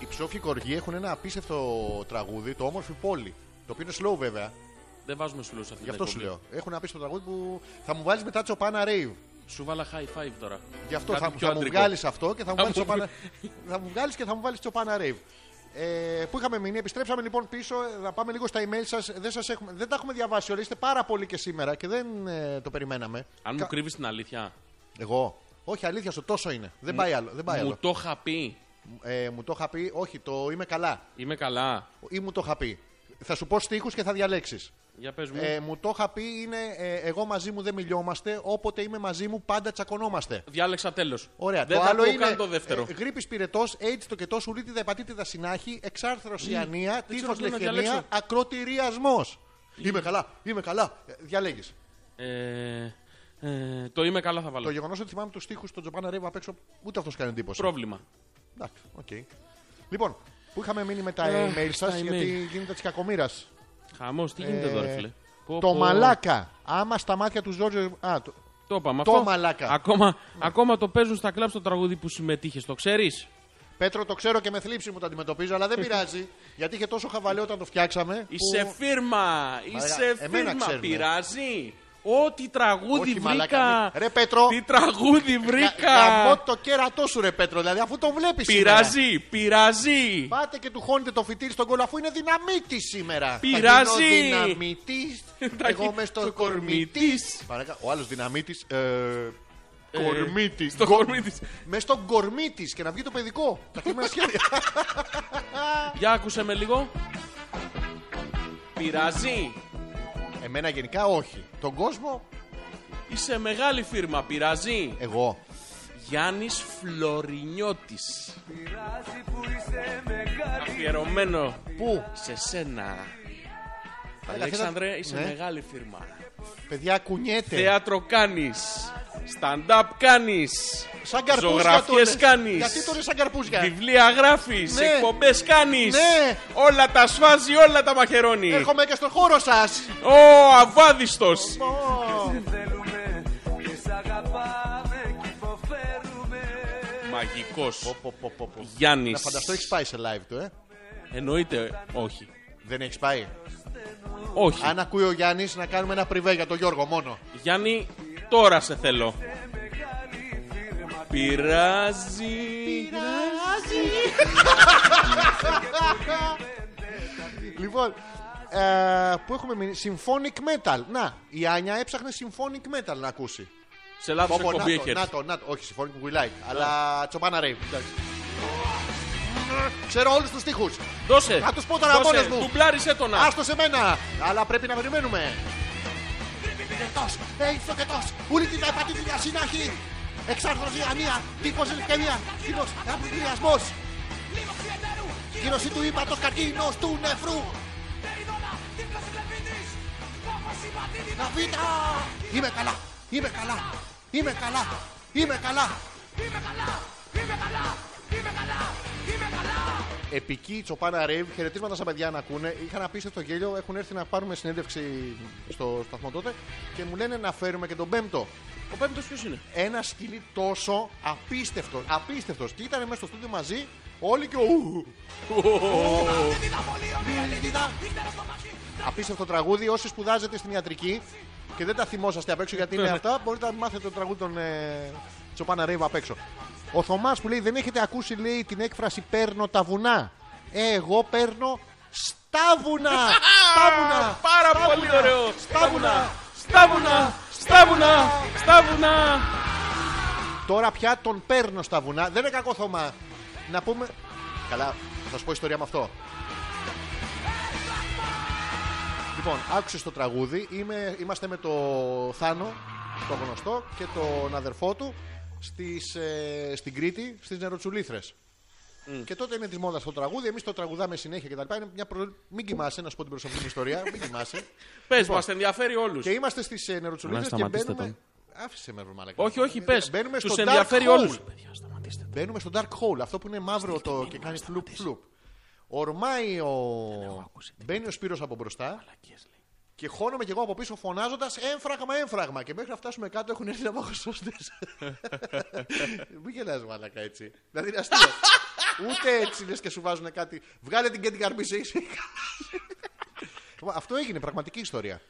Speaker 2: οι ψόφοι κοργοί έχουν ένα απίστευτο τραγούδι, το όμορφη πόλη. Το οποίο είναι slow βέβαια.
Speaker 1: Δεν βάζουμε σουλού σε αυτή
Speaker 2: Γι'
Speaker 1: την
Speaker 2: αυτό σου
Speaker 1: εκπομπή.
Speaker 2: λέω. Έχουν ένα απίστευτο τραγούδι που θα μου βάλεις μετά τσοπάνα rave.
Speaker 1: Σου βάλα high five τώρα.
Speaker 2: Γι' αυτό
Speaker 1: Κάτι
Speaker 2: θα,
Speaker 1: πιο
Speaker 2: θα μου
Speaker 1: αντρικό.
Speaker 2: βγάλεις αυτό και θα μου
Speaker 1: Θα
Speaker 2: βάλεις
Speaker 1: μου
Speaker 2: τσοπάνα. θα μου βγάλεις και θα μου βάλεις τσοπάνα rave. Ε, που είχαμε μείνει, επιστρέψαμε λοιπόν πίσω. ε, Να πάμε λίγο στα email σας. Δεν, σας έχουμε, δεν τα έχουμε διαβάσει όλα. Είστε πάρα πολύ και σήμερα και δεν ε, το περιμέναμε.
Speaker 1: Αν μου κρύβεις την αλήθεια.
Speaker 2: Εγώ. Όχι, αλήθεια σου, τόσο είναι. Δεν πάει άλλο. Δεν πάει
Speaker 1: Μου
Speaker 2: άλλο.
Speaker 1: το είχα πει.
Speaker 2: Ε, μου το είχα πει, όχι, το είμαι καλά.
Speaker 1: Είμαι καλά.
Speaker 2: Ή μου το είχα πει. Θα σου πω στίχους και θα διαλέξεις.
Speaker 1: Για πες μου.
Speaker 2: Ε, μου το είχα πει είναι ε, εγώ μαζί μου δεν μιλιόμαστε, όποτε είμαι μαζί μου πάντα τσακωνόμαστε.
Speaker 1: Διάλεξα τέλος.
Speaker 2: Ωραία.
Speaker 1: Δεν
Speaker 2: το
Speaker 1: θα
Speaker 2: άλλο
Speaker 1: ακούω
Speaker 2: είναι
Speaker 1: καν το δεύτερο.
Speaker 2: Ε, γρήπης πυρετός, AIDS, το κετός, σουλίτιδα, επατήτηδα, συνάχη, εξάρθρωση, ανία,
Speaker 1: Δεν
Speaker 2: τύφος,
Speaker 1: ξέρω τι να
Speaker 2: λευκαιμία,
Speaker 1: διαλέξω.
Speaker 2: ακροτηριασμός. Είμαι καλά, είμαι καλά. Ε, Διαλέγεις.
Speaker 1: Ε, ε, το είμαι καλά θα βάλω.
Speaker 2: Το γεγονός ότι θυμάμαι τους στίχους στον Τζοπάνα Ρέβα απ' έξω, ούτε αυτός κάνει εντύπωση.
Speaker 1: Πρόβλημα.
Speaker 2: Εντάξει, οκ. Λοιπόν, που είχαμε μείνει με τα
Speaker 1: Ε,
Speaker 2: email σα,
Speaker 1: τα email.
Speaker 2: γιατί γίνεται της κακομήρα.
Speaker 1: Χαμός, τι γίνεται
Speaker 2: Ε,
Speaker 1: τώρα, φίλε. Πω,
Speaker 2: Το
Speaker 1: πω.
Speaker 2: μαλάκα. Άμα στα μάτια του Ζόρζε. Α, το-
Speaker 1: Το είπαμε
Speaker 2: Το
Speaker 1: αυτό.
Speaker 2: μαλάκα.
Speaker 1: Ακόμα, ακόμα το παίζουν στα κλαμπ στο τραγούδι που συμμετείχες. Το ξέρεις.
Speaker 2: Πέτρο, το ξέρω και με θλίψη μου το αντιμετωπίζω, αλλά δεν πειράζει. γιατί είχε τόσο χαβαλέ όταν το φτιάξαμε. που-
Speaker 1: Είσαι φίρμα. Είσαι
Speaker 2: εμένα
Speaker 1: φίρμα.
Speaker 2: ξέρουνε.
Speaker 1: Πειράζει. Ό,τι τραγούδι
Speaker 2: Όχι,
Speaker 1: βρήκα.
Speaker 2: μαλάκα. ναι. Ρε Πέτρο,
Speaker 1: Τι τραγούδι
Speaker 2: γαμώ
Speaker 1: βρήκα.
Speaker 2: το κέρατό σου, ρε Πέτρο. Δηλαδή, αφού το βλέπεις.
Speaker 1: Πειράζει. Πειράζει.
Speaker 2: Πάτε και του χώνετε το φυτίλι στον κόλλο αφού είναι δυναμίτη σήμερα.
Speaker 1: Πειράζει.
Speaker 2: Δυναμίτης.
Speaker 1: Τα
Speaker 2: Εγώ
Speaker 1: γυ-
Speaker 2: μες στο
Speaker 1: στο
Speaker 2: κορμί
Speaker 1: κορμί
Speaker 2: τη.
Speaker 1: της.
Speaker 2: Ο άλλος δυναμίτης. Ε, κορμί τη.
Speaker 1: στο κορμί της.
Speaker 2: Με στο κορμί τη και να βγει το παιδικό. Τα κλειμμένα σχέδια.
Speaker 1: Για άκουσε με λίγο. Πειράζει.
Speaker 2: Εμένα γενικά όχι. Τον κόσμο,
Speaker 1: Είσαι μεγάλη φίρμα. Πειράζει.
Speaker 2: εγώ.
Speaker 1: Γιάννης Φλωρινιώτης.
Speaker 6: Πειράζει που είσαι μεγάλη
Speaker 1: Αφιερωμένο
Speaker 2: Πού,
Speaker 1: σε σένα.
Speaker 2: Έλα,
Speaker 1: Αλέξανδρε,
Speaker 2: θέλω-
Speaker 1: είσαι
Speaker 2: ναι. Ε.
Speaker 1: μεγάλη φίρμα.
Speaker 2: παιδιά, κουνιέται.
Speaker 1: Θέατρο κάνεις. Stand-up κάνεις.
Speaker 2: Σαν καρπούζια
Speaker 1: ζωγραφιές
Speaker 2: τον-
Speaker 1: κάνεις.
Speaker 2: Γιατί τον είναι σαν καρπούζια.
Speaker 1: Βιβλία γράφεις,
Speaker 2: Ε. Ναι.
Speaker 1: εκπομπές κάνεις.
Speaker 2: Ναι.
Speaker 1: Όλα τα σφάζει, όλα τα μαχαιρώνει.
Speaker 2: Έρχομαι και στον χώρο σας.
Speaker 1: Ο αβάδιστος.
Speaker 6: θέλουμε Και σ' αγαπάμε και υποφέρουμε
Speaker 1: Μαγικός. Γιάννης.
Speaker 2: Να φανταστώ, έχεις πάει σε live του, ε.
Speaker 1: Εννοείται όχι.
Speaker 2: Δεν έχεις πάει.
Speaker 1: Όχι.
Speaker 2: Αν ακούει ο Γιάννης, να κάνουμε ένα πριβέ για τον Γιώργο μόνο.
Speaker 1: Γιάννη, τώρα σε θέλω. Πειράζει.
Speaker 2: Λοιπόν, ε, που έχουμε μείνει. Symphonic Metal. Να, η Άνια έψαχνε Symphonic Metal να ακούσει.
Speaker 1: Σε λάθος
Speaker 2: Πω, πω,
Speaker 1: εκπομπή
Speaker 2: να,
Speaker 1: έχει
Speaker 2: το, να
Speaker 1: έρθει.
Speaker 2: το, να το. Όχι, Symphonic που γουιλάει. Αλλά τσοπάνα rave. Ξέρω όλους τους τοίχου.
Speaker 1: Δώσε.
Speaker 2: Να τους πω τώρα
Speaker 1: Δώσε.
Speaker 2: μόνος μου.
Speaker 1: Ντουμπλάρισε τον να.
Speaker 2: Άστο σε μένα. Αλλά πρέπει να περιμένουμε. Πυρετός, AIDS το κετός, ουρίτιδα, επατήτηδα, συνάχη, εξάρθρωση, ανία, τύπος, ελευκαιμία, κύλος, απειριασμός, κύρωση του ύπατος, καρκίνος, του νεφρού, Να πείτε! Είμαι καλά! Είμαι καλά! Είμαι καλά! Είμαι καλά! Επική τσοπάνα ρεϊβ, χαιρετίσματα στα παιδιά να ακούνε. Είχαν απίστευτο γέλιο, έχουν έρθει να πάρουμε συνέντευξη στο σταθμό τότε και μου λένε να φέρουμε και τον πέμπτο.
Speaker 1: Ο πέμπτος ποιος είναι.
Speaker 2: Ένα σκυλί τόσο απίστευτο, απίστευτος. Και ήταν μέσα στο στούντιο μαζί όλοι και ο. Απίστευτο τραγούδι. Όσοι σπουδάζετε στην ιατρική και δεν τα θυμόσαστε απ' έξω γιατί είναι αυτά, μπορείτε να μάθετε το τραγούδι των ε, Τσοπάνα Ρέιβα απ' έξω. Ο Θωμάς που λέει: Δεν έχετε ακούσει λέει, την έκφραση Παίρνω τα βουνά. Ε, εγώ παίρνω στα βουνά. Στα βουνά.
Speaker 1: Πάρα
Speaker 2: Στα
Speaker 1: πολύ
Speaker 2: βουνά.
Speaker 1: ωραίο.
Speaker 2: Στα βουνά.
Speaker 1: Στάβουνα. Στάβουνα. Στάβουνα.
Speaker 2: Τώρα πια τον παίρνω στα βουνά. Δεν είναι κακό Θωμά. Να πούμε. Καλά, θα σου πω ιστορία με αυτό. Λοιπόν, άκουσες το τραγούδι. Είμαι, είμαστε με το Θάνο, το γνωστό, και τον αδερφό του στις, ε, στην Κρήτη, στις νεροτσουλήθρες. Και τότε είναι της μόδας το τραγούδι. Εμείς το τραγουδάμε συνέχεια κτλ. Είναι μια προ... Μην κοιμάσαι, να σου πω την προσωπική μου ιστορία. Μην κοιμάσαι.
Speaker 1: Πες, μας ενδιαφέρει όλους.
Speaker 2: Και είμαστε στις ε, νεροτσουλήθρες και
Speaker 1: σταματήστε
Speaker 2: μπαίνουμε. Άφησε με, ρε μαλάκα.
Speaker 1: Όχι, όχι, πες.
Speaker 2: Μπαίνουμε
Speaker 1: Τους
Speaker 2: στο dark
Speaker 1: ενδιαφέρει
Speaker 2: hole.
Speaker 1: όλους.
Speaker 2: Μπαίνουμε στο dark hole, αυτό που είναι μαύρο το και κάνει φλουπ φλουπ. Ορμάει ο. Μπαίνει ο Σπύρος από μπροστά Και χώνομαι κι εγώ από πίσω φωνάζοντας έμφραγμα, έμφραγμα. Και μέχρι να φτάσουμε κάτω έχουν έρθει να μάχω σώστε. Μην γελάς μαλακά έτσι. Δηλαδή είναι αστείο. Ούτε έτσι λες και σου βάζουν κάτι. Βγάλε την και την καρμπή σε είσαι. Αυτό έγινε πραγματική ιστορία.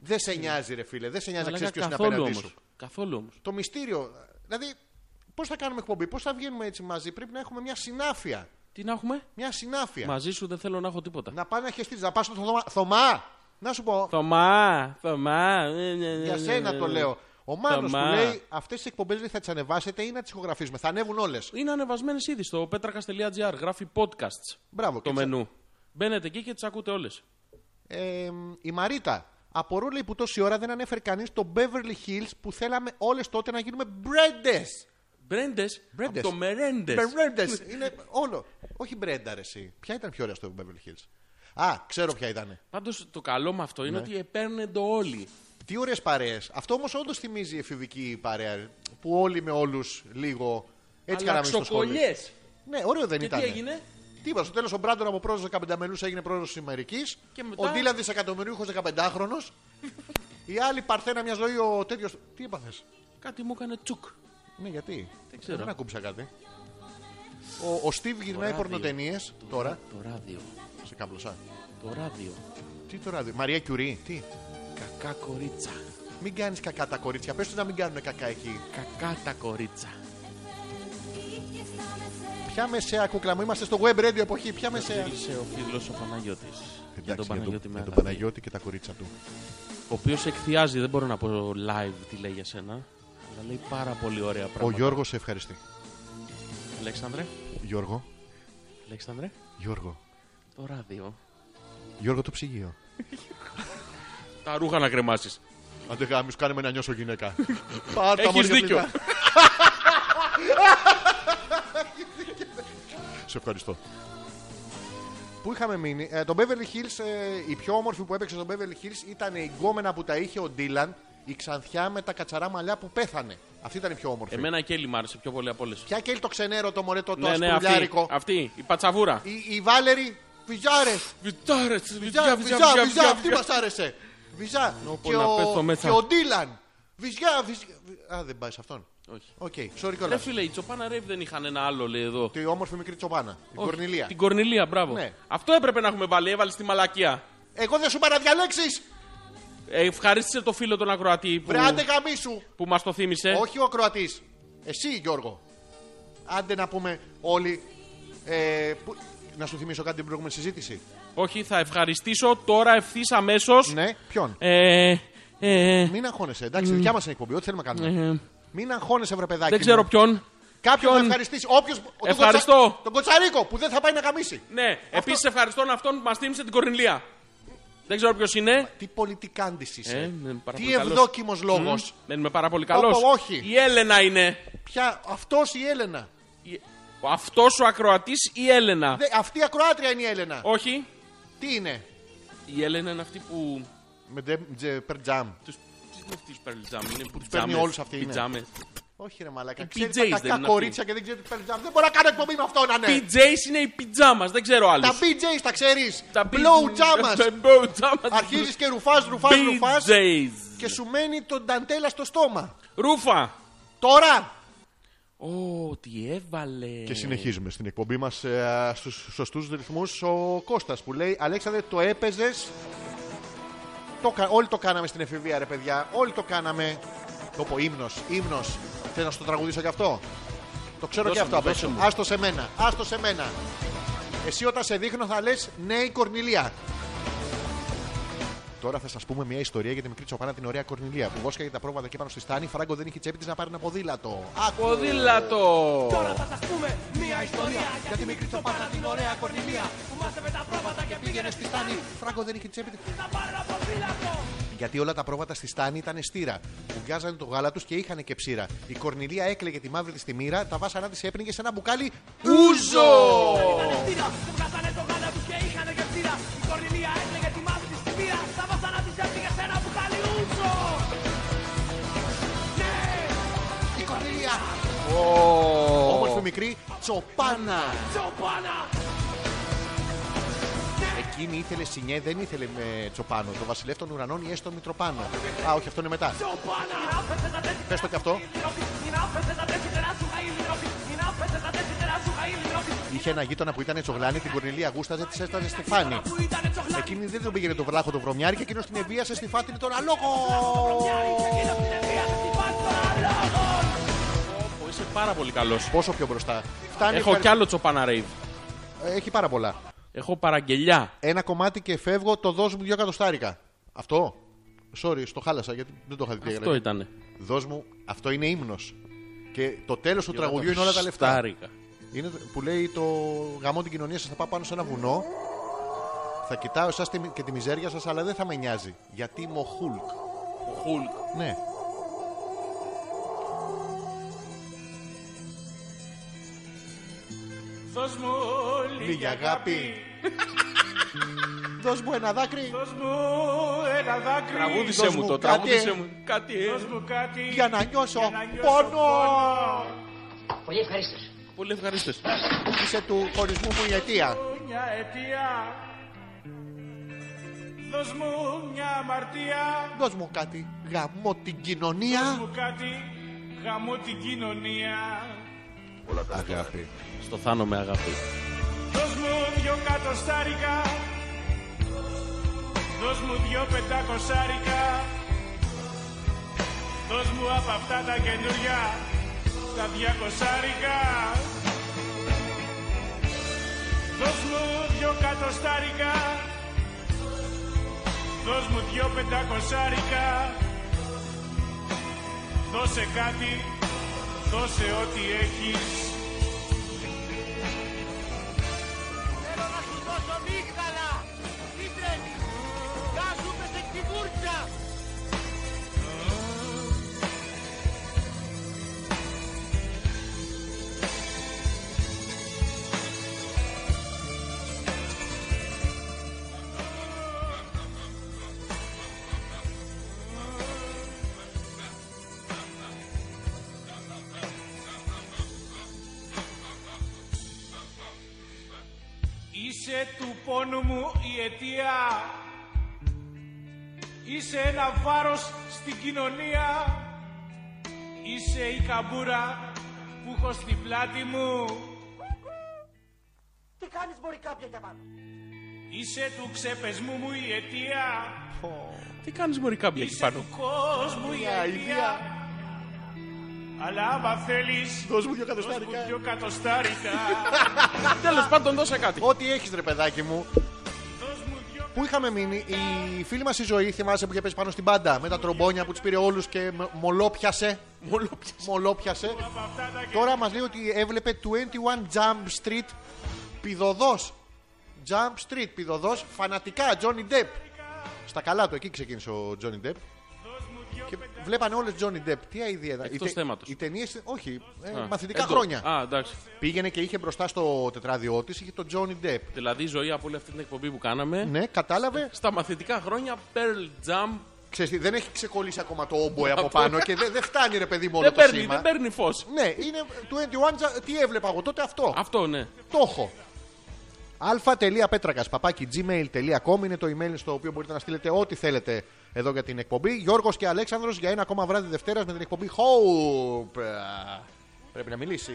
Speaker 2: Δεν σε νοιάζει, ρε φίλε. Δεν σε νοιάζει να
Speaker 1: Μαλάκα,
Speaker 2: ξέρεις ποιος είναι
Speaker 1: καθόλου
Speaker 2: απέναντί σου.
Speaker 1: όμω. Καθόλου όμως.
Speaker 2: Το μυστήριο. Δηλαδή, πώς θα κάνουμε εκπομπή, πώς θα βγαίνουμε έτσι μαζί. Πρέπει να έχουμε μια συνάφεια.
Speaker 1: Τι να έχουμε.
Speaker 2: Μια συνάφεια.
Speaker 1: Μαζί σου δεν θέλω να έχω τίποτα.
Speaker 2: Να πάει να χεστείς, να πας στον Θωμά. Θωμά! Να σου πω,
Speaker 1: Θωμά, Θωμά. ε, ναι, ναι,
Speaker 2: για
Speaker 1: ναι,
Speaker 2: σένα
Speaker 1: ναι,
Speaker 2: το
Speaker 1: ναι.
Speaker 2: λέω. Ο Μάνος
Speaker 1: Θωμά.
Speaker 2: του λέει αυτές τι εκπομπές δεν θα τις ανεβάσετε ή να τις ηχογραφήσουμε. Θα ανέβουν όλες.
Speaker 1: Είναι ανεβασμένες ήδη στο πέτρακα.gr. Γράφει podcasts.
Speaker 2: Μπράβο, και
Speaker 1: Το
Speaker 2: τις-
Speaker 1: μενού. Μπαίνετε εκεί και τις ακούτε όλες.
Speaker 2: Ε, η Μαρίτα. Απορώ λέει που τόση ώρα δεν ανέφερε κανείς το Beverly Hills που θέλαμε όλες τότε να γίνουμε μπρέντες.
Speaker 1: Μπρέντες.
Speaker 2: Μπρέντες.
Speaker 1: Το μερέντες.
Speaker 2: Μπρέντες. Είναι όλο. Όχι μπρέντα, ρε, εσύ. Ποια ήταν πιο ωραία στο Beverly Hills. Α, ξέρω ποια ήταν.
Speaker 1: Πάντως το καλό με αυτό είναι
Speaker 2: Ναι.
Speaker 1: ότι επέρνουν το όλοι.
Speaker 2: Τι ωραίες παρέες. Αυτό όμως όντως θυμίζει η εφηβική παρέα. Που όλοι με όλους λίγο. Έτσι
Speaker 1: Αλλά
Speaker 2: κάναμε στο σχολείο.
Speaker 1: ξοκολλιές.
Speaker 2: Ναι, ωραίο δεν
Speaker 1: Και
Speaker 2: ήταν.
Speaker 1: τι έγινε.
Speaker 2: Τίποτα. Στο τέλος ο Μπράντον από πρόεδρος 15 μελού έγινε πρόεδρος της Αμερικής.
Speaker 1: Και μετά-
Speaker 2: Ο Ντίλαν δισεκατομμυρίουχο 15χρονο. η άλλη παρθένα μια ζωή ο τέτοιος. Τι έπαθες.
Speaker 1: Κάτι μου έκανε τσουκ.
Speaker 2: Ναι, γιατί.
Speaker 1: Δεν ξέρω.
Speaker 2: Δεν ακούμπησα κάτι. Ο, ο Στίβ γυρνάει
Speaker 1: ράδιο.
Speaker 2: πορνοτενίες τώρα.
Speaker 1: Το ράδιο.
Speaker 2: Σε κάμπλωσά.
Speaker 1: Το ράδιο.
Speaker 2: Τι το ράδιο. Μαρία Κιουρί. Τι.
Speaker 1: Κακά κορίτσα.
Speaker 2: Μην κάνεις κακά τα κορίτσια. Πες τους να μην κάνουν κακά εκεί.
Speaker 1: Κακά τα κορίτσα.
Speaker 2: Ποια μεσαία κούκλα μου. Είμαστε στο web radio εποχή. Ποια μεσαία.
Speaker 1: Μίλησε ο φίλος ο Παναγιώτης. Ναι, Για τον
Speaker 2: για
Speaker 1: Παναγιώτη
Speaker 2: τον-
Speaker 1: με
Speaker 2: για τον
Speaker 1: αγάπη.
Speaker 2: Παναγιώτη και τα κορίτσια του.
Speaker 1: Ο οποίος εκθιάζει, δεν μπορώ να πω live τι λέει για σένα. Αλλά λέει πάρα πολύ ωραία
Speaker 2: Ο
Speaker 1: πράγματα.
Speaker 2: Γιώργος σε ευχαριστεί.
Speaker 1: Αλέξανδρε,
Speaker 2: Γιώργο.
Speaker 1: Αλέξανδρε,
Speaker 2: Γιώργο.
Speaker 1: το ράδιο.
Speaker 2: Γιώργο το ψυγείο.
Speaker 1: Τα ρούχα να κρεμάσεις.
Speaker 2: Άντε γάμις, κάνε με να νιώσω γυναίκα. Πάρτα
Speaker 1: Έχεις δίκιο.
Speaker 2: Σε ευχαριστώ. Πού είχαμε μείνει. Ε, το Beverly Hills, ε, η πιο όμορφη που έπαιξε στο Beverly Hills ήταν η γκόμενα που τα είχε ο Ντίλαν, η ξανθιά με τα κατσαρά μαλλιά που πέθανε. Αυτή ήταν η πιο όμορφη.
Speaker 1: Εμένα η Κέλλη μ' άρεσε πιο πολύ από όλες.
Speaker 2: Ποια και το ξενέρο το μωρέ το, το
Speaker 1: Ναι, ναι, αυτή,
Speaker 2: ασπρουλιάρικο.
Speaker 1: αυτή, η πατσαβούρα.
Speaker 2: Η, η Βάλερη Βυζάρε.
Speaker 1: Βιτάρε,
Speaker 2: Βυζά, βυζά, βυζά, αυτή μας άρεσε. Βυζά.
Speaker 1: Νόπο,
Speaker 2: Και
Speaker 1: να
Speaker 2: ο-
Speaker 1: πέσω μέσα.
Speaker 2: Και ο Ντίλαν. Βυζιά, βυζιά. Α, δεν πάει σε αυτόν.
Speaker 1: Όχι.
Speaker 2: Οκ, sorry
Speaker 1: Ρε
Speaker 2: κιόλα.
Speaker 1: φίλε, η Τσοπάνα Ρέιβ δεν είχαν ένα άλλο, λέει εδώ.
Speaker 2: Τη όμορφη μικρή τσοπάνα. Την
Speaker 1: Όχι,
Speaker 2: Κορνιλία.
Speaker 1: Την Κορνιλία, μπράβο.
Speaker 2: Ναι.
Speaker 1: Αυτό έπρεπε να έχουμε βάλει, έβαλε στη μαλακία.
Speaker 2: Εγώ δεν σου παραδιαλέξεις.
Speaker 1: Ε, ευχαρίστησε το φίλο τον Ακροατή που,
Speaker 2: Βρε, άντε γαμίσου.
Speaker 1: που μας το θύμισε.
Speaker 2: Όχι ο ακροατής. Εσύ, Γιώργο. Άντε να πούμε όλοι. ε, που- Να σου θυμίσω κάτι την προηγούμενη συζήτηση.
Speaker 1: Όχι, θα ευχαριστήσω τώρα ευθύς αμέσως.
Speaker 2: Ναι, ποιον.
Speaker 1: Ε, ε,
Speaker 2: Μην αγχώνεσαι, εντάξει, δικιά μας είναι η εκπομπή. Ό,τι θέλουμε να κάνουμε. Μην αγχώνεσαι, βρε παιδάκι.
Speaker 1: δεν ξέρω
Speaker 2: μου.
Speaker 1: ποιον.
Speaker 2: Κάποιον να
Speaker 1: ποιον.
Speaker 2: ευχαριστήσει. Όποιος... τον κοτσα-
Speaker 1: Ευχαριστώ.
Speaker 2: Τον Κοτσαρίκο που δεν θα πάει να καμίσει.
Speaker 1: Ναι, επίσης ευχαριστώ αυτόν που μας θύμισε την Κορνιλία. Δεν ξέρω ποιος είναι.
Speaker 2: Τι πολιτικάντης είσαι.
Speaker 1: Ε, ναι, πάρα
Speaker 2: Τι
Speaker 1: πολύ καλός.
Speaker 2: ευδόκιμος λόγος.
Speaker 1: Μμμ, Δεν είμαι πάρα πολύ καλός.
Speaker 2: Όπο, όχι.
Speaker 1: Η Έλενα είναι.
Speaker 2: Ποια... Αυτός η Έλενα.
Speaker 1: Αυτός ο ακροατής η Έλενα.
Speaker 2: Δε, αυτή η ακροάτρια είναι η Έλενα.
Speaker 1: Όχι.
Speaker 2: Τι είναι.
Speaker 1: Η Έλενα είναι αυτή που.
Speaker 2: Με ντε- τζε- περτζάμ.
Speaker 1: Τους... Τις είναι αυτή η Περλιτζάμ, είναι που
Speaker 2: παίρνει όλους ναι. αυτή, είναι.
Speaker 1: Πιτζάμες.
Speaker 2: Όχι ρε μαλάκα.
Speaker 1: Οι
Speaker 2: Ξέρεις τα
Speaker 1: PJs δεν είναι
Speaker 2: κακά
Speaker 1: αυτοί.
Speaker 2: κορίτσια και δεν ξέρεις τι περτζάμ. Δεν μπορώ να κάνω εκπομπή με αυτό να είναι.
Speaker 1: PJs είναι η πιτζάμας, δεν ξέρω άλλου.
Speaker 2: Ναι. Τα BJs τα ξέρει. Blow τζάμα. Αρχίζεις και ρουφάς, ρουφάς, ρουφάς.
Speaker 1: PJs.
Speaker 2: Και σου μένει τον νταντέλα στο στόμα.
Speaker 1: Ρούφα.
Speaker 2: Τώρα.
Speaker 1: Ω, τι έβαλε.
Speaker 2: Και συνεχίζουμε στην εκπομπή μας ε, στους σωστούς ρυθμούς. Ο Κώστας που λέει: Αλέξανδρε, το έπαιζες. Το, κα- όλοι το κάναμε στην εφηβεία, ρε παιδιά. Όλοι το κάναμε. Το πω ύμνος, ύμνος. Θέλω να σου το τραγουδήσω κι αυτό. Το ξέρω
Speaker 1: Δώσε
Speaker 2: και αυτό
Speaker 1: μου,
Speaker 2: απ'
Speaker 1: δώσε
Speaker 2: έξω.
Speaker 1: μου.
Speaker 2: Άστο σε μένα, άστο σε μένα. Εσύ όταν σε δείχνω θα λες ναι, η Κορνιλία. Τώρα θα σας πούμε μια ιστορία για τη μικρή τσοπάνα την ωραία Κορνιλία που βόσκαγε τα πρόβατα εκεί πάνω στη στάνη. Φράγκο δεν είχε τσέπη της να πάρει ένα ποδήλατο. Άκου.
Speaker 1: Ποδήλατο.
Speaker 6: Τώρα θα σας πούμε μια ιστορία για τη μικρή τσοπάνα την ωραία κορνιλία που μάζευε τα πρόβατα και
Speaker 2: Πήγαινε
Speaker 6: πήγαινε
Speaker 2: στη στάνη. Φράγκο δεν είχε τσέπη.
Speaker 6: να πάρει ένα ποδήλατο.
Speaker 2: Γιατί όλα τα πρόβατα στη στάνη ήταν στήρα. Που βγάζανε το γάλα τους και είχαν και ψήρα. Η Κορνιλία έκλαιγε τη μαύρη τη τη μοίρα, τα βάσανά της έπνιγε σε ένα μπουκάλι ούζο!
Speaker 6: Ήτανε φτήρα, δεν βγάζανε το γάλα τους και είχανε και φτήρα. Η κορνιλία έκλαιγε τη μαύρη της τη μοίρα, τα βάσανα της έφυγε σε ένα μπουκάλι ούτσο. Ναι,
Speaker 2: Η Κορνιλία! Όμορφη μικρή τσοπάνα!
Speaker 6: τσοπάνα. Ναι,
Speaker 2: εκείνη ήθελε Σινιέ, δεν ήθελε με Τσοπάνο. Το βασιλεύς των ουρανών ή έστω Μητροπάνο. Α, όχι, αυτό είναι μετά. Πες το και αυτό. Είχε ένα γείτονα που ήταν τσογλάνη, την Κορνελία Γούσταζε, της έσταζε στη φάνη. Εκείνη δεν τον πήγαινε το βράχο το βρωμιάρι και εκείνος την εβίασε στη φάτινη τον αλόγο.
Speaker 1: Πω, Είσαι πάρα πολύ καλός.
Speaker 2: Πόσο πιο μπροστά. Φτάνει.
Speaker 1: Έχω
Speaker 2: ευχαρι-
Speaker 1: κι άλλο τσοπάνα rave.
Speaker 2: Έχει πάρα πολλά.
Speaker 1: Έχω παραγγελιά.
Speaker 2: Ένα κομμάτι και φεύγω, το δώσ' μου δυο εκατοστάρικα. Αυτό. Sorry, στο χάλασα γιατί δεν το είχα δει. τι
Speaker 1: Αυτό
Speaker 2: έγραφε.
Speaker 1: ήταν.
Speaker 2: Δώσ' μου, αυτό είναι ύμνος. Και το τέλος του τραγουδιού είναι όλα τα λεφτά.
Speaker 1: Στάρικα.
Speaker 2: Είναι το- που λέει το γαμό την κοινωνία σας θα πάω πάνω σε ένα βουνό. Θα κοιτάω εσάς και τη μιζέρια σας, αλλά δεν θα με νοιάζει. Γιατί είμαι ο Χουλκ.
Speaker 1: Χουλκ.
Speaker 2: Ναι.
Speaker 1: Δώσ' μου
Speaker 2: Λίγη αγάπη. Δώσ' μου ένα δάκρυ
Speaker 1: Τραγούδισε
Speaker 2: Δώσ'
Speaker 1: μου
Speaker 2: μου
Speaker 1: το,
Speaker 2: κάτι. ε-
Speaker 1: τραγούδισε μου. Κάτι. ε-
Speaker 2: για να νιώσω πόνο.
Speaker 9: Πολύ ευχαρίστως.
Speaker 1: Πολύ ευχαριστώ.
Speaker 2: Είσαι του χωρισμού μου η αιτία.
Speaker 6: Δώσ' μου μια αμαρτία,
Speaker 2: Δώσ' μου κάτι. Γαμώ την κοινωνία.
Speaker 6: μου κάτι, χαμώ την κοινωνία.
Speaker 2: Αγάπη.
Speaker 1: Στο θάνο με αγάπη.
Speaker 6: Δώσ' μου δυο κατοστάρικα Δώσ' μου δυο πεντακοσάρικα Δώσ' μου απ' αυτά τα καινούρια Τα διακοσάρικα Δώσ' μου δυο κατοστάρικα Δώσ' μου δυο πεντακοσάρικα Δώσε κάτι, δώσε ό,τι έχεις Θέλω να σου δώσω μίγδαλα! Τι τρέχεις! Να σου πέσε τη βούρτσα! Είσαι του πόνου μου η αιτία Είσαι ένα βάρος στην κοινωνία Είσαι η καμπούρα που έχω στην πλάτη μου
Speaker 3: Τι κάνεις μπορεί κάποια για πάνω.
Speaker 6: Είσαι του ξεπεσμού μου η αιτία
Speaker 1: Τι κάνεις Μωρή κάμπια εκεί
Speaker 6: Είσαι
Speaker 1: πάνω.
Speaker 6: του κόσμου η αιτία Αλλά άμα θέλεις
Speaker 2: Δώσ' μου δυο
Speaker 6: δώσ' μου
Speaker 2: κατοστάρικα.
Speaker 6: δυο κατοστάρικα
Speaker 1: Τέλος πάντων, δώσε κάτι.
Speaker 2: Ό,τι έχεις ρε παιδάκι μου.
Speaker 6: Δώσ' μου δυο
Speaker 2: Πού είχαμε μείνει, η φίλη μας η ζωή, θυμάσαι που είχε πέσει πάνω στην πάντα με τα τρομπόνια που του πήρε όλους και μ- μολόπιασε. Μολόπιασε.
Speaker 6: από αυτά τα
Speaker 2: Τώρα μας λέει ότι έβλεπε 21 Jump Street πιδοδός. Jump Street πιδοδός, φανατικά Johnny Depp. Στα καλά του, εκεί ξεκίνησε ο Johnny Depp. Και βλέπανε όλες Johnny Depp. Τι αηδία ήταν.
Speaker 1: Εκτός
Speaker 2: Οι τε-
Speaker 1: θέματος.
Speaker 2: Οι ταινίες, όχι, ε,
Speaker 1: Α,
Speaker 2: μαθητικά
Speaker 1: εντός.
Speaker 2: χρόνια.
Speaker 1: Α, εντάξει.
Speaker 2: Πήγαινε και είχε μπροστά στο τετράδιό της είχε τον Johnny Depp.
Speaker 1: Δηλαδή η ζωή από όλη αυτή την εκπομπή που κάναμε.
Speaker 2: Ναι, κατάλαβε.
Speaker 1: Στα μαθητικά χρόνια, Pearl Jam
Speaker 2: Ξέρεις, τι, δεν έχει ξεκολλήσει ακόμα το όμποε από πάνω και δεν δεν φτάνει ρε παιδί μόνο
Speaker 1: δεν
Speaker 2: το
Speaker 1: παίρνει,
Speaker 2: σήμα.
Speaker 1: δεν παίρνει φως.
Speaker 2: Ναι, είναι 21, Jump- τι έβλεπα εγώ τότε αυτό.
Speaker 1: Αυτό ναι.
Speaker 2: Το έχω. αλφα.πέτρακα παπάκι gmail.com είναι το email στο οποίο μπορείτε να στείλετε ό,τι θέλετε εδώ για την εκπομπή. Γιώργος και Αλέξανδρος για ένα ακόμα βράδυ Δευτέρας με την εκπομπή Hope. Ε, Πρέπει να μιλήσεις.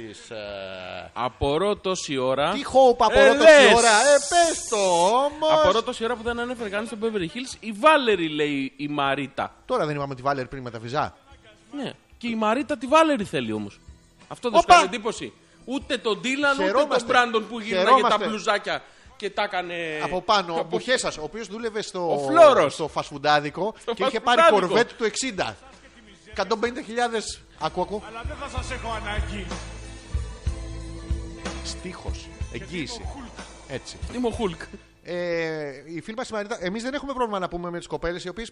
Speaker 1: Απορώ τόση ώρα.
Speaker 2: Τι Hope απορώ
Speaker 1: Ε,
Speaker 2: τόση
Speaker 1: λες.
Speaker 2: ώρα. Ε, πες το όμως.
Speaker 1: Απορώ τόση ώρα που δεν ανέφερε κανείς τον Beverly Hills. Η Βάλερη λέει η Μαρίτα.
Speaker 2: Τώρα δεν είπαμε τη Βάλερ πριν με τα βυζά.
Speaker 1: Ναι. Και η Μαρίτα τη Βάλερη θέλει όμως. Αυτό δεν σου
Speaker 2: Οπα!
Speaker 1: κάνει εντύπωση. Ούτε τον Ντίλαν, ούτε τον
Speaker 2: Χαιρόμαστε.
Speaker 1: Μπράντον που γυρνάγε τα
Speaker 2: Χαιρόμαστε.
Speaker 1: μπλουζάκια και τα έκανε.
Speaker 2: Από πάνω, ο
Speaker 1: από-
Speaker 2: Μπουχέσας, ο οποίος δούλευε
Speaker 1: Ε, Ο
Speaker 2: στο,
Speaker 1: Φλόρος.
Speaker 2: στο φασφουντάδικο
Speaker 1: Στο
Speaker 2: και είχε πάρει
Speaker 1: φασφουντάδικο.
Speaker 2: κορβέτ του 60. 150.000. Ακού, ακού.
Speaker 6: Αλλά δεν θα σας έχω ανάγκη
Speaker 2: Στίχος. Εγγύηση. Έτσι.
Speaker 1: Είμαι ο Χουλκ.
Speaker 2: Ε, η φίλη μας η Μαρίτα, εμείς δεν έχουμε πρόβλημα να πούμε με τις κοπέλες, οι οποίες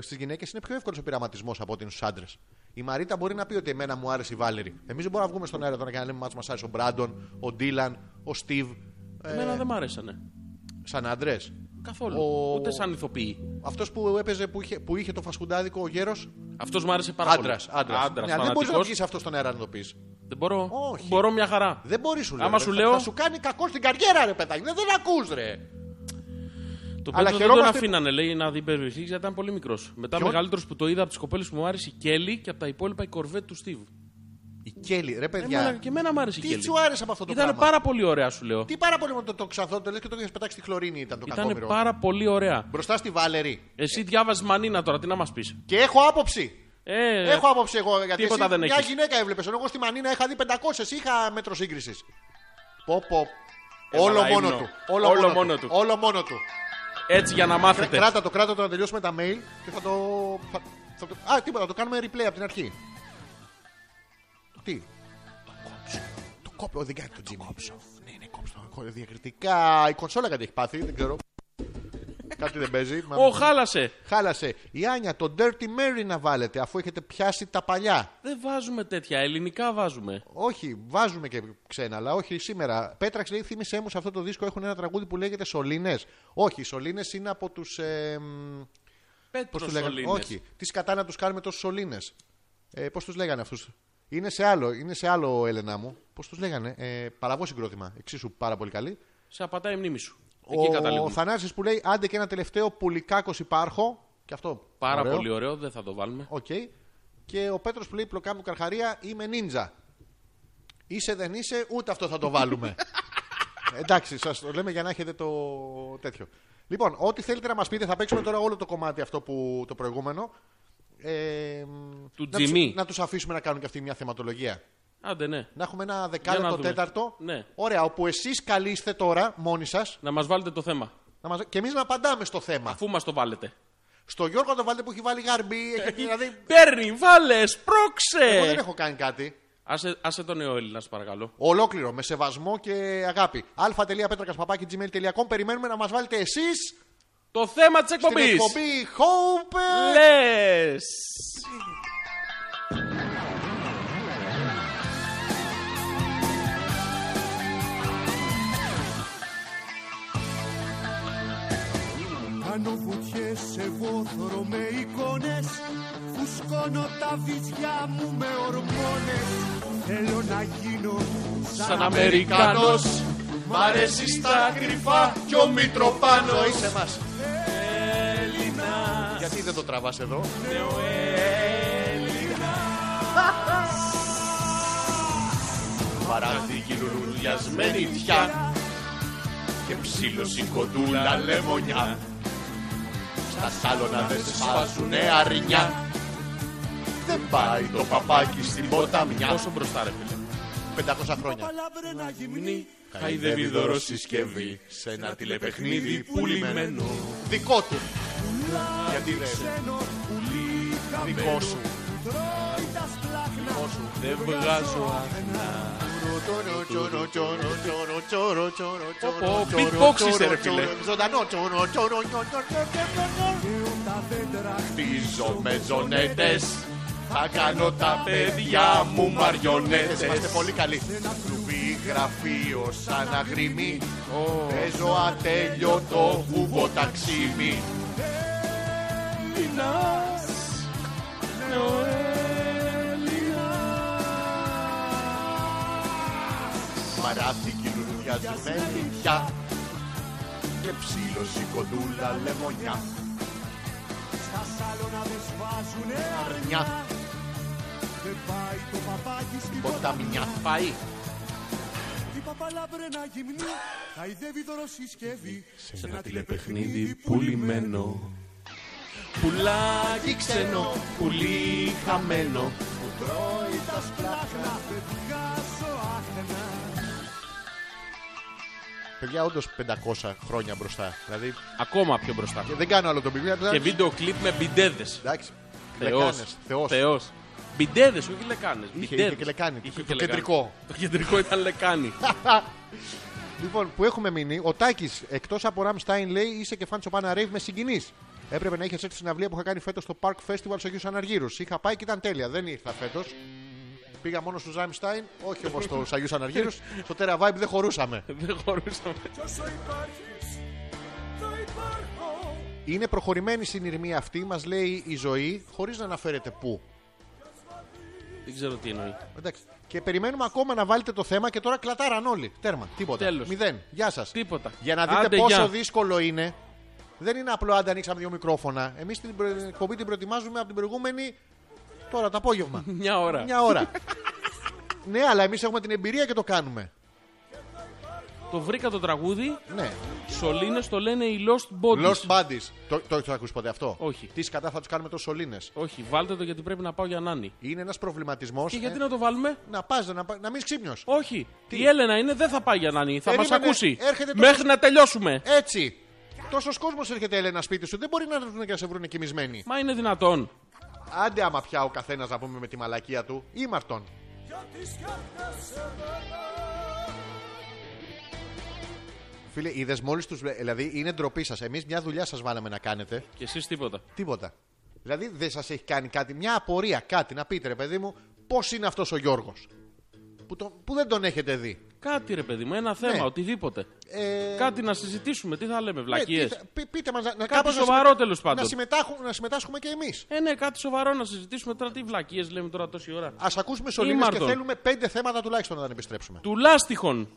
Speaker 2: στις γυναίκες είναι πιο εύκολος ο πειραματισμός από ότι στους άντρες. Η Μαρίτα μπορεί να πει ότι εμένα μου άρεσε η Βάλερη. Εμείς δεν μπορούμε να βγούμε στον αέρα τώρα και να λέμε μάτσο μα άρεσε ο Μπράντον, ο Ντίλαν, ο Στίβ. Ε.
Speaker 1: Εμένα δεν μ' άρεσανε.
Speaker 2: Σαν άντρες.
Speaker 1: Καθόλου.
Speaker 2: Ο-
Speaker 1: Ούτε σαν ηθοποιή.
Speaker 2: Αυτός που έπαιζε, που είχε, που είχε το φασχουντάδικο, ο γέρος.
Speaker 1: Αυτός μ' άρεσε πάρα
Speaker 2: Άντρα.
Speaker 1: πολύ.
Speaker 2: Άντρας.
Speaker 1: Άντρας,
Speaker 2: Ναι, δεν μπορείς να
Speaker 1: φανατικός.
Speaker 2: βγεις αυτό στον αέρα να το πεις.
Speaker 1: Δεν μπορώ.
Speaker 2: Όχι.
Speaker 1: Μπορώ μια χαρά.
Speaker 2: Δεν μπορείς σου
Speaker 1: Άμα
Speaker 2: λέω,
Speaker 1: σου
Speaker 2: ρε.
Speaker 1: λέω-
Speaker 2: Θα, θα σου κάνει κακό στην καριέρα, ρε παιδάκι. Δεν, δεν ακούς, ρε.
Speaker 1: Το
Speaker 2: Ε. Αλλά
Speaker 1: πέτρο δεν τον
Speaker 2: χαιρόμαστε-
Speaker 1: αφήνανε, λέει, να δει περιοχή γιατί ήταν πολύ μικρός. Μετά
Speaker 2: Ποιον?
Speaker 1: μεγαλύτερος που το είδα από τις κοπέλες που μου άρεσε η Κέλλη και από τα υπόλοιπα η κορβέτ του Στίβ.
Speaker 2: Η Κέλλη, ρε
Speaker 1: Ε,
Speaker 2: παιδιά.
Speaker 1: μαλάκα, και εμένα μου άρεσε η
Speaker 2: Τι
Speaker 1: Κέλλη.
Speaker 2: σου άρεσε από αυτό το
Speaker 1: Ήταν
Speaker 2: πράγμα?
Speaker 1: πάρα πολύ ωραία, σου λέω.
Speaker 2: Τι πάρα πολύ με το, το ξαθό, το λες και το είχες πετάξει στη χλωρίνη ήταν το
Speaker 1: Ήταν
Speaker 2: κακόμοιρο.
Speaker 1: πάρα πολύ ωραία.
Speaker 2: Μπροστά στη Βάλερη.
Speaker 1: Εσύ διάβαζες μανίνα τώρα, τι να μας πεις.
Speaker 2: Και έχω άποψη.
Speaker 1: Ε,
Speaker 2: έχω άποψη εγώ γιατί
Speaker 1: τίποτα
Speaker 2: εσύ
Speaker 1: δεν
Speaker 2: μια
Speaker 1: έχεις.
Speaker 2: γυναίκα έβλεπες. Ενώ εγώ στη Μανίνα είχα δει 500, εσύ είχα μέτρο σύγκρισης. Πω, πω.
Speaker 1: Ε,
Speaker 2: Όλο
Speaker 1: μαλά,
Speaker 2: μόνο
Speaker 1: ύμνο.
Speaker 2: του. Όλο,
Speaker 1: Όλο
Speaker 2: μόνο
Speaker 1: μόνο
Speaker 2: του.
Speaker 1: του.
Speaker 2: Όλο μόνο του.
Speaker 1: έτσι για να μάθετε.
Speaker 2: Ε, Κράτα το, κράτα το να τελειώσουμε τα mail και θα το. Θα, θα το α, τίποτα, το κάνουμε replay από την αρχή. Τι. Το κόψω. Δεν κάνει το Jimmy. Ναι, ναι, κόψω. Διακριτικά. Η κονσόλα κάτι έχει πάθει, δεν ξέρω. κάτι δεν παίζει. μα-
Speaker 1: Ω, χάλασε.
Speaker 2: Χάλασε. Η Άνια, το Dirty Mary να βάλετε αφού έχετε πιάσει τα παλιά.
Speaker 1: Δεν βάζουμε τέτοια. Ελληνικά βάζουμε.
Speaker 2: Όχι, βάζουμε και ξένα, αλλά όχι σήμερα. Πέτραξ λέει: Θύμησε μου σε αυτό το δίσκο έχουν ένα τραγούδι που λέγεται Σολίνε. Όχι, οι Σολίνε είναι από τους. Ε, Πώ
Speaker 1: Πέτρο
Speaker 2: τους λέγανε. Όχι. Τις κατά να τους κάνουμε τόσου σωλήνες. Ε, Πώς τους λέγανε αυτούς. Είναι σε άλλο, είναι σε άλλο Έλενα μου. Πώς τους λέγανε. Ε, παραβό συγκρότημα. Εξίσου πάρα πολύ καλή.
Speaker 1: Σε απατάει η μνήμη σου. Εκεί
Speaker 2: Ο, ο
Speaker 1: καταλήγουμε.
Speaker 2: Θανάσης που λέει: Άντε και ένα τελευταίο πουλικάκος υπάρχω. Και αυτό.
Speaker 1: Πάρα
Speaker 2: ωραίο.
Speaker 1: πολύ ωραίο, δεν θα το βάλουμε.
Speaker 2: Οκ. Και ο Πέτρος που λέει: Πλοκά μου καρχαρία, είμαι νίντζα. Είσαι δεν είσαι, ούτε αυτό θα το βάλουμε. Εντάξει, σας το λέμε για να έχετε το τέτοιο. Λοιπόν, ό,τι θέλετε να μας πείτε, θα παίξουμε τώρα όλο το κομμάτι αυτό που το προηγούμενο. Ε,
Speaker 1: Του
Speaker 2: να
Speaker 1: Τζιμί.
Speaker 2: Τους, να τους αφήσουμε να κάνουν και αυτή μια θεματολογία.
Speaker 1: Άντε, ναι.
Speaker 2: Να έχουμε ένα δεκάλεπτο
Speaker 1: να δούμε.
Speaker 2: τέταρτο.
Speaker 1: Ναι.
Speaker 2: Ωραία, όπου εσείς καλείστε τώρα μόνοι σας
Speaker 1: Να μας βάλετε το θέμα.
Speaker 2: και εμείς να απαντάμε στο θέμα.
Speaker 1: Αφού μας το βάλετε.
Speaker 2: Στο Γιώργο να το βάλετε που έχει βάλει γαρμπή.
Speaker 1: Ε,
Speaker 2: Έχει, δηλαδή,
Speaker 1: Παίρνει, βάλε,
Speaker 2: εγώ δεν
Speaker 1: σπρώξε!
Speaker 2: έχω κάνει κάτι.
Speaker 1: Άσε, άσε τον νέο Έλληνα, σε παρακαλώ.
Speaker 2: Ολόκληρο, με σεβασμό και αγάπη. α.πέτρακα.gmail.com Περιμένουμε να μας βάλετε εσείς
Speaker 1: Το θέμα της
Speaker 2: στην
Speaker 1: εκπομπής!
Speaker 2: εκπομπή Hope.
Speaker 1: Λες!
Speaker 10: Κάνω βουτιές σε βόθρο με εικόνες Φουσκώνω τα βυζιά μου με ορμόνες Θέλω να γίνω
Speaker 1: Σαν Αμερικάνο,
Speaker 10: Μ' αρέσει στα κρυφά
Speaker 2: κι ο Μητροπάνος. Είσαι μα. Γιατί δεν το τραβάς εδώ.
Speaker 7: Παράδειγη λουλουλιασμένη πια Και ψήλωση κοντούλα λεμονιά Στα σάλωνα δεν σπάζουνε αρνιά Δεν πάει το παπάκι στην ποταμιά
Speaker 1: Πόσο μπροστά, ρε φίλε.
Speaker 2: 500 χρόνια.
Speaker 10: Παλαβρένα γυμνή
Speaker 7: Χαϊδεύει δώρο συσκευή Σε ένα τηλεπαιχνίδι πουλημένο
Speaker 2: Δικό του.
Speaker 7: Γιατί δεν
Speaker 10: Ξένο πουλί
Speaker 7: δικό σου
Speaker 10: Τρώει τα σπλάχνα
Speaker 7: Δεν βγάζω
Speaker 1: beatboxiste, ρε φίλε.
Speaker 2: Ζωντανό.
Speaker 10: Και τα δέντρα
Speaker 7: Χτίζω με ζωνέτες Θα κάνω τα παιδιά μου μαριονέτες
Speaker 2: Είμαστε πολύ καλοί.
Speaker 7: Κλουβί γραφείο σαν αγρίμι Παίζω ατέλειωτο βουβό ταξίμι Παράθηκη λουλουδιασμένη πια Και ψήλωση κοντούλα λεμονιά
Speaker 10: Στα σάλωνα δεν σβάζουνε αρνιά
Speaker 7: Αρνιά.
Speaker 10: Δεν πάει το παπάκι στην
Speaker 7: Ποταμιά
Speaker 1: Πάει.
Speaker 10: Η παπαλαμπρένα γυμνή χαϊδεύει το ρωσίσκευή σε ένα
Speaker 7: τηλεπαιχνίδι πουλημένο Πουλάκι ξένο, πουλί χαμένο
Speaker 10: Τρώει τα σπλάχνα, δεν βγάζω άχνα.
Speaker 2: Παιδιά, όντως 500 χρόνια μπροστά. Δηλαδή,
Speaker 1: Ακόμα πιο μπροστά.
Speaker 2: και δεν κάνω άλλο το βιβλίο.
Speaker 1: Και
Speaker 2: εντάξει.
Speaker 1: βίντεο κλιπ με μπιντέδες.
Speaker 2: Εντάξει.
Speaker 1: Θεός.
Speaker 2: Λεκάνες, Θεός.
Speaker 1: Θεός. Μπιντέδες, όχι λεκάνες.
Speaker 2: Είχε, είχε και λεκάνη. Το κεντρικό.
Speaker 1: Το κεντρικό ήταν λεκάνη.
Speaker 2: Λοιπόν, που έχουμε μείνει, ο Τάκης εκτός από Ραμστάιν λέει είσαι και φαν Σοπάνα Ρέιβ με συγκινείς. Έπρεπε να είχες έρθει στην αυλία που είχα κάνει φέτος στο Park Festival στο Αγίου Αναργύρου. Είχα πάει και ήταν τέλεια. Δεν ήρθα φέτος. Πήγα μόνο στους Ραμστάιν, όχι όμω στου Αγίου Αναργύρου. Στο Terra Vibe δεν χωρούσαμε.
Speaker 1: Δεν χωρούσαμε.
Speaker 2: Είναι προχωρημένη συνειρμή αυτή, μας λέει η ζωή, χωρίς να αναφέρεται πού.
Speaker 1: Δεν ξέρω τι εννοεί.
Speaker 2: Εντάξει. Και περιμένουμε ακόμα να βάλετε το θέμα και τώρα κλατάραν όλοι. Τέρμα. Τίποτα.
Speaker 1: Τέλος.
Speaker 2: Μηδέν. Γεια σας.
Speaker 1: Τίποτα.
Speaker 2: Για να δείτε
Speaker 1: Άντε,
Speaker 2: πόσο
Speaker 1: γεια.
Speaker 2: δύσκολο είναι
Speaker 11: Δεν είναι απλό αν τα ανοίξαμε δύο μικρόφωνα. Εμείς την προ- εκπομπή την προετοιμάζουμε από την προηγούμενη. Τώρα το απόγευμα.
Speaker 1: Μια ώρα.
Speaker 11: Μια ώρα. ναι, αλλά εμείς έχουμε την εμπειρία και το κάνουμε.
Speaker 1: Το βρήκα το τραγούδι.
Speaker 11: Ναι.
Speaker 1: Σολίνε το λένε οι Lost Bodies.
Speaker 11: Lost Buddies. Το, το, το ακούσει ποτέ αυτό.
Speaker 1: Όχι.
Speaker 11: Τι κατά θα τους κάνουμε τόσο σωλήνες.
Speaker 1: Όχι, βάλτε το γιατί πρέπει να πάω για νάνι.
Speaker 11: Είναι ένας προβληματισμός.
Speaker 2: ε?
Speaker 1: Και γιατί να το βάλουμε.
Speaker 11: να πας, να, πα- να μην ξύπνιος.
Speaker 1: Όχι. Η Έλενα είναι, δεν θα πάει για νάνι. Θα μας
Speaker 11: Περίμενε,
Speaker 1: ακούσει.
Speaker 11: έρχεται το-
Speaker 1: Μέχρι να τελειώσουμε.
Speaker 11: Έτσι. Τόσος κόσμος έρχεται Έλενα σπίτι σου. Δεν μπορεί να έρθουν και να σε βρουν κοιμισμένοι.
Speaker 1: Μα είναι δυνατόν.
Speaker 11: Άντε άμα πια ο καθένας να πούμε με τη μαλακία του. Ήμαρτον. Φίλε, είδες μόλις τους. Δηλαδή είναι ντροπή σας. Εμείς μια δουλειά σας βάλαμε να κάνετε.
Speaker 1: Και εσείς τίποτα.
Speaker 11: Τίποτα. Δηλαδή δεν σας έχει κάνει κάτι, μια απορία, κάτι να πείτε ρε παιδί μου, πώς είναι αυτός ο Γιώργος. Που, τον- που δεν τον έχετε δει.
Speaker 1: Κάτι ρε παιδί μου, ένα θέμα,
Speaker 11: Ναι.
Speaker 1: οτιδήποτε.
Speaker 11: Ε,
Speaker 1: Κάτι να συζητήσουμε, τι θα
Speaker 2: ε,
Speaker 1: λέμε,
Speaker 11: ναι, τι
Speaker 1: βλακίες.
Speaker 11: θα- πεί- πείτε μας να, να κάπως να
Speaker 1: σοβαρό,
Speaker 11: συμμε-
Speaker 1: τέλος πάντων.
Speaker 11: Να, συμμετάχου- να συμμετάσχουμε και εμείς.
Speaker 1: Ε, ναι, κάτι σοβαρό να συζητήσουμε τώρα. Τι βλακίες λέμε τώρα τόση ώρα.
Speaker 11: Ας ακούσουμε σωλήνες και
Speaker 1: Ήμαρτον.
Speaker 11: θέλουμε πέντε θέματα τουλάχιστον όταν επιστρέψουμε.
Speaker 1: Τουλάχιστον.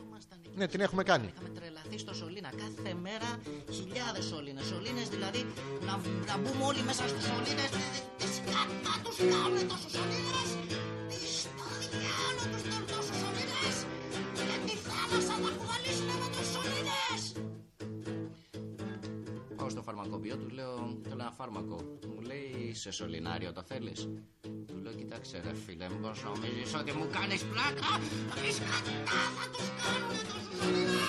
Speaker 11: Ναι, την έχουμε κάνει.
Speaker 5: Είχαμε τρελαθεί στο Σολίνα κάθε μέρα χιλιάδες σωλήνες. Σωλήνες δηλαδή να, να μπούμε όλοι μέσα στου σωλήνες. Τις σκάτα τους κάνουν τόσους σωλήνες! Τις στο διάλογο τους κάνουν τόσους σωλήνες! Και τη θάλασσα να κουβαλήσουμε με του σωλήνε! Πάω στο φαρμακοποιό, του λέω: Θέλω ένα φάρμακο. Μου λέει: Σε σωληνάριο το θέλεις. Του λέω: Κοιτάξτε, ρε φίλε, μήπως νομίζεις ότι μου κάνεις πλάκα. Τις σκατά θα του κάνουν τόσου σωλήνε!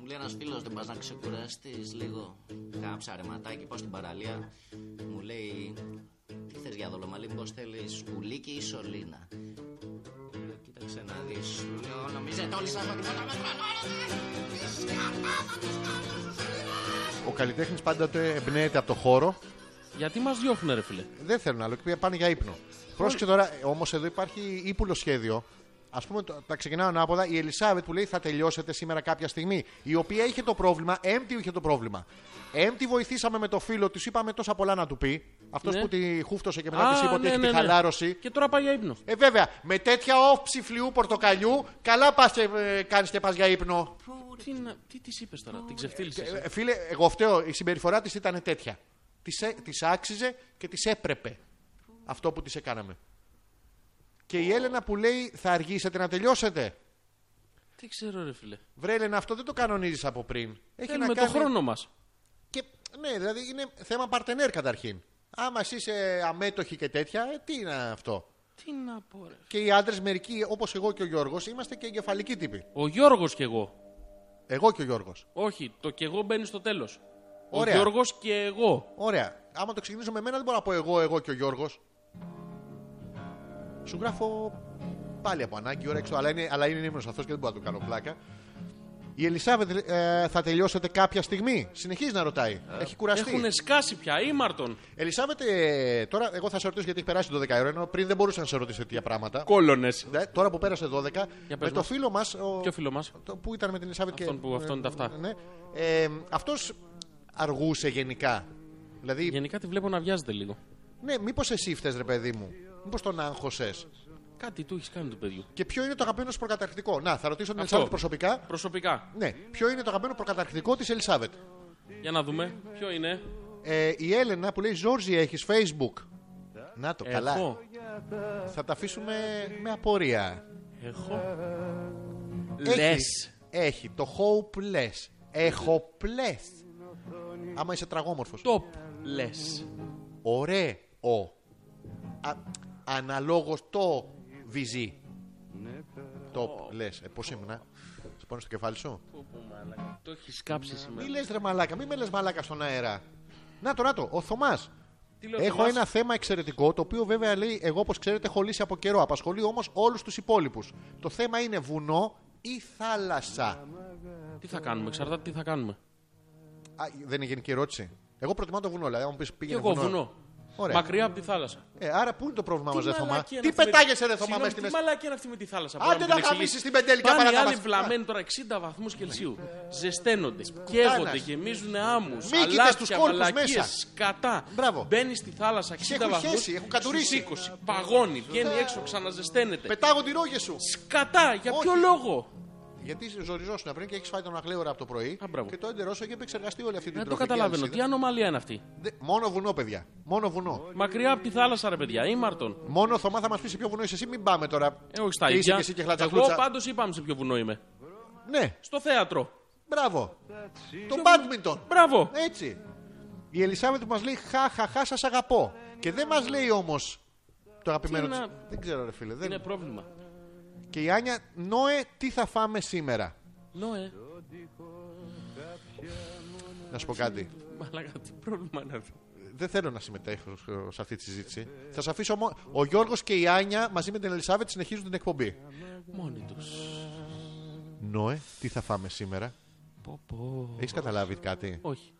Speaker 5: Μου λέει ένα φίλος, δεν πας να ξεκουραστείς λίγο. Κάψα ρεματάκι, πάω στην παραλία. Μου λέει, τι θες για δολομαλή, πώς θέλεις, σκουλίκι ή σωλήνα. Λέω, Κοίταξε να δεις. Μου λέω, νομίζετε όλοι σα ότι μετά με τρελάνετε.
Speaker 11: Ο καλλιτέχνη πάντα το εμπνέεται από το χώρο.
Speaker 1: Γιατί μα διώχνουν, ρε φίλε.
Speaker 11: Δεν θέλουν άλλο. και Πάνε για ύπνο. Πρόσεξε τώρα, όμω εδώ υπάρχει ύπουλο σχέδιο. Ας πούμε, το- τα ξεκινάω ανάποδα. Η Ελισάβετ που λέει θα τελειώσετε σήμερα κάποια στιγμή. Η οποία είχε το πρόβλημα, έμπτη είχε το πρόβλημα. Έμπτη βοηθήσαμε με το φίλο της, είπαμε τόσα πολλά να του πει. Αυτός
Speaker 1: Ναι.
Speaker 11: που τη χούφτωσε και μετά της είπε ότι έχει τη χαλάρωση.
Speaker 1: Και τώρα πάει για ύπνο.
Speaker 11: Ε, βέβαια, με τέτοια off ψηφλιού πορτοκαλιού, καλά πας και ε, κάνεις και πας για ύπνο.
Speaker 1: Τι, να- τι της είπες τώρα, την
Speaker 11: Ε,
Speaker 1: ξεφτύλισε.
Speaker 11: ε, Φίλε, εγώ φταίω. Η συμπεριφορά της ήταν τέτοια. Της άξιζε και της έπρεπε αυτό που της έκαναμε. Και η Έλενα που λέει θα αργήσετε να τελειώσετε.
Speaker 1: Τι ξέρω, ρε φίλε.
Speaker 11: Βρε Έλενα, αυτό δεν το κανονίζεις από πριν. Έχει
Speaker 1: Θέλουμε το χρόνο μας.
Speaker 11: Και, ναι, δηλαδή είναι θέμα παρτενέρ καταρχήν. Άμα εσύ είσαι αμέτωχη και τέτοια, ε, τι είναι αυτό.
Speaker 1: Τι να πω, ρε.
Speaker 11: Και οι άντρες, μερικοί όπως εγώ και ο Γιώργος, είμαστε και εγκεφαλικοί τύποι.
Speaker 1: Ο Γιώργος κι εγώ.
Speaker 11: Εγώ και ο Γιώργος.
Speaker 1: Όχι, το κι εγώ μπαίνει στο τέλος. Ο
Speaker 11: Ωραία.
Speaker 1: Γιώργος και εγώ.
Speaker 11: Ωραία. Άμα το ξεκινήσω με μένα δεν μπορώ να πω εγώ, εγώ και ο Γιώργος. Σου γράφω πάλι από ανάγκη, ώρα έξω, αλλά είναι, αλλά είναι ύμνος αυτός και δεν μπορώ να του κάνω πλάκα. Η Ελισάβετ ε, θα τελειώσετε κάποια στιγμή. Συνεχίζει να ρωτάει.
Speaker 1: Ε,
Speaker 11: Έχει κουραστεί.
Speaker 1: Έχουν σκάσει πια, ήμαρτον.
Speaker 11: Ελισάβετ, ε, τώρα εγώ θα σε ρωτήσω γιατί έχει περάσει το 12 ώρα, ενώ πριν δεν μπορούσα να σε ρωτήσω τέτοια πράγματα.
Speaker 1: Κόλωνες.
Speaker 11: Ε, Τώρα που πέρασε 12,
Speaker 1: Για
Speaker 11: με
Speaker 1: πες
Speaker 11: το
Speaker 1: μας.
Speaker 11: φίλο μας.
Speaker 1: Ποιο φίλο μας.
Speaker 11: Το που ήταν με την Ελισάβετ και.
Speaker 1: Αυτόν που- αυτόν τα αυτά.
Speaker 11: Ναι. Ε, Αυτός αργούσε γενικά. Δηλαδή
Speaker 1: Γενικά τη βλέπω να βιάζεται λίγο.
Speaker 11: Ναι, μήπως εσύ φταίει, ρε παιδί μου. Μήπως τον άγχωσες.
Speaker 1: Κάτι του έχεις κάνει του παιδιού.
Speaker 11: Και ποιο είναι το αγαπημένο σου προκαταρκτικό. Να, θα ρωτήσω
Speaker 1: Αυτό.
Speaker 11: την Ελισάβετ προσωπικά.
Speaker 1: Προσωπικά.
Speaker 11: Ναι, ποιο είναι το αγαπημένο προκαταρκτικό της Ελισάβετ.
Speaker 1: Για να δούμε. Ποιο είναι.
Speaker 11: Ε, η Έλενα που λέει Ζόρζι, έχεις Facebook. Να το καλά.
Speaker 1: Έχω.
Speaker 11: Θα τα αφήσουμε με απορία.
Speaker 1: Έχω.
Speaker 11: Έχει-
Speaker 1: Λες.
Speaker 11: Έχει το hopeless. Έχω πλες. Άμα είσαι τραγόμορφος.
Speaker 1: Top. Λες.
Speaker 11: Ωραίο. Α, αναλόγως το βυζί. Το λες. Ε, πώς ήμουνα. Σε πάνω στο κεφάλι σου.
Speaker 1: Το έχεις κάψει σήμερα.
Speaker 11: Μη λες ρε μαλάκα. Μη με λες μαλάκα στον αέρα. Να το, να το. Ο Θωμάς.
Speaker 1: Τι λέω,
Speaker 11: Έχω
Speaker 1: Θωμάς?
Speaker 11: ένα θέμα εξαιρετικό, το οποίο βέβαια λέει εγώ όπως ξέρετε έχω λύσει από καιρό. Απασχολεί όμως όλους τους υπόλοιπους. Το θέμα είναι βουνό ή θάλασσα.
Speaker 1: Τι θα κάνουμε, εξαρτάται τι θα κάνουμε.
Speaker 11: Α, δεν είναι γενική ερώτηση. Εγώ προτιμά το βουνό, δηλαδή. Αν μου πεις
Speaker 1: Και
Speaker 11: πήγαινε
Speaker 1: εγώ βουνό.
Speaker 11: Ωραία.
Speaker 1: Μακριά από τη θάλασσα.
Speaker 11: Ε, άρα πού είναι το πρόβλημά μα,
Speaker 1: Τι
Speaker 11: ρε Θωμά.
Speaker 1: μαλακία
Speaker 11: Τι
Speaker 1: είναι αυτή με-
Speaker 11: πετάγεσαι, ρε Θωμά,
Speaker 1: Συγγνώμη,
Speaker 11: μέσα στη
Speaker 1: Τι
Speaker 11: μέση.
Speaker 1: μαλακία είναι αυτή με τη θάλασσα.
Speaker 11: Άντε
Speaker 1: μπορώ μου
Speaker 11: να
Speaker 1: την
Speaker 11: γαμίσεις
Speaker 1: εξηγήσεις.
Speaker 11: την πεντέλικα,
Speaker 1: Πάνε
Speaker 11: παρά
Speaker 1: οι
Speaker 11: να
Speaker 1: άλλοι
Speaker 11: μας-
Speaker 1: βλαμμένοι τώρα 60 βαθμούς Κελσίου. Ζεσταίνονται,
Speaker 11: Κουτάνας.
Speaker 1: καίγονται, γεμίζουν άμμου.
Speaker 11: Μύκητες στους κόλπους μέσα.
Speaker 1: σκατά.
Speaker 11: Μπράβο.
Speaker 1: Μπαίνεις στη θάλασσα 60
Speaker 11: έχουν
Speaker 1: βαθμούς.
Speaker 11: χέσει, έχουν κατουρίσει.
Speaker 1: 20, παγώνει, βγαίνει έξω, ξαναζεσταίνεται.
Speaker 11: Πετάγονται οι ρόγε σου.
Speaker 1: Σκατά, για ποιο
Speaker 11: Όχι.
Speaker 1: λόγο.
Speaker 11: Γιατί ζοριζόσουν πριν και έχεις φάει τον αγλέωρα από το πρωί
Speaker 1: Α, μπράβο.
Speaker 11: και το έντερό σου έχει επεξεργαστεί όλη αυτή την
Speaker 1: Δεν Ε, το
Speaker 11: τροφική
Speaker 1: καταλαβαίνω.
Speaker 11: αλυσίδα.
Speaker 1: Τι ανομαλία είναι αυτή.
Speaker 11: Δε- Μόνο βουνό, παιδιά. Μόνο βουνό.
Speaker 1: Μακριά από τη θάλασσα, ρε παιδιά, ήμαρτον.
Speaker 11: Μόνο Θωμά θα μας πεις σε ποιο βουνό είσαι εσύ, μην πάμε τώρα.
Speaker 1: Ε, όχι στα
Speaker 11: Και Είσαι
Speaker 1: ίδια.
Speaker 11: και εσύ και
Speaker 1: Εγώ
Speaker 11: χλατσακλούτσα.
Speaker 1: πάντω είπαμε σε ποιο βουνό είμαι.
Speaker 11: Ναι,
Speaker 1: Στο θέατρο.
Speaker 11: μπράβο. Το Ε, μπάντμιντον.
Speaker 1: Μπράβο.
Speaker 11: Έτσι. Η Ελισάβετ μας λέει χα, χα, χα, σας αγαπώ. Και δεν μας λέει όμως το αγαπημένο
Speaker 1: Τι να-
Speaker 11: τη. Δεν ξέρω, ρε φίλε. Δεν...
Speaker 1: Είναι πρόβλημα.
Speaker 11: Και η Άνια, Νόε, τι θα φάμε σήμερα.
Speaker 1: Νόε.
Speaker 11: Να σου πω κάτι.
Speaker 1: Μαλάκα, τι πρόβλημα είναι αυτό.
Speaker 11: Δεν θέλω να συμμετέχω σε αυτή τη συζήτηση. Θα σα αφήσω μόνο. Ο Γιώργος και η Άνια μαζί με την Ελισάβετ συνεχίζουν την εκπομπή.
Speaker 1: Μόνοι τους.
Speaker 11: Νόε, τι θα φάμε σήμερα.
Speaker 1: Πω, πω.
Speaker 11: Έχεις καταλάβει κάτι.
Speaker 1: Όχι.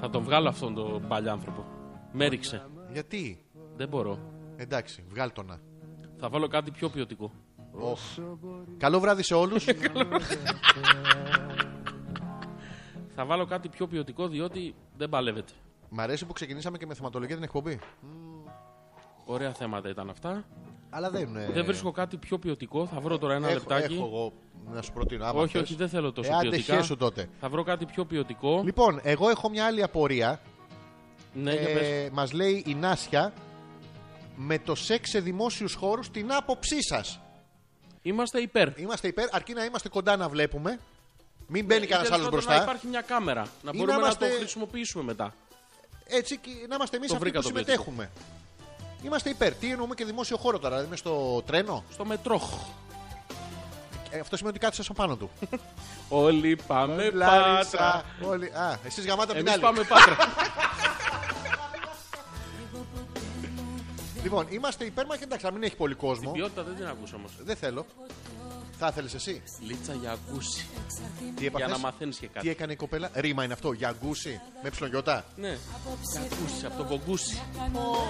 Speaker 1: Θα τον βγάλω αυτόν τον παλιάνθρωπο. Με ρίξε.
Speaker 11: Γιατί.
Speaker 1: Δεν μπορώ.
Speaker 11: Εντάξει, βγάλ το να.
Speaker 1: Θα βάλω κάτι πιο ποιοτικό.
Speaker 11: Καλό βράδυ σε όλους.
Speaker 1: Θα βάλω κάτι πιο ποιοτικό διότι δεν παλεύεται.
Speaker 11: Μ' αρέσει που ξεκινήσαμε και με θεματολογία την εκπομπή.
Speaker 1: Ωραία θέματα ήταν αυτά.
Speaker 11: Αλλά δεν. ε,
Speaker 1: Δεν βρίσκω κάτι πιο ποιοτικό. Θα βρω τώρα ένα
Speaker 11: έχω,
Speaker 1: λεπτάκι.
Speaker 11: Έχω εγώ να σου προτείνω. άμα
Speaker 1: όχι,
Speaker 11: θες.
Speaker 1: όχι, δεν θέλω τόσο
Speaker 11: Ε, άντε,
Speaker 1: ποιοτικά.
Speaker 11: χέσου τότε.
Speaker 1: Θα βρω κάτι πιο ποιοτικό.
Speaker 11: Λοιπόν, εγώ έχω μια άλλη απορία.
Speaker 1: Ναι, για πες.
Speaker 11: Ε, Μας λέει η Νάσια με το σεξ σε δημόσιους χώρους την άποψή σας.
Speaker 1: Είμαστε υπέρ.
Speaker 11: Είμαστε υπέρ, αρκεί να είμαστε κοντά να βλέπουμε. Μην μπαίνει
Speaker 1: Ή
Speaker 11: κανένας
Speaker 1: τέλος
Speaker 11: άλλος
Speaker 1: πάντων Ε, Να
Speaker 11: μπροστά.
Speaker 1: υπάρχει μια κάμερα. Να
Speaker 11: Ή
Speaker 1: μπορούμε
Speaker 11: να είμαστε-
Speaker 1: να το χρησιμοποιήσουμε μετά.
Speaker 11: Έτσι και να είμαστε εμείς
Speaker 1: Το
Speaker 11: αυτοί
Speaker 1: βρήκα
Speaker 11: που
Speaker 1: το ποιοτικό.
Speaker 11: συμμετέχουμε. Είμαστε υπέρ. Τι εννοούμε και δημόσιο χώρο τώρα, δηλαδή στο τρένο.
Speaker 1: Στο μετρόχ.
Speaker 11: Ε, αυτό σημαίνει ότι κάθεσαι απάνω του.
Speaker 1: Όλοι πάμε
Speaker 11: Λάρισα.
Speaker 1: πάτρα.
Speaker 11: Όλοι. Α, εσείς γαμάτε από την
Speaker 1: Εμείς
Speaker 11: άλλη.
Speaker 1: πάμε πάτρα.
Speaker 11: Λοιπόν, είμαστε υπέρ και εντάξει, να μην έχει πολύ κόσμο.
Speaker 1: Ποιότητα δεν την ακούς όμως.
Speaker 11: Δεν θέλω. Θα ήθελες εσύ.
Speaker 1: Λίτσα για ακούσει.
Speaker 11: Τι
Speaker 1: Για
Speaker 11: έπαθες?
Speaker 1: να μαθαίνεις και
Speaker 11: Τι
Speaker 1: κάτι.
Speaker 11: έκανε η κοπέλα. Ρήμα είναι αυτό. Για αγκούση. Με ψιλογιώτα.
Speaker 1: Ναι. Για ακούσει, από το βογκούσι.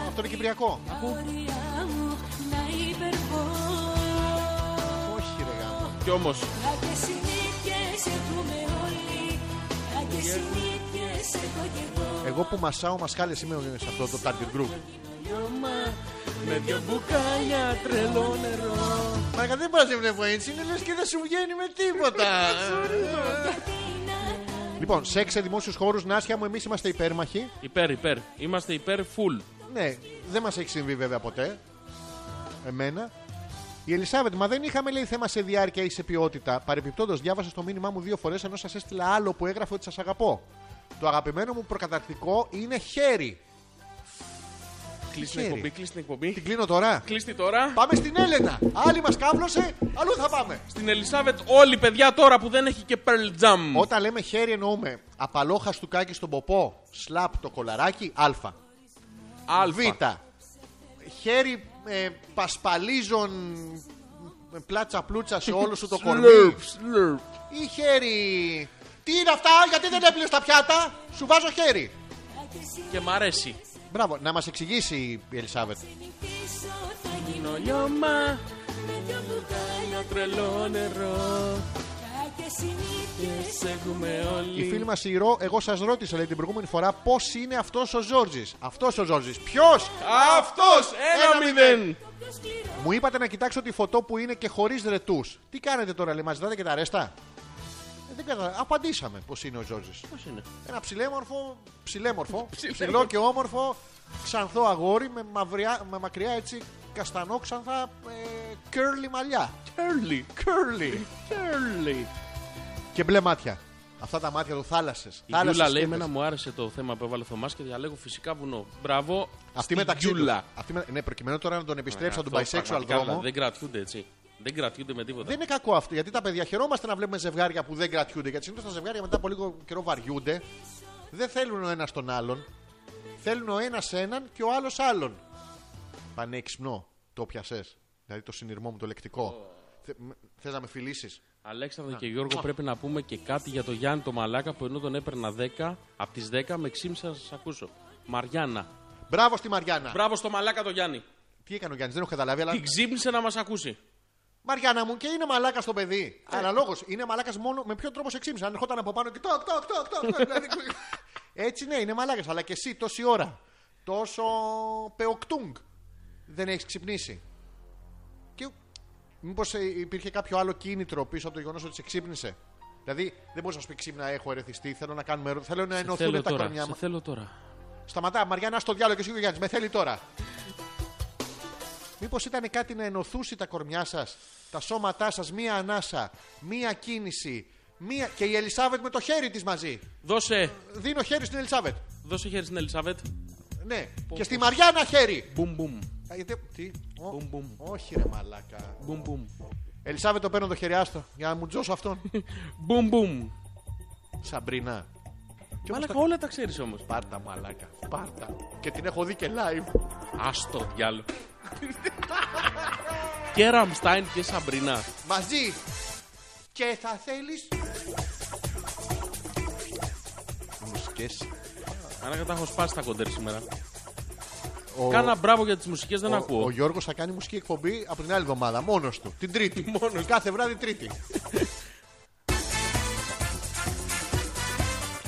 Speaker 11: Αυτό είναι κυπριακό. Όχι, ρε γάμο.
Speaker 1: Κι όμως,
Speaker 11: Εγώ που μασάω μασχάλε είμαι σε αυτό το target group.
Speaker 1: με δυο μπουκάλια τρελό νερό.
Speaker 11: Μα δεν μπορεί να σε βλέπω έτσι. Είναι λες και δεν σου βγαίνει με τίποτα. Λοιπόν, σεξ σε δημόσιους χώρους, Νάσια μου, εμείς είμαστε υπέρμαχοι.
Speaker 1: Υπέρ, υπέρ. Είμαστε υπέρ full.
Speaker 11: Ναι, δεν μας έχει συμβεί βέβαια ποτέ. Εμένα. Η Ελισάβετ, μα δεν είχαμε λέει θέμα σε διάρκεια ή σε ποιότητα. Παρεμπιπτόντω, διάβασα στο μήνυμά μου δύο φορές ενώ σας έστειλα άλλο που έγραφε ότι σας αγαπώ. Το αγαπημένο μου προκαταρκτικό είναι χέρι.
Speaker 1: Κλείσει την
Speaker 11: Χέρι.
Speaker 1: εκπομπή, κλείσει την εκπομπή.
Speaker 11: Την κλείνω τώρα.
Speaker 1: Κλείστη τώρα.
Speaker 11: Πάμε στην Έλενα. Άλλη μας κάβλωσε, αλλού θα πάμε.
Speaker 1: Στην Ελισάβετ όλοι παιδιά τώρα που δεν έχει και Pearl Jam.
Speaker 11: Όταν λέμε χέρι εννοούμε απαλό χαστούκάκι στον ποπό, σλαπ το κολαράκι, α.
Speaker 1: Α.
Speaker 11: Β. Χέρι ε, πασπαλίζων ε, πλάτσα πλούτσα σε όλο σου το κορμί.
Speaker 1: Slurp, slurp.
Speaker 11: Ή χέρι. Τι είναι αυτά, γιατί δεν έπλυνες τα πιάτα, σου βάζω χέρι.
Speaker 1: Και μ' αρέσει.
Speaker 11: Μπράβο, να μας εξηγήσει η Ελισάβετ.
Speaker 1: Το λιώμα για τρελό νερό. Τις έχουμε
Speaker 11: Η
Speaker 1: όλοι.
Speaker 11: φίλη μας η Ρο, εγώ σας ρώτησα λέει, την προηγούμενη φορά πώς είναι αυτός ο Ζόρζης. Αυτός ο Ζόρζης. Ποιος!
Speaker 1: Αυτός! Ένα μηδέν!
Speaker 11: Μου είπατε να κοιτάξω τη φωτό που είναι και χωρίς ρετούς. Τι κάνετε τώρα, λέει, μα ζητάτε και τα ρέστα. Ε, δεν κατα... Απαντήσαμε πώς είναι ο Ζόρζη.
Speaker 1: Πώς είναι.
Speaker 11: Ένα ψηλέμορφο, ψηλέμορφο, ψηλό και όμορφο, ξανθό αγόρι με, μαυριά, με μακριά έτσι καστανό ξανθά ε, curly μαλλιά.
Speaker 1: Curly,
Speaker 11: Curly.
Speaker 1: curly.
Speaker 11: Και μπλε μάτια. Αυτά τα μάτια του θάλασσες.
Speaker 1: Η Γιούλα λέει: Εμένα μου άρεσε το θέμα που έβαλε ο Θωμάς και διαλέγω φυσικά βουνό. Μπράβο.
Speaker 11: Αυτή
Speaker 1: στη
Speaker 11: μεταξύ. τους.
Speaker 1: Γιούλα.
Speaker 11: Αυτή με... Ναι, προκειμένου τώρα να τον επιστρέψει από τον
Speaker 1: Αυτό
Speaker 11: bisexual
Speaker 1: πραγματικά,
Speaker 11: δρόμο.
Speaker 1: δηλαδή, Δεν κρατιούνται έτσι. Δεν κρατιούνται με τίποτα.
Speaker 11: Δεν είναι κακό αυτό, γιατί τα παιδιά χαιρόμαστε να βλέπουμε ζευγάρια που δεν κρατιούνται. Γιατί συνήθως τα ζευγάρια μετά από λίγο καιρό βαριούνται. Δεν θέλουν ο ένας τον άλλον. Θέλουν ο ένας έναν και ο άλλος άλλον. Πανέξυπνο, το πιασέ. Δηλαδή το συνειρμό μου, το λεκτικό. Θε να με φιλήσεις.
Speaker 1: Αλέξανδρο και Γιώργο, πρέπει να πούμε και κάτι για το Γιάννη το Μαλάκα που ενώ τον έπαιρνα 10, από τι 10 με 6,5 να σας ακούσω. Μαριάννα.
Speaker 11: Μπράβο στη Μαριάννα.
Speaker 1: Μπράβο στο Μαλάκα το Γιάννη.
Speaker 11: Τι έκανε ο Γιάννης, δεν έχω καταλάβει, αλλά.
Speaker 1: Την ξύπνησε να μας ακούσει.
Speaker 11: Μαριάννα μου και είναι μαλάκας το παιδί.
Speaker 1: Ε.
Speaker 11: Αναλόγως, είναι μαλάκας μόνο με ποιο τρόπο σε ξύπνησε. Αν ερχόταν από πάνω και. Τόκ, τόκ, τόκ, τόκ, τόκ, δηλαδή, Έτσι ναι, είναι μαλάκας. Αλλά και εσύ τόση ώρα. Τόσο πεοκτούγκ. Δεν έχεις ξυπνήσει. Και μήπως υπήρχε κάποιο άλλο κίνητρο πίσω από το γεγονός ότι σε ξύπνησε. Δηλαδή δεν μπορείς να σου πει ξύπνα, έχω ερεθιστεί. Θέλω να κάνουμε. ερω- Θέλω να ενωθούν
Speaker 1: Θέλω
Speaker 11: τα
Speaker 1: τώρα,
Speaker 11: κορμιά
Speaker 1: σε
Speaker 11: μα.
Speaker 1: θέλω τώρα.
Speaker 11: Σταματά, Μαριάννα, στο διάλογο και εσύ ο Γιάννης. Με θέλει τώρα. Μήπως ήταν κάτι να ενωθούσει τα κορμιά σας, τα σώματά σας, μία ανάσα, μία κίνηση. Μία... Και η Ελισάβετ με το χέρι της μαζί.
Speaker 1: Δώσε,
Speaker 11: Δίνω χέρι στην Ελισάβετ.
Speaker 1: δώσε χέρι στην Ελισάβετ.
Speaker 11: Ναι. και στη Μαριάννα χέρι.
Speaker 1: Μπουμ, μπουμ.
Speaker 11: Α, Γιατί... Τι. Ο-
Speaker 1: Μπουμ, μπουμ.
Speaker 11: Όχι, ρε μαλάκα.
Speaker 1: Μπουμ, μπουμ.
Speaker 11: Ελισάβετ, το παίρνω το χέρι, άστο. Για να μου τζώσω αυτόν.
Speaker 1: Μπουμ, μπουμ.
Speaker 11: Σαμπρίνα.
Speaker 1: Μαλάκα, όλα τα ξέρεις όμως.
Speaker 11: Πάρτα, μαλάκα. Πάρτα. Και την έχω δει και live.
Speaker 1: Άστο διάλο. και Ραμστάιν και Σαμπρίνα.
Speaker 11: Μαζί. Και θα θέλεις. Μουσικές
Speaker 1: Ανάγκα τα έχω σπάσει τα κοντέρ σήμερα.
Speaker 11: Ο-
Speaker 1: Κάνα μπράβο για τις μουσικές, δεν
Speaker 11: ο,
Speaker 1: ακούω.
Speaker 11: Ο Γιώργος θα κάνει μουσική εκπομπή από την άλλη εβδομάδα, μόνος του. Την Τρίτη. μόνος. Κάθε βράδυ Τρίτη.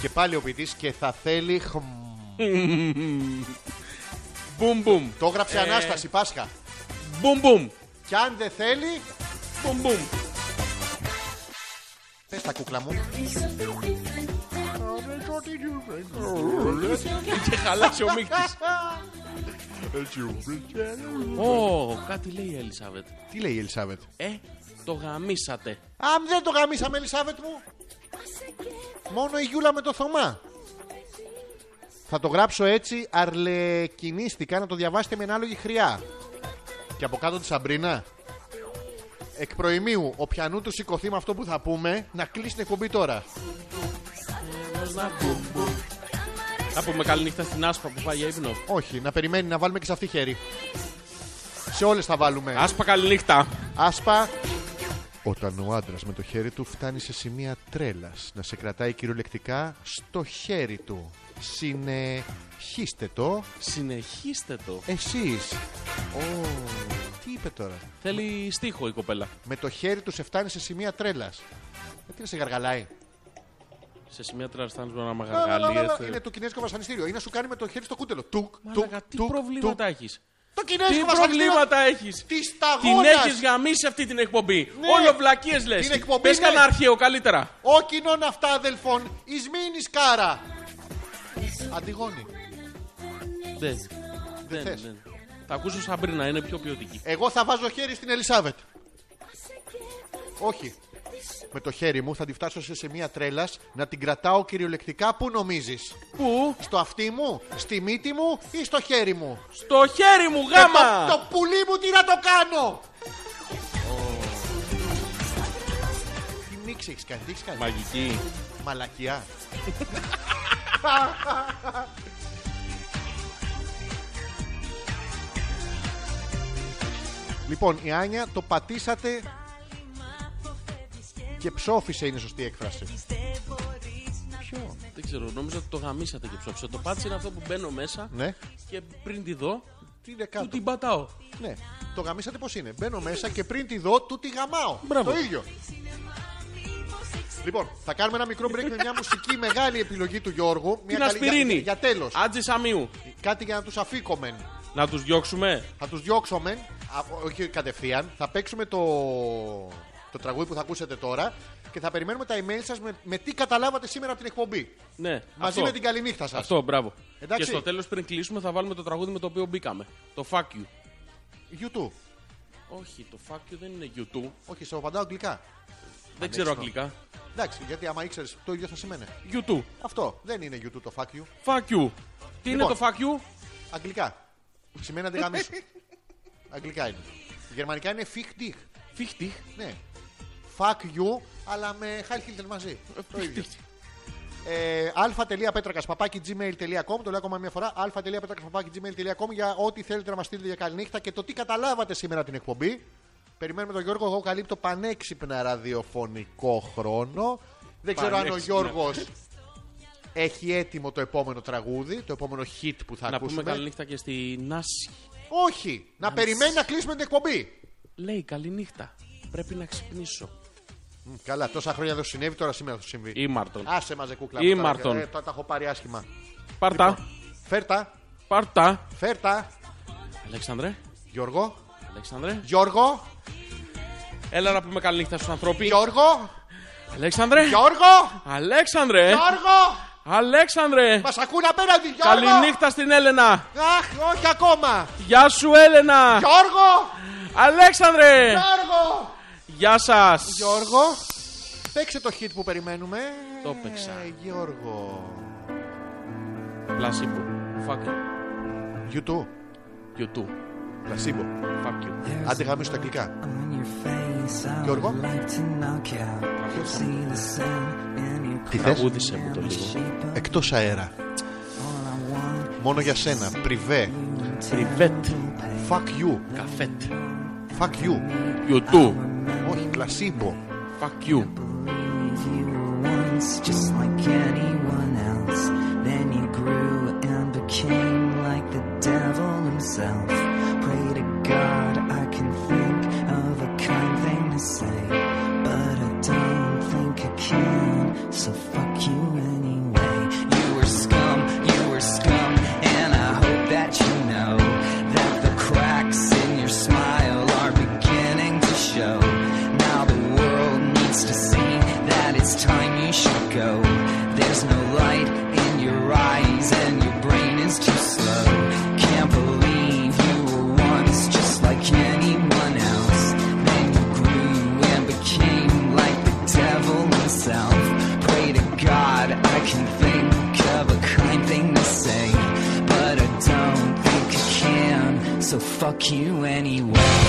Speaker 11: και πάλι ο ποιητής και θα θέλει. χμ.
Speaker 1: Μπουμ, μπουμ.
Speaker 11: Το έγραψε Ανάσταση Πάσχα.
Speaker 1: Μπουμ, μπουμ.
Speaker 11: Και αν δεν θέλει.
Speaker 1: Μπουμ, μπουμ.
Speaker 11: Πες τα κούκλα μου.
Speaker 1: Και χαλάσει ο μύκτη. Ω, κάτι λέει η Ελισάβετ.
Speaker 11: Τι λέει η Ελισάβετ.
Speaker 1: Ε, το γαμίσατε.
Speaker 11: Αν δεν το γαμίσαμε, Ελισάβετ μου. Μόνο η Γιούλα με το Θωμά. Θα το γράψω έτσι αρλεκινίστηκα να το διαβάσετε με ανάλογη χρειά. Και από κάτω τη Σαμπρίνα. Εκ προημίου, ο πιανού του σηκωθεί με αυτό που θα πούμε, να κλείσει την εκπομπή τώρα.
Speaker 1: Να πούμε καληνύχτα στην άσπα που πάει για ύπνο.
Speaker 11: Όχι, να περιμένει να βάλουμε και σε αυτή χέρι. Σε όλες θα βάλουμε.
Speaker 1: Άσπα καληνύχτα.
Speaker 11: Άσπα. Όταν ο άντρας με το χέρι του φτάνει σε σημεία τρέλας να σε κρατάει κυριολεκτικά στο χέρι του. Συνεχίστε το
Speaker 1: Συνεχίστε το.
Speaker 11: εσείς. Τι είπε τώρα.
Speaker 1: Θέλει στίχο η κοπέλα.
Speaker 11: Με το χέρι τους σε φτάνει σε σημεία τρέλας. Γιατί να σε γαργαλάει.
Speaker 1: Σε σημεία τραστάνει με ένα
Speaker 11: Είναι
Speaker 1: μαγαργάλι.
Speaker 11: το κινέζικο βασανιστήριο. Ή να σου κάνει με το χέρι στο κούτελο. Τουκ, τουκ,
Speaker 1: ε. Μαλάκα, τι
Speaker 11: τουκ, τουκ.
Speaker 1: προβλήματα έχεις.
Speaker 11: Το
Speaker 1: Τι
Speaker 11: κινέζικο βασανιστήριο.
Speaker 1: προβλήματα έχεις.
Speaker 11: Τη
Speaker 1: Την
Speaker 11: σταγόνα.
Speaker 1: έχεις γαμίσει αυτή την εκπομπή. Όλο βλακίες λε.
Speaker 11: Ναι. Την εκπομπή,
Speaker 1: Πες
Speaker 11: ναι.
Speaker 1: κανένα αρχαίο καλύτερα.
Speaker 11: Ω κοινών αυτά αδελφών, εις μείνης κάρα. Αντιγόνη.
Speaker 1: Δεν.
Speaker 11: θες.
Speaker 1: δεν. Θα ακούσω Σαμπρίνα, είναι πιο ποιοτική.
Speaker 11: Εγώ θα βάζω χέρι στην Ελισάβετ. Όχι. Με το χέρι μου θα τη φτάσω σε σημεία τρέλας να την κρατάω κυριολεκτικά που νομίζεις.
Speaker 1: Πού?
Speaker 11: Στο αυτί μου, στη μύτη μου ή στο χέρι μου.
Speaker 1: Στο χέρι μου,
Speaker 11: Και Το,
Speaker 1: γάμα!
Speaker 11: το πουλί μου τι να το κάνω! Τι μίξη έχεις κάνει, τι έχεις κάνει.
Speaker 1: Μαγική.
Speaker 11: Μαλακιά. λοιπόν, η Άνια το πατήσατε και ψόφισε είναι η σωστή έκφραση. Ποιο?
Speaker 1: Δεν ξέρω, νόμιζα ότι το γαμίσατε και ψόψα. Το πάτσε είναι αυτό που μπαίνω μέσα
Speaker 11: Ναι.
Speaker 1: και πριν τη δω,
Speaker 11: Τι είναι
Speaker 1: του
Speaker 11: κάτω.
Speaker 1: την πατάω.
Speaker 11: Ναι. Το γαμίσατε πώς είναι. Μπαίνω μέσα και πριν τη δω, του τη γαμάω.
Speaker 1: Μπράβο.
Speaker 11: Το ίδιο. Λοιπόν, θα κάνουμε ένα μικρό break με μια μουσική μεγάλη επιλογή του Γιώργου. Μια
Speaker 1: Την
Speaker 11: καλή- για-
Speaker 1: ασπιρίνη.
Speaker 11: Για, για τέλος.
Speaker 1: Άτζη Σαμίου.
Speaker 11: Κάτι για να τους αφήκομεν.
Speaker 1: Να τους διώξουμε.
Speaker 11: Θα τους διώξουμε. α, Όχι κατευθείαν. Θα παίξουμε το, το τραγούδι που θα ακούσετε τώρα και θα περιμένουμε τα email σας με, με τι καταλάβατε σήμερα από την εκπομπή.
Speaker 1: Ναι.
Speaker 11: Μαζί
Speaker 1: αυτό.
Speaker 11: με την καληνύχτα σας.
Speaker 1: Αυτό, μπράβο.
Speaker 11: Εντάξει.
Speaker 1: Και στο τέλος, πριν κλείσουμε, θα βάλουμε το τραγούδι με το οποίο μπήκαμε. Το fuck you.
Speaker 11: YouTube.
Speaker 1: Όχι, το fuck you δεν είναι YouTube.
Speaker 11: Όχι, σε απαντάω αγγλικά.
Speaker 1: Δεν ξέρω αγγλικά.
Speaker 11: Εντάξει, γιατί άμα ήξερες το ίδιο θα σημαίνει.
Speaker 1: YouTube.
Speaker 11: Αυτό δεν είναι YouTube το fuck you.
Speaker 1: Fuck you. Τι είναι
Speaker 11: Λοιπόν.
Speaker 1: το fuck you?
Speaker 11: Αγγλικά. Σημαίνει να τη γαμίσου. Αγγλικά είναι. Γερμανικά είναι fick dich.
Speaker 1: Φίχτη.
Speaker 11: Ναι. Fuck you, αλλά με χάλχιλτερ μαζί. Το ίδιο. Ε, α.πέτρακα.gmail.com Το λέω ακόμα μια φορά. α.πέτρακα.gmail.com για ό,τι θέλετε να μας στείλετε για καληνύχτα και το τι καταλάβατε σήμερα την εκπομπή. Περιμένουμε τον Γιώργο. Εγώ καλύπτω πανέξυπνα ραδιοφωνικό χρόνο. Δεν ξέρω αν ο
Speaker 1: Πανέξυπνα.
Speaker 11: Γιώργος έχει έτοιμο το επόμενο τραγούδι, το επόμενο hit που θα
Speaker 1: Να πούμε
Speaker 11: ακούσουμε.
Speaker 1: καληνύχτα και στη Νάση.
Speaker 11: Όχι! Να περιμένει να κλείσουμε την εκπομπή.
Speaker 1: Λέει καληνύχτα. Πρέπει να ξυπνήσω.
Speaker 11: Μ, Καλά, τόσα χρόνια δεν σου συνέβη, τώρα σήμερα θα σου συμβεί.
Speaker 1: Ήμαρτον.
Speaker 11: Άσε μαζε κούκλα.
Speaker 1: Ή
Speaker 11: μου, τώρα,
Speaker 1: Μαρτών.
Speaker 11: ε, Τα τα έχω πάρει άσχημα.
Speaker 1: Πάρτα.
Speaker 11: λοιπόν. Φέρτα,
Speaker 1: Πάρτα.
Speaker 11: φέρτα.
Speaker 1: Αλέξανδρε.
Speaker 11: Γιώργο,
Speaker 1: Αλέξανδρε.
Speaker 11: Γιώργο,
Speaker 1: Έλα να πούμε καληνύχτα στους ανθρώπους.
Speaker 11: Γιώργο,
Speaker 1: Αλέξανδρε.
Speaker 11: Γιώργο,
Speaker 1: Αλέξανδρε.
Speaker 11: Γιώργο.
Speaker 1: Αλέξανδρε.
Speaker 11: Μας ακούνε απέναντι, Γιώργο.
Speaker 1: Καληνύχτα στην Έλενα.
Speaker 11: Αχ, όχι ακόμα.
Speaker 1: Γεια σου Έλενα.
Speaker 11: Γιώργο,
Speaker 1: Αλέξανδρε.
Speaker 11: Γιώργο.
Speaker 1: Γεια σας.
Speaker 11: Γιώργο, παίξε το hit που περιμένουμε.
Speaker 1: Το παίξα.
Speaker 11: Ε, Γιώργο.
Speaker 1: Πλασίμπο. Fuck you.
Speaker 11: YouTube.
Speaker 1: You too.
Speaker 11: Πλασίμπο.
Speaker 1: Fuck you.
Speaker 11: Άντε γαμίσου τα αγγλικά.
Speaker 5: On your face, I
Speaker 11: Γιώργο.
Speaker 5: would like to knock you out. See the sun in your
Speaker 11: Τι θες?
Speaker 1: Τραγούδισε μου το λίγο.
Speaker 5: shape of
Speaker 11: Εκτός αέρα.
Speaker 5: all I want
Speaker 11: Μόνο για σένα. Πριβέ.
Speaker 1: Τριβέτ.
Speaker 11: Fuck you.
Speaker 1: Καφέτ.
Speaker 11: Fuck you.
Speaker 1: You too.
Speaker 11: Όχι, πλασίμπο.
Speaker 1: Fuck you.
Speaker 5: believe you were once just like anyone else. Then you grew and became like the devil himself. Pray to God I can think of a kind thing to say, but I don't think I can. So fuck you anyway. You were scum, you were scum, and I hope that you know that the cracks in your smile are beginning to show. Now the world needs to see that it's time you should go. There's no light in your eyes, and your brain is too slow. Can't believe you were once just like anyone else. Then you grew and became like the devil himself. Pray to God I can think of a kind thing to say, but I don't think I can. So fuck you anyway.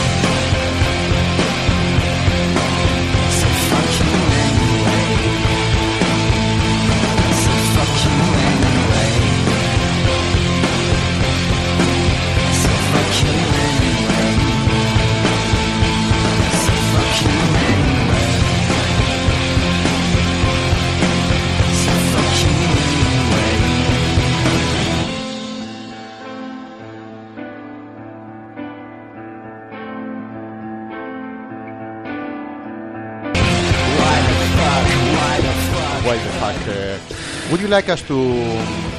Speaker 5: So fuck you anyway. So fuck you anyway. So fuck you anyway. So fuck you anyway. So fuck you anyway.
Speaker 11: Why the fuck? uh, Would you like us to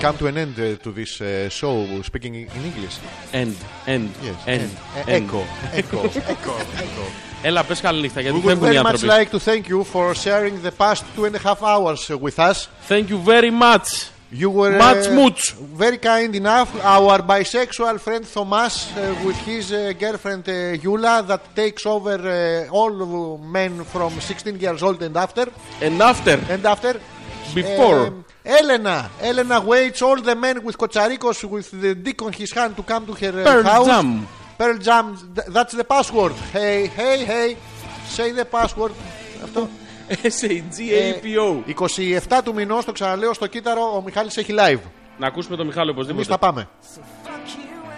Speaker 11: come to an end uh, to this uh, show speaking in English?
Speaker 1: End. End.
Speaker 11: Yes.
Speaker 1: End.
Speaker 11: Uh,
Speaker 1: End.
Speaker 11: Echo. Echo. Echo. Echo.
Speaker 1: Έλα, πες καληνύχτα
Speaker 11: We
Speaker 1: γιατί
Speaker 11: would
Speaker 1: φεύγουν οι
Speaker 11: very much
Speaker 1: άνθρωποι.
Speaker 11: like to thank you for sharing the past two and a half hours uh, with us.
Speaker 1: Thank you very much.
Speaker 11: You were uh,
Speaker 1: Much, much.
Speaker 11: very kind enough. Our bisexual friend Thomas uh, with his uh, girlfriend uh, Yula that takes over uh, all men from 16 years old and after.
Speaker 1: And after.
Speaker 11: And after.
Speaker 1: Before.
Speaker 11: Um, Elena. Elena waits all the men with Kocharikos with the dick on his hand to come to her uh,
Speaker 1: Pearl
Speaker 11: house.
Speaker 1: Jam.
Speaker 11: Pearl Jam. Th- That's the password. Hey, hey, hey. Say the password. Αυτό.
Speaker 1: S-A-G-A-P-O.
Speaker 11: 27 του μηνός, το ξαναλέω στο κύτταρο, ο Μιχάλης έχει live.
Speaker 1: Να ακούσουμε τον Μιχάλη
Speaker 11: Εμεί
Speaker 1: οπωσδήποτε.
Speaker 11: θα πάμε.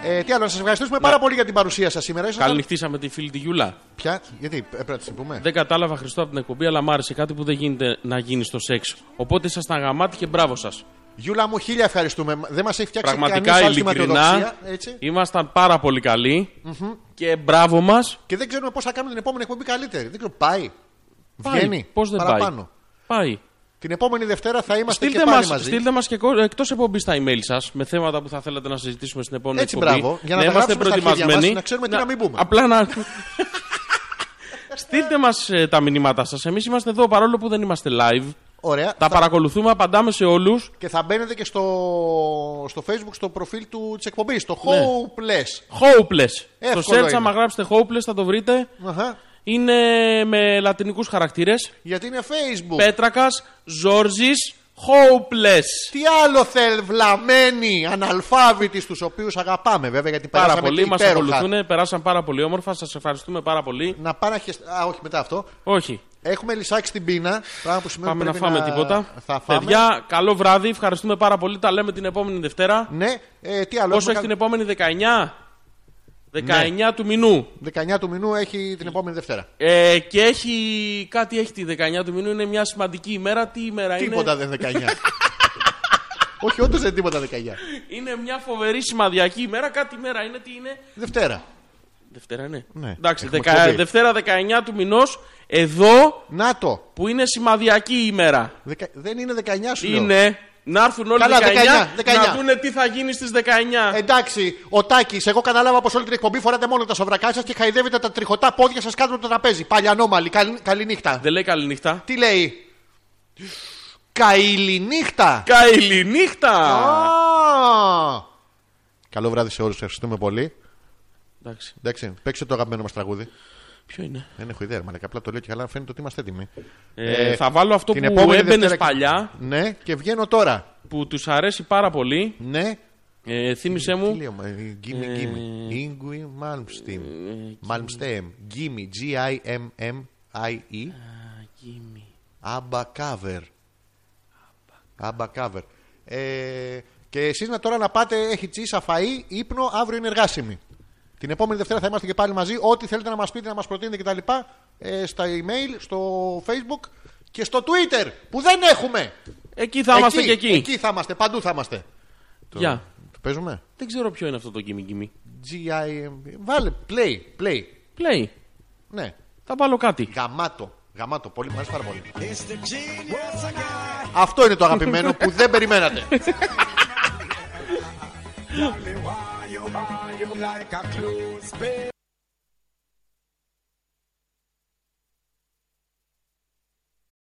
Speaker 11: Ε, τι άλλο, να σας ευχαριστήσουμε πάρα πολύ για την παρουσία σας σήμερα. Ήσασταν-
Speaker 1: Καληνυχτήσαμε τη φίλη τη Γιούλα.
Speaker 11: Πια, γιατί ε, πρέπει να τη πούμε.
Speaker 1: Δεν κατάλαβα Χριστό από την εκπομπή, αλλά μ' άρεσε κάτι που δεν γίνεται να γίνει στο σεξ. Οπότε ήσασταν γαμάτι και μπράβο σας.
Speaker 11: Γιούλα μου, χίλια ευχαριστούμε. Δεν μας έχει φτιάξει κανείς
Speaker 1: Πραγματικά
Speaker 11: άλλη σηματοδοξία.
Speaker 1: ειλικρινά
Speaker 11: Έτσι.
Speaker 1: ήμασταν πάρα πολύ καλοί και μπράβο μας.
Speaker 11: Και δεν ξέρουμε πώς θα κάνουμε την επόμενη εκπομπή καλύτερη. Δεν ξέρω, πάει. Βγαίνει.
Speaker 1: Πώς δεν
Speaker 11: παραπάνω.
Speaker 1: πάει. Πάει.
Speaker 11: Την επόμενη Δευτέρα θα είμαστε
Speaker 1: Στείλτε
Speaker 11: και πάλι
Speaker 1: μας,
Speaker 11: μαζί.
Speaker 1: στείλτε μας και εκτό επομbi τα email σας με θέματα που θα θέλατε να συζητήσουμε στην επόμενη
Speaker 11: Έτσι,
Speaker 1: εκπομπή.
Speaker 11: μπράβο, για να τα γράψουμε στα αρχίδια μας, να ξέρουμε τι να μην πούμε.
Speaker 1: Απλά να. στείλτε μας ε, τα μηνύματά σας Εμείς είμαστε εδώ παρόλο που δεν είμαστε live.
Speaker 11: Ωραία.
Speaker 1: Τα
Speaker 11: Θα-
Speaker 1: παρακολουθούμε, απαντάμε σε όλους
Speaker 11: Και θα μπαίνετε και στο, στο facebook στο προφίλ του της εκπομπής. Το
Speaker 1: Ναι.
Speaker 11: Hopeless.
Speaker 1: Hopeless.
Speaker 11: Εύκολο
Speaker 1: στο search,
Speaker 11: είναι.
Speaker 1: άμα γράψετε Hopeless, θα το βρείτε.
Speaker 11: Αχα.
Speaker 1: Είναι με λατινικούς χαρακτήρες
Speaker 11: Γιατί είναι facebook.
Speaker 1: Πέτρακας, Ζόρζης, Hopeless.
Speaker 11: Τι άλλο θέλει, βλαμμένοι αναλφάβητοι, του οποίους αγαπάμε βέβαια γιατί
Speaker 1: Πάρα
Speaker 11: περάσαμε
Speaker 1: πολύ,
Speaker 11: και
Speaker 1: μας
Speaker 11: υπέροχα.
Speaker 1: ακολουθούν, περάσαν πάρα πολύ όμορφα, σας ευχαριστούμε πάρα πολύ.
Speaker 11: Να πάραχες... Α, όχι μετά αυτό.
Speaker 1: Όχι,
Speaker 11: Έχουμε λυσάξει την πείνα. Πράγμα που σημαίνει
Speaker 1: πάμε να
Speaker 11: πρέπει
Speaker 1: φάμε τίποτα.
Speaker 11: Θα φάμε.
Speaker 1: Παιδιά, καλό βράδυ, ευχαριστούμε πάρα πολύ, τα λέμε την επόμενη Δευτέρα.
Speaker 11: Ναι, ε, τι άλλο.
Speaker 1: Πόσο
Speaker 11: έχουμε
Speaker 1: έχει
Speaker 11: κα-
Speaker 1: την επόμενη 19,
Speaker 11: Ναι.
Speaker 1: 19 του μηνού.
Speaker 11: 19 του μηνού έχει την επόμενη Δευτέρα.
Speaker 1: Ε, και έχει. Κάτι έχει τη 19 του μηνού, είναι μια σημαντική ημέρα. Τι ημέρα
Speaker 11: Τίποτα
Speaker 1: είναι.
Speaker 11: δεν 19. Όχι, όντως δεν τίποτα 19.
Speaker 1: Είναι μια φοβερή σημαδιακή ημέρα. Κάτι ημέρα είναι, τι είναι.
Speaker 11: Δευτέρα.
Speaker 1: Δευτέρα, ναι.
Speaker 11: Ναι.
Speaker 1: Εντάξει,
Speaker 11: Έχουμε
Speaker 1: δεκα-
Speaker 11: εκπομπή.
Speaker 1: Δευτέρα 19 του μηνός, εδώ
Speaker 11: Να το.
Speaker 1: που είναι σημαδιακή ημέρα.
Speaker 11: Δεκα- Δεν είναι 19 σου. λέω.
Speaker 1: Είναι να έρθουν όλοι
Speaker 11: Καλά, Ε-
Speaker 1: 19,
Speaker 11: 19,
Speaker 1: να δούνε τι θα γίνει στις 19.
Speaker 11: Εντάξει, ο Τάκης, εγώ καταλάβα πως όλη την εκπομπή φοράτε μόνο τα σοβρακά σας και χαϊδεύετε τα τριχωτά πόδια σας κάτω από το τραπέζι. Παλιανόμαλη, καλή, καληνύχτα.
Speaker 1: Δεν λέει καληνύχτα.
Speaker 11: Τι λέει. Καηλινύχτα.
Speaker 1: Καληνύχτα!
Speaker 11: Α. Καλό βράδυ σε όλους, ευχαριστούμε πολύ.
Speaker 1: Εντάξει,
Speaker 11: Εντάξει, παίξτε το αγαπημένο μας τραγούδι.
Speaker 1: ποιο είναι.
Speaker 11: Δεν έχω ιδέα, μαλακά. Απλά το λέω και καλά, φαίνεται ότι είμαστε έτοιμοι.
Speaker 1: Ε, θα βάλω αυτό
Speaker 11: την
Speaker 1: που
Speaker 11: επόμενη
Speaker 1: έμπαινες
Speaker 11: Δευτέρα-
Speaker 1: παλιά,
Speaker 11: Ναι, και βγαίνω τώρα.
Speaker 1: που τους αρέσει πάρα πολύ.
Speaker 11: Ναι.
Speaker 1: Ε, Ε, θύμισε
Speaker 11: Τι
Speaker 1: μου.
Speaker 11: λέω, ε, γκίμι, γκίμι. Ίγκουι Μάλμστιμ. Μάλμστεμ. Γκίμι, G-I-M-M-I-E.
Speaker 1: Γκίμι.
Speaker 11: Άμπα κάβερ. Άμπα κάβερ. Ε, Και εσείς να τώρα να πάτε, έχει τσίσα, φαΐ, ύπνο, αύριο είναι εργάσιμη. Την επόμενη Δευτέρα θα είμαστε και πάλι μαζί. Ό,τι θέλετε να μας πείτε, να μας προτείνετε κτλ. Ε, στα email, στο facebook και στο twitter που δεν έχουμε.
Speaker 1: Εκεί θα είμαστε και εκεί.
Speaker 11: Εκεί θα είμαστε, παντού θα είμαστε. Το-
Speaker 1: Γεια.
Speaker 11: Το παίζουμε.
Speaker 1: Δεν ξέρω ποιο είναι αυτό το γκίμι γκίμι.
Speaker 11: GIM. Βάλε, play, play.
Speaker 1: Play.
Speaker 11: Ναι.
Speaker 1: Θα βάλω κάτι.
Speaker 11: Γαμάτο. Γαμάτο, πολύ, μου αρέσει πάρα πολύ. Αυτό είναι το αγαπημένο που δεν περιμένατε.